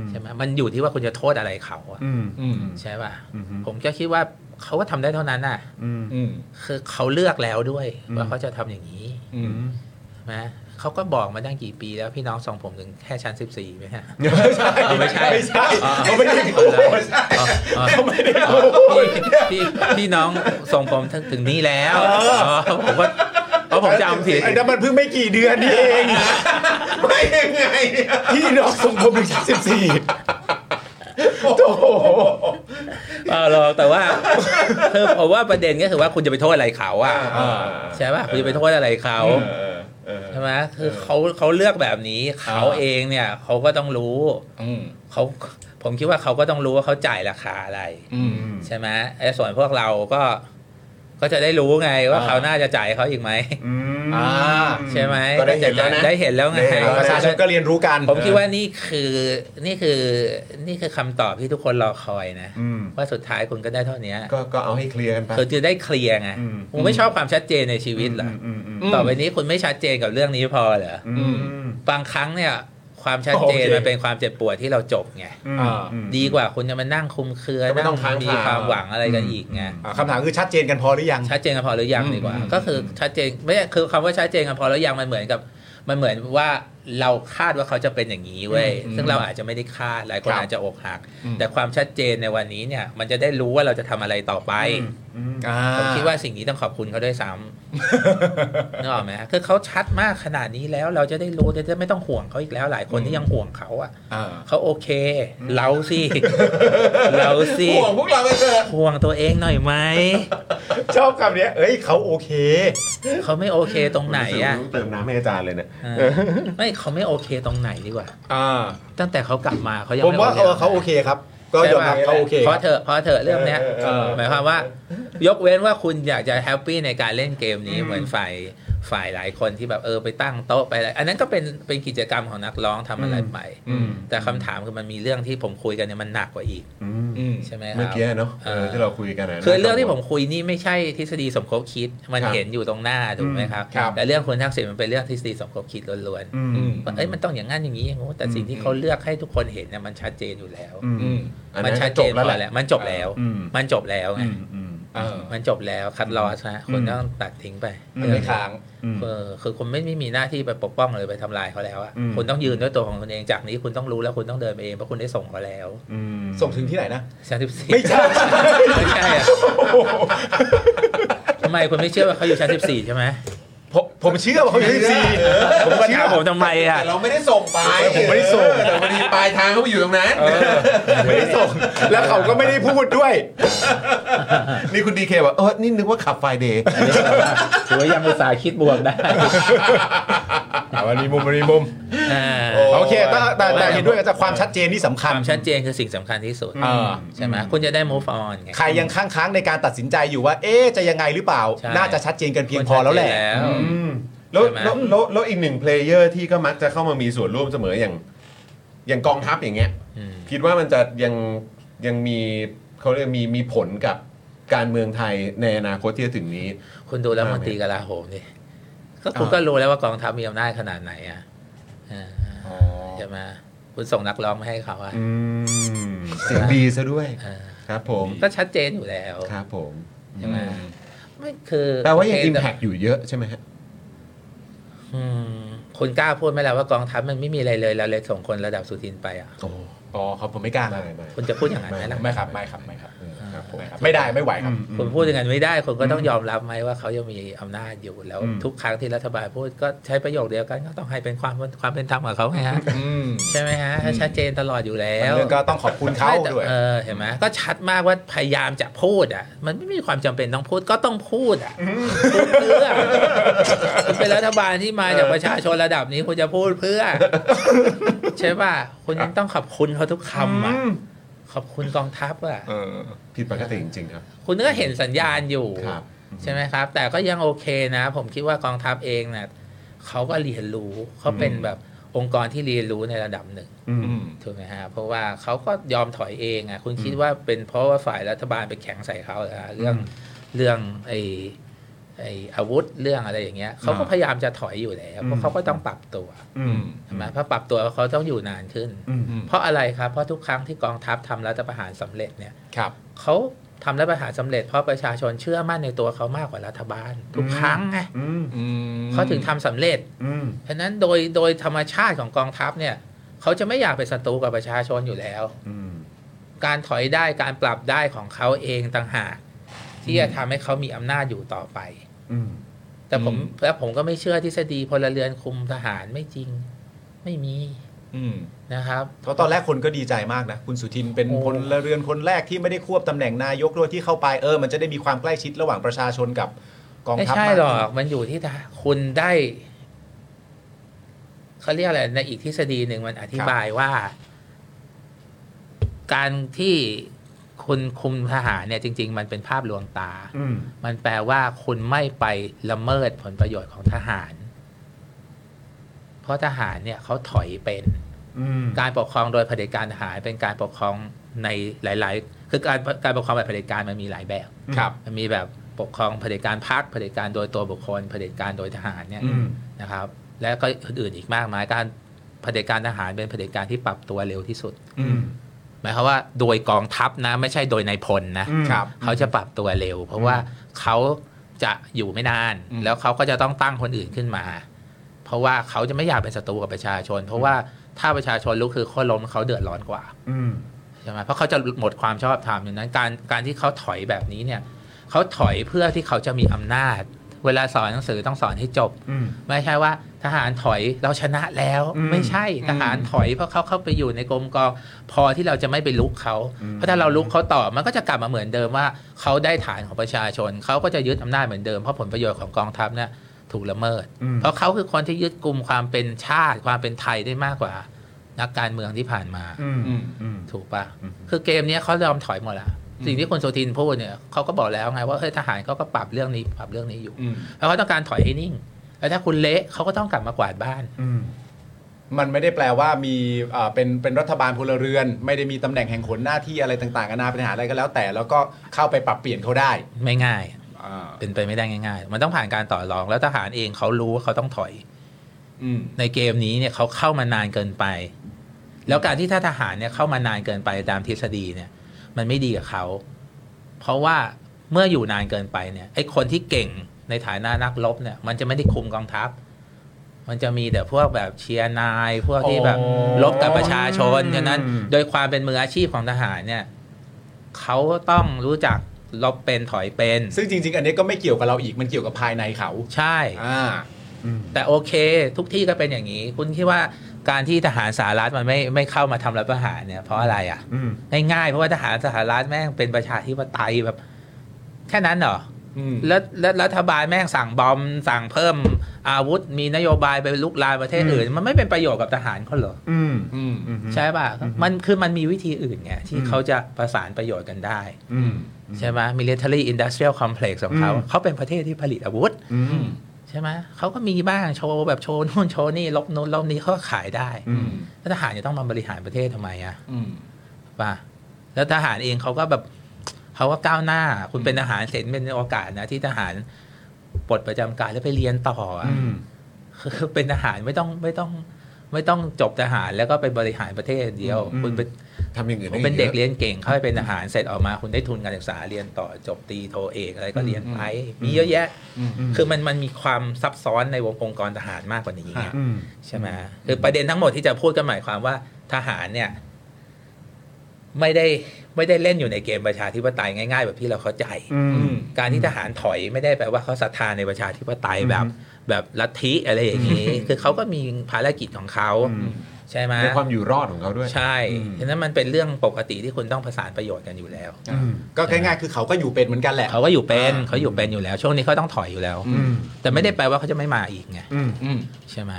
ใช่ไหมมันอยู่ที่ว่าคุณจะโทษอะไรเขาอะ
อืม
อืม
ใช่ป่ะผมก็คิดว่าเขาก็ทำได้เท่านั้นน่ะ
อืม
อืม
คือเขาเลือกแล้วด้วย ว่าเขาจะทำอย่างนี้
อืม
ใช่ไหมเขาก็บอกมาตั้งกี่ปีแล้วพี่น้องส่งผมถึงแค่ชั้นสิบสี่ไหม [LAUGHS] ฮะ
ไม่ใช่ไม่ใช่
อ๋อ
เขาไม่ได้พูด
อ๋ออ๋อ
เขาไม่ได้
อ๋
พู
อ
ด
พี่พี่พี่น้องส่งผมถึงถึงนี่แล้วอ๋อผมก็เพราะผมจำผิด
ไอ้นั่นมันเพิ่งไม่กี่เดือนนี่เองไม่ยังไงพี่น้องสมผมถึงสิบสี่โอ้โห
เออหรอกแต่ว่า คือผมว่าประเด็นก็คือว่าคุณจะไปโทษอะไรเขาอ่ะใช่ป่ะคุณจะไปโทษอะไรเขาใช่ไหมคือเขาเขาเลือกแบบนี้เขาเองเนี่ยเขาก็ต้องรู้
อืม
เขาผมคิดว่าเขาก็ต้องรู้ว่าเขาจ่ายราคาอะไร
อืม
ใช่ไหมไอ้ส่วนพวกเราก็ ก็จะได้รู้ไงว่า
อ่า
เขาวหน่าจะจ่ายเขาอีกไหม
อ่า
ใช่ไหม
ก็ได้เห็นแล้วนะ
ได้เห็นแล้วไง
ได้เห็นแล้ว
ประชาชนก็เรียนรู้กัน
ผมคิดว่านี่คือนี่คือนี่คือคำตอบที่ทุกคนรอคอยนะ
อืม
ว่าสุดท้ายคุณก็ได้เท่านี้
ก็ก็เอาให้เคลียร์กันไป
เธอจะได้เคลียร์ไง
อืม
ผมไม่ชอบความชัดเจนในชีวิตเหรอ
อืมอืม
ต่อไปนี้คุณไม่ชัดเจนกับเรื่องนี้พอเหรอ
อืมอืม
บางครั้งเนี่ย ความชัดเจนมันเป็นความเจ็บปวดที่เราจบไง
อ่า
ดีกว่าคุณจะมานั่งคลุมเครือ
ก็ไม่ต้อง
นั่
ค้าง
มี
คา
ความหวังอะไรกันอีกไง
อ่าคำถามคือชัดเจนกันพอหรือยัง
ชัดเจนกันพอหรือยังดีกว่า
อืม
ก็คือชัดเจนไม่ใช่คือคำว่าชัดเจนกันพอหรือยังมันเหมือนกับ มันเหมือนว่า เราคาดว่าเขาจะเป็นอย่างนี้เว้ย
อืม
ซึ่งเราอาจจะไม่ได้คาดหลายคน
ครับ
อาจจะอกหัก
อืม
แต่ความชัดเจนในวันนี้เนี่ย มันจะได้รู้ว่าเราจะทำอะไรต่อไป
อ่า
ผมคิดว่าสิ่งนี้ต้องขอบคุณเขาด้วยซ้ำ นึกออกไหมฮะคือเขาชัดมากขนาดนี้แล้วเราจะได้รู้จะได้ไม่ต้องห่วงเขาอีกแล้ว หลายคน
อืม
ที่ยังห่วงเขาอ่ะ
อ่า
เขาโอเค เราสิ
[LAUGHS]
เราสิ
ห่วงพวกเราไปเถอะ
ห่วงตัวเองหน่อยไหม
ชอบคำเนี้ยเอ้ยเขาโอเค
เขาไม่โอเคตรงไหนอ่ะ
เติมน้ำให้อาจารย์เลยเนี่ย
เออไม่เขาไม่โอเคตรงไหนดีกว่า
อ่า
ตั้งแต่เขากลับมาเขายัง
ผม
ไม่
ว่า
โอเค
เขาโอเคครับ ก็ยอมรับเขาโอเคค
เพ
รับ
ราะเธอะเพราะเธอะเรื่องเนี้ย
เออ
หมายความว่า ยกเว้นว่าคุณอยากจะแฮปปี้ในการเล่นเกมนี้เหมือนฝ่ายฝ่ายหลายคนที่แบบเออไปตั้งโต๊ะไปอะไรอันนั้นก็เป็นเป็นกิจกรรมของนักร้องทำอะไรไป
อืม
แต่คำถามคือมันมีเรื่องที่ผมคุยกันเนี่ยมันหนักกว่าอีก
อืม
ใช่ไหมครับ
เมื่อกี้เนาะเออที่เราคุยกันนะ
คือเรื่องที่ผมคุยนี่ไม่ใช่ทฤษฎีสมคบคิดมัน
ครับ
เห็นอยู่ตรงหน้าถูกไหมครับ
ครับ
แต่เรื่องคุณทักษิณมันเป็นเรื่องทฤษฎีสมคบคิดล้วน
อื
อืม
ๆว่าเอ้ยมันต้องอย่างนั้นอย่างนี้อย่างงู้นแต่สิ่งที่เขาเลือกให้ทุกคนเห็นเนี่ยมันชัดเจนอยู่แล้ว
อืม
อัน
มั
นั้น น
ชัด
จ
เจ
บ
น
แล้ว
พ
แห
อ
ละ
แล้วมันจบแล้ว
อืม
มันจบแล้วไง
อืมอืม
เออ
มันจบแล้วคัดลอสฮะคนต้องตัดทิ้งไป
มันไม่ค้าง
เออคือคุณไม่ไม่มีหน้าที่ไปปกป้องหรือไปทำลายเขาแล้วอะ
อืม
คุณต้องยืนด้วยตัวของคุณเองจากนี้คุณต้องรู้แล้วคุณต้องเดินไปเองเพราะคุณได้ส่งเขาแล้ว
อืม
ส่งถึงที่ไหนนะ [LAUGHS]
สามสิบสี่
ไม่ใช่
ไม่ใช่อะทำไมคุณไม่เชื่อว่าเขาอยู่ชั้นสิบสี่ใช่ไหม
ผมผมเชื่อว่าเขาอยู่ที่สี่
ผมก็ถามผมทำไมอะ
แต่เราไม่ได้ส่งไป
ผมไม่ได้ส่ง
แต่พอดีปลายทางเขาไปอยู่ตรงนั้น
ไม่ได้ส่ง แล้วเขาก็ไม่ได้พูดด้วย
นี่คุณดีเคบอกเออนี่นึกว่าขับไฟเดย์
ถือว่ายังอุตส่าห์คิดบวกได้
อ่ะมันมีมุมมันมีมุม
อ่า
โอเคแต่แต่แต่เห็นด้วยแต่ความชัดเจนนี่สำคั
ค
ญ
วามชัดเจนคือสิ่งสำคัญที่สุด
เออ
ใช่ไหมคุณจะได้ move on ไง
ใครยังค้างค้างๆในการตัดสินใจอยู่ว่า เอ๊ะจะยังไงหรือเปล่า
ใช่
น่าจะชัดเจนกันเพียงพอแล้วแหละ
คุณชัดเจน
อืมแล้ว
ใช่ไหม
แล้วแล้วแล้วอีกหนึ่งเพลเยอร์ที่ก็มักจะเข้ามามีส่วนร่วมเสมออย่าง อย่างกองทัพอย่างเงี้ย
อืม
คิดว่ามันจะยังยังมีเขาเรียกมีมีผลกับการเมืองไทยในอนาคตที่จะถึงนี้
คุณดูแล้วมนตรีกลาโหมดิก็คุณ
อ่า
ก็รู้แล้วว่ากองทัพมีอำนาจขนาดไหนอ่ะอ่าใช่ไหมคุณส่งนักร้องมาให้เขาอ่ะ
อืมเสียงดีซะด้วย
อ่า
ครับผม
ก็ชัดเจนอยู่แล้ว
ครับผม
ใช่ไหมไม่คือ
แปลว่ายัง
โเค
อิมแพกอยู่เยอะใช่ไหมฮะ
อืมคุณกล้าพูดไหมล่ะว่ากองทัพมันไม่มีอะไรเลยเราเลยส่งคนระดับสุทินไปอ่ะ
โอ้
อ๋อครับผมไม่กล้า
ไม่ไม่
คุณจะพูดอย่างนั้นไหมล่ะ
ไม่ครับไม่ครับไม่ครับ
เออครับผม
ไม่ครับ ไม่ได้ไม่ไหวครับ
คุณพูดอย่างนั้นไม่ได้คุณก็ต้องยอมรับไหมว่าเขายังมีอำนาจอยู่แล้ว ทุกครั้งที่รัฐบาลพูดก็ใช้ประโยคเดียวกันก็ต้องให้เป็นความความเป็นธรรมกับเขาไงฮะ
อืม
ใช่ไหมฮะชัดเจนตลอดอยู่แล้
แล้ว วก็ต้องขอบคุณเขา
ไม่แต่
ด้วย
เออเห็นไหมก็ชัดมากว่าพยายามจะพูดอ่ะ มันไม่มีความจำเป็นต้องพูดก็ต้องพูดอ่ะพูดเพื่อคุณเป็นรัฐบาลที่มาจากประชาชนระดับนี้คุณจะพูดเพื่อ ใช่ป่ะคุณยังต้องขอบคุณเขาทุกคำอ่ะขอบคุณกองทัพอ่ะ
เออ
ผิดปกติจริงๆครับ
คุณก็เห็นสัญญาณอยู่
ครับ
ใช่ไหมครับ แต่ก็ยังโอเคนะ ผมคิดว่ากองทัพเองนะ่ะเขาก็เรียนรู้เขาเป็นแบบองค์กรที่เรียนรู้ในระดับหนึ่ง
อืม
ถูกไหมฮะ เพราะว่าเขาก็ยอมถอยเองอ่ะ คุณคิดว่าเป็นเพราะว่าฝ่ายรัฐบาลไปแข็งใส่เขาเหรอฮะเรื่องเรื่องไอ้ไอ้อาวุธเรื่องอะไรอย่างเงี้ยเขาก็พยายามจะถอยอยู่แล้วเพราะเขาก็ต้องปรับตัว
อืม
ใช่ไหมพอปรับตัวเขาต้องอยู่นานขึ้น
อืม
เพราะอะไรครับ เพราะทุกครั้งที่กองทัพทำรัฐประหารสำเร็จเนี่ย
ครับ
เขาทำรัฐประหารสำเร็จเพราะประชาชนเชื่อมั่นในตัวเขามากกว่ารัฐบาล ทุกครั้งไง
อืม
เขาถึงทำสำเร็จ
อืม
เพราะฉะนั้นโดยโดยธรรมชาติของกองทัพเนี่ยเขาจะไม่อยากเป็นศัตรูกับประชาชนอยู่แล้ว
อืม
การถอยได้การปรับได้ของเขาเองต่างหาก ที่จะทำให้เขามีอำนาจอยู่ต่อไป
อืม
แต่ผมและผมก็ไม่เชื่อทฤษฎีพลเรือนคุมทหารไม่จริง ไม่มี
อืม
นะครับ
เพราะตอนแรกคนก็ดีใจมากนะ คุณสุทินเป็น
โอ้
พลเรือนคนแรกที่ไม่ได้ควบตำแหน่งนายกด้วยที่เข้าไปเออ มันจะได้มีความใกล้ชิดระหว่างประชาชนกับกอง
ไม่
ทัพ
ใช่
มาก
หรอกมันอยู่ที่คุณได้เขาเรียกอะไรในอีกทฤษฎีหนึ่งมันอธิบายว่า การที่คุณคุมทหารเนี่ยจริง ๆ มันเป็นภาพลวงตา
อืม
มันแปลว่าคุณไม่ไปละเมิดผลประโยชน์ของทหาร เพราะทหารเนี่ยเขาถอยเป็น
อืม
การปกครองโดยเผด็จการทหารเป็นการปกครองในหลาย ๆ คือการการปกครองแบบเผด็จการมันมีหลายแบบ
ครับ
มันมีแบบปกครองเผด็จการพรรคเผด็จการโดยตัวบุคคลเผด็จการโดยทหารเนี่ย
อืม
นะครับ และก็อื่นๆอีกมากมายการเผด็จการทหารเป็นเผด็จการที่ปรับตัวเร็วที่สุด
อืม
หมายความว่าโดยกองทัพนะ ไม่ใช่โดยนายพลนะ
ครับ
เขาจะปรับตัวเร็ว เพราะว่าเขาจะอยู่ไม่นาน
อืม
แล้วเขาก็จะต้องตั้งคนอื่นขึ้นมา เพราะว่าเขาจะไม่อยากเป็นศัตรูกับประชาชน เพราะว่าถ้าประชาชนลุกคือโค่นล้มเขาเดือดร้อนกว่าใช่ไหมเพราะเขาจะหมดความชอบธรรมดังนั้นการการที่เขาถอยแบบนี้เนี่ยเขาถอยเพื่อที่เขาจะมีอำนาจ เวลาสอนหนังสือต้องสอนให้จบ ไม่ใช่ว่าทหารถอยเราชนะแล้ว ไม่ใช่ทหารถอยเพราะเขาเข้าไปอยู่ในกรมกองพอที่เราจะไม่ไปลุกเขาเพราะถ้าเราลุกเขาต่อมันก็จะกลับมาเหมือนเดิมว่าเขาได้ฐานของประชาชนเขาก็จะยึดอำนาจเหมือนเดิมเพราะผลประโยชน์ของกองทัพเนี่ยถูกละเมิด เพราะเขาคือคนที่ยึดกลุ่มความเป็นชาติความเป็นไทยได้มากกว่า นักการเมืองที่ผ่านมา ถูกปะคือเกมเนี้ยเขายอมถอยหมดละสิ่งที่คุณโซทินพูดเนี่ยเขาก็บอกแล้วไงว่าเฮ้ยทหารเขาก็ปรับเรื่องนี้ปรับเรื่องนี้อยู่ แล้วเขาต้องการถอยให้นิ่ง แล้วถ้าคุณเละเขาก็ต้องกลับมากวาดบ้าน
มันไม่ได้แปลว่ามีเอ่อเป็นเป็นรัฐบาลพลเรือน ไม่ได้มีตำแหน่งแห่งขนหน้าที่อะไรต่างๆกันานาเป็นทหารอะไรก็แล้วแต่ แล้วก็เข้าไปปรับเปลี่ยนเขาได้
ไม่ง่าย
อ่า
เป็นไปไม่ได้ง่าย ๆ มันต้องผ่านการต่อรอง แล้วทหารเองเขารู้ว่าเขาต้องถอย
อืม
ในเกมนี้เนี่ยเขาเข้ามานานเกินไป แล้วการที่ถ้าทหารเนี่ยเข้ามานานเกินไปตามทฤษฎีเนี่ย มันไม่ดีกับเขา เพราะว่าเมื่ออยู่นานเกินไปเนี่ยไอ้คนที่เก่งในฐานะนักรบเนี่ย มันจะไม่ได้คุมกองทัพ มันจะมีแต่พวกแบบเชียร์นาย พวกที่แบบ
อ๋อ
ลบกับประชาชนฉะนั้น โดยความเป็นมืออาชีพของทหารเนี่ยเขาต้องรู้จักลบเป็นถอยเป็น
ซึ่งจริง ๆ อันนี้ก็ไม่เกี่ยวกับเราอีกมันเกี่ยวกับภายในเขา
ใช่
อ่า
แต่โอเค ทุกที่ก็เป็นอย่างนี้ คุณคิดว่าการที่ทหารสหรัฐมันไม่ไม่เข้ามาทำรัฐประหารเนี่ยเพราะอะไรอะ่ะง่ายๆเพราะว่าทหารสหรัฐแม่งเป็นประชาธิปไตยแบบ แค่นั้นเหรอ
อืม
แล้วแล้วรัฐบาลแม่งสั่งบอมสั่งเพิ่มอาวุธ มีนโยบายไปลุกลามประเทศอื่น มันไม่เป็นประโยชน์กับทหารเขาเหรอ
อืม
อืม
ใช่ป่ะมันคือมันมีวิธีอื่นไงที่เขาจะประสานประโยชน์กันได้
อืม
ใช่ไหม military industrial complex ของเขา เขาเป็นประเทศที่ผลิตอาวุธ
ม
ใช่ไหม เขาก็มีบ้างโชว์แบบโชว์นู่นโชว์นี่ลบนู้นลบนี้เขาก็ขายได้
อืม
แล้วทหารจะต้องมาบริหารประเทศทำไมอะ
อืม
ป่ะ แล้วทหารเองเขาก็แบบเขาก็ก้าวหน้า คุณเป็นทหารเสร็จเป็นโอกาสนะ ที่ทหารปลดประจำการแล้วไปเรียนต่ออะคือเป็นทหารไม่ต้องไม่ต้องไม่ต้องจบทหารแล้วก็ไปบริหารประเทศอย่างเดียว คุณเป็น
ทำอย่างอื่น
ผม
ได้
เป็นเด็ก
ยอะ
เรียนเก่งเข้าไปเป็นทหารเสร็จออกมา คุณได้ทุนการศึกษาเรียนต่อจบตรีโทเอกอะไรก็เรียนไป มีเยอะแยะ คือมันมันมีความซับซ้อนในวงองค์กรทหารมากกว่านี้ไงใช่ไหมคือประเด็นทั้งหมดที่จะพูดก็หมายความว่าทหารเนี่ย ไม่ได้ไม่ได้เล่นอยู่ในเกมประชาธิปไตยง่าย ๆ แบบที่เราเข้าใจ การที่ทหารถอยไม่ได้แปลว่าเขาศรัทธาในประชาธิปไตยแบบแบบลัทธิอะไรอย่างนี้ คือเขาก็มีภารกิจของเขาใช่ไหม
ในความอยู่รอดของเขาด้วย
ใช่
อืม
ฉะนั้นมันเป็นเรื่องปกติที่คุณต้องประสานประโยชน์กันอยู่แล้ว
ก็ง่ายๆคือเขาก็อยู่เป็นเหมือนกันแหละ
เขาก็อยู่เป็น
อ่า
เขาอยู่เป็นอยู่แล้ว ช่วงนี้เขาต้องถอยอยู่แล้ว แต่ไม่ได้แปลว่าเขาจะไม่มาอีกไง
อืม
ใช่ไหม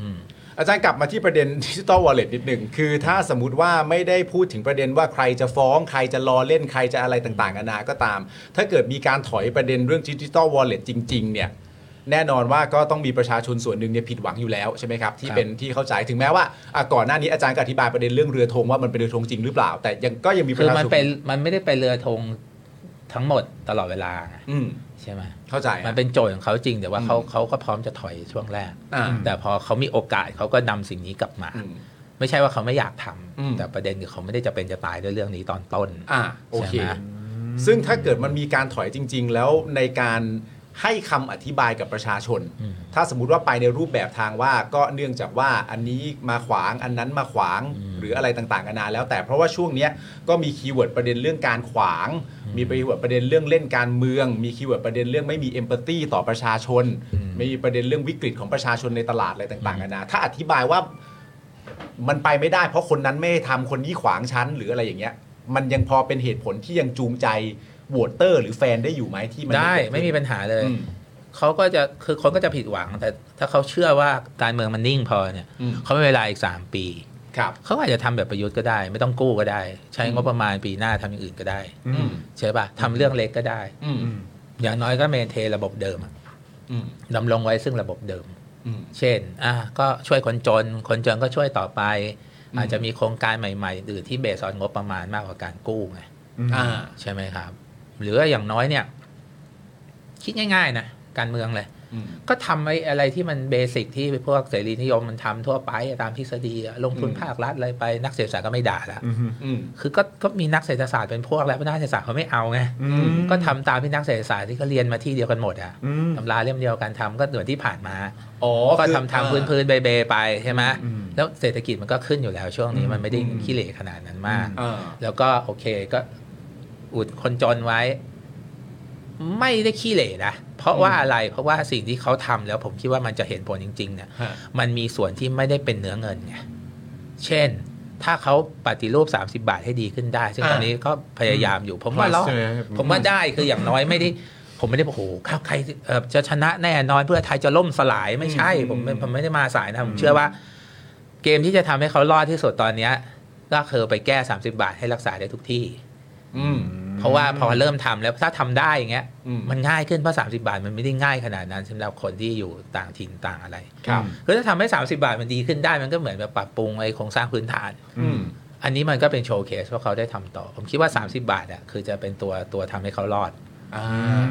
อืม
อาจารย์กลับมาที่ประเด็นดิจิ t a ลวอลเล็ตนิดหนึ่งคือถ้าสมมติว่าไม่ได้พูดถึงประเด็นว่าใครจะฟ้อง ใครจะรอเล่นใครจะอะไรต่างๆนานาก็ตาม ถ้าเกิดมีการถอยประเด็นเรื่องดิจิ t a ลวอลเล็ตจริง ๆ เนี่ย แน่นอนว่าก็ต้องมีประชาชนส่วนหนึ่งเนี่ยผิดหวังอยู่แล้วใช่ไหมครับ ที่
ครับ
เป็นที่เข้าใจถึงแม้ว่าอ่ะก่อนหน้านี้อาจารย์ก็อธิบายประเด็นเรื่องเรือธงว่ามันเป็นเรือธงจริงหรือเปล่า แต่ยังก็ยังมีป
คื
ระ
อ
ชาชน
มันเป็นมันไม่ได้ไปเรือธงทั้งหมดตลอดเวลาไง
อืม
ใช่ไหม
เข้าใจ
มั
ฮะ
นเป็นโจทย์ของเขาจริง แต่ว่าเขา
อืม
เขาก็พร้อมจะถอยช่วงแรก
อ่า
แต่พอเขามีโอกาสเขาก็นำสิ่งนี้กลับมา
อืม
ไม่ใช่ว่าเขาไม่อยากทำ
อืม
แต่ประเด็นคือเขาไม่ได้จะเป็นจะตายด้วยเรื่องนี้ตอนต้น
อ่าโอเค
ใช่ไหม
ซึ่งถ้าเกิดมันมีการถอยจริง ๆ แล้วในการให้คำอธิบายกับประชาชน ถ้าสมมติว่าไปในรูปแบบทางว่าก็เนื่องจากว่าอันนี้มาขวางอันนั้นมาขวางหรืออะไรต่างๆกันานาแล้วแต่เพราะว่าช่วงเนี้ยก็มีคีย์เวิร์ดประเด็นเรื่องการขวาง มีคีย์เวิร์ดประเด็นเรื่องเล่นการเมือง มีคีย์เวิร์ดประเด็นเรื่องไม่มีเอมพัตตีต่อประชาชนไม่มีประเด็นเรื่องวิกฤตของประชาชนในตลาดอะไรต่างๆกันานาถ้าอธิบายว่า มันไปไม่ได้เพราะคนนั้นไม่ได้ทำคนนี้ขวางชั้นหรืออะไรอย่างเงี้ย มันยังพอเป็นเหตุผลที่ยังจูงใจโหวตเตอร์ หรือแฟนได้อยู่ไหมที่มัน
ได้ไม่
เกิด
มี
ขึ้น
ปัญหาเลย
อืม
เขาก็จะคือคนก็จะผิดหวัง แต่ถ้าเขาเชื่อว่าการเมืองมันนิ่งพอเนี่ย
อืม
เขาไม่เวลาอีกสามปี
ครับ
เขาอาจจะทำแบบประยุทธ์ก็ได้ ไม่ต้องกู้ก็ได้ ใช้งบประมาณปีหน้าทำอย่างอื่นก็ได้
อืม
ใช่ปะทำเรื่องเล็กก็ได้
อืม
อย่างน้อยก็เมนเทนระบบเดิมอะ
อืม
ดำรงไว้ซึ่งระบบเดิม
อืม
เช่นอ่ะก็ช่วยคนจน คนจนก็ช่วยต่อไป อาจจะมีโครงการใหม่ๆอื่นที่เบสออนงบประมาณมากกว่าการกู้ไง
อ่า
ใช่ไหมครับ หรือว่าอย่างน้อยเนี่ย คิดง่าย ๆ นะ การเมืองเลย
อืม
ก็ทำไอ้อะไรที่มันเบสิกที่พวกเสรีนิยมมันทำทั่วไปตามทฤษฎีอะลงทุน
อืม
ภาครัฐอะไรไปนักเศรษฐศาสตร์ก็ไม่ด่าละ
อืม
คือก็ก็มีนักเศรษฐศาสตร์เป็นพวกแล้วนักเศรษฐศาสตร์เขาไม่เอาไงก็ทำตามที่นักเศรษฐศาสตร์ที่เขาเรียนมาที่เดียวกันหมดอะตำราเล่มเดียวกันทำก็เหมือนที่ผ่านมา
อ๋อ
ก็
คือ
ทำทาง
อ่า
พื้นๆเบๆไปใช่ไหม
อืม
แล้วเศรษฐกิจมันก็ขึ้นอยู่แล้วช่วงนี้มันไม่ได้
อืม
ขี้เหร่ขนาดนั้นมาก
อ่า
แล้วก็โอเคก็อุดคนจนไว้ ไม่ได้ขี้เหร่นะ เพราะว่าอะไรเพราะว่าสิ่งที่เขาทำแล้วผมคิดว่ามันจะเห็นผลจริงๆเนี่ย
ฮะ
มันมีส่วนที่ไม่ได้เป็นเนื้อเงินไงเช่น ถ้าเขาปฏิรูป 30 บาทให้ดีขึ้นได้ ซึ่งตอนนี้ก็พยายามอยู่ ผมว่ารอด
ใช่ไหมครับ
ผมว่าได้คืออย่างน้อยไม่ได้ ผมไม่ได้บอกโอ้โหข้าวใครเอ่อจะชนะแน่นอนเพื่อไทยจะล่มสลายไม่ใช่
อืม
ผม
อืม
ผมไม่ได้มาสายนะ ผมเชื่อว่า เกมที่จะทำให้เขารอดที่สุดตอนเนี้ยก็คือไปแก้ 30 บาทให้รักษาได้ทุกที่
อืม
เพราะว่าพอเริ่มทำแล้วถ้าทำได้อย่างเงี้ย
อืม
มันง่ายขึ้นเพราะ30 บาทมันไม่ได้ง่ายขนาดนั้นสำหรับคนที่อยู่ต่างถิ่นต่างอะไร
ครับ
คือถ้าทำให้ 30 บาทมันดีขึ้นได้มันก็เหมือนแบบปรับปรุงไอ้โครงสร้างพื้นฐาน
อืม
อันนี้มันก็เป็นโชว์เคสว่าเขาได้ทำต่อ ผมคิดว่า 30 บาทอ่ะคือจะเป็นตัวตัวทำให้เขารอด
อ่า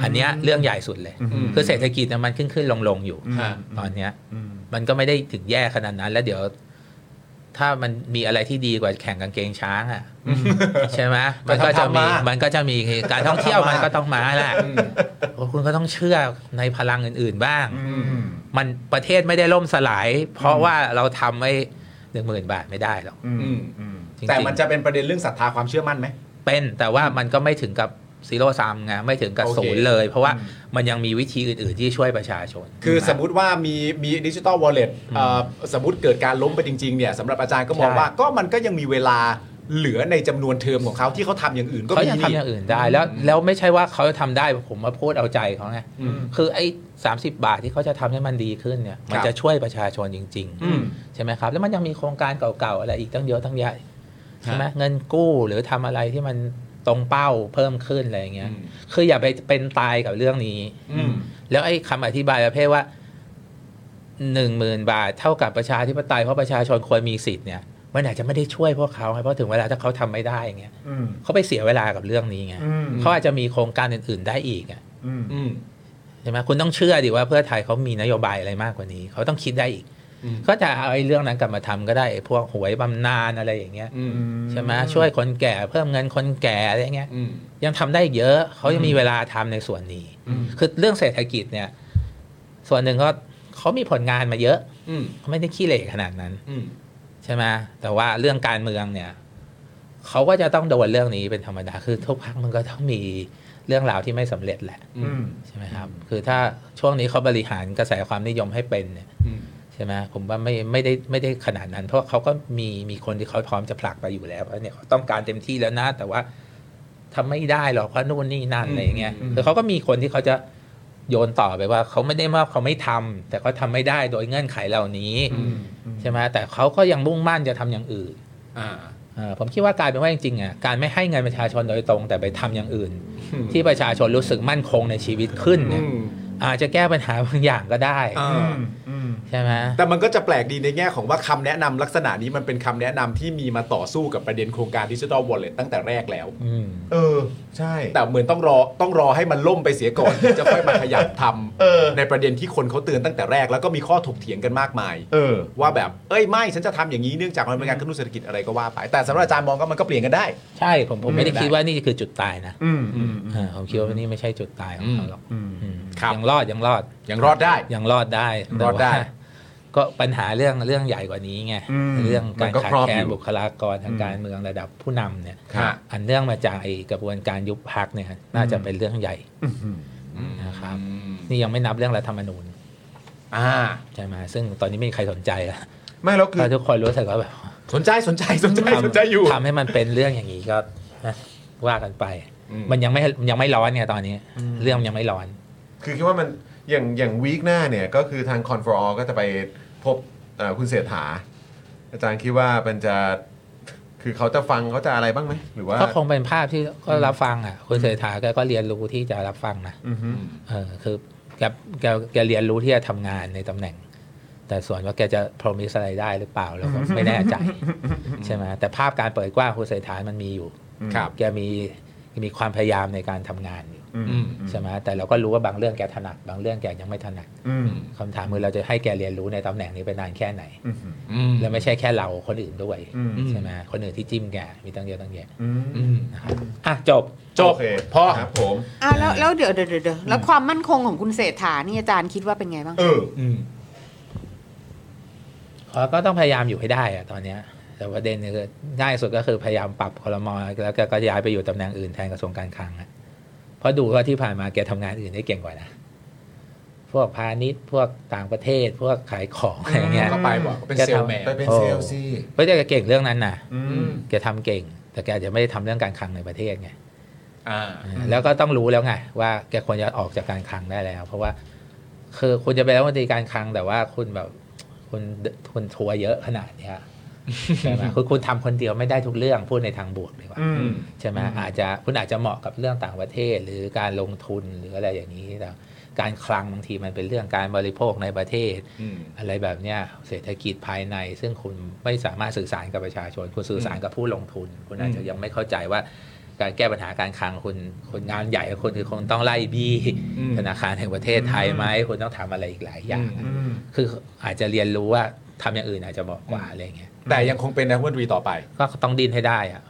อันเนี้ยเรื่องใหญ่สุดเลย
อืม
คือเศรษฐกิจเนี่ยมันขึ้นขึ้นลงลงอยู่
ฮะ
ตอนเนี้ยมันก็ไม่ได้ถึงแย่ขนาดนั้น แล้วเดี๋ยว ถ้ามันมีอะไรที่ดีกว่าแข่งกางเกงช้างอ่ะใช่ไหมมันก็จะมี
ก็ทำมามั
มันก็จะมีการท่อง
[LAUGHS]
เที่ยวมันก็ต้องมาแหละ
อืม
โอ้คุณก็ต้องเชื่อในพลังอื่น ๆ บ้าง
อืม
มันประเทศไม่ได้ล่มสลาย เพราะว่าเราทำไว้หนึ่งหมื่นบาทไม่ได้หรอก
อืม
จริงๆ
แต่มันจะเป็นประเด็นเรื่องศรัทธาความเชื่อมั่นไหม
เป็นแต่ว่ามันก็ไม่ถึงกับซีโร่ซัมไงไม่ถึงกับ
โอเค
ศูนย์เลย เพราะว่า
อืม
มันยังมีวิธีอื่น ๆ ที่ช่วยประชาชน
คือสมมติว่ามีมีดิจิ t a ลวอลเล็ตสมมติเกิดการล้มไปจริง ๆ เนี่ยสำหรับอาจารย์ก็มอง
ใช่
ว่าก็มันก็ยังมีเวลาเหลือในจำนวนเทอมของเขาที่เขาทำอย่างอื่นก็
เขา
มี
ยัง
นี่
ทำอย่างอื่นได้แล้วแล้วไม่ใช่ว่าเขาจะทำได้ผมมาพูดเอาใจเขาไง
อืม
คือไอ้สาบาทที่เขาจะทำให้มันดีขึ้นเนี่ยมัน
ครับ
จะช่วยประชาชนจริง
อืม
ๆ ใช่ไหมครับ แล้วมันยังมีโครงการเก่า ๆ อะไรอีกตั้งเยอะตั้งใหญ่ใช่ไหม
ฮะ
เงินกู้หรือทำอะไรที่มันตรงเป้าเพิ่มขึ้นอะไรอย่างเงี้ย
อืม
คืออย่าไปเป็นตายกับเรื่องนี้
อืม
แล้วไอ้คำอธิบายประเภทว่าหนึ่งหมื่นบาท เท่ากับประชาธิปไตยเพราะประชาชนควรมีสิทธิ์เนี่ยมันอาจจะไม่ได้ช่วยพวกเขาไงเพราะถึงเวลาถ้าเขาทำไม่ได้อย่างเงี้ยเขาไปเสียเวลากับเรื่องนี้ไงเขาอาจจะมีโครงการอื่น ๆ ได้อีกอะ
อืม
ใช่ไหมคุณต้องเชื่อดิว่าเพื่อไทยเขามีนโยบายอะไรมากกว่านี้ เขาต้องคิดได้อีก
อืม
ก็จะเอาไอ้เรื่องนั้นกลับมาทำก็ได้ไอ้พวกหวยบำนาญอะไรอย่างเงี้ย
อืม
ใช่ไหมช่วยคนแก่เพิ่มเงินคนแก่อะไรอย่างเงี้ย
อืม
ยังทำได้อีกเยอะ เขายังมีเวลาทำในส่วนนี้
อืม
คือเรื่องเศรษฐกิจเนี่ย ส่วนหนึ่งก็เขามีผลงานมาเยอะ
อืม
เขาไม่ได้ขี้เหร่ขนาดนั้น
อืม
ใช่ไหมแต่ว่าเรื่องการเมืองเนี่ยเขาก็จะต้องโดนเรื่องนี้เป็นธรรมดา คือทุกพักมันก็ต้องมีเรื่องราวที่ไม่สำเร็จแหละ
อืม
ใช่ไหมครับ คือถ้าช่วงนี้เขาบริหารกระแสความนิยมให้เป็นเนี่ย
อืม
ใช่ไหมผมว่าไม่ไม่ได้ไม่ได้ขนาดนั้น เพราะเขาก็มีมีคนที่เขาพร้อมจะผลักไปอยู่แล้วเพราะเนี่ยเขาต้องการเต็มที่แล้วนะแต่ว่าทำไม่ได้หรอกเพราะนู่นนี่นั่น
อืม
อะไรอย่างเงี้ย
อืม
คือเขาก็มีคนที่เขาจะโยนต่อไปว่าเขาไม่ได้ว่าเขาไม่ทำแต่เขาทำไม่ได้โดยเงื่อนไขเหล่านี้
อืม
ใช่ไหมแต่เขาก็ยังมุ่งมั่นจะทำอย่างอื่น
อ่า
เอ่อผมคิดว่ากลายเป็นว่าจริงๆอ่ะการไม่ให้เงินประชาชนโดยตรง แต่ไปทำอย่างอื่น
อืม
ที่ประชาชนรู้สึกมั่นคงในชีวิตขึ้น
อื
เนี่ย
ม
อาจจะแก้ปัญหาบางอย่างก็ได้
อ่า
ใช่ไหม
แต่มันก็จะแปลกดีในแง่ของว่าคำแนะนำลักษณะนี้มันเป็นคำแนะนำที่มีมาต่อสู้กับประเด็นโครงการดิจิ t a ลวอลเล็ตตั้งแต่แรกแล้ว
อืม
เออ ใช่
แต่เหมือนต้องรอต้องรอให้มันล่มไปเสียก่อน ถึงจะค่อยมาขยับท
เออ
ำในประเด็นที่คนเขาเตือนตั้งแต่แรกแล้วก็มีข้อถกเถียงกันมากมาย
เออ
ว่าแบบเอ้ยไม่ฉันจะทำอย่างนี้เนื่องจากมันเป็นการกระตุ้นเศรษฐกิจอะไรก็ว่าไป แต่สำหรับอาจารย์มองก็มันก็เปลี่ยนกันได้
ใช่ผมผมไม่ได้คิดว่านี่คือจุดตายนะ
อืมอืม
อ่าผมคิดว่านี่ไม่ใช่จุดตายของเขาหรอก
อืม
อืม
ครับ
ยังรอดยังรอด
ยังรอดได้
ยังรอดได้
ยัง
แต่
รอดได้
ว่าก็ปัญหาเรื่องเรื่องใหญ่กว่านี้ไง
อืม
เรื่อง
มั
การ
นก็
ขาด
ครอบ
แคล
อยู่
นบุคลากรทางการเมืองระดับผู้นำเนี่ย
ฮะ
อันเนื่องมาจากไอ้กระบวนการยุบพักเนี่ยน่าจะเป็นเรื่องใหญ่นะครับ
อืม
นี่ยังไม่นับเรื่องรัฐธรรมนูญ
อ่า
ใช่ไหมซึ่งตอนนี้ไม่มีใครสนใจแล้ว
ไม่แล้วคือ
เพราะทุกคนรู้สึกว่าแบบ
สนใจสนใจสนใจสนใจอยู่
ทำทำให้มันเป็นเรื่องอย่างนี้ก็นะว่ากันไป
อืม
มันยังไม่ยังไม่ร้อนไงตอนนี้ เรื่องมันยังไม่ร้อน
คือคิดว่ามันอย่างอย่างวีคหน้าเนี่ยก็คือทาง c o n f o r All ก็จะไปพบเอ่อคุณเสถาอาจารย์คิดว่ามันจะคือเขาจะฟังเขาจะอะไรบ้างไหมหรือว่า
ก็คงเป็นภาพที่ก็รับฟังอ่ะคุณเศรษฐาแกก็เรียนรู้ที่จะรับฟังนะ
อือฮึ
เออคือแกแกแกเรียนรู้ที่จะทำงานในตำแหน่ง แต่ส่วนว่าแกจะ promise อะไรได้หรือเปล่าเราก็ไม่แน่ใจ ใช่ไหมแต่ภาพการเปิดกว้างคุณเศรษฐามันมีอยู่
ครับ
แกมีมีความพยายามในการทำงานอยู่
อืม
ใช่ไหมแต่เราก็รู้ว่าบางเรื่องแกถนัด บางเรื่องแกยังไม่ถนัด
อืม
คำถามคือเราจะให้แกเรียนรู้ในตำแหน่งนี้ไปนานแค่ไหน
อืม
และไม่ใช่แค่เราคนอื่นด้วย
อืม
ใช่ไหมคนอื่นที่จิ้มแกมีตั้งเยอะตั้งแยะ
อืม
นะครับอ่ะจบ
จบ
โเค
พอ
ครับผม
อ้าวแล้วแล้วเดี๋ยวเดี๋ยวเดี๋ยวเดี๋ยวแล้วความมั่นคงของคุณเศรษฐานี่อาจารย์คิดว่าเป็นไงบ้าง
เออ
เขาก็ต้องพยายามอยู่ให้ได้อะตอนเนี้ยแต่ประเด็นคือง่ายสุดก็คือพยายามปรับคอรมอแล้วแกก็ย้ายไปอยู่ตำแหน่งอื่นแทนกระทรวงการคลังอะเพราะดูว่าที่ผ่านมาแกทำงานอื่นได้เก่งกว่านะพวกพาณิชย์พวกต่างประเทศ พวกขายของอะไรเงี้ย
ก็ไปบอกเป็นเซลแมน
ไปเป็นเซลล์สิ
เพราะแกเก่งเรื่องนั้นนะ
อืม
แกทำเก่ง แต่แกอาจจะไม่ได้ทำเรื่องการคลังในประเทศไง
อ่า
แล้วก็ต้องรู้แล้วไงว่าแกควรจะออกจากการคลังได้แล้ว เพราะว่า คือคุณจะเป็นรัฐมนตรีการคลังแต่ว่าคุณแบบ คุณคุณทัวร์เยอะขนาด
[LAUGHS]
เนี้ยใช่ไหมคือคุณทำคนเดียวไม่ได้ทุกเรื่องพูดในทางบวกดีกว่า
อืม
ใช่ไหมอาจจะคุณอาจจะเหมาะกับเรื่องต่างประเทศ หรือการลงทุนหรืออะไรอย่างนี้แต่การคลังบางทีมันเป็นเรื่องการบริโภคในประเทศ
อืม
อะไรแบบเนี้ยเศรษฐกิจภายใน ซึ่งคุณไม่สามารถสื่อสารกับประชาชน คุณสื่อสารกับผู้ลงทุน คุณอาจจะยังไม่เข้าใจว่า การแก้ปัญหาการคลังคุณคนงานใหญ่ของคุณคือคงต้องไล่บี้
อืม
ธนาคารแห่งประเทศไทยไหมคุณต้องทำอะไรอีกหลายอย่าง
อืม
คืออาจจะเรียนรู้ว่าทำอย่างอื่นอาจจะเหมาะกว่าอะไรอย่างเงี้ย
แต่ยังคงเป็นนักวนตรีต่อไป
ก็ต้องดิ้นให้ได้อะ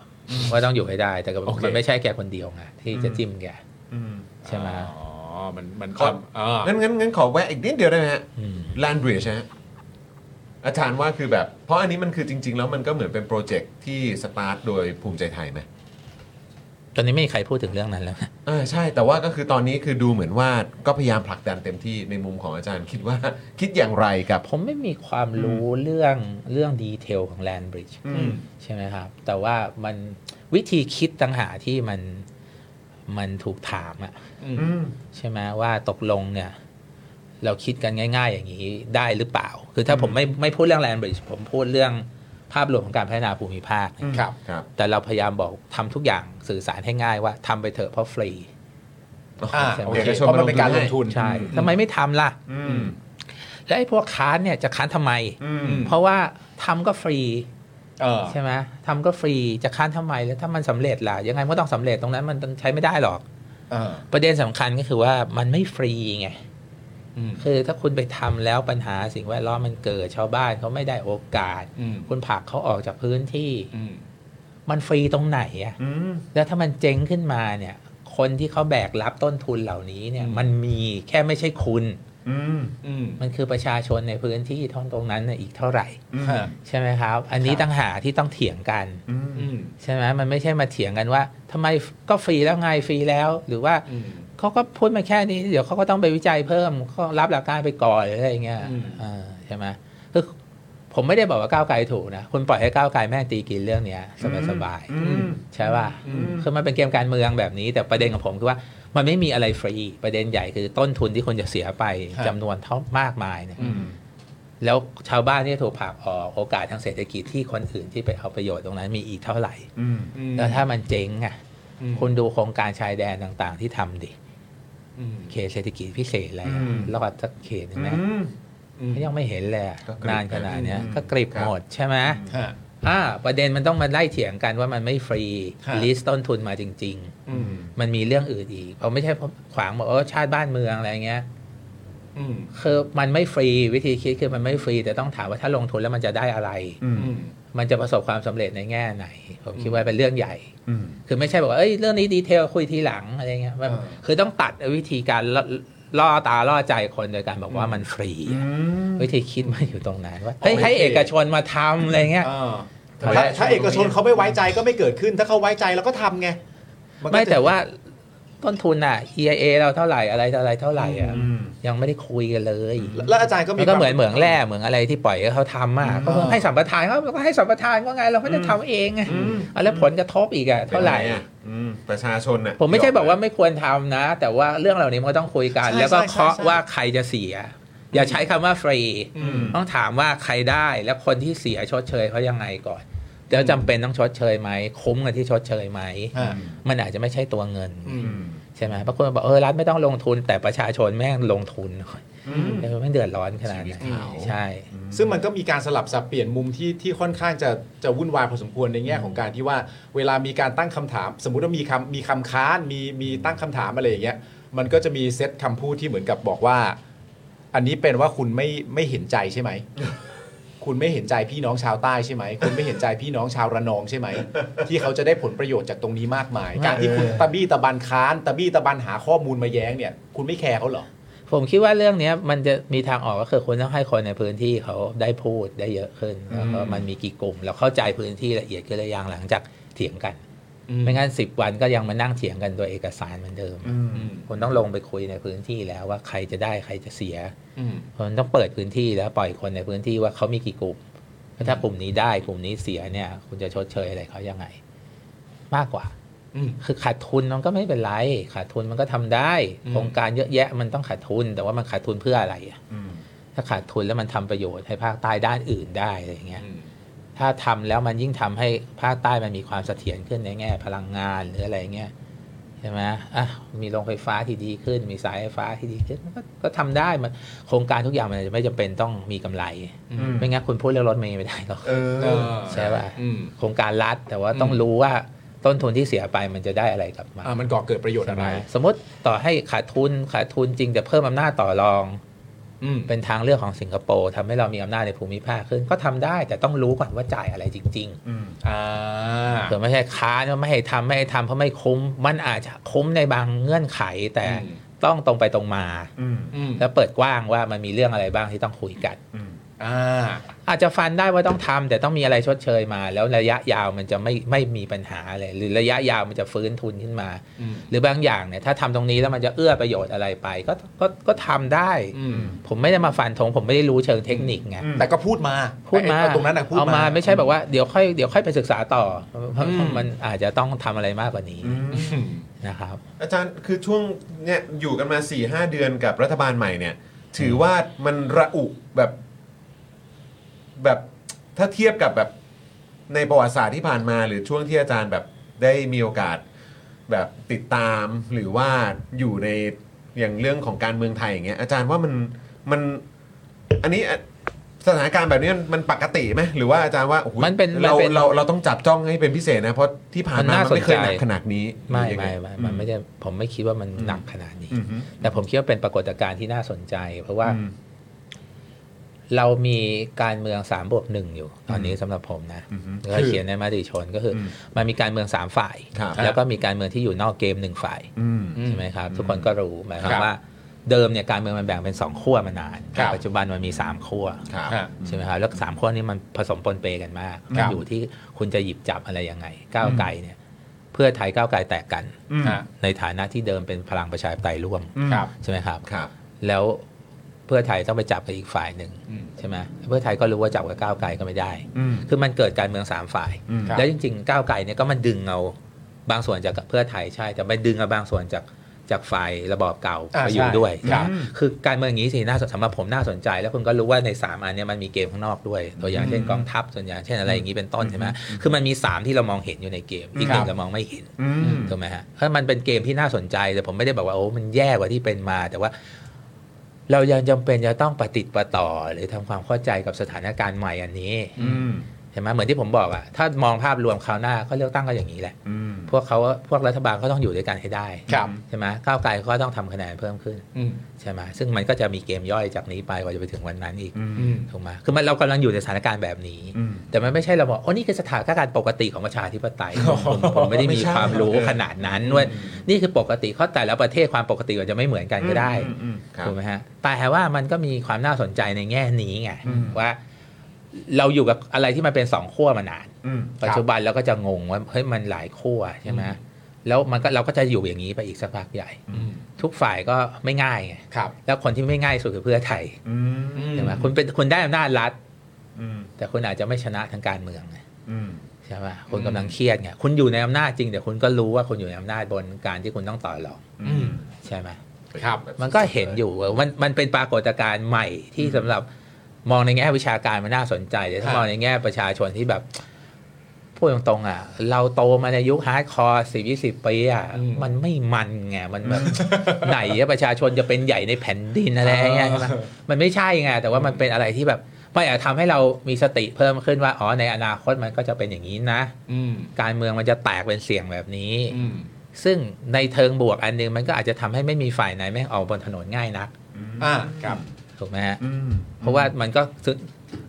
ว่าต้องอยู่ให้ได้ แต่ก็
โอเค
มันไม่ใช่แกคนเดียวไงที่จะจิ้มแก
อืม
ใช่ไหม
อ๋อ มันมัน
ครับ
อ่า
งั้นงั้นงั้นขอแวะอีกนิดเดียวได้ไหมฮะ
อืม
แลนบริดจ์ฮะอาจารย์ว่าคือแบบ เพราะอันนี้มันคือจริง ๆ แล้วมันก็เหมือนเป็นโปรเจกต์ที่สตาร์ทโดยภูมิใจไทยไหม
ตอนนี้ไม่มีใครพูดถึงเรื่องนั้นแล้วนะ
อ่าใช่แต่ว่าก็คือตอนนี้คือดูเหมือนว่าก็พยายามผลักดันเต็มที่ในมุมของอาจารย์คิดว่า คิดอย่างไรกับ
ผมไม่มีความรู้เรื่องเรื่องดีเทลของแลนบริดจ์
อืม
ใช่ไหมครับ แต่ว่ามันวิธีคิดต่างหากที่มันมันถูกถามอะ
อืม
ใช่ไหมว่าตกลงเนี่ย เราคิดกันง่าย ๆ อย่างนี้ได้หรือเปล่า คือถ้าผมไม่ไม่พูดเรื่องแลนบริดจ์ผมพูดเรื่องภาพรวมของการพัฒนาภูมิภาคเนี่ย
ครับ
ครับ
แต่เราพยายามบอกทำทุกอย่างสื่อสารให้ง่ายว่าทำไปเถอะเพราะฟรี
อ่า
ใช่ไหม
โอเค
เอกชน
เพราะมันเป็น
มา
การ
ล
ล
ง
ง
ทุ
ทุ
น
น
ใช่ทำไมไม่ทำล่ะ
อืม
แล้วไอ้พวกค้านเนี่ยจะค้านทำไม
อืม
เพราะว่าทำก็ฟรี
เออ
ใช่ไหมทำก็ฟรีจะค้านทำไมแล้วถ้ามันสำเร็จล่ะ ยังไงมันก็ต้องสำเร็จตรงนั้นมันใช้ไม่ได้หรอก
เออ
ประเด็นสำคัญก็คือว่ามันไม่ฟรีไง
อืม
คือถ้าคุณไปทำแล้วปัญหาสิ่งแวดล้อมมันเกิดชาวบ้านเขาไม่ได้โอกาส
อืม
คุณผลักเขาออกจากพื้นที่
อืม
มันฟรีตรงไหนอะ
อืม
แล้วถ้ามันเจ๊งขึ้นมาเนี่ย คนที่เขาแบกรับต้นทุนเหล่านี้เนี่ย
อืม
มันมีแค่ไม่ใช่คุณ
อืม
อืม
มันคือประชาชนในพื้นที่ท่องตรงนั้นน่ะอีกเท่าไหร่
ฮะ
ใช่ไหมครับ อันนี้ต่างหากที่ต้องเถียงกัน
อืม
อืม
ใช่ไหมมันไม่ใช่มาเถียงกันว่าทำไมก็ฟรีแล้วไงฟรีแล้ว หรือว่า
อืม
เขาก็พูดมาแค่นี้ เดี๋ยวเขาก็ต้องไปวิจัยเพิ่มเขารับหลักการไปก่อนหรืออะไรอย่างเงี้ย
อืม
อ่าใช่ไหมคือผมไม่ได้บอกว่าก้าวไกลถูกนะคุณปล่อยให้ก้าวไกลแม่งตีกินเรื่องเนี้ยสบายสบายๆ
อืม
ใช่ป่ะคือมันเป็นเกมการเมืองแบบนี้ แต่ประเด็นของผมคือว่ามันไม่มีอะไรฟรีประเด็นใหญ่คือต้นทุนที่คนจะเสียไป
ครับ
จำนวนเท่ามากมายเนี่ย
อืม
แล้วชาวบ้านที่ถูกผลักออกโอกาสทางเศรษฐกิจที่คนอื่นที่ไปเอาประโยชน์ตรงนั้นมีอีกเท่าไหร่
อืม
อืม
แล้วถ้ามันเจ๊งอ่ะ
อืม
คุณดูโครงการชายแดนต่างๆ ที่ทำดิ
อืม
เขตเศรษฐกิจพิเศษอะไรอะ
อืม
รอดสักเขตหนึ่งไหม
อืม
อืม
ก็ยังไม่เห็นเลยอะ
ก็กริบ
นานขนาดเนี้ย
อืม
ก็กริบ
ครับ
หมดใช่ไหม
ฮะ
อ่าประเด็นมันต้องมาไล่เถียงกันว่ามันไม่ฟรี
ครับ
ลิสต์ต้นทุนมาจริง
อืม
ๆ มันมีเรื่องอื่นอีกเราไม่ใช่ขวางบอกเออชาติบ้านเมืองอะไรเงี้ย
อืม
คือมันไม่ฟรีวิธีคิดคือมันไม่ฟรี แต่ต้องถามว่าถ้าลงทุนแล้วมันจะได้อะไร
อืม
อืม
มันจะประสบความสำเร็จในแง่ไหน ผมคิด
อืม
ว่าเป็นเรื่องใหญ่
อืม
คือไม่ใช่บอกว่าเอ้ยเรื่องนี้ดีเทลคุยทีหลังอะไรเงี้ยมัน
เออ
คือต้องตัดวิธีการล่อล่อตาล่อใจคนโดยการบอกว่า
อืม
มันฟรี
อื
อะ
ม
วิธีคิดมันอยู่ตรงนั้นว่าเฮ้ย
โอเค
ให้เอกชนมาทำอะไรเงี้ย
เออ
เอา
ถ้า
ละ
ถ้าเอกชนเขาไม่ไว้ใจก็ไม่เกิดขึ้น ถ้าเขาไว้ใจเราก็ทำไงนก็
ไม่
จะ
แต่ว่าต้นทุนอ่ะ EIA เราเท่าไหร่อะไรต่ออะไรเท่าไหร่อ่ะ
อืม
ยังไม่ได้คุยกันเลย
แล้วแล้วอาจารย์ก็มี
มันก็เหมือ
ค
น
วาม
เหมืองแร่เหมืองอะไรที่ปล่อยให้เขาทำอ่ะก็เพิ่งให้สัมปทานเขาก็ให้สัมปทานก็ไงเราก็จะทำเองไงเอาแล้วผลกระทบอีกอ่ะเท่าไหร่
ป็นง
อะ
อะอืมประชาชนอ่ะ
ผมไม่ใช่บอกว่าไม่ควรทำนะ แต่ว่าเรื่องเหล่านี้มันก็ต้องคุยกัน
ใช่
แล้วก็
ใช่
เคาะ
ใช่
ว่าใครจะเสีย อย่าใช้คำว่าฟรี
อืม
ต้องถามว่าใครได้และคนที่เสียชดเชยเขายังไงก่อนแล้วจำเป็นต้องชดเชยไหมคุ้มกับที่ชดเชยไหม
อ่า
มันอาจจะไม่ใช่ตัวเงิน
อืม
อืม
ใช่ไหมบางคนบอกเออรัฐไม่ต้องลงทุนแต่ประชาชนแม่งลงทุนเออไม่เดือดร้อนขนาดนั้น
ชีวิตเขา
ใช่
ซึ่งมันก็มีการสลับสับเปลี่ยนมุมที่ที่ค่อนข้างจะจะวุ่นวายพอสมควรในแง่ของการที่ว่าเวลามีการตั้งคำถาม สมมุติว่ามีคำมีคำค้านมีมีตั้งคำถามอะไรอย่างเงี้ยมันก็จะมีเซตคำพูดที่เหมือนกับบอกว่า อันนี้เป็นว่าคุณไม่ไม่เห็นใจใช่ไหม คุณไม่เห็นใจพี่น้องชาวใต้ใช่ไหมคุณไม่เห็นใจพี่น้องชาวระนองใช่ไหม ที่เขาจะได้ผลประโยชน์จากตรงนี้มากมาย การที่คุณตะบี้ตะบันค้านตะบี้ตะบันหาข้อมูลมาแย้งเนี่ย คุณไม่แคร์เขาเหรอ
ผมคิดว่าเรื่องเนี้ยมันจะมีทางออกก็คือคนต้องให้คนในพื้นที่เขาได้พูดได้เยอะขึ้นแล้วก็
อืม
มันมีกี่กลุ่ม เราเข้าใจพื้นที่ละเอียดขึ้นหรือยังหลังจากเถียงกัน ไม่งั้นสิบวันก็ยังมานั่งเถียงกันโดยเอกสารเหมือนเดิม
อืม
คนต้องลงไปคุยในพื้นที่แล้วว่าใครจะได้ใครจะเสีย
อืม
คนต้องเปิดพื้นที่แล้วปล่อยคนในพื้นที่ว่าเขามีกี่กลุ่มถ้ากลุ่มนี้ได้กลุ่มนี้เสียเนี่ย คุณจะชดเชยอะไรเขายังไง มากกว่า
อืม
คือขาดทุนมันก็ไม่เป็นไร ขาดทุนมันก็ทำได้
อืม
โครงการเยอะแยะมันต้องขาดทุน แต่ว่ามันขาดทุนเพื่ออะไรอะ
อืม
ถ้าขาดทุนแล้วมันทำประโยชน์ให้ภาคใต้ด้านอื่นได้อะไรอย่างเงี้ย
อืม
ถ้าทำแล้วมันยิ่งทำให้ภาคใต้มันมีความเสถียรขึ้นในแง่ พลังงานหรืออะไรเงี้ยใช่ไหมอ่ะมีโรงไฟฟ้าที่ดีขึ้น มีสายไฟฟ้าที่ดีขึ้นมันก็ก็ทำได้มันโครงการทุกอย่างมันอาจจะไม่จำเป็นต้องมีกำไร
อืม
ไม่งั้นคุณพูดเรื่องรถเมย์ไม่ได้หรอก
เออ
เออ
ใช่ป่ะ
อืม
โครงการรัฐแต่ว่าต้อง
อืม
รู้ว่าต้นทุนที่เสียไปมันจะได้อะไรกลับมา
อ่ามันก่อเกิดประโยชน์อะไร
สมมติต่อให้ขาดทุนขาดทุนจริงแต่เพิ่มอำนาจต่อรอง
อืม
เป็นทางเลือกของสิงคโปร์ทำให้เรามีอำนาจในภูมิภาคขึ้นก็ทำได้แต่ต้องรู้ก่อนว่าจ่ายอะไรจริง
อ่า
ๆเผื่อไม่ใช่ค้านว่าไม่ให้ทำไม่ให้ทำเพราะไม่คุ้มมันอาจจะคุ้มในบางเงื่อนไขแต่
อืม
ต้องตรงไปตรงมา
อืม
แล้วเปิดกว้างว่ามันมีเรื่องอะไรบ้างที่ต้องคุยกัน
อ่า
อาจจะฟันได้ว่าต้องทำแต่ต้องมีอะไรชดเชยมา แล้วระยะยาวมันจะไม่ไม่มีปัญหาเลยหรือระยะยาวมันจะฟื้นทุนขึ้นมา
อืม
หรือบางอย่างเนี่ยถ้าทำตรงนี้แล้วมันจะเอื้อประโยชน์อะไรไป ก็ก็ก็ทำได้
อืม
ผมไม่ได้มาฟันธงผมไม่ได้รู้เชิงเทคนิคไง
แต่ก็พูดมา
พูดมา
ไอ้ตรงนั้นนะพูด
เอา
มา
มาไม่ใช่แบบว่าเดี๋ยวค่อยเดี๋ยวค่อยไปศึกษาต่อเพราะ
อืม
มันอาจจะต้องทำอะไรมากกว่านี้
อืม
นะครับ
อาจารย์คือช่วงเนี่ยอยู่กันมา4ี่หเดือนกับรัฐบาลใหม่เนี่ย ถือว่ามันระอุแบบแบบถ้าเทียบกับแบบในประวัติศาสตร์ที่ผ่านมา หรือช่วงที่อาจารย์แบบได้มีโอกาสแบบติดตามหรือว่าอยู่ในอย่างเรื่องของการเมืองไทยอย่างเงี้ยอาจารย์ว่ามันมันอันนี้อ่ะสถานการณ์แบบนี้มันมันปกติไหมหรือว่าอาจารย์ว่าโอ้โห
มันเป็นมัน
เรา
เป็น
เราเราต้องจับจ้องให้เป็นพิเศษนะเพราะที่ผ่าน
มัน
มา
น่า
มันไม่เคย
สนใจ
หนักขนาดนี้ห
ไม่
รือยังง
ไม่ไม่มันไม่ได้ผมไม่คิดว่ามันหนักขนาดนี้
อือฮึ
แต่ผมคิดว่าเป็นปรากฏการณ์ที่น่าสนใจ เพราะว่า
อืม
เรามีการเมืองสามบวกหนึ่งอยู่ ตอนนี้สำหรับผมนะ
อือฮึ
ก็เขียนในมติชนก็คืออ
ม
มันมีการเมืองสามฝ่าย
ครับ
แล้วก็มีการเมืองที่อยู่นอกเกมหนึ่งฝ่าย
อืม
ใช่ไหมครับทุกคนก็รู้หมายควา
ครั
ม
บ
ว่าเดิมเนี่ยการเมืองมันแบ่งเป็น 2 ขั้วมานาน
ครับ
ปัจจุบันมันมี 3 ขั้ว
ครับ
ฮะ
ใช่ไหมครับแล้วสามขั้วนี้มันผสมปนเปกันมาก
ค
มั
รั
น
บ
อยู่ที่คุณจะหยิบจับอะไรยังไง ก้าวไกลเนี่ยเพื่อไทยก้าวไกลแตกกัน
ฮะ
ในฐานะที่เดิมเป็นพลังประชาธิปไตยร่วม
ครับ
ใช่ไหมครับ
ครับ
แล้วเพื่อไทยต้องไปจับกับอีกฝ่ายหนึ่ง
อืม
ใช่ไหมเพื่อไทยก็รู้ว่าจับกับก้าวไกลก็ไม่ได้
อืม
คือมันเกิดการเมืองสามฝ่าย
อืม
แล้วจริงๆ ก้าวไกลเนี่ยก็มันดึงเอาบางส่วนจากเพื่อไทยใช่ แต่มันดึงเอาบางส่วนจากจากฝ่ายระบอบเก่า
อ่า
ไปอยู่ด้วย
ครับ
นะคือการเมืองอย่างนี้สิน่าสนสำหรับผมน่าสนใจ แล้วคุณก็รู้ว่าในสามอันเนี้มันมีเกมข้างนอกด้วย ตัวอย่างเช่นกองทัพตัวอย่างเช่นอะไรอย่างนี้เป็นต้นใช่ไหมคือมันมีสามที่เรามองเห็นอยู่ในเกมอีกหนึ่งเรามองไม่เห็น
อืม
ถูกไหมฮะเพราะมันเป็นเกมที่น่าสนใจ แต่ผมไม่ได้บอกว่าโอ้ มันแย่กว่าที่เป็นมา แต่ว่า เรายังจำเป็นจะต้องปฏิติดประต่อ หรือทำความเข้าใจกับสถานการณ์ใหม่อันนี้เห็นไหมเหมือนที่ผมบอกอะถ้ามองภาพรวมคราวหน้าก็เลือกตั้งก็อย่างนี้แหละ
อืม
พวกเขาพวกรัฐบาลก็ต้องอยู่ด้วยกันให้ได้
ครับ
ใช่ไหมก้าวไกลเขาก็ต้องทำคะแนนเพิ่มขึ้น
อืม
ใช่ไหมซึ่งมันก็จะมีเกมย่อยจากนี้ไปกว่าจะไปถึงวันนั้นอีก
อืม
ถูกไหมคือมันเรากำลังอยู่ในสถานการณ์แบบนี้
อืม
แต่มันไม่ใช่เราบอกโอ้นี่คือสถานการณ์ปกติของประชาธิปไตยผมผมผมไม่ได้
ไม่
มี
ใช่
ความรู้ขนาดนั้นด้วยนี่คือปกติเขาแต่ละประเทศความปกติอาจจะไม่เหมือนกันก็ได้
อืมอืมครับ
ถูกไหมฮะแต่ว่ามันก็มีความน่าสนใจในแง่นี้ไง
อืม
ว่า เราอยู่กับอะไรที่มันเป็นสองขั้วมานาน
อืม
ปัจจุบันเราก็จะงงว่าเฮ้ยมันหลายขั้วใช่ไหมแล้วมันก็เราก็จะอยู่อย่างนี้ไปอีกสักพักใหญ่
อืม
ทุกฝ่ายก็ไม่ง่ายไง
ครับ
แล้วคนที่ไม่ง่ายสุดคือเพื่อไทย
อืม
ใช่ไหมคุณเป็นคุณได้อำนาจรัฐ
อืม
แต่คุณอาจจะไม่ชนะทางการเมืองไง
อืม
ใช่ป่ะคนกำลังเครียดไงคุณอยู่ในอำนาจจริงแต่คุณก็รู้ว่าคุณอยู่ในอำนาจบนการที่คุณต้องต่อรอง
อืม
ใช่ไหม
ครับ
มันก็เห็นอยู่ว่ามันมันเป็นปรากฏการณ์ใหม่ที่สำหรับมองในแง่วิชาการมันน่าสนใจแต่
ค
ถ้า
รับ
มองในแง่ประชาชนที่แบบ พูดตรงๆอ่ะ เราโตมาในยุคฮาร์ดคอร์สิบยี่สิบปีอ่ะ
อืม
มันไม่มันไงมันแบบ [LAUGHS] ไหนอะประชาชนจะเป็นใหญ่ในแผ่นดินอะไรอย่างเงี้ยใช่ไหม
เออ
มันไม่ใช่ไงแต่ว่ามันเป็นอะไรที่แบบมันอาจจะทำให้เรามีสติเพิ่มขึ้นว่าอ๋อในอนาคตมันก็จะเป็นอย่างนี้นะ
อืม
การเมืองมันจะแตกเป็นเสี่ยงแบบนี้
อืม
ซึ่งในเทิงบวกอันหนึงมันก็อาจจะทำให้ไม่มีฝ่ายไหนแม่งออกบนถนนง่ายนัก
อ่าครับ
ถูกไหมฮะ
อืม
เพราะว่ามันก็ซึ้ง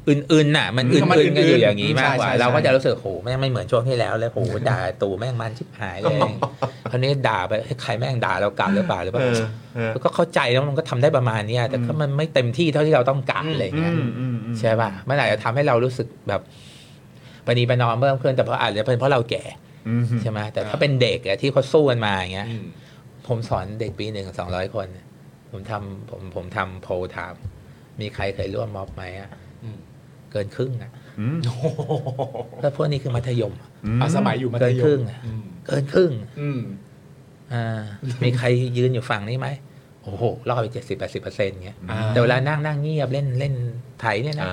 อื่นๆน่ะ มัน
อื
อ
มมันื่
นๆกันอ
อื่
ยู่
นๆ
อย่างนี้มากกว่า
ใช่ใช่
เราก็จะรู้สึกโหแม่งไม่เหมือนช่วงที่แล้วเลยโหด่าตู่แม่งมันชิบหายเลยคราวนี้ด่าไปเฮ้ยใครแม่งด่าเรากลับหรือเปล่าหรือเปล่า
เออเออ
แล้วก็เข้าใจแล้วมันก็ทำได้ประมาณเนี้ยแต่ก็มันไม่เต็มที่เท่าที่เราต้องการอะไรอย่าง
อื
เงี้ย
มอืมอืม
ใช่ป่ะมันอาจจะทำให้เรารู้สึกแบบปณีประนอมเพิ่มขึ้นแต่เพราะอาจจะเป็นเพราะเราแก่
อืม
ใช่ไหมแต่ถ้าเป็นเด็กอะที่เขาสู้กันมาอย่างเงี้ย
อืม
ผมสอนเด็กปีหนึ่งสองร้อยคน ผมทำผมผมทำโพลถาม มีใครเคยร่วมม็อบไหมอ่ะ
อืม
เกินครึ่งอ่ะ
อืม
โอ้โห
แล้วพวกนี้คือมัธยมอะ
อ่ะสมัยอยู่มัธย
เกินครึ่
ม
งอะ
อืม
เกินครึ่ง
อืม
อ่ามีใครยืนอยู่ฝั่งนี้ไหมโอ้โหรอดไปเจ็ดสิบแปดสิบเปอร์เซ็นต์เงี้ย
อ่า
แต่เวลานั่งนั่งเงียบเล่นเล่นไถเนี่ยนะ
อ่า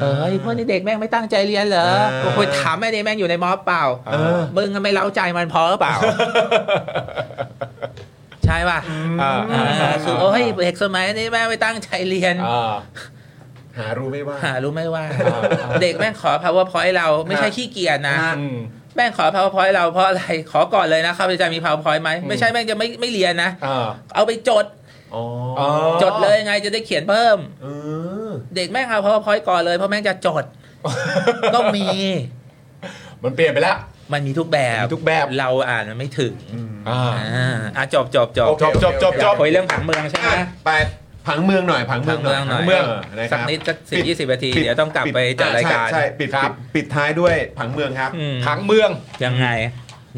เออไอ้พวกนี้เด็กแม่งไม่ตั้งใจเรียนเหรอ
อ่า
โอ้โหถามไอ้เด็กแม่งอยู่ในม็อบเปล่า
เออ
มึงก็ไม่เล้าใจมันพอหรือเปล่า ใช่ป่ะ
อ่า
อ่าคือโอ้ยเด็กสมัยนี้แม่งไม่ตั้งใจเรียน
อ่า
หารู้ไม่ว่า
หารู้ไหมว่า เด็กแม่งขอ powerpoint เราไม่ใช่ขี้เกียจนะ
อืม
แม่งขอ powerpoint เราเพราะอะไรขอก่อนเลยนะข้าพเจ้ามี powerpoint ไหมไม่ใช่แม่งจะไม่ไม่เรียนนะ
อ่า
เอาไปจด
อ๋อ
อ๋อ
จดเลยไงจะได้เขียนเพิ่ม
เออ
เด็กแม่งเอา powerpoint ก่อนเลยเพราะแม่งจะจดก็มี
[LAUGHS] มันเปลี่ยนไปแล้ว
มันมีทุกแบบ
มีทุกแบบ
เราอ่านมันไม่ถึง
อ่า
อ่าอ่ะจบจบจบ
โอเคจบจบ
อยาก
จบ
คุยเรื่องผังเมืองใช่ไหม
ไปผังเมืองหน่อยผังเมื
ผั
อง
ง
หน่
เมื
อ
อย งหน่อย
นะค
สั
รั
ก
บ
นิดสักสิบ
ปิ
ยี่สิบนาที
ปิ
เดี๋ยวต้องกลับไปจัดรายการ
ใช่ใช่ปิด
ครับ
ปิดปิดท้ายด้วยผังเมืองครับ
อืม
ผังเมือง
ยังไง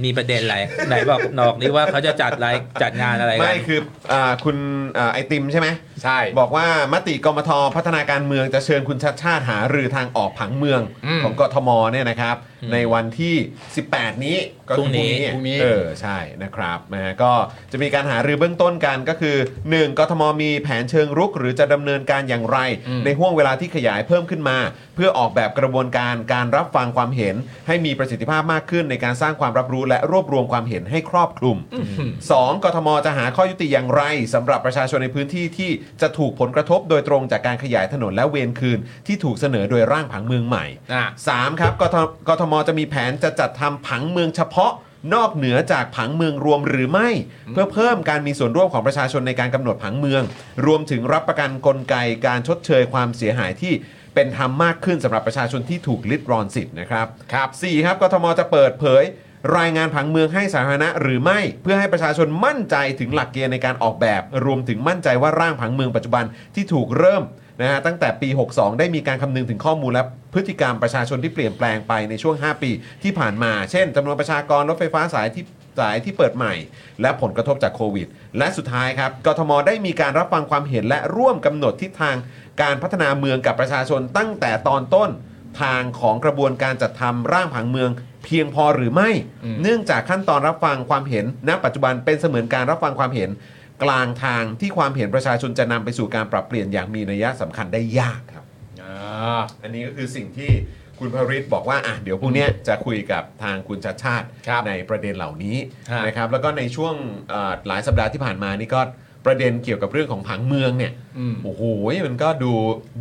มีประเด็นอะไร ไหนบอกนอกนี่ว่าเขาจะจัดอะไร
[LAUGHS]
จัดงานอะไรกั
ไม่
น
คืออ่าคุณอ่าไอติมใช่ไหม
ใช่
บอกว่ามติกมทพัฒนาการเมืองจะเชิญคุณชัดชาติหารือทางออกผังเมือง
อืม
ของกทมเนี่ยนะครับ ในวันที่ 18 นี้ก็คือ
พรุ่งนี้
พรุ่งนี้
เออใช่นะครับนะฮะก็จะมีการหารือเบื้องต้นกันก็คือ 1. กทมมีแผนเชิงรุก หรือจะดำเนินการอย่างไร
อืม
ในห่วงเวลาที่ขยายเพิ่มขึ้นมา เพื่อออกแบบกระบวนการการรับฟังความเห็น ให้มีประสิทธิภาพมากขึ้นในการสร้างความรับรู้และรวบรวมความเห็นให้ครอบคลุม สองกทมจะหาข้อยุติอย่างไรสำหรับประชาชนในพื้นที่ที่จะถูกผลกระทบโดยตรงจากการขยายถนนและเวรคืน ที่ถูกเสนอโดยร่างผังเมืองใหม่
อ่ะ
สามครับกทกทมจะมีแผนจะจัดทำผังเมืองเฉพาะ นอกเหนือจากผังเมืองรวมหรือไม่ เพื่อเพิ่มการมีส่วนร่วมของประชาชนในการกำหนดผังเมือง รวมถึงรับประกันกลไกการชดเชยความเสียหายที่เป็นธรรมมากขึ้นสำหรับประชาชนที่ถูกลิดรอนสิทธิ์นะครับ
ครับ
4ครับกทมจะเปิดเผย รายงานผังเมืองให้สาธารณะหรือไม่ เพื่อให้ประชาชนมั่นใจถึงหลักเกณฑ์ในการออกแบบ รวมถึงมั่นใจว่าร่างผังเมืองปัจจุบันที่ถูกเริ่มนะฮะตั้งแต่ปี 62 ได้มีการคำนึงถึงข้อมูลและพฤติกรรมประชาชนที่เปลี่ยนแปลงไปในช่วง 5 ปีที่ผ่านมา เช่นจำนวนประชากรรถไฟฟ้าสายที่ สายที่เปิดใหม่ และผลกระทบจากโควิด และสุดท้ายครับกทมได้มีการรับฟังความเห็นและร่วมกำหนดทิศทางการพัฒนาเมืองกับประชาชนตั้งแต่ตอนต้น ทางของกระบวนการจัดทำร่างผังเมือง เพียงพอหรือไม่ เนื่องจากขั้นตอนรับฟังความเห็น ณ ปัจจุบันเป็นเสมือนการรับฟังความเห็น กลางทางที่ความเห็นประชาชนจะนำไปสู่การปรับเปลี่ยนอย่างมีนัยสำคัญได้ยากครับ
อ่า
อันนี้ก็คือสิ่งที่คุณพริศบอกว่าอ่ะเดี๋ยวพรุ่งเนี้ยจะคุยกับทางคุณชัดชาติ
ครับ
ในประเด็นเหล่านี้
ฮะ
นะครับ แล้วก็ในช่วงเอ่อหลายสัปดาห์ที่ผ่านมานี่ก็ประเด็นเกี่ยวกับเรื่องของผังเมืองเนี่ย
อืม
โอ้โหมันก็ดู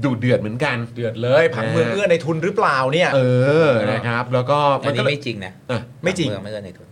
ดูเดือดเหมือนกัน
เดือดเลยผังเมือง
นะ
เอื้อในทุนหรือเปล่าเนี่ย
เออนะครับ แล้วก็
อั
มัน นก็
นี้ไม่จริงนะ
เออ
ไม่จริง
ผัเมือไม่เอื้อในทุน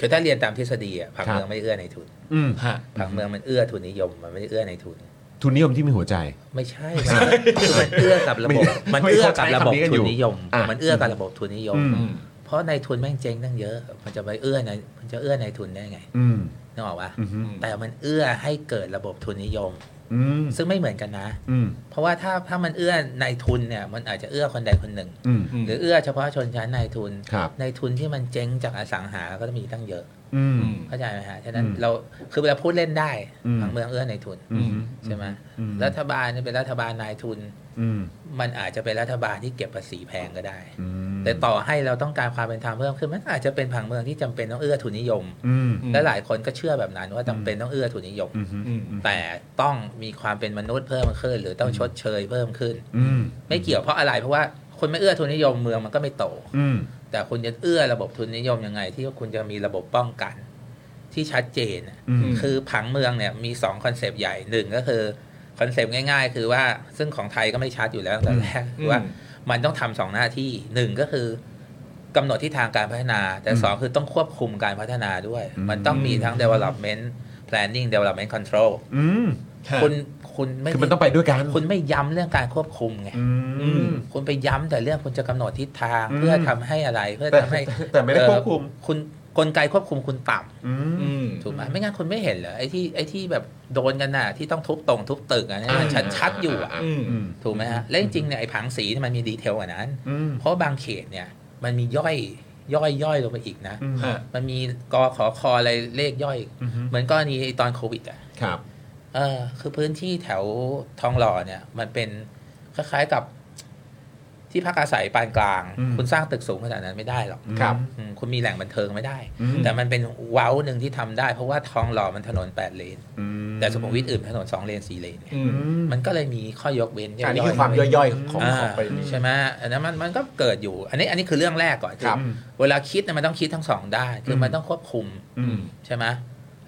คือถ้าเรียนตามทฤษฎีอะผัง
ครับ
เมืองไม่เอื้อในทุน
อืม
ฮะ
ผังเมืองมันเอื้อทุนนิยม มันไม่ได้เอื้อในทุน
ทุนนิยมที่มีหัวใจ
ไม่ใช่มันคือมันเอื้อกับระบบ
ไม่
มันเอื้อกับระบบ
ไม่เข้าใจคำนี้กัน
ทุ
อยู่
นนิยม
อ่ะ
มันเอื้อกับระบบทุนนิยม
อืม
เพราะในทุนแม่งเจ๊งตั้งเยอะ มันจะไปเอื้อในมันจะเอื้อในทุนได้ไง
อืม
นึกออกปะ
อืม
แต่มันเอื้อให้เกิดระบบทุนนิยม
อืม
ซึ่งไม่เหมือนกันนะ
อืม
เพราะว่าถ้าถ้ามันเอื้อในทุนเนี่ยมันอาจจะเอื้อคนใดคนหนึ่ง
อืม
อืม
หรือเอื้อเฉพาะชนชั้นนายทุน
ครับ
นายทุนที่มันเจ๊งจากอสังหาก็มีตั้งเยอะ
อืม
เข้าใจไหมฮะฉะนั้น
อืม
เราคือเวลาพูดเล่นได้
อืม
ผังเมืองเอื้อนายทุน
อืม
ใช่ไหม
อืม
รัฐบาลเนี่ยเป็นรัฐบาลนายทุน
อืม
มันอาจจะเป็นรัฐบาลที่เก็บภาษีแพงก็ได้
อืม
แต่ต่อให้เราต้องการความเป็นธรรมเพิ่มขึ้นมันอาจจะเป็นผังเมืองที่จำเป็นต้องเอื้อทุนนิยม
อืม
อืม
และหลายคนก็เชื่อแบบนั้นว่าจำเป็นต้องเอื้อทุนนิยม
อืม
อืม
แต่ต้องมีความเป็นมนุษย์เพิ่มขึ้น หรือต้องชดเชยเพิ่มขึ้น
อืม
ไม่เกี่ยวเพราะอะไรเพราะว่าโห คนไม่เอื้อทุนนิยมเมืองมันก็ไม่โต
อืม
แต่คุณจะเอื้อระบบทุนนิยมยังไง ที่คุณจะมีระบบป้องกัน ที่ชัดเจนน่ะ
อืม
คือผังเมืองเนี่ยมีสองคอนเซปต์ใหญ่หนึ่งก็คือคอนเซปต์ง่าย ๆ คือว่าซึ่งของไทยก็ไม่ชัดอยู่แล้วตั้งแต่แรกคือว่า มันต้องทำสองหน้าที่หนึ่งก็คือกำหนดทิศทางการพัฒนา แต่สองคือต้องควบคุมการพัฒนาด้วย มันต้องมีทั้ง development planning development control
อืม
คุณคุณไม่
คือมันต้องไปด้วยกัน
คุณไม่ย้ำเรื่องการควบคุมไง
อืม
คุณไปย้ำแต่เรื่องคุณจะกำหนดทิศทาง
อืม
เพื่อทำให้อะไรเพื่อ
แต่
ทำให้
แต่ไม่ได้ควบคุม
เอ่อคุณกลไกควบคุมคุณต่ำ
อืม
อืม
ถูกไหมไม่งั้นคุณไม่เห็นเหรอไอ้ที่ไอ้ที่แบบโดนกันน่ะที่ต้องทุบตรงทุบตึกอันนี้มัน
อ่า
ชัดๆอยู่อะ
อืม
อืม
ถูกไหมฮะและจริงๆเนี่ยไอ้ผังสีเนี่ยมันมีดีเทลกว่านั้น
อืม
เพราะบางเขตเนี่ยมันมีย่อยย่อยย่อยลงไปอีกนะ
อืม
ฮะ
มันมีกอขอคออะไรเลขย่อย
อืม
เหมือนกรณีไอ้ตอนโควิดอ่ะ
ครับ
เออคือพื้นที่แถวทองหล่อเนี่ย มันเป็นคล้ายๆกับที่พักอาศัยปานกลาง
อืม
คุณสร้างตึกสูงขนาดนั้นไม่ได้หรอก
ครับ
อืมคุณมีแหล่งบันเทิงไม่ได้
อืม
แต่มันเป็นเว้าหนึ่งที่ทำได้ เพราะว่าทองหล่อมันถนน 8 เลน
อืม
แต่สุขุมวิทอื่นถนน 2 เลน 4 เลนไง
อืม
อืม
มันก็เลยมีข้อยกเว้น
อันนี้
ย่ยๆ
คือความย่อยๆ ของ
อ่า
ของประเด็นนี้
ใช่ไหมอันนั้นมันมันก็เกิดอยู่ อันนี้อันนี้คือเรื่องแรกก่อน
ครับ
อเวลาคิดเนี่ยมันต้องคิดทั้งสองด้านคือมันต้องควบคุม
อืม
ใช่ไหม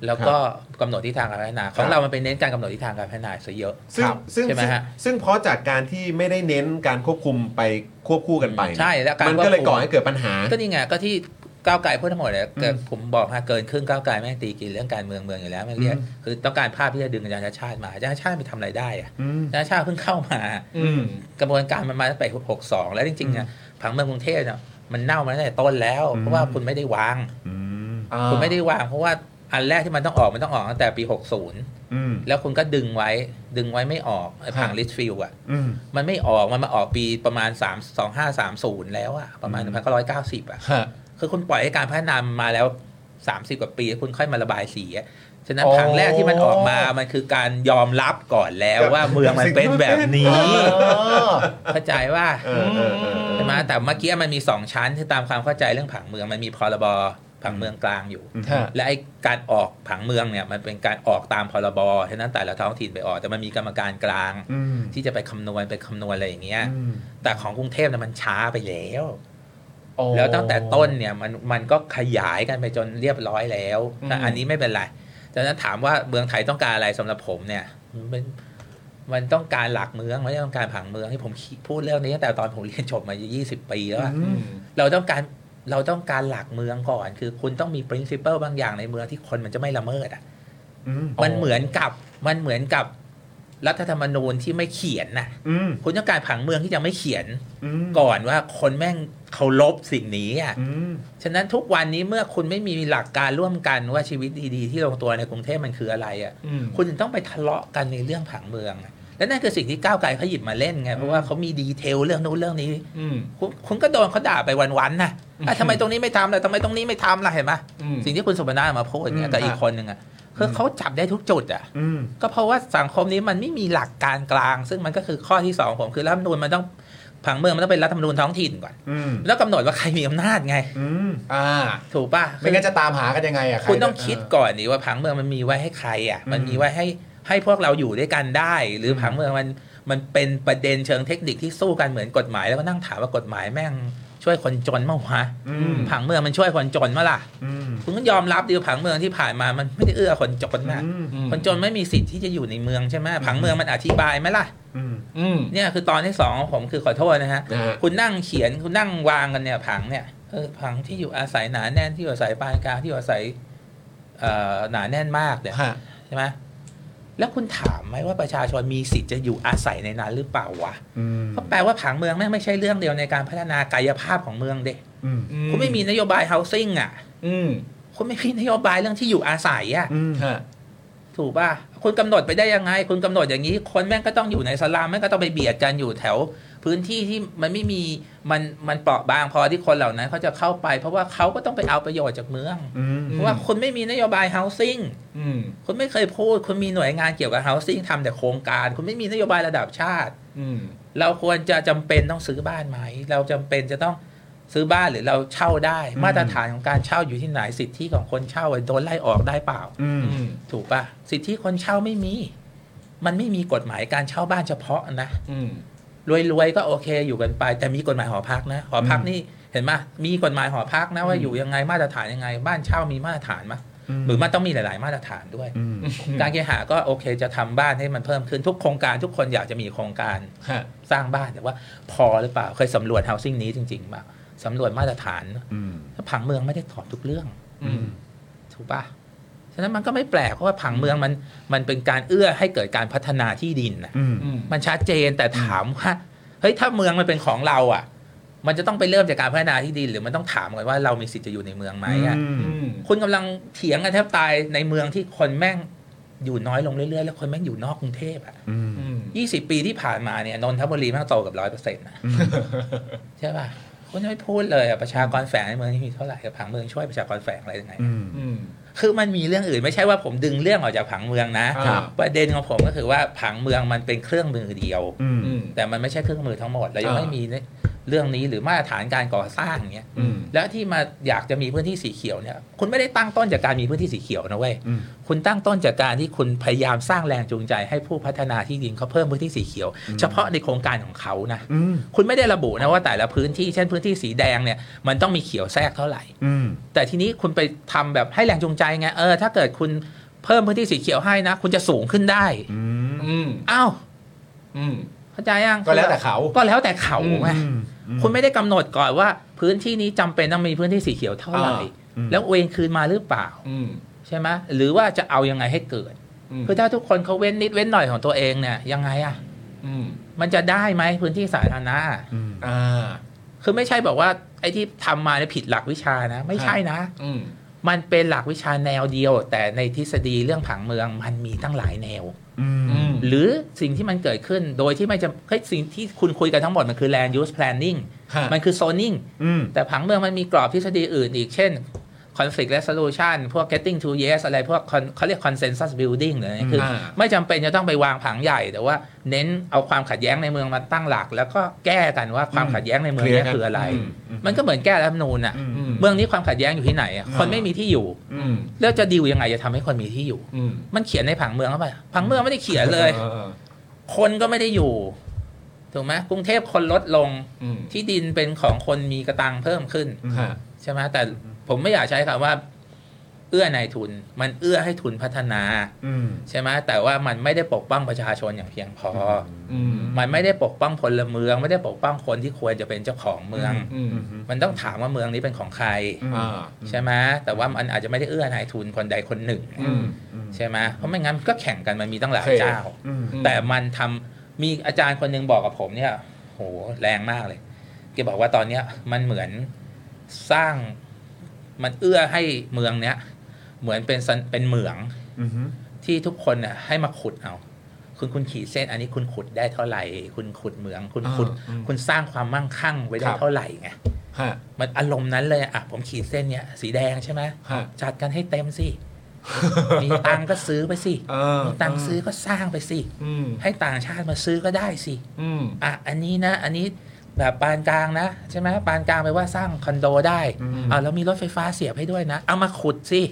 แล้วก็กำหนดทิศทางการพัฒนาของเรามันเป็นเน้นการกำหนดทิศทางการพัฒนาซะเยอะ
ซึ่ง
ครับ
ซึ่ง
ใช่ไหมฮะ
ซึ่งซึ่งเพราะจากการที่ไม่ได้เน้นการควบคุมไปควบคู่กันไปเนี่ย
ใช่และการ
มันก็เลย
ควบคุม
ก่อให้เกิดปัญหา
ก็นี่ไงก็ที่ก้าวไกลพูดทั้งหมดเลยแต่ผมบอกฮะเกินครึ่งก้าวไกลแม่งตีกินเรื่องการเมืองเมืองอยู่แล้วแม่งเรียก
อืม
คือต้องการภาพที่จะดึงอาจารย์ชาติมาอาจารย์ชาติไปทำอะไรได้อะ
อืม
อาจารย์ชาติเพิ่งเข้ามา
อืม
กระบวนการมันมาตั้งแต่หกสองแล้วจริงๆเนี่ยผังเมืองกรุงเทพเนี่ยมันเน่ามาตั้งแต่ต้นแล้ว เพราะว่าคุณไม่ได้วาง
อืม
คุณไม่ได้วางเพราะว่าอันแรกที่มันต้องออกมันต้องออกตั้งแต่ปี 60
อืม
แล้วคุณก็ดึงไว้ดึงไว้ไม่ออกไอ้ผั
ค
ง
รับ
ลิสฟิลด์อ่ะ
อืม
มันไม่ออกมันมาออกปีประมาณ 3 2 5 3 0 แล้วอ่ะประมาณ1990 อ่ะ
ฮะ
คือคุณปล่อยให้การพัฒนามันมาแล้ว 30 กว่าปี คุณค่อยมาระบายสีอะฉะนั้น
อ๋อ
ผังแรกที่มันออกมามันคือการยอมรับก่อนแล้วว่าเมืองมัน
สิ่งที่
เป็น
มันเป็
แบ
น
บนี้
อ
เข้าใจว่า
เออเออเออเออ
ใช่ไหมแต่เมื่อกี้มันมี 2 ชั้นที่ตามความเข้าใจเรื่องผังเมืองมันมีพรบผังเมืองกลางอยู่
อืม
และไอการออกผังเมืองเนี่ยมันเป็นการออกตามพรบฉะนั้นแต่ละท้องถิ่นไปออก แต่มันมีกรรมการกลาง
อืม
ที่จะไปคำนวณไปคำนวณอะไรอย่างเงี้ย
อืม
แต่ของกรุงเทพเนี่ยมันช้าไปแล้ว แล้วตั้งแต่ต้นเนี่ยมันมันก็ขยายกันไปจนเรียบร้อยแล้ว
อืม
แต่อันนี้ไม่เป็นไรดังนั้นถามว่าเมืองไทยต้องการอะไรสำหรับผมเนี่ยมันมันต้องการหลักเมืองไม่ได้ต้องการผังเมืองที่ผมคิดพูดเรื่องนี้ตั้งแต่ตอนผมเรียนจบมา 20 ปีแล้วอะ
อืม
เราต้องการเราต้องการหลักเมืองก่อน คือคุณต้องมี principle บางอย่างในเมืองที่คนมันจะไม่ละเมิดอ่ะ
อืม
มันเหมือนกับมันเหมือนกับรัฐธรรมนูญที่ไม่เขียนน่ะ
อืม
คุณต้องการผังเมืองที่ยังไม่เขียน
อืม
ก่อนว่าคนแม่งเคารพสิ่งนี้อ่ะ
อืม
ฉะนั้นทุกวันนี้เมื่อคุณไม่มีหลักการร่วมกันว่าชีวิตดีๆ ที่ลงตัวในกรุงเทพมันคืออะไรอ่ะ
อืม
คุณถึงต้องไปทะเลาะกันในเรื่องผังเมืองอะและนั่นคือสิ่งที่ก้าวไกลเขาหยิบมาเล่นไงเพราะว่าเขามีดีเทลเรื่องนู้นเรื่องนี้
อืม
คุณคุณก็โดนเขาด่าไปวันๆนะอ่ะทำไมตรงนี้ไม่ทำล่ะทำไมตรงนี้ไม่ทำล่ะเห็นไหม
อืม
สิ่งที่คุณสุบรรณามาพูดเนี่ยกับอีกคนหนึ่งอ่ะคือเขาจับได้ทุกจุดอ่ะ
อืม
ก็เพราะว่าสังคมนี้มันไม่มีหลักการกลาง ซึ่งมันก็คือข้อที่สองผมคือรัฐธรรมนูญมันต้องผังเมืองมันต้องเป็นรัฐธรรมนูญท้องถิ่นก่อน
อืม
แล้วกำหนดว่าใครมีอำนาจไง
อืม
อ่า
ถูกป่ะ
ไม่งั้นจะตามหากันยังไงอ่ะใร
คุณต้องคิดก่อนดิว่าผังเมืองมันมีไว้ให้ใครอ่ะมันมีไว้ให้ให้พวกเราอยู่ด้วยกันได้ หรือผังเมืองมันมันเป็นประเด็นเชิงเทคนิคที่สู้กันเหมือนกฎหมายแล้วก็นั่งถามว่ากฎหมายแม่งช่วยคนจนมั้งวะ
อืม
ผังเมืองมันช่วยคนจนมาล่ะ
อืม
คุณก็ยอมรับดิว่าผังเมืองที่ผ่านมามันไม่ได้เอื้อคนจนนะ
อืม
อืม
คนจนไม่มีสิทธิ์ที่จะอยู่ในเมืองใช่ไหมผังเมืองมันอธิบายไหมล่ะ
อืม
อืม
เนี่ยคือตอนที่สองของผมคือขอโทษนะฮะ
นะฮะ
คุณนั่งเขียนคุณนั่งวางกันเนี่ยผังเนี่ยเออผังที่อยู่อาศัยหนาแน่นที่อยู่อาศัยปานกลางที่อยู่อาศัยเอ่อหนาแน่นมากเนี่ย
ฮะ
ใช่ไหมแล้วคุณถามไหมว่าประชาชนมีสิทธิ์จะอยู่อาศัยในนั้นหรือเปล่าวะ
อืม
ก็แปลว่าผังเมืองแม่งไม่ใช่เรื่องเดียวในการพัฒนากายภาพของเมืองเด็ก
อืม
อื
คุณไม่มีนโยบาย housing อ่ะ
อืม
คุณไม่มีนโยบายเรื่องที่อยู่อาศัยอะ
อืม
ฮะ
ถูกป่ะคุณกำหนดไปได้ยังไง คุณกำหนดอย่างนี้ คนแม่งก็ต้องอยู่ในสลามแม่งก็ต้องไปเบียดกันอยู่แถว พื้นที่ที่มันไม่มีมันมันเปราะบางพอที่คนเหล่านั้นเขาจะเข้าไป เพราะว่าเขาก็ต้องไปเอาประโยชน์จากเมือง
อืม
เพราะว่าคุณไม่มีนโยบาย housing
อืม
คุณไม่เคยพูด คุณมีหน่วยงานเกี่ยวกับ housing ทำแต่โครงการ คุณไม่มีนโยบายระดับชาติ
อืม
เราควรจะจำเป็นต้องซื้อบ้านไหม เราจำเป็นจะต้องซื้อบ้านหรือเราเช่าได้ มาตรฐานของการเช่าอยู่ที่ไหนสิทธิของคนเช่าอะโดนไล่ออกได้เปล่า
อืม
อืม
ถูกปะสิทธิคนเช่าไม่มี มันไม่มีกฎหมายการเช่าบ้านเฉพาะนะ
อืม
รวยๆก็โอเคอยู่กันไป แต่มีกฎหมายหอพักนะ หอพักนี่เห็นไหมมีกฎหมายหอพักนะว่าอยู่ยังไงมาตรฐานยังไง บ้านเช่ามีมาตรฐานไหมหรือมันต้องมีหลาย ๆ มาตรฐานด้วย การเคหะก็โอเคจะทำบ้านให้มันเพิ่มขึ้นทุกโครงการทุกคนอยากจะมีโครงการ
ฮะ
สร้างบ้านแต่ว่าพอหรือเปล่าเคยสำรวจ housing นี้จริงๆป่ะสำรวจมาตรฐานถ้าผังเมืองไม่ได้ตอบทุกเรื่อง
อืม
ถูกป่ะ ฉะนั้นมันก็ไม่แปลกเพราะว่าผังเมืองมันมันเป็นการเอื้อให้เกิดการพัฒนาที่ดินนะ
อืม
มันชัดเจนแต่ถามว่าเฮ้ยถ้าเมืองมันเป็นของเราอ่ะ มันจะต้องไปเริ่มจากการพัฒนาที่ดิน หรือมันต้องถามก่อนว่าเรามีสิทธิ์จะอยู่ในเมืองไหมอ่ะ
อืม
คุณกำลังเถียงกันแทบตายในเมืองที่คนแม่งอยู่น้อยลงเรื่อยๆ แล้วคนแม่งอยู่นอกกรุงเทพอ่ะ
อืม
ยี่สิบปีที่ผ่านมาเนี่ยนนทบุรีแม่งโตเกับร้อยเปอร์เซ็นต์นะใช่ป่ะคุณไม่พูดเลยอ่ะประชากรแฝงในเมืองนี่มีเท่าไหร่กับผังเมืองช่วยประชากรแฝงอะไรยังไง
อืม
คือมันมีเรื่องอื่นไม่ใช่ว่าผมดึงเรื่องออกจากผังเมืองนะ
ครับ
ประเด็นของผมก็คือว่าผังเมืองมันเป็นเครื่องมือเดียว
อืม
แต่มันไม่ใช่เครื่องมือทั้งหมดและยัง
อ่า
ไม่มีเรื่องนี้หรือมาตรฐานการก่อสร้างเนี้ย
อืม
แล้วที่มาอยากจะมีพื้นที่สีเขียวเนี่ยคุณไม่ได้ตั้งต้นจากการมีพื้นที่สีเขียวนะเว้ยคุณตั้งต้นจากการที่คุณพยายามสร้างแรงจูงใจ ให้ผู้พัฒนาที่ดินเขาเพิ่มพื้นที่สีเขียว เฉพาะในโครงการของเขานะคุณไม่ได้ระบุนะว่าแต่ละพื้นที่เช่นพื้นที่สีแดงเนี่ยมันต้องมีเขียวแทรกเท่าไหร่ แต่ทีนี้คุณไปทำแบบให้แรงจูงใจไงเออถ้าเกิดคุณเพิ่มพื้นที่สีเขียวให้นะ คุณจะสูงขึ้นได้
อืม
อ้าว
อืม
เข้าใจยัง
ก็แล้วแต่เขา
ก็แล้วแต่เขาไง
อืม
คุณไม่ได้กำหนดก่อนว่า พื้นที่นี้จำเป็นต้องมีพื้นที่สีเขียวเท่าไหร่
อ่า
แล้วเวรคืนมาหรือเปล่า
อืม
ใช่ไหมหรือว่าจะเอายังไงให้เกิด
อืม
คือถ้าทุกคนเขาเว้นนิดเว้นหน่อยของตัวเองเนี่ยยังไงอะ
อืม
มันจะได้ไหมพื้นที่สาธารณะ
อ่า
คือไม่ใช่บอกว่าไอ้ที่ทำมาเนี่ยผิดหลักวิชานะ ไม่ใช่นะ
อืม
มันเป็นหลักวิชาแนวเดียว แต่ในทฤษฎีเรื่องผังเมืองมันมีตั้งหลายแนว
อืม
หรือสิ่งที่มันเกิดขึ้นโดยที่ไม่จำเฮ้ยสิ่งที่คุณคุยกันทั้งหมดมันคือ land use planning
ฮะ
มันคือ zoning แต่ผังเมืองมันมีกรอบทฤษฎีอื่นอีกเช่น conflict resolution พวก getting to yes อะไรพวก con- เขาเรียก consensus building หรืออะไรคืออา ไม่จำเป็นจะต้องไปวางผังใหญ่ แต่ว่าเน้นเอาความขัดแย้งในเมืองมาตั้งหลัก แล้วก็แก้กันว่าความขัดแย้งในเมืองเนี้คืออะไร มันก็เหมือนแก้รัฐธรรมนูญอ่ะ
อืม
เมืองนี้ความขัดแย้งอยู่ที่ไหนอะคนไม่มีที่อยู่
อืม
แล้วจะดิวยังไงจะทำให้คนมีที่อยู่
อืม
มันเขียนในผังเมืองเข้าไปผังเมืองไม่ได้เขียนเลย
ออออ
คนก็ไม่ได้อยู่ ถูกไหมกรุงเทพคนลดลง
อืม
ที่ดินเป็นของคนมีกระตังเพิ่มขึ้น
ฮะ
ใช่ไหมแต่ผมไม่อยากใช้คำว่า เอื้อนายทุน มันเอื้อให้ทุนพัฒนา ใช่ไหมแต่ว่ามันไม่ได้ปกป้องประชาชนอย่างเพียงพออ
ม
มันไม่ได้ปกป้องพลเมือง ไม่ได้ปกป้องคนที่ควรจะเป็นเจ้าของเมือง
อืม
มันต้องถามว่าเมืองนี้เป็นของใคร
อ่า
ใช่ไหมแต่ว่ามันอาจจะไม่ได้เอื้อนายทุนคนใดคนหนึ่ง
อืม
ใช่ไหมเพราะไม่งั้นก็แข่งกันมันมีตั้งหลาย
โอเค
เจ้า
อืม
แต่มันทำมีอาจารย์คนหนึ่งบอกกับผมเนี่ย โหแรงมากเลยแกบอกว่าตอนเนี้ยมันเหมือนสร้างมันเอื้อให้เมืองเนี้ยเหมือนเป็นสันเป็นเหมืองที่ทุกคนน่ะให้มาขุดเอา คุณคุณขีดเส้น อันนี้คุณขุดได้เท่าไหร่ คุณขุดเหมือง คุณขุด
อ่าอืม
คุณสร้างความมั่งคั่งไว้ได้
ครับ
เท่าไหร่ไง
ฮะ
มันอารมณ์นั้นเลยอ่ะผมขีดเส้นเนี้ยสีแดงใช่ไหม
ฮะ
จัดกันให้เต็มสิ มีตังค์ก็ซื้อไปสิ
เออ
มีตังค์ซื้อก็สร้างไปสิ
อืม
ให้ต่างชาติมาซื้อก็ได้สิ
อืม
อ่ะ อันนี้นะ อันนี้แบบปานกลางนะ ใช่ไหมปานกลางไปลว่าสร้างคอนโดได้อ่าแล้วมีรถไฟฟ้าเสียบให้ด้วยนะ เอามาขุดสิ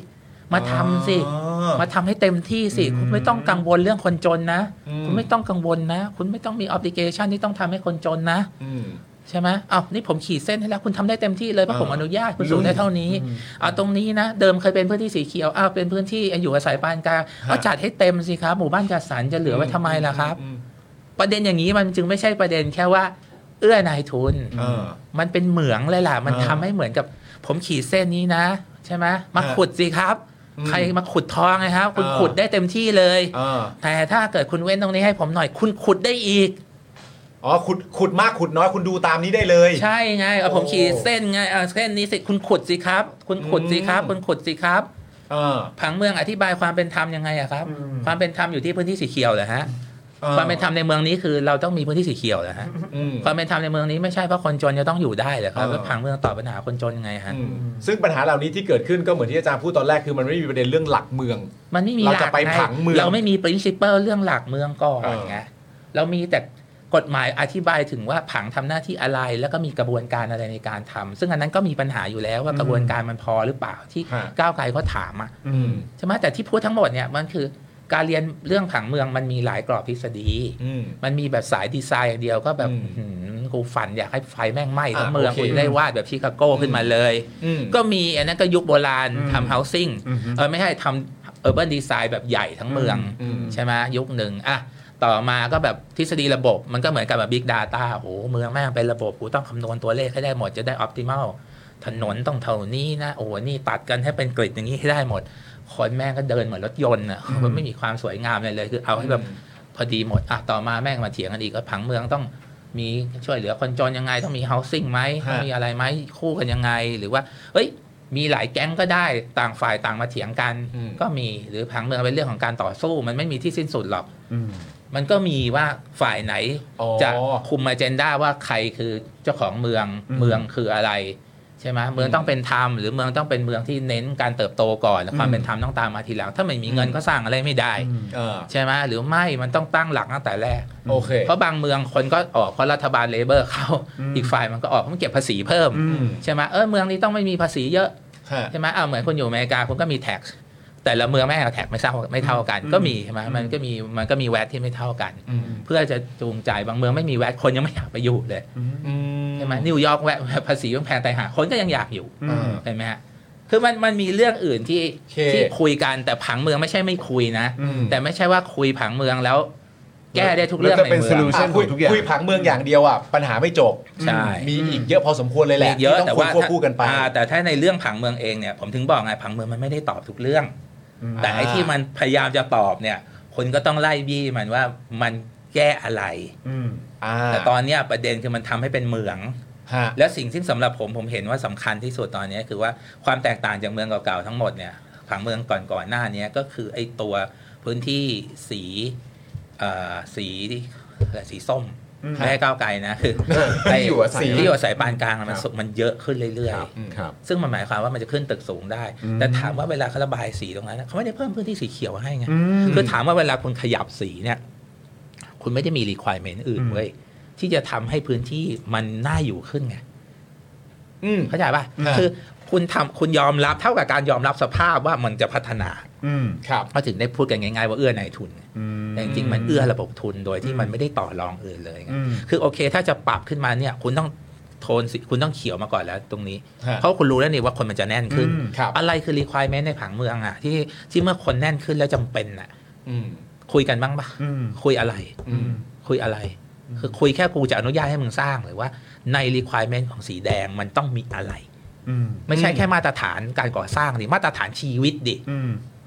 มาทำสิ
อ๋อ
มาทำให้เต็มที่สิ คุณไม่ต้องกังวลเรื่องคนจนนะ
อืม
คุณไม่ต้องกังวลนะ คุณไม่ต้องมีออปติเกชันที่ต้องทำให้คนจนนะ
อืม
ใช่ไหมอ้าวนี่ผมขีดเส้นให้แล้วคุณทำได้เต็มที่เลยเพราะ
อ่า
ผมอนุญาตคุณสูงได้เท่านี้ เอาตรงนี้นะ เดิมเคยเป็นพื้นที่สีเขียว อ้าวเป็นพื้นที่อยู่อาศัยปานกลางเอาจัดให้เต็มสิครับ หมู่บ้านจัดสรรจะเหลือไว้ทำไมล่ะครับ
อืม
ประเด็นอย่างนี้มันจึงไม่ใช่ประเด็นแค่ว่า เอื้อนายทุน
เออ
มันเป็นเหมืองเลยล่ะ มัน
อ่า
ทำให้เหมือนกับ ผมขีดเส้นนี้นะ ใช่ไหมมา
อ่า
ขุดสิครับ
อืม
ใครมาขุดทองนะครับ คุณ
อ่า
ขุดได้เต็มที่เลย
เออ
แต่ถ้าเกิดคุณเว้นตรงนี้ให้ผมหน่อย คุณขุดได้อีก
อ๋อขุดขุดมากขุดน้อยคุณดูตามนี้ได้เลย
ใช่ไงเอาผม
โอ้
ขีดเส้นไงเอาเส้นนี้สิคุณขุดสิครับ คุณขุดสิครับ คุณขุดสิครับ
เออ
ผังเมืองอธิบายความเป็นธรรมยังไงอะครับ ความเป็นธรรมอยู่ที่พื้นที่สีเขียวเหรอฮะ
เออ
ความเป็นธรรมในเมืองนี้คือเราต้องมีพื้นที่สีเขียวเหรอฮะ
อืม
ความเป็นธรรมในเมืองนี้ไม่ใช่เพราะคนจนจะต้องอยู่ได้เหรอครับ
เออ
แล้วผังเมืองตอบปัญหาคนจนยังไงฮะ
อืมซึ่งปัญหาเหล่านี้ที่เกิดขึ้นก็เหมือนที่อาจารย์พูดตอนแรกคือมันไม่มีประเด็นเรื่องหลักเมือง
มันไม่มีหลัก
เราจะไปผังเมือง
เราไม่มี principle เรื่องหลักเมืองก่อน
เออ
ไงเรามีแต่กฎหมายอธิบายถึงว่าผังทำหน้าที่อะไร แล้วก็มีกระบวนการอะไรในการทำซึ่งอันนั้นก็มีปัญหาอยู่แล้วว่ากระบวนการมันพอหรือเปล่าที่ก้าวไกลเขาถามอะ
อืม
ใช่ไหมแต่ที่พูดทั้งหมดเนี่ยมันคือ การเรียนเรื่องผังเมืองมันมีหลายกรอบทฤษฎี
อืม
มันมีแบบสายดีไซน์อย่างเดียวก็แบบ
อืม
หืมกูฝันอยากให้ไฟแม่งไหม้ทั้ง
อ่ะ
เมือง
โอเค
กูจะได้วาดแบบชิคาโก้ขึ้นมาเลย
อืม
ก็มีอันนั้นก็ยุคโบราณ
อืม
ทำ housing เออไม่ใช่ทำ urban design แบบใหญ่ทั้งเมือง
อืมอืม
ใช่ไหมยุคหนึ่งอ่ะต่อมาก็แบบทฤษฎีระบบมันก็เหมือนกับแบบ big data โอ้โหเมืองแม่งเป็นระบบกูต้องคำนวณตัวเลขให้ได้หมดจะได้ optimal ถนนต้องเท่านี้นะ โอ้โหนี่ตัดกันให้เป็นกริดอย่างนี้ให้ได้หมด คนแม่งก็เดินเหมือนรถยนต์อ่ะมันไม่มีความสวยงามเลยเลย คือเอาให้แบบ พอดีหมด อ่ะ ต่อมาแม่งมาเถียงกันอีกก็ผังเมืองต้องมีช่วยเหลือคนจนยังไง ต้องมี housing ไหม
ฮะ
ต้องมีอะไรไหมคู่กันยังไง หรือว่า เฮ้ย มีหลายแก๊งก็ได้ต่างฝ่ายต่างมาเถียงกัน ก็มีหรือผังเมืองเป็นเรื่องของการต่อสู้ มันไม่มีที่สิ้นสุดหรอก มันก็มีว่าฝ่ายไหน
อ๋อ
จะคุมอเจนดาว่าใครคือเจ้าของเมือง
อืม
เมืองคืออะไร ใช่ไหมเมืองต้องเป็นธรรมหรือเมืองต้องเป็นเมืองที่เน้นการเติบโตก่อนแล้วความ
อืม
เป็นธรรมต้องตามมาทีหลัง ถ้าไม่มีเงินก็สร้างอะไรไม่ได้
เออ
ใช่ไหมหรือไม่มันต้องตั้งหลักตั้งแต่แรก
โอเค
เพราะบางเมืองคนก็ออกเพราะรัฐบาลเลเบอร์เข้าอีกฝ่ายมันก็ออกเพราะมันเก็บภาษีเพิ่ม
อืม
ใช่ไหมเออเมืองนี้ต้องไม่มีภาษีเยอะ
ฮะ
ใช่ไหมเอาเหมือนคุณอยู่อเมริกาคุณก็มีแท็กแต่ละเมืองแม่งเอาแท็กไม่เท่าไม่เท่ากัน ก็มีใช่ไหมมันก็มีมันก็มีแวดที่ไม่เท่ากัน
อืม
เพื่อจะจูงใจบางเมืองไม่มีแวดคนยังไม่อยากไปอยู่เลย
อืม
ใช่ไหมนิวยอร์กแวดภาษีมันแพงแต่หาคนก็ยังอยากอยู่
อืม
ใช่ไหมฮะคือมันมันมีเรื่องอื่นที่
โอเค
ที่คุยกันแต่ผังเมืองไม่ใช่ไม่คุยนะ
อืม
แต่ไม่ใช่ว่าคุยผังเมืองแล้ว แก้ได้ทุกเรื่องใน
เป็น
เมื
โซ
อง
ลูชัน
คุย
ทุกอย่าง
คุยผังเมืองอย่างเดียวอ่ะปัญหาไม่จบ
ใช่
มีอีกเยอะพอสมควรเลยแหละ
มีเยอะ
ที่
แต่
ต้องคุยค
ว่า
วบคู่กันไป
อ่าแต่ถ้าในเรื่องผังเมืองเองเนี่ยผมถึงบอกไงผังเมืองมันไม่ได้ตอบทุกเรื่อง แต่ไอ้ที่มันพยายามจะตอบเนี่ยคนก็ต้องไล่บี้มันว่ามันแก้อะไร
อ่า
แต่ตอนเนี้ยประเด็นคือมันทำให้เป็นเหมือง
ฮะ
และสิ่งที่สำหรับผมผมเห็นว่าสำคัญที่สุดตอนเนี้ยคือว่าความแตกต่างจากเมืองเก่าๆทั้งหมดเนี่ยผังเมืองก่อนๆหน้าเนี้ยก็คือไอ้ตัวพื้นที่สีเอ่อสีอะไรสีส้มไม่ให้ก้าวไกลนะคือไอ้
ที่อยู่อาศัย
ที่อยู่อาศัยปานกลางอะมันสุมันเยอะขึ้นเรื่อย ๆ
ครับ
ซึ่งมันหมายความว่ามันจะขึ้นตึกสูงได้
อืม
แต่ถามว่าเวลาเขาระบายสีตรงนั้นนะเขาไม่ได้เพิ่มพื้นที่สีเขียวให้ไง คือถามว่าเวลาคุณขยับสีเนี่ย คุณไม่ได้มี requirement อื่นเว้ยที่จะทำให้พื้นที่มันน่าอยู่ขึ้นไง
อืม
เข้าใจป่ะ
อ่า
คือคุณทำคุณยอมรับเท่ากับการยอมรับสภาพว่ามันจะพัฒนา
ครับ
ก็ถึงได้พูดกันง่ายๆว่าเอื้อนายทุนไงแต่จริงๆมันเอื้อระบบทุนโดยที่มันไม่ได้ต่อรองอื่นเลยไง คือโอเคถ้าจะปรับขึ้นมาเนี่ย คุณต้องโทนสีคุณต้องเขียวมาก่อนแล้วตรงนี้
ฮะ
เพราะคุณรู้แล้วนี่ว่าคนมันจะแน่นขึ้น
อืมครับ
อะไรคือ requirement ในผังเมืองอะที่ที่เมื่อคนแน่นขึ้นแล้วจำเป็นอะ
อืม
คุยกันบ้างปะคุยอะไร
อืม
คุยอะไร คือคุยแค่กูจะอนุญาตให้มึงสร้างหรือว่าใน requirement ของสีแดงมันต้องมีอะไร ไม่ใช่แค่มาตรฐานการก่อสร้างดิมาตรฐานชีวิตดิ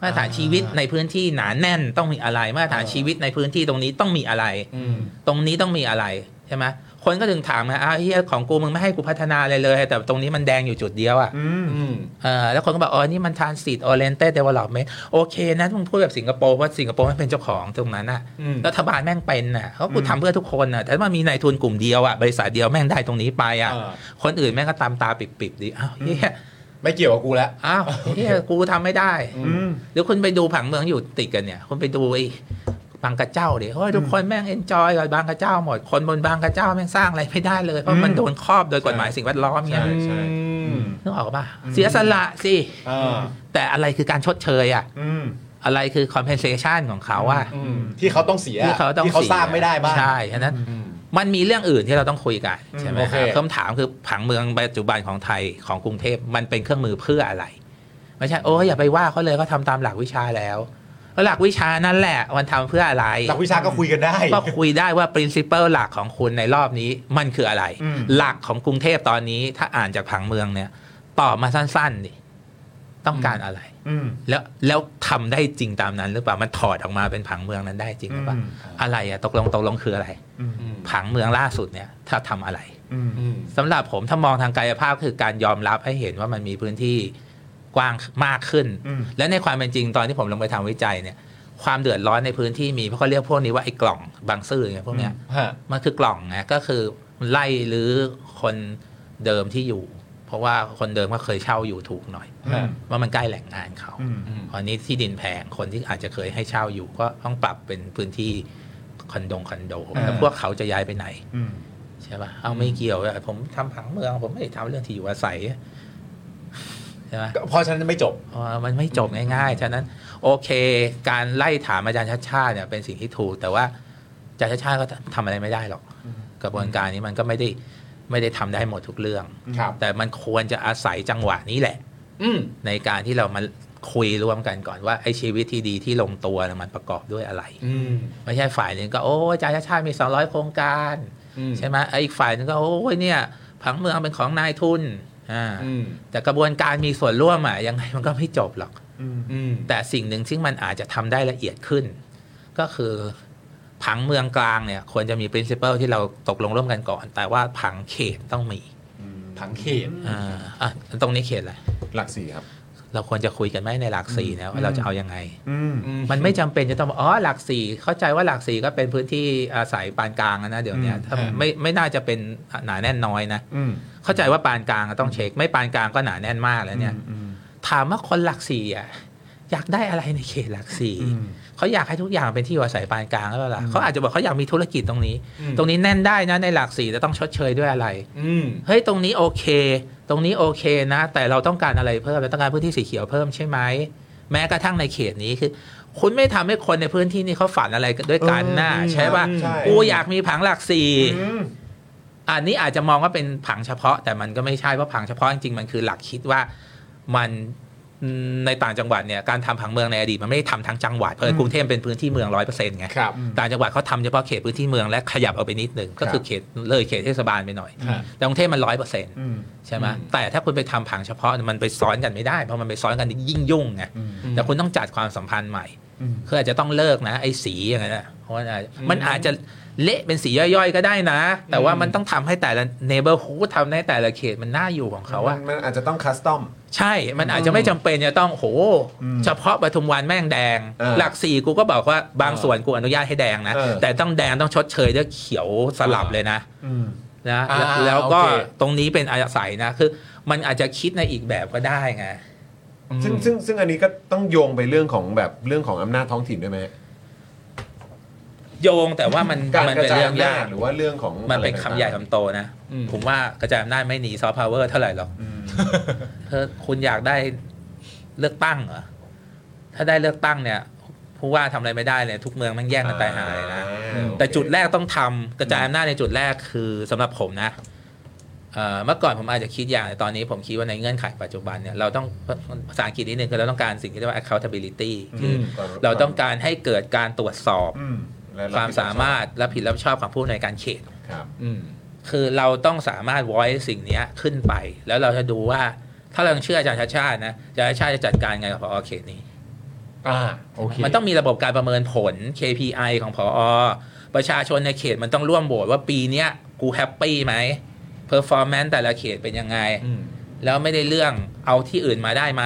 มาตรฐานชีวิตในพื้นที่หนาแน่นต้องมีอะไร มาตรฐาน
อ่า
ชีวิตในพื้นที่ตรงนี้ต้องมีอะไร
อืม
ตรงนี้ต้องมีอะไรใช่ไหมคนก็ถึงถามไงอ้าวเฮียของกูมึงไม่ให้กูพัฒนาอะไรเลย แต่ตรงนี้มันแดงอยู่จุดเดียวอะ่ะ
อืม
เออแล้วคนก็บอกอ๋อนี่มัน transit oriented development โอเคนะมึงพูดแบบสิงคโปร์ว่าสิงคโปร์ไม่เป็นเจ้าของตรงนั้นอะ่ะ
อืม
รัฐบาลแม่งเป็นน่ะเขากูทำเพื่อทุกคนน่ะแต่ว่ามีนายทุนกลุ่มเดียวอะ่ะบริษัทเดียวแม่งได้ตรงนี้ไป
เอ
อะ่ะ
อ
คนอื่นแม่งก็ตามตาปิบๆดิอ้าวเฮีย
ไม่เกี่ยวกับกูแล้ว
อ้าวเฮียกูทำไม่ได้
อืม
หรือคุณไปดูผังเมืองอยู่ติดกันเนี่ยคุณไปดูไอ้บางกระเจ้าเดี๋ยวทุกคนแม่งเอนจอยกับบางกระเจ้าหมดคนบนบางกระเจ้าแม่งสร้างอะไรไม่ได้เลย เพราะมันโดนครอบโดยกฎหมายสิ่งแวดล้อมเนี่ย
ใช่
อืม
นึกออกป่ะเสียสละสิ
เออ
แต่อะไรคือการชดเชยอะอะไรคือ compensation ของเขาอะ
อืมที่เขาต้องเสีย
ที่เขาต้อง
ที่เขาสร้างไม่ได้บ้าง
ใช่ฉะนั้นมันมีเรื่องอื่นที่เราต้องคุยกันใช่ไหม
โอ
ค
เค
รับคำถามคือผังเมืองปัจจุบันของไทยของกรุงเทพมันเป็นเครื่องมือเพื่ออะไร ไม่ใช่โอ้ยอย่าไปว่าเขาเลยก็ทำตามหลักวิชาแล้วแล้วหลักวิชานั่นแหละมันทำเพื่ออะไร
หลักวิชาก็คุยกันได้
ก็คุยได้ว่า principle หลักของคุณในรอบนี้มันคืออะไร หลักของกรุงเทพตอนนี้ถ้าอ่านจากผังเมืองเนี่ย ตอบมาสั้นๆดิต้องการอะไร แล้วแล้วทำได้จริงตามนั้นหรือเปล่ามันถอดออกมาเป็นผังเมืองนั้นได้จริงหรือเปล่าอะไรอะตกลงตกลงคืออะไร
อืม
ผังเมืองล่าสุดเนี่ย ถ้าทำอะไร
อืม
สำหรับผมถ้ามองทางกายภาพคือการยอมรับให้เห็นว่ามันมีพื้นที่กว้างมากขึ้น และในความเป็นจริงตอนที่ผมลงไปทำวิจัยเนี่ย ความเดือดร้อนในพื้นที่มีเพราะเขาเรียกพวกนี้ว่าไอ้กล่องบางซื่อไงพวกเนี้ย
ฮะ
มันคือกล่องไงก็คือไล่หรือคนเดิมที่อยู่ เพราะว่าคนเดิมก็เคยเช่าอยู่ถูกหน่อย
อืม
ว่ามันใกล้แหล่งงานเขา
อืม
ตอนนี้ที่ดินแพงคนที่อาจจะเคยให้เช่าอยู่ก็ต้องปรับเป็นพื้นที่คอนโดคอนโดแล้วพวกเขาจะย้ายไปไหนใช่ป่ะเอาไม่เกี่ยวอะผมทำผังเมือง ผมไม่ได้ทำเรื่องที่อยู่อาศัย ใช่ไหม
ก็เพราะฉะนั้นไม่จบ
เอ่อมันไม่จบง่ายๆ ฉะนั้นโอเค การไล่ถามอาจารย์ชาติชาติเนี่ยเป็นสิ่งที่ถูก แต่ว่าอาจารย์ชาติชาติก็ทำอะไรไม่ได้หรอก กระบวนการนี้มันก็ไม่ได้ไม่ได้ทำได้หมดทุกเรื่อง
ครับ
แต่มันควรจะอาศัยจังหวะนี้แหละ
อืม
ในการที่เรามาคุยร่วมกันก่อนว่าไอ้ชีวิตที่ดีที่ลงตัวเนี่ยมันประกอบด้วยอะไร
อืม
ไม่ใช่ฝ่ายหนึ่งก็โอ้ยอาจารย์ชาติชาติมี 200 โครงการ
อืม
ใช่ไหมไอ้อีกฝ่ายหนึงก็โอ้ยเนี่ยผังเมืองเป็นของนายทุนอ่า
อืม
แต่กระบวนการมีส่วนร่วมอ่ะยังไงมันก็ไม่จบหรอก
อืม
แต่สิ่งหนึ่งที่มันอาจจะทำได้ละเอียดขึ้น ก็คือผังเมืองกลางเนี่ยควรจะมี principle ที่เราตกลงร่วมกันก่อน แต่ว่าผังเขตต้องมี
ผังเขต
อ่าอ่ะตรงนี้เขตอะไร
หลักสี่ครับ
เราควรจะคุยกันไหมในหลักสี่นะว่าเราจะเอายังไง
อืม
มันไม่จำเป็นจะต้องบอกอ๋อหลักสี่เข้าใจว่าหลักสี่ก็เป็นพื้นที่อาศัยปานกลางนะเดี๋ยวเนี้ยถ้า
อืม
ไม่ไม่น่าจะเป็นหนาแน่นน้อยนะ
อืม
เข้าใจว่าปานกลางอะต้องเช็ค ไม่ปานกลางก็หนาแน่นมากแล้วเนี่ย ถามว่าคนหลักสี่อ่ะอยากได้อะไรในเขตหลักสี่เขาอยากให้ทุกอย่างเป็นที่อยู่อาศัยปานกลางหรือเปล่าล่ะเขาอาจจะบอกเขาอยากมีธุรกิจตรงนี้ ตรงนี้แน่นได้นะในหลักสี่แต่ต้องชดเชยด้วยอะไร
อืม
เฮ้ยตรงนี้โอเค ตรงนี้โอเคนะ แต่เราต้องการอะไรเพิ่มเราต้องการพื้นที่สีเขียวเพิ่มใช่ไหมแม้กระทั่งในเขตนี้คือ คุณไม่ทำให้คนในพื้นที่นี้เขาฝันอะไรกันด้วยกันนะ
เออ
ใช่ป่ะ
ใช่
กูอยากมีผังหลักสี่
อืม
อันนี้อาจจะมองว่าเป็นผังเฉพาะ แต่มันก็ไม่ใช่เพราะผังเฉพาะจริงๆมันคือหลักคิดว่ามันในต่างจังหวัดเนี่ยการทำผังเมืองในอดีตมันไม่ได้ทำทั้งจังหวัดเพราะกรุงเทพเป็นพื้นที่เมืองร้อยเปอร์เซ็นต์ไง
ครับ
ต่างจังหวัดเขาทำเฉพาะเขตพื้นที่เมืองและขยับเอาไปนิดหนึ่งก็คือเขตเลยเขตเทศบาลไปหน่อย
ครับ
แต่กรุงเทพมันร้อยเปอร์เซ็นต์
อืม
ใช่ไหมแต่ถ้าคุณไปทำผังเฉพาะมันไปซ้อนกันไม่ได้เพราะมันไปซ้อนกันยิ่งยุ่งไงแต่คุณต้องจัดความสัมพันธ์ใหม่ คืออาจจะต้องเลิกนะ ไอ้สีอย่างนั้นนะเพราะว่าอาจจะมันอาจจะเละเป็นสีย่อยๆก็ได้นะ แต่ว่ามันต้องทำให้แต่ละเนเบอร์ฮูดทำให้แต่ละเขตมันน่าอยู่ของเขา
มัน
อะ
มันอาจจะต้องคัสตอม
ใช่ มันอาจจะไม่จำเป็นจะต้องโห เฉพาะปทุมวันแม่งแดง
เออ
หลักสี่กูก็บอกว่าบางส่วนกูอนุญาตให้แดงนะ
เออ
แต่ต้องแดงต้องชดเชยด้วยเขียวสลับเลยนะ
อืม
นะ
อ่า
แล้วแล้วก็
โอเค
ตรงนี้เป็นอาศัยนะคือมันอาจจะคิดในอีกแบบก็ได้ไง
ซึ่งซึ่งซึ่งอันนี้ก็ต้องโยงไปเรื่องของแบบเรื่องของอำนาจท้องถิ่นด้วยไหมฮะ
โยงแต่ว่ามัน
การ
มัน
กระ
เป็น
จาย
เรื่อง
อำนาจ
ยาก
หรือว่าเรื่องของ
มันเป็นคำใหญ่คำโตนะ
อืม
ผมว่ากระจายอำนาจไม่หนีซอฟต์พาวเวอร์เท่าไหร่หรอกเธอคุณอยากได้เลือกตั้งเหรอ ถ้าได้เลือกตั้งเนี่ยผู้ว่าทำอะไรไม่ได้เลยทุกเมืองมันแย่งกันตายหายนะ
อ่า
แต่จุดแรกต้องทำกระจายอำนาจในจุดแรกคือสำหรับผมนะเอ่อเมื่อก่อนผมอาจจะคิดอย่างแต่ตอนนี้ผมคิดว่าในเงื่อนไขปัจจุบันเนี่ยเราต้องภาษาอังกฤษนิดนึงคือเราต้องการสิ่งที่เรียกว่า accountability คืออเราต้องการให้เกิดการตรวจสอบ
อืมและบ
ความสามารถและผิดรับผิดชอบของผู้อำนวยการเขต
ครับ
อืม
คือเราต้องสามารถ voice สิ่งเนี้ยขึ้นไป แล้วเราจะดูว่าถ้าเรายังเชื่ออาจารย์ชาติชาตินะอาจารย์ชาติชาติจะจัดการไงกับพอเขตนี้
อ่า โอเค
มันต้องมีระบบการประเมินผล KPI ของพอประชาชนในเขตมันต้องร่วมโหวตว่าปีเนี้ยกูแฮปปี้ไหม performance แต่ละเขตเป็นยังไง
อืม
แล้วไม่ได้เรื่องเอาที่อื่นมาได้ไหม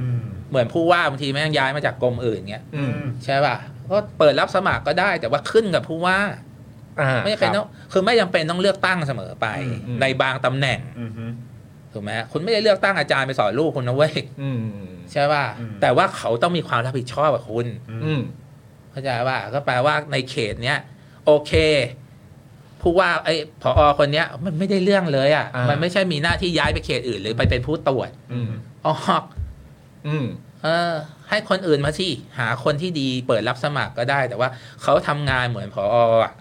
อืม
เหมือนผู้ว่าบางทีแม่งย้ายมาจากกรมอื่นเงี้ย
อืม
ใช่ป่ะก็เปิดรับสมัครก็ได้แต่ว่าขึ้นกับผู้ว่า
อ่า
ไม่จำเป็น
ค
ต้
รั
อบ งคือไม่จำเป็นต้องเลือกตั้งเสมอไป
อืม
ในบางตำแหน่ง
อืมฮึ
ถูกไหมคุณไม่ได้เลือกตั้งอาจารย์ไปสอนลูกคุณนะเว้ย [LAUGHS]
อืม
ใช่ป่ะ
อืม
แต่ว่าเขาต้องมีความรับผิดชอบกับคุณ
อืม
เข้าใจว่าก็แปลว่าในเขตเนี้ยโอเคผู้ว่าไอ้ผอคนเนี้ยมันไม่ได้เรื่องเลยอ่ะ
อ่ามั
มันไม่ใช่มีหน้าที่ย้ายไปเขตอื่น หรือไปเป็นผู้ตรวจ
อืม
ออก
อืม
เออ ให้คนอื่นมาสิหาคนที่ดีเปิดรับสมัครก็ได้ แต่ว่าเขาทำงานเหมือนผออ่ะ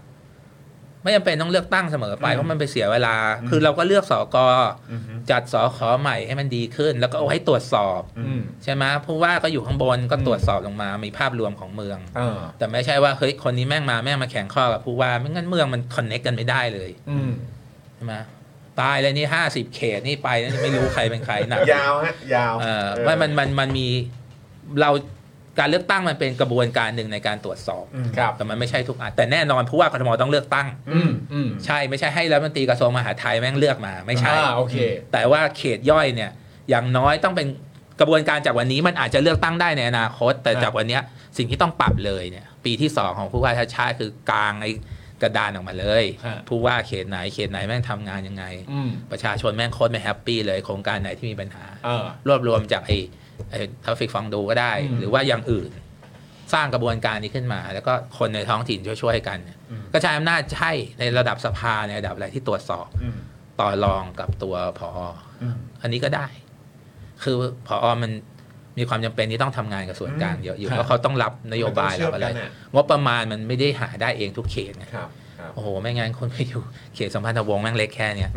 ไม่จำเป็นต้องเลือกตั้งเสมอไปเพราะมันไปเสียเวลา คือเราก็เลือกสอกอ
อืมฮึ
จัดสอขอใหม่ให้มันดีขึ้น แล้วก็เอาให้ตรวจสอบ
อืม
ใช่ไหมผู้ว่าก็อยู่ข้างบนก็ตรวจสอบลงมามีภาพรวมของเมือง
อ่า
แต่ไม่ใช่ว่าเฮ้ยคนนี้แม่งมาแม่งมาแข่งข้อกับผู้ว่าไม่งั้นเมืองมันคอนเน็กกันไม่ได้เลย
อืม
ใช่ไหมตายเลยนี่ห้าสิบเขตนี่ไปนี่ไม่รู้ใครเป็นใครหนัก
ยาวฮะยาว
เออว่ามันมันมันมีเราการเลือกตั้งมันเป็นกระบวนการหนึ่งในการตรวจสอบ
ครับ
แต่มันไม่ใช่ทุกอันแต่แน่นอนผู้ว่ากทมต้องเลือกตั้ง
อืม อืม
ใช่ไม่ใช่ให้รัฐมนตรีกระทรวงมหาดไทยแม่งเลือกมาไม่ใช่
อ่าโอเค
แต่ว่าเขตย่อยเนี่ยอย่างน้อยต้องเป็นกระบวนการจากวันนี้มันอาจจะเลือกตั้งได้ในอนาคต แต่
ครับ
จากวันเนี้ยสิ่งที่ต้องปรับเลยเนี่ยปีที่ 2 ของผู้ว่าชาติชาติคือกลางไอ้กระดานออกมาเลย ผู้ว่าเขตไหนเขตไหนแม่งทำงานยังไง
อืม
ประชาชนแม่งโคตรไม่แฮปปี้เลยโครงการไหนที่มีปัญหา
เออ
รวบรวมจากไอ้ไอ้ทัฟฟิกฟองดูก็ได้
อืม
หรือว่าอย่างอื่น สร้างกระบวนการนี้ขึ้นมา แล้วก็คนในท้องถิ่นช่วยๆกันเนี่ยกระจายอำนาจใช่ในระดับสภาในระดับอะไรที่ตรวจสอบ
อืม
ต่อรองกับตัวพอ อันนี้ก็ได้ คือพอมันมีความจำเป็นที่ต้องทำงานกับส่วนกลางเยอะอยู่
ครับ
เพราะเขาต้องรับนโยบายรับอะไร
มันต้องเชื่อมกันน่ะ
งบประมาณมันไม่ได้หาได้เองทุกเขตไง
ครับครับ
โอ้โหไม่งั้นคนไปอยู่เขตสัมพันธวงศ์แม่งเล็กแค่เนี้ย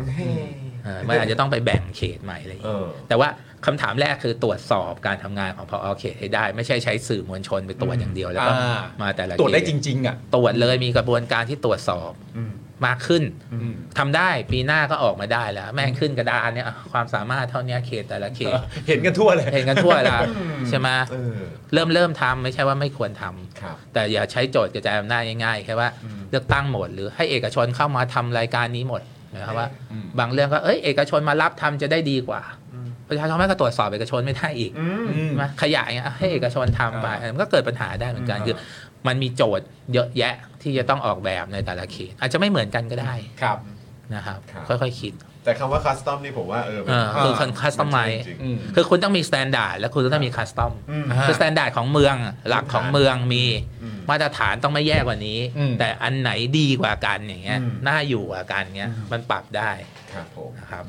เออมันอาจจะต้องไปแบ่งเขตใหม่อะไรอย่าง
เอ
เงี้ย
อ
แต่ว่าคำถามแรกคือตรวจสอบการทำงานของพอเขตให้ได้ ไม่ใช่ใช้สื่อมวลชนไปตรวจอย่างเดียวแล้วก็
อ่า
มาแต่ละเขต
ตรวจได้จริง ๆ อ่ะ
ตรวจเลยมีกระบวนการที่ตรวจสอบ
อืม
มากขึ้น
อืม
ทำได้ปีหน้าก็ออกมาได้แล้ว แม่งขึ้นกระดานเนี่ยอ่ะความสามารถเท่าเนี้ยเขตแต่ละเขต
เห็นกันทั่วเลย
เห็นกันทั่วแล้วใช่ไหม
เออ
เริ่มเริ่มทำไม่ใช่ว่าไม่ควรทำ
ครับ
แต่อย่าใช้โจทย์กระจายอำนาจง่ายๆแค่ว่า
อืม
เลือกตั้งหมด หรือให้เอกชนเข้ามาทำรายการนี้หมดนะครับว่า
อืม
บางเรื่องก็เอ้ยเอกชนมารับทำจะได้ดีกว่า ประชาชนไม่ก็ตรวจสอบเอกชนไม่ได้อีก
อืม
ใช่ไหมขยะอย่างเงี้ยให้เอกชนทำไป
อ่ามั
มันก็เกิดปัญหาได้เหมือนกัน
อืม
คือ มันมีโจทย์เยอะแยะที่จะต้องออกแบบในแต่ละเขตอาจจะไม่เหมือนกันก็ได้
ครับ
นะครับ
ครับ
ค่อยๆคิด
แต่คำว่าคัสตอมนี่ผมว่าเออมัน
เออคือคนคัสตอมไม
จริง
อืม
คือคุณต้องมีสแตนดาร์ดและคุณต้องมีคัสตอม
อืม
คือสแตนดาร์ดของเมืองหลักของเมืองมี
อืม
มาตรฐานต้องไม่แย่กว่านี้
อืม
แต่อันไหนดีกว่ากันอย่างเงี้ย
อืม
น่าอยู่กว่ากันเงี้ยมันปรับได้
ๆครับผม
นะครับ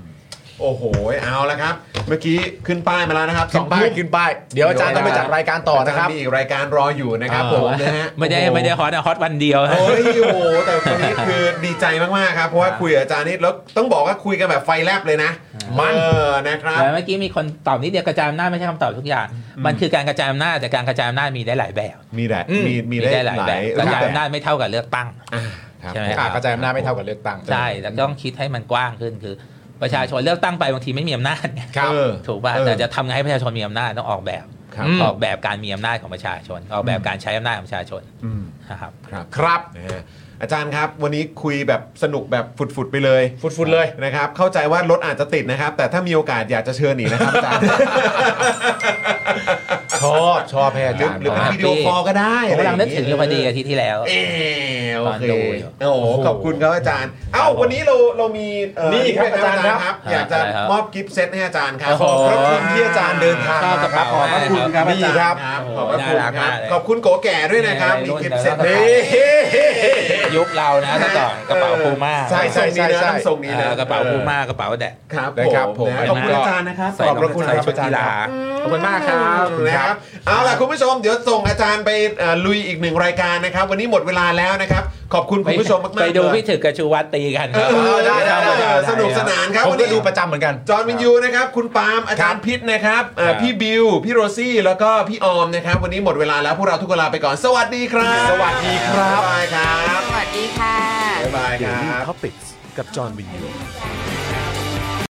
โอ้โห เอาละครับ เมื่อกี้ขึ้นป้ายมาแล้วนะครับส
ขึ้
อน ง
ป้าย
ทุ่ม
ขึ้นป้ายเดี๋ยวอาจารย์ต้องไปจัดรายการต่อนะครับ
าจาย์มีอีกรายการรออยู่นะครับผมนะฮะ
ไม่ได้
โอ้โห
ไม่ได้ฮอตนะฮอตวันเดียว
โอ้ยโอ้โหแต่วันนี้คือดีใจมาก ๆ
[LAUGHS]
ครับ เพราะว่าคุยกับอาจารย์นี่แล้วต้องบอกว่าคุยกันแบบไฟแลบเลยนะมันเออนะครับ
แต่เมื่อกี้มีคนตอบนิดเดียวกระจายอำนาจไม่ใช่คำตอบทุกอย่าง มันคือการกระจายอำนาจแต่การกระจายอำนาจมีได้หลายแบบ
มีแหละ
อืม
มีมีได้ห
ห
ลา
ลาย ยแบบ
รู
ก
ป
ระจาย
แบบ
อำนาจไม่เท่ากับเลือกตั้ง ใช่ไหมค
อ่ะ
บ
กระจายอำนาจไม่เท่ากับเลือกตั้ง
ใช่แล้วต้องคิดให้มันกว้างขึ้นคือ ประชาชนเลือกตั้งไปบางทีไม่มีอำนาจ [LAUGHS] ไง
ครับ
ถูกป่ะ
เออ
แต่จะทำไงให้ประชาชนมีอำนาจต้องออกแบบ
ครับ
ออกแบบการมีอำนาจของประชาชน ออกแบบการใช้อำนาจของประชาชน
อืม
นะครับ
ครับ
ครับ
นะฮะอาจารย์ครับ วันนี้คุยแบบสนุกแบบฟุดๆไปเลย
ฟุดๆเลย
นะครับ เข้าใจว่ารถอาจจะติดนะครับ แต่ถ้ามีโอกาสอยากจะเชิญหนีก
[LAUGHS]
นะครับอาจารย์
ชอบชอบให้อา
หรือ
จารย์
หรือเป็นวิดีโอคอลก็ได้
ผมกำลังนึกถึงอยู่พอดีอาทิตย์ที่แล้ว
เออโอเค
ตอนดูอยู่
โอ้โหขอบคุณครับอาจารย์ เอ้าวันนี้เราเรามีเอ่อ
นี่ครับอาจารย์ครับ
อยากจะ
อะไรครับ
มอบกิฟต์เซตให้อาจารย์ครับ
โอ้โห
ขอบ
พ
พ
ระคุ
ระคุ
ณ ณ
ที่
ที่
อา
อา
จา
จาร ร
ย์
ย์
เดิ
เดิ
น
น
ทา
ทางงมา
เข้ระ
ค
เป๋
รับ
ขอบพระคุณครั
นี่
บอาจารย์
ครับ
ขอบพระคุณค
น่ารัก
รับ
มากเลย
ขอบคุณโกแก่ด้วยนะครับมีกิฟต์เซต
เฮ้
ยุคเรานะแต่
[LAUGHS]
ก่อนกระเป๋าปูม่า
ใช่ใช่ใช่ใช่ส่งนี้นะ
เออกระเป๋าปูม่ากระเป๋าแดด
ครับ
นะ
ผ
ครับ
ม
ผม
นะขอบคุณอาจารย์นะครับ
ใส่
ขอบพระคุณ
ใส่
ครับ
ชุด
อาจาร
กี
ย์
ฬา
ครับ ขอบคุณมากครับ
นะครับเอาล่ะคุณผู้ชมเดี๋ยวส่งอาจารย์ไปเอ่อลุยอีกหนึ่งรายการนะครับ วันนี้หมดเวลาแล้วนะครับ ขอบคุณคุณผู้ชมมากๆ
ไปดู
เลย
พี่ถึกกับชูวัตตีกัน
เออได้ได้ได้ได้สนุกสนานครับ
ผม
วัน
ก็
นี้
ดูประจำเหมือนกัน
จอห์นวินยูนะครับ คุณปาล์มอาจารย์พิษนะครับเอ่
ค
อ
รับ
พี่บิว พี่โรซี่ แล้วก็พี่ออมนะครับ วันนี้หมดเวลาแล้วพวกเราทุกคนลาไปก่อน สวัสดีครับ
สวัสดีครับ
บ๊ายบายครับ
สวัสดีค่ะ
บ๊ายบายครับ
ท็อปิกกับจอห์นวินยู